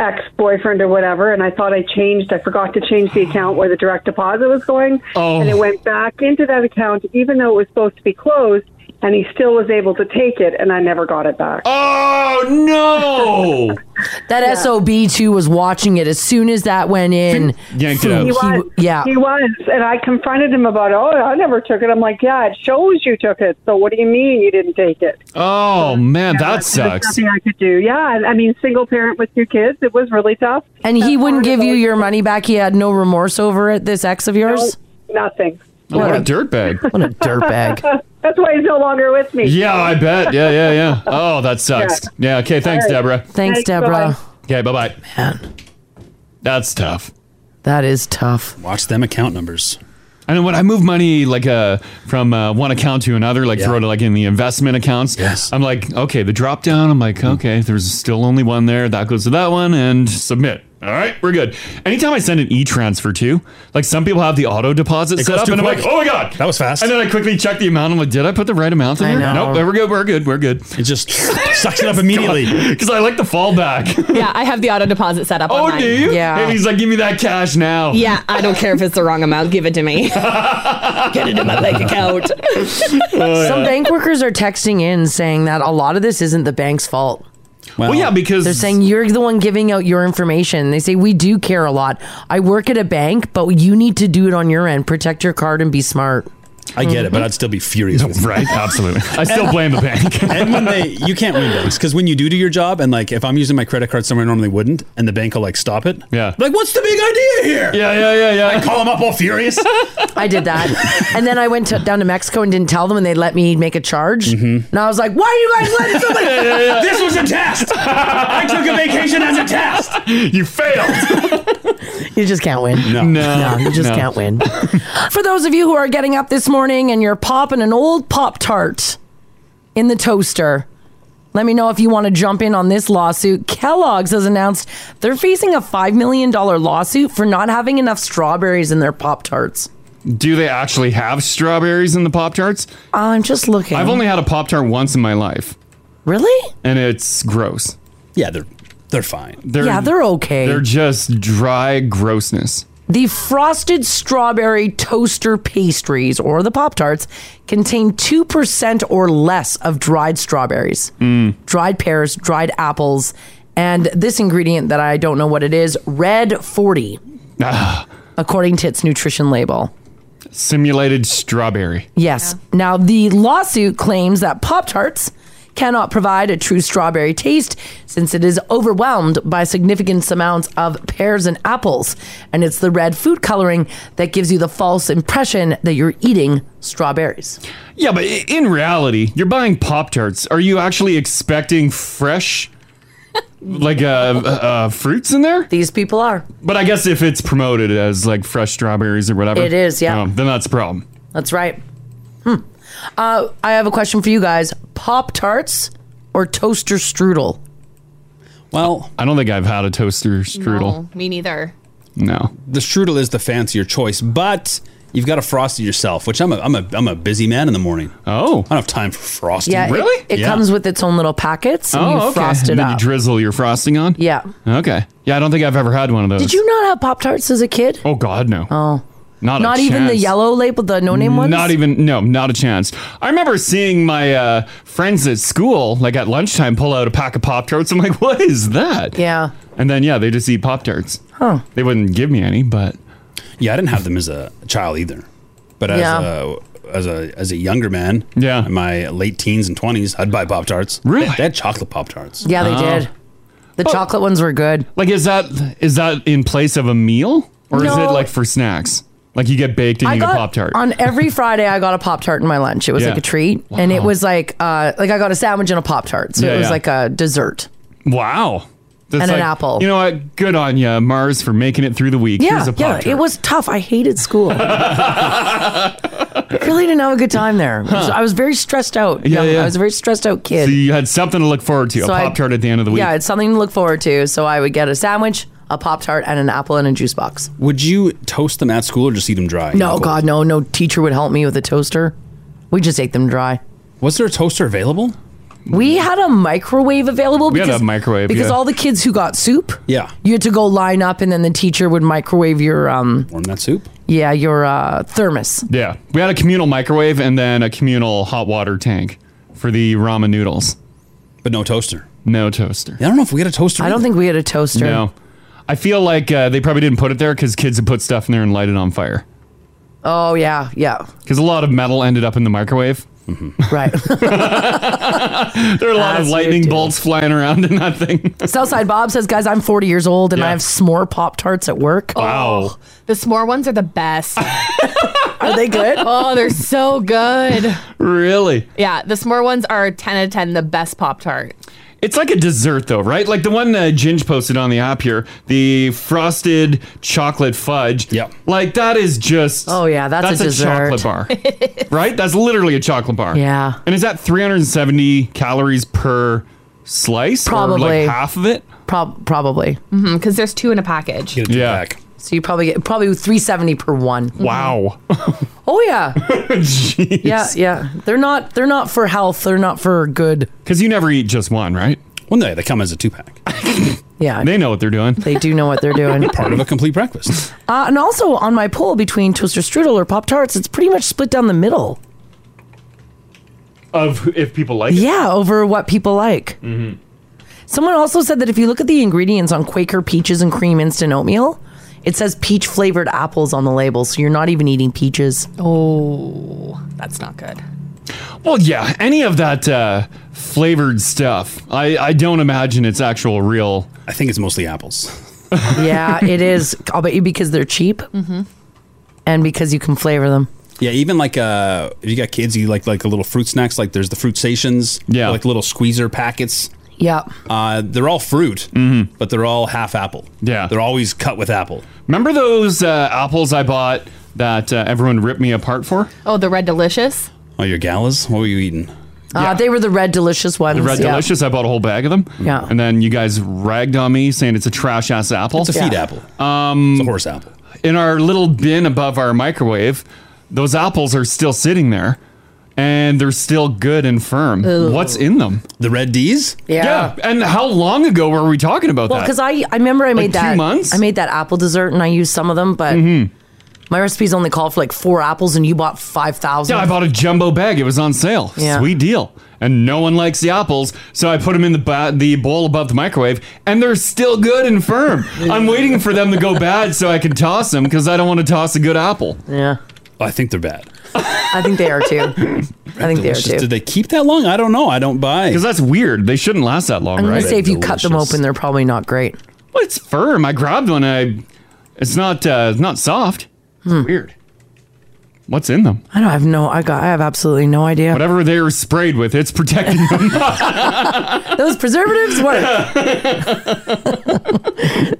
[SPEAKER 22] ex boyfriend or whatever, and I thought I changed. I forgot to change the account where the direct deposit was going,
[SPEAKER 23] Oh.
[SPEAKER 22] and it went back into that account, even though it was supposed to be closed, and he still was able to take it, and I never got it back.
[SPEAKER 3] Oh no!
[SPEAKER 2] That sob too was watching it as soon as that went in.
[SPEAKER 3] Yanked
[SPEAKER 22] He was,
[SPEAKER 2] He- yeah.
[SPEAKER 22] he was, and I confronted him about, oh, I never took it. I'm like, yeah, it shows you took it. So what do you mean you didn't take it?
[SPEAKER 3] Oh man, that
[SPEAKER 22] There's
[SPEAKER 3] sucks.
[SPEAKER 22] nothing I could do. Yeah, and I mean, single parent with two kids, it was really tough.
[SPEAKER 2] And he wouldn't give you your money back. He had no remorse over it. This ex of yours.
[SPEAKER 22] Nothing.
[SPEAKER 3] Oh, what a dirtbag.
[SPEAKER 2] What a dirtbag.
[SPEAKER 22] That's why he's no longer with me.
[SPEAKER 3] Yeah, I bet. Yeah, yeah, yeah. Oh, that sucks. Yeah. okay. Thanks,
[SPEAKER 22] All right.
[SPEAKER 3] Deborah.
[SPEAKER 22] Thanks, Thanks, Deborah.
[SPEAKER 3] Okay. Bye, bye. Man, that's tough.
[SPEAKER 2] That is tough.
[SPEAKER 6] Watch them account numbers.
[SPEAKER 3] I know when I move money like uh, from uh, one account to another, like throw it like in the investment accounts. Yes. I'm like, okay, the drop down. I'm like, okay, there's still only one there. That goes to that one and submit. All right, we're good. Anytime I send an e-transfer to, like some people have the auto deposit
[SPEAKER 6] It
[SPEAKER 3] set
[SPEAKER 6] goes
[SPEAKER 3] up,
[SPEAKER 6] too
[SPEAKER 3] and I'm
[SPEAKER 6] quick.
[SPEAKER 3] like, oh my god, that was
[SPEAKER 6] fast.
[SPEAKER 3] And then I quickly check the amount. I'm like, did I put the right amount in
[SPEAKER 6] I
[SPEAKER 3] there?
[SPEAKER 6] know.
[SPEAKER 3] Nope, we're good. We're good. We're good. It
[SPEAKER 6] just sucks it up immediately.
[SPEAKER 3] because I like the fallback.
[SPEAKER 5] yeah, I have the auto deposit set up.
[SPEAKER 3] Oh,
[SPEAKER 5] online.
[SPEAKER 3] do you?
[SPEAKER 5] Yeah.
[SPEAKER 3] And he's like, give me that cash now.
[SPEAKER 5] yeah, I don't care if it's the wrong amount. Give it to me. Get it in my bank account.
[SPEAKER 6] Oh,
[SPEAKER 2] Some bank workers are texting in saying that a lot of this isn't the bank's fault.
[SPEAKER 3] Well, yeah, because
[SPEAKER 2] they're saying you're the one giving out your information. They say we do care a lot. I work at a bank, but you need to do it on your end. Protect your card and be smart.
[SPEAKER 6] I get it, but I'd still be furious. with
[SPEAKER 3] Mm-hmm. right, absolutely. I
[SPEAKER 2] still blame the
[SPEAKER 3] bank.
[SPEAKER 6] and when they, you can't win banks because when you do do your job, and like if I'm using my credit card somewhere I normally wouldn't, and the bank will like stop it. Yeah. Like, what's the big idea here?
[SPEAKER 3] Yeah, yeah, yeah, yeah.
[SPEAKER 6] I call them up all furious.
[SPEAKER 2] I did that, and then I went to, down to Mexico and didn't tell them, and they let me make a charge.
[SPEAKER 6] Mm-hmm.
[SPEAKER 2] And I was like, "Why are you guys letting somebody?"
[SPEAKER 6] This was a test. I took a vacation as a test.
[SPEAKER 3] You failed.
[SPEAKER 2] you just can't win.
[SPEAKER 3] No,
[SPEAKER 2] no, you just
[SPEAKER 13] No.
[SPEAKER 2] can't win. For those of you who are getting up this morning and you're popping an old Pop Tart in the toaster, let me know if you want to jump in on this lawsuit. Kellogg's has announced they're facing a $5 million lawsuit for not having enough strawberries in their Pop Tarts.
[SPEAKER 3] Do they actually have strawberries in the Pop Tarts?
[SPEAKER 2] Oh, I'm just looking.
[SPEAKER 3] I've only had a Pop Tart once in my life.
[SPEAKER 2] Really?
[SPEAKER 3] And it's gross.
[SPEAKER 6] Yeah, they're they're fine.
[SPEAKER 2] Yeah, they're okay.
[SPEAKER 3] They're just dry grossness.
[SPEAKER 2] The frosted strawberry toaster pastries or the Pop Tarts contain 2% or less of dried strawberries, dried pears, dried apples, and this ingredient that I don't know what it is, red 40,
[SPEAKER 3] Ah,
[SPEAKER 2] according to its nutrition label.
[SPEAKER 3] Simulated strawberry.
[SPEAKER 2] Yes. Now, the lawsuit claims that Pop Tarts cannot provide a true strawberry taste since it is overwhelmed by significant amounts of pears and apples. And it's the red food coloring that gives you the false impression that you're eating strawberries.
[SPEAKER 3] Yeah, but i- in reality, you're buying Pop Tarts. Are you actually expecting fresh, like uh, uh, fruits in there?
[SPEAKER 2] These people are.
[SPEAKER 3] But I guess if it's promoted as like fresh strawberries or whatever, oh,
[SPEAKER 2] It is, yeah.
[SPEAKER 3] then that's a problem.
[SPEAKER 2] That's right. Hmm. Uh, I have a question for you guys Pop Tarts or toaster strudel?
[SPEAKER 6] Well,
[SPEAKER 3] I don't think I've had a toaster strudel.
[SPEAKER 5] me neither.
[SPEAKER 3] No.
[SPEAKER 6] The strudel is the fancier choice, but you've got to frost it yourself, which I'm a I'm a I'm a busy man in the morning.
[SPEAKER 3] Oh. I
[SPEAKER 6] don't have time for frosting.
[SPEAKER 2] Yeah, it- It, comes with its own little packets and you frost it
[SPEAKER 3] and then
[SPEAKER 2] up.
[SPEAKER 3] Oh, you drizzle your frosting on?
[SPEAKER 2] Yeah.
[SPEAKER 3] Okay. Yeah, I don't think I've ever had one of those.
[SPEAKER 2] Did you not have Pop Tarts as a kid?
[SPEAKER 3] Oh God, no.
[SPEAKER 2] Oh.
[SPEAKER 3] Not a
[SPEAKER 2] even the
[SPEAKER 3] chance.
[SPEAKER 2] yellow label, the no name ones.
[SPEAKER 3] Not even no, not a chance. I remember seeing my uh, friends at school, like at lunchtime, pull out a pack of Pop Tarts. I'm like, what is that?
[SPEAKER 2] Yeah.
[SPEAKER 3] And then yeah, they just eat Pop Tarts.
[SPEAKER 2] Huh.
[SPEAKER 3] They wouldn't give me any, but
[SPEAKER 6] yeah, I didn't have them as a child either, but as
[SPEAKER 2] Yeah.
[SPEAKER 6] a as a as a younger man,
[SPEAKER 3] yeah,
[SPEAKER 6] in my late teens and twenties, I'd buy Pop Tarts. Really? They, they had chocolate Pop Tarts.
[SPEAKER 2] Yeah, they
[SPEAKER 3] Oh.
[SPEAKER 2] did. The chocolate ones were good.
[SPEAKER 3] Like, is that is that in place of a meal, or is
[SPEAKER 2] No.
[SPEAKER 3] it like for snacks? Like you get baked and
[SPEAKER 2] I
[SPEAKER 3] you get
[SPEAKER 2] got
[SPEAKER 3] a Pop Tart.
[SPEAKER 2] on every Friday. I got a pop tart in my lunch. It was
[SPEAKER 3] Yeah.
[SPEAKER 2] like a treat, and it
[SPEAKER 3] Wow.
[SPEAKER 2] was like uh, like I got a sandwich and a pop tart, so
[SPEAKER 3] Yeah,
[SPEAKER 2] it was
[SPEAKER 3] yeah.
[SPEAKER 2] like a dessert.
[SPEAKER 3] Wow.
[SPEAKER 2] And an apple.
[SPEAKER 3] You know what? Good on you, Mars, for making it through the week. Here's
[SPEAKER 2] yeah,
[SPEAKER 3] a
[SPEAKER 2] yeah.
[SPEAKER 3] Pop-Tart.
[SPEAKER 2] It was tough. I hated school. really didn't have a good time there.
[SPEAKER 3] Huh.
[SPEAKER 2] I was very stressed out.
[SPEAKER 3] Yeah,
[SPEAKER 2] young.
[SPEAKER 3] yeah.
[SPEAKER 2] I was a very stressed out kid.
[SPEAKER 3] So you had something to look forward to.
[SPEAKER 2] So
[SPEAKER 3] a
[SPEAKER 2] I-
[SPEAKER 3] Pop Tart at the end of the week.
[SPEAKER 2] Yeah, it's something to look forward to. So I would get a sandwich, a pop tart, and an apple and a juice box.
[SPEAKER 6] Would you toast them at school or just eat them dry?
[SPEAKER 2] No, God, no, no teacher would help me with a toaster. We just ate them dry.
[SPEAKER 6] Was there a toaster available?
[SPEAKER 2] We had a microwave available.
[SPEAKER 6] We had a
[SPEAKER 2] because-
[SPEAKER 6] microwave,
[SPEAKER 2] because
[SPEAKER 6] yeah.
[SPEAKER 2] all the kids who got soup,
[SPEAKER 6] Yeah.
[SPEAKER 2] you had to go line up, and then the teacher would microwave your um,
[SPEAKER 6] warm that soup.
[SPEAKER 2] Yeah, your uh, thermos.
[SPEAKER 3] Yeah. We had a communal microwave and then a communal hot water tank for the ramen noodles.
[SPEAKER 6] But no toaster.
[SPEAKER 3] No toaster.
[SPEAKER 6] I don't know if we had a toaster.
[SPEAKER 2] I don't think we had a toaster.
[SPEAKER 3] No. I feel like uh, they probably didn't put it there because kids would put stuff in there and light it on fire.
[SPEAKER 2] Oh yeah, yeah.
[SPEAKER 3] Because a lot of metal ended up in the microwave.
[SPEAKER 2] Mm-hmm. Right.
[SPEAKER 3] there are a lot
[SPEAKER 2] That's weird,
[SPEAKER 3] of lightning bolts flying around in that thing.
[SPEAKER 2] Southside Bob says, guys, I'm 40 years old and I have s'more pop tarts at work.
[SPEAKER 3] Wow.
[SPEAKER 5] The s'more ones are the best.
[SPEAKER 2] are they good?
[SPEAKER 5] Oh, they're so good.
[SPEAKER 3] Really?
[SPEAKER 5] Yeah, the s'more ones are 10 out of 10, the best Pop Tart.
[SPEAKER 3] It's like a dessert, though, right? Like the one uh, Ginge posted on the app here, the frosted chocolate fudge. Yep. Like that is just.
[SPEAKER 2] Oh, yeah, that's a dessert.
[SPEAKER 3] chocolate bar, right? That's literally a chocolate bar.
[SPEAKER 2] Yeah.
[SPEAKER 3] And is that 370 calories per slice? Or
[SPEAKER 2] Probably.
[SPEAKER 3] like half of it.
[SPEAKER 13] Prob- probably.
[SPEAKER 5] Mm-hmm. Because there's two in a package.
[SPEAKER 13] yeah. So you probably get probably 370 per one.
[SPEAKER 3] Mm-hmm. Wow.
[SPEAKER 13] Oh yeah. Yeah, yeah. They're not they're not for health, they're not for good.
[SPEAKER 3] Because you never eat just one, right?
[SPEAKER 6] Well, no, they come as a two pack.
[SPEAKER 13] Yeah.
[SPEAKER 3] They know what they're doing.
[SPEAKER 13] They do know what they're doing.
[SPEAKER 6] Part of a complete breakfast.
[SPEAKER 2] Uh, and also on my poll between Twister Strudel or Pop Tarts, it's pretty much split down the middle.
[SPEAKER 3] Of if people like it.
[SPEAKER 2] Yeah, over what people like.
[SPEAKER 3] Mhm.
[SPEAKER 2] Someone also said that if you look at the ingredients on Quaker peaches and cream instant oatmeal, it says peach flavored apples on the label, so you're not even eating peaches.
[SPEAKER 5] Oh, that's not good.
[SPEAKER 3] Well, yeah, any of that uh, flavored stuff. I, I don't imagine it's actual real.
[SPEAKER 6] I think it's mostly apples.
[SPEAKER 2] yeah, it is. I'll bet you because they're cheap
[SPEAKER 5] Mm-hmm.
[SPEAKER 2] and because you can flavor them.
[SPEAKER 6] Yeah, even like uh, if you got kids, you like like the little fruit snacks. Like there's the fruit stations. Yeah, like little squeezer packets.
[SPEAKER 2] Yeah.
[SPEAKER 6] Uh, they're all fruit, but they're all half apple.
[SPEAKER 3] Mm-hmm. Yeah.
[SPEAKER 6] They're always cut with apple.
[SPEAKER 3] Remember those uh, apples I bought that uh, everyone ripped me apart for?
[SPEAKER 5] Oh, the red delicious.
[SPEAKER 6] Oh, your galas? What were you eating?
[SPEAKER 2] Uh, they were the red delicious ones.
[SPEAKER 3] The Red
[SPEAKER 2] yeah.
[SPEAKER 3] Delicious, I bought a whole bag of them.
[SPEAKER 2] Yeah.
[SPEAKER 3] And then you guys ragged on me saying it's a trash ass apple.
[SPEAKER 6] It's a feed Yeah.
[SPEAKER 3] apple. Um, it's a
[SPEAKER 6] horse apple.
[SPEAKER 3] In our little bin above our microwave, those apples are still sitting there and they're still good and firm.
[SPEAKER 2] Ooh.
[SPEAKER 3] What's in them?
[SPEAKER 6] The Red D's?
[SPEAKER 2] Yeah.
[SPEAKER 3] And how long ago were we talking about
[SPEAKER 2] Well,
[SPEAKER 3] that?
[SPEAKER 2] because I, I remember I made
[SPEAKER 3] Like two
[SPEAKER 2] that
[SPEAKER 3] months? Mm-hmm.
[SPEAKER 2] I made that apple dessert and I used some of them, but my recipes only call for like four apples and you bought five thousand.
[SPEAKER 3] Yeah, I bought a jumbo bag. It was on sale.
[SPEAKER 2] Yeah.
[SPEAKER 3] Sweet deal. And no one likes the apples, so I put them in the ba- the bowl above the microwave, and they're still good and firm. I'm waiting for them to go bad so I can toss them because I don't want to toss a good apple.
[SPEAKER 2] Yeah.
[SPEAKER 6] I think they're bad.
[SPEAKER 2] I think they are too. I think they are too.
[SPEAKER 6] Did they keep that long? I don't know. I don't buy. Because
[SPEAKER 3] that's weird. They shouldn't last that long,
[SPEAKER 2] I'm gonna
[SPEAKER 3] right?
[SPEAKER 2] say if you cut them open, they're probably not great.
[SPEAKER 3] Well, it's firm. I grabbed one. I it's not uh, it's not soft. It's
[SPEAKER 2] Hmm.
[SPEAKER 3] Weird. What's in them?
[SPEAKER 2] I don't have no. I got. I have absolutely no idea.
[SPEAKER 3] Whatever they were sprayed with, it's protecting them.
[SPEAKER 2] Those preservatives work.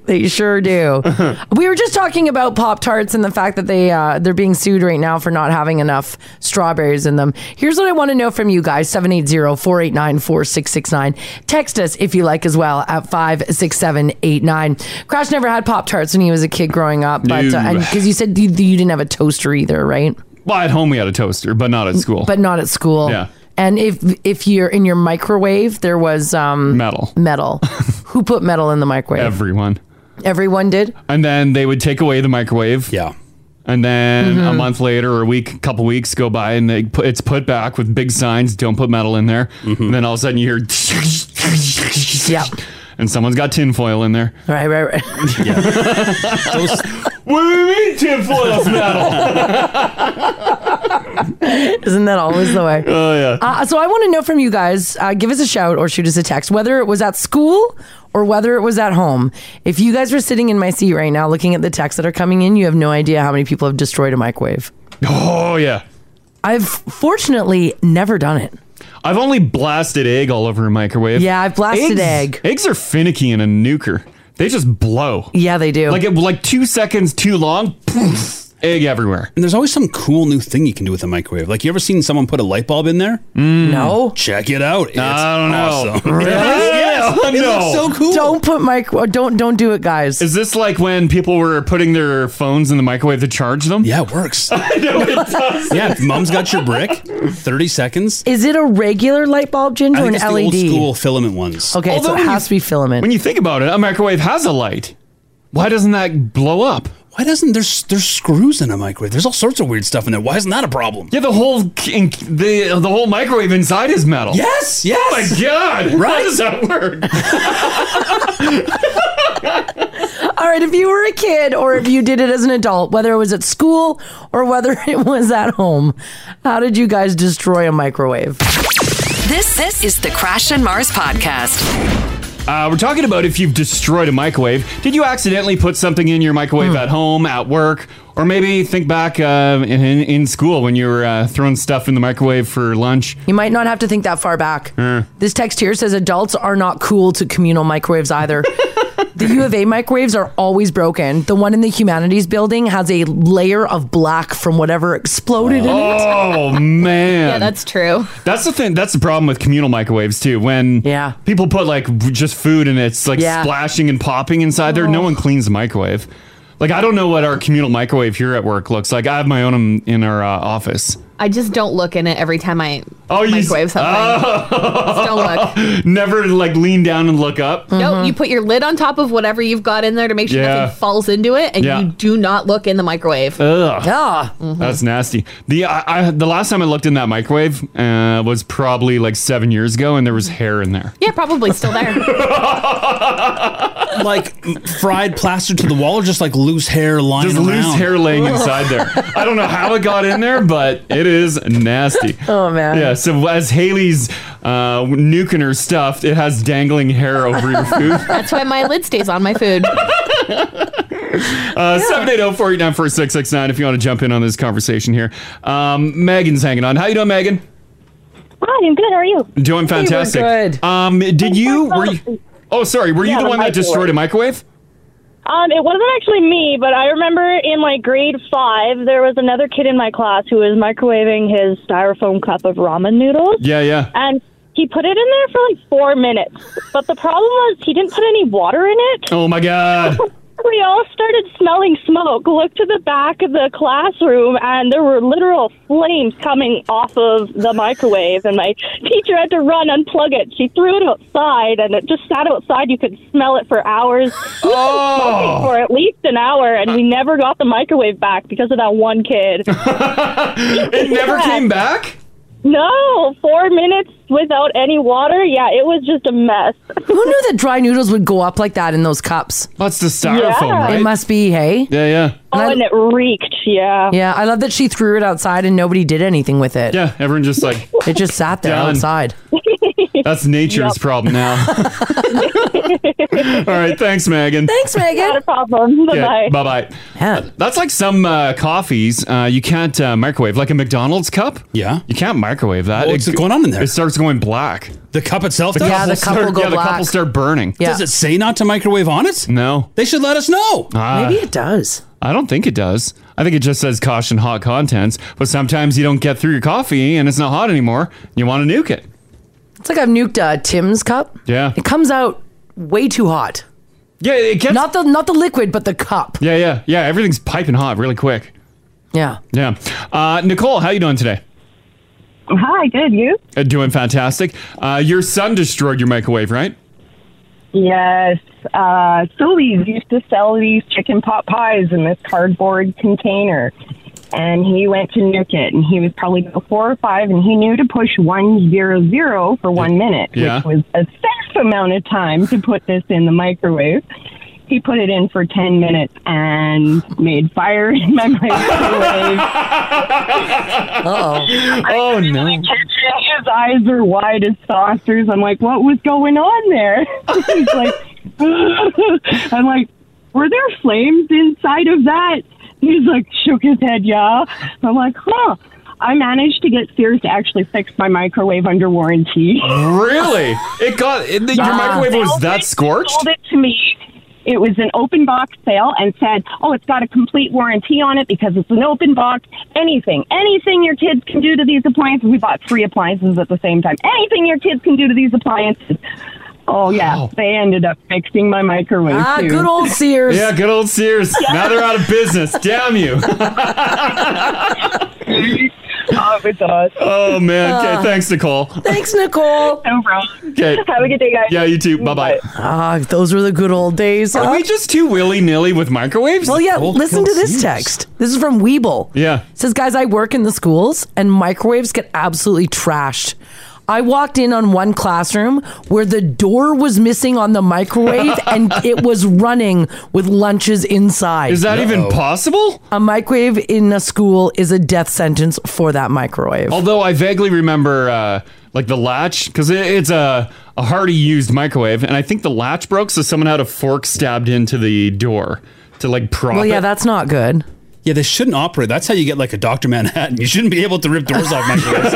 [SPEAKER 2] they sure do. we were just talking about Pop Tarts and the fact that they uh, they're being sued right now for not having enough strawberries in them. Here's what I want to know from you guys 780-489-4669. Text us if you like as well at 56789. Crash never had Pop Tarts when he was a kid growing up, but
[SPEAKER 3] No.
[SPEAKER 2] because you said you, you didn't have a toaster either, right?
[SPEAKER 3] well, at home we had a toaster, but not at school.
[SPEAKER 2] Mm, But not at school.
[SPEAKER 3] Yeah.
[SPEAKER 2] And if if you're in your microwave, there was um,
[SPEAKER 3] metal.
[SPEAKER 2] Metal. Who put metal in the microwave?
[SPEAKER 3] Everyone.
[SPEAKER 2] Everyone did.
[SPEAKER 3] and then they would take away the microwave.
[SPEAKER 6] Yeah.
[SPEAKER 3] And then a
[SPEAKER 2] Mhm.
[SPEAKER 3] month later, or a week, couple weeks go by, and they put, it's put back with big signs: "Don't put metal in there." And then all of a sudden, you hear,
[SPEAKER 2] yeah,
[SPEAKER 3] and someone's got tinfoil in there.
[SPEAKER 2] Right, right, right.
[SPEAKER 3] what do you mean tinfoil's metal?
[SPEAKER 2] Isn't that always the way?
[SPEAKER 3] Oh yeah.
[SPEAKER 2] Uh, so I want to know from you guys. Uh, give us a shout or shoot us a text. Whether it was at school or whether it was at home. If you guys were sitting in my seat right now, looking at the texts that are coming in, you have no idea how many people have destroyed a microwave.
[SPEAKER 3] oh yeah.
[SPEAKER 2] I've fortunately never done it.
[SPEAKER 3] I've only blasted egg all over a microwave.
[SPEAKER 2] Yeah, I've blasted
[SPEAKER 3] Eggs-
[SPEAKER 2] egg.
[SPEAKER 3] Eggs are finicky in a nuker. They just blow.
[SPEAKER 2] Yeah, they do.
[SPEAKER 3] Like it, like two seconds too long. poof, egg everywhere.
[SPEAKER 6] And there's always some cool new thing you can do with a microwave. Like you ever seen someone put a light bulb in there?
[SPEAKER 2] No.
[SPEAKER 6] Check it out. It's
[SPEAKER 3] Mm. I don't know.
[SPEAKER 6] awesome.
[SPEAKER 3] Really?
[SPEAKER 6] Yes.
[SPEAKER 3] Yeah,
[SPEAKER 6] It looks so cool.
[SPEAKER 2] Don't put micro. Don't don't do it, guys.
[SPEAKER 3] Is this like when people were putting their phones in the microwave to charge them?
[SPEAKER 6] Yeah, it works.
[SPEAKER 3] yeah,
[SPEAKER 6] yeah, mom's got your brick. Thirty seconds.
[SPEAKER 2] Is it a regular light bulb, Ginger,
[SPEAKER 6] I
[SPEAKER 2] or an
[SPEAKER 6] think it's
[SPEAKER 2] LED?
[SPEAKER 6] the old school filament ones.
[SPEAKER 2] Okay, so it has to be filament.
[SPEAKER 3] When you think about it, a microwave has a light. Why doesn't that blow up?
[SPEAKER 6] Why doesn't there's there's screws in a microwave? There's all sorts of weird stuff in there. Why isn't that a problem?
[SPEAKER 3] Yeah, the whole k- in- the the whole microwave inside is metal.
[SPEAKER 6] Yes, yes.
[SPEAKER 3] Oh my god!
[SPEAKER 6] Right.
[SPEAKER 3] How does that work?
[SPEAKER 2] All right, if you were a kid or if you did it as an adult, whether it was at school or whether it was at home, how did you guys destroy a microwave?
[SPEAKER 1] This this is the Crash and Mars podcast.
[SPEAKER 3] Uh, we're talking about if you've destroyed a microwave. Did you accidentally put something in your microwave at home, at work, or maybe think back uh, in, in school when you were uh, throwing stuff in the microwave for lunch?
[SPEAKER 2] You might not have to think that far back.
[SPEAKER 3] Uh,
[SPEAKER 2] This text here says adults are not cool to communal microwaves either. The U of A microwaves are always broken. The one in the humanities building has a layer of black from whatever exploded in it.
[SPEAKER 3] Oh man.
[SPEAKER 2] Yeah, that's
[SPEAKER 5] true.
[SPEAKER 3] That's the thing. That's the problem with communal microwaves too. When yeah. people put like w- just food and it's like
[SPEAKER 2] Yeah.
[SPEAKER 3] splashing and popping inside there,
[SPEAKER 5] Oh.
[SPEAKER 3] no one cleans the microwave. Like I don't know what our communal microwave here at work looks like. I have my own in, in our uh, office.
[SPEAKER 5] I just don't look in it every time I
[SPEAKER 3] Oh, you s-
[SPEAKER 5] microwave something. Just don't look.
[SPEAKER 3] Never like lean down and look up.
[SPEAKER 5] No, you put your lid on top of whatever you've got in there to make sure
[SPEAKER 3] Mm-hmm. Yeah.
[SPEAKER 5] nothing falls into it, and
[SPEAKER 3] Yeah. Uh.
[SPEAKER 5] you do not look in the microwave.
[SPEAKER 3] Ugh.
[SPEAKER 5] Mhm.
[SPEAKER 3] That's nasty. The I, I, the last time I looked in that microwave uh, was probably like seven years ago, and there was hair in there.
[SPEAKER 5] Yeah, probably still there.
[SPEAKER 6] like fried plaster to the wall, or just like loose hair lying
[SPEAKER 3] Just loose
[SPEAKER 6] around?
[SPEAKER 3] hair laying inside there. I don't know how it got in there, but it is nasty.
[SPEAKER 2] Oh, man.
[SPEAKER 3] Yeah. So as Haley's uh, nuking her stuff, it has dangling hair over your food.
[SPEAKER 5] That's why my lid stays on my food.
[SPEAKER 3] Uh, 780-489-4669 if you want to jump in on this conversation here. Um, Megan's hanging on. How you doing, Megan?
[SPEAKER 23] Hi, I'm good. How are you?
[SPEAKER 3] Doing fantastic. good. Um, did you, were you? Oh, sorry. Were you
[SPEAKER 23] Yeah,
[SPEAKER 3] the
[SPEAKER 23] the
[SPEAKER 3] one that destroyed a microwave?
[SPEAKER 23] Um, it wasn't actually me, but I remember in like grade five, there was another kid in my class who was microwaving his styrofoam cup of ramen noodles.
[SPEAKER 3] Yeah, yeah.
[SPEAKER 23] And he put it in there for like four minutes. But the problem was he didn't put any water in it.
[SPEAKER 3] Oh my god.
[SPEAKER 23] We all started smelling smoke. Looked to the back of the classroom, and there were literal flames coming off of the microwave. And my teacher had to run unplug it. She threw it outside, and it just sat outside. You could smell it for hours.
[SPEAKER 3] Oh.
[SPEAKER 23] for at least an hour, and we never got the microwave back because of that one kid.
[SPEAKER 3] it never came back?
[SPEAKER 23] No, four minutes without any water. Yeah, it was just a mess.
[SPEAKER 2] Who knew that dry noodles would go up like that in those cups?
[SPEAKER 3] That's the
[SPEAKER 23] styrofoam, Yeah. right?
[SPEAKER 2] It must be, hey?
[SPEAKER 3] Yeah, yeah.
[SPEAKER 23] Oh, and it reeked. Yeah.
[SPEAKER 2] Yeah, I love that she threw it outside and nobody did anything with it.
[SPEAKER 3] Yeah, everyone just like
[SPEAKER 2] it just sat there
[SPEAKER 3] Done.
[SPEAKER 2] outside.
[SPEAKER 3] That's nature's problem now. All right, thanks, Megan.
[SPEAKER 2] Thanks, Megan.
[SPEAKER 23] Not a problem. Bye bye.
[SPEAKER 3] Bye bye. That's like some uh, coffees uh, you can't uh, microwave, like a McDonald's cup. Yeah, you can't microwave that.
[SPEAKER 6] What's going on in there?
[SPEAKER 3] It starts going black.
[SPEAKER 6] The cup itself.
[SPEAKER 3] The
[SPEAKER 6] does?
[SPEAKER 3] cup Yeah, will the cup start- will go yeah, the cup black. will start burning. Yeah.
[SPEAKER 6] Does it say not to microwave on it?
[SPEAKER 3] No.
[SPEAKER 6] They should let us know.
[SPEAKER 3] Maybe
[SPEAKER 2] it does.
[SPEAKER 3] I don't think it does. I think it just says caution hot contents. But sometimes you don't get through your coffee and it's not hot anymore. You want to nuke it.
[SPEAKER 2] It's like I've nuked uh, Tim's cup.
[SPEAKER 3] Yeah.
[SPEAKER 2] It comes out way too hot.
[SPEAKER 3] Yeah, it gets
[SPEAKER 2] not the not the liquid, but the cup.
[SPEAKER 3] Yeah, yeah, yeah. Everything's piping hot really quick.
[SPEAKER 2] Yeah.
[SPEAKER 3] Yeah. Uh, Nicole, how you doing today?
[SPEAKER 10] Hi, good. You?
[SPEAKER 3] Uh, doing fantastic. Uh, your son destroyed your microwave, right?
[SPEAKER 10] Yes. Uh, Sully's used to sell these chicken pot pies in this cardboard container. And he went to nuke it, and he was probably about four or five, and he knew to push one zero zero for one minute,
[SPEAKER 4] Yeah.
[SPEAKER 10] which was a safe amount of time to put this in the microwave. He put it in for ten minutes and made fire in my microwave.
[SPEAKER 3] oh. Oh no.
[SPEAKER 10] his eyes are wide as saucers. I'm like, what was going on there? He's like, I'm like, were there flames inside of that? And he's like, shook his head, yeah. I'm like, huh. I managed to get Sears to actually fix my microwave under warranty.
[SPEAKER 3] Really? It got it, your
[SPEAKER 10] Yeah.
[SPEAKER 3] microwave was that scorched?
[SPEAKER 10] sold it to me. It was an open box sale and said, oh, it's got a complete warranty on it because it's an open box. Anything, anything your kids can do to these appliances. We bought three appliances at the same time. Anything your kids can do to these appliances. Oh, yeah. They ended up fixing my microwave.
[SPEAKER 3] Ah,
[SPEAKER 10] too.
[SPEAKER 2] Ah, Sears.
[SPEAKER 3] Yeah, good old Sears. Now they're out of business. Damn you.
[SPEAKER 10] oh, it was awesome.
[SPEAKER 3] Oh man.
[SPEAKER 2] Ah.
[SPEAKER 3] Okay, thanks, Nicole.
[SPEAKER 2] Thanks, Nicole.
[SPEAKER 10] No problem.
[SPEAKER 3] Okay.
[SPEAKER 10] Have a good day, guys.
[SPEAKER 3] Yeah, you too. Bye bye.
[SPEAKER 2] Ah, those were the good old days.
[SPEAKER 3] Are we just too willy nilly with microwaves?
[SPEAKER 2] Well, yeah, listen to this text. This is from Weeble.
[SPEAKER 3] Yeah.
[SPEAKER 2] It says, guys, I work in the schools and microwaves get absolutely trashed. I walked in on one classroom where the door was missing on the microwave and it was running with lunches inside.
[SPEAKER 3] Is that even Uh-oh. possible?
[SPEAKER 2] A microwave in a school is a death sentence for that microwave.
[SPEAKER 3] Although I vaguely remember uh, like the latch because it, it's a a hardy used microwave, and I think the latch broke, so someone had a fork stabbed into the door to like prop.
[SPEAKER 2] well, yeah,
[SPEAKER 3] it.
[SPEAKER 2] that's not good.
[SPEAKER 6] Yeah, they shouldn't operate. That's how you get like a Doctor Manhattan. You shouldn't be able to rip doors off my doors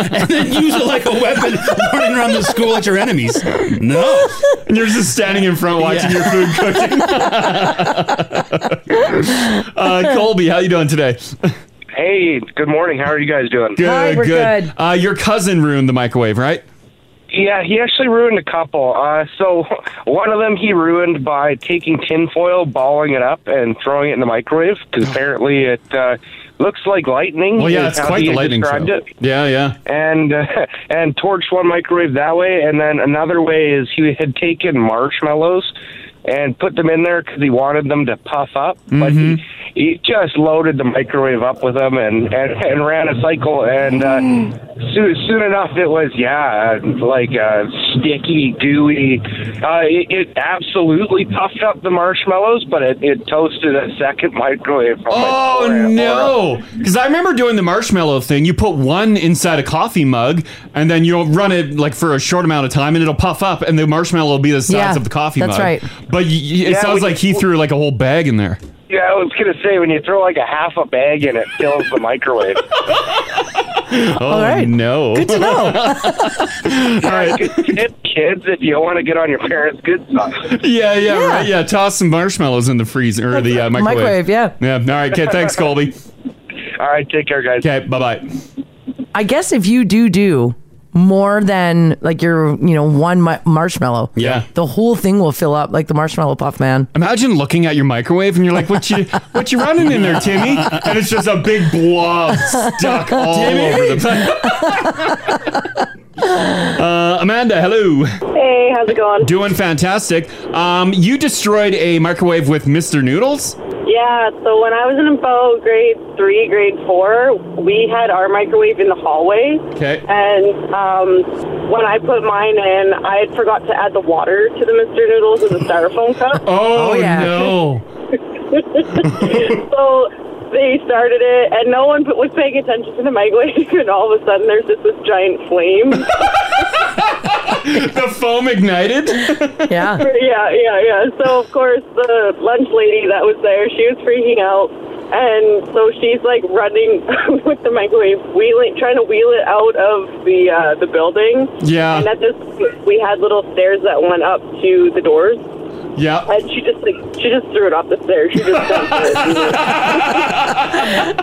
[SPEAKER 6] and then use it like a weapon, running around the school at your enemies. No,
[SPEAKER 3] and you're just standing in front watching your food cooking. uh, Colby, how you doing today?
[SPEAKER 18] Hey, good morning. How are you guys doing?
[SPEAKER 3] Uh, your cousin ruined the microwave, right?
[SPEAKER 18] Yeah, he actually ruined a couple. Uh, so one of them he ruined by taking tinfoil, balling it up, and throwing it in the microwave because apparently it uh, looks like lightning.
[SPEAKER 3] Oh. Well, yeah, it's
[SPEAKER 18] is Mm-hmm. how
[SPEAKER 3] quite
[SPEAKER 18] he
[SPEAKER 3] the lightning
[SPEAKER 18] described
[SPEAKER 3] show.
[SPEAKER 18] it.
[SPEAKER 3] Yeah, yeah.
[SPEAKER 18] And uh, and torched one microwave that way, and then another way is he had taken marshmallows and put them in there because he wanted them to puff up, but
[SPEAKER 2] Mm-hmm.
[SPEAKER 18] he he just loaded the microwave up with them and and, and ran a cycle and uh, soon soon enough it was yeah like uh, sticky gooey uh, it, it absolutely puffed up the marshmallows but it, it toasted a second microwave
[SPEAKER 3] Oh no! Because I remember doing the marshmallow thing. You put one inside a coffee mug, and then you'll run it like for a short amount of time, and it'll puff up, and the marshmallow will be the size
[SPEAKER 18] Yeah,
[SPEAKER 3] of the coffee
[SPEAKER 18] that's
[SPEAKER 3] mug.
[SPEAKER 18] right.
[SPEAKER 3] But y- y- it
[SPEAKER 18] Yeah,
[SPEAKER 3] sounds
[SPEAKER 18] we-
[SPEAKER 3] like he threw like a whole bag in there.
[SPEAKER 18] yeah I was gonna say when you throw like a half a bag in it fills the microwave
[SPEAKER 3] Oh no!
[SPEAKER 18] Good to know. All right. kids, if you want to get on your parents' good side.
[SPEAKER 3] Yeah, yeah, right. Yeah, toss some marshmallows in the freezer or the uh, microwave.
[SPEAKER 18] Microwave, yeah.
[SPEAKER 3] Yeah. All right. Okay. Thanks, Colby.
[SPEAKER 18] All right. Take care, guys.
[SPEAKER 3] Okay. Bye bye.
[SPEAKER 2] I guess if you do do more than like your, you know, one mi- marshmallow,
[SPEAKER 3] Yeah.
[SPEAKER 2] the whole thing will fill up like the marshmallow puff man.
[SPEAKER 3] Imagine looking at your microwave and you're like, "What you what you running in there, Timmy?" And it's just a big blob stuck all
[SPEAKER 4] Timmy?
[SPEAKER 3] over the place. uh, Amanda, hello.
[SPEAKER 10] Hey, how's it going?
[SPEAKER 3] Doing fantastic. Um, you destroyed a microwave with Mr. Noodles.
[SPEAKER 10] Yeah, so when I was in about grade three, grade four, we had our microwave in the hallway.
[SPEAKER 3] Okay.
[SPEAKER 10] And um, when I put mine in, I had forgot to add the water to the Mr. Noodles in the styrofoam cup.
[SPEAKER 3] Oh, no!
[SPEAKER 10] so they started it, and no one was paying attention to the microwave, and all of a sudden there's just this giant flame.
[SPEAKER 3] the foam ignited.
[SPEAKER 10] yeah, yeah, yeah. So of course the lunch lady that was there, she was freaking out, and so she's like running with the microwave, wheeling, trying to wheel it out of the uh, the building.
[SPEAKER 3] Yeah.
[SPEAKER 10] And at this, we had little stairs that went up to the doors.
[SPEAKER 3] Yeah.
[SPEAKER 10] And she just like she just threw it off the stairs. She just dumped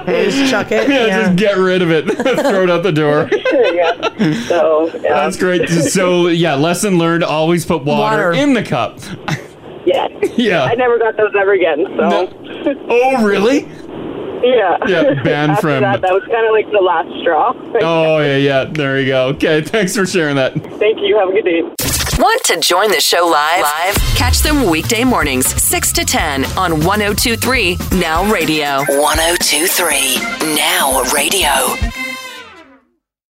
[SPEAKER 10] it.
[SPEAKER 3] Just chuck it. Yeah, just get rid of it. Throw it out the door.
[SPEAKER 10] yeah. So um, yeah.
[SPEAKER 3] That's great. So yeah, lesson learned. Always put water,
[SPEAKER 10] Water.
[SPEAKER 3] in the cup.
[SPEAKER 10] Yeah.
[SPEAKER 3] Yeah.
[SPEAKER 10] I never got those ever again. So.
[SPEAKER 3] Oh really?
[SPEAKER 10] Yeah.
[SPEAKER 3] Yeah, banned
[SPEAKER 10] After
[SPEAKER 3] from-
[SPEAKER 10] That, that was kind of like the last straw.
[SPEAKER 3] Oh yeah, yeah. There you go. Okay, thanks for sharing that.
[SPEAKER 10] Thank you. Have a good day.
[SPEAKER 1] Want to join the show live? Live? Catch them weekday mornings, 6 to 10 on 1023 Now Radio. 1023 Now Radio.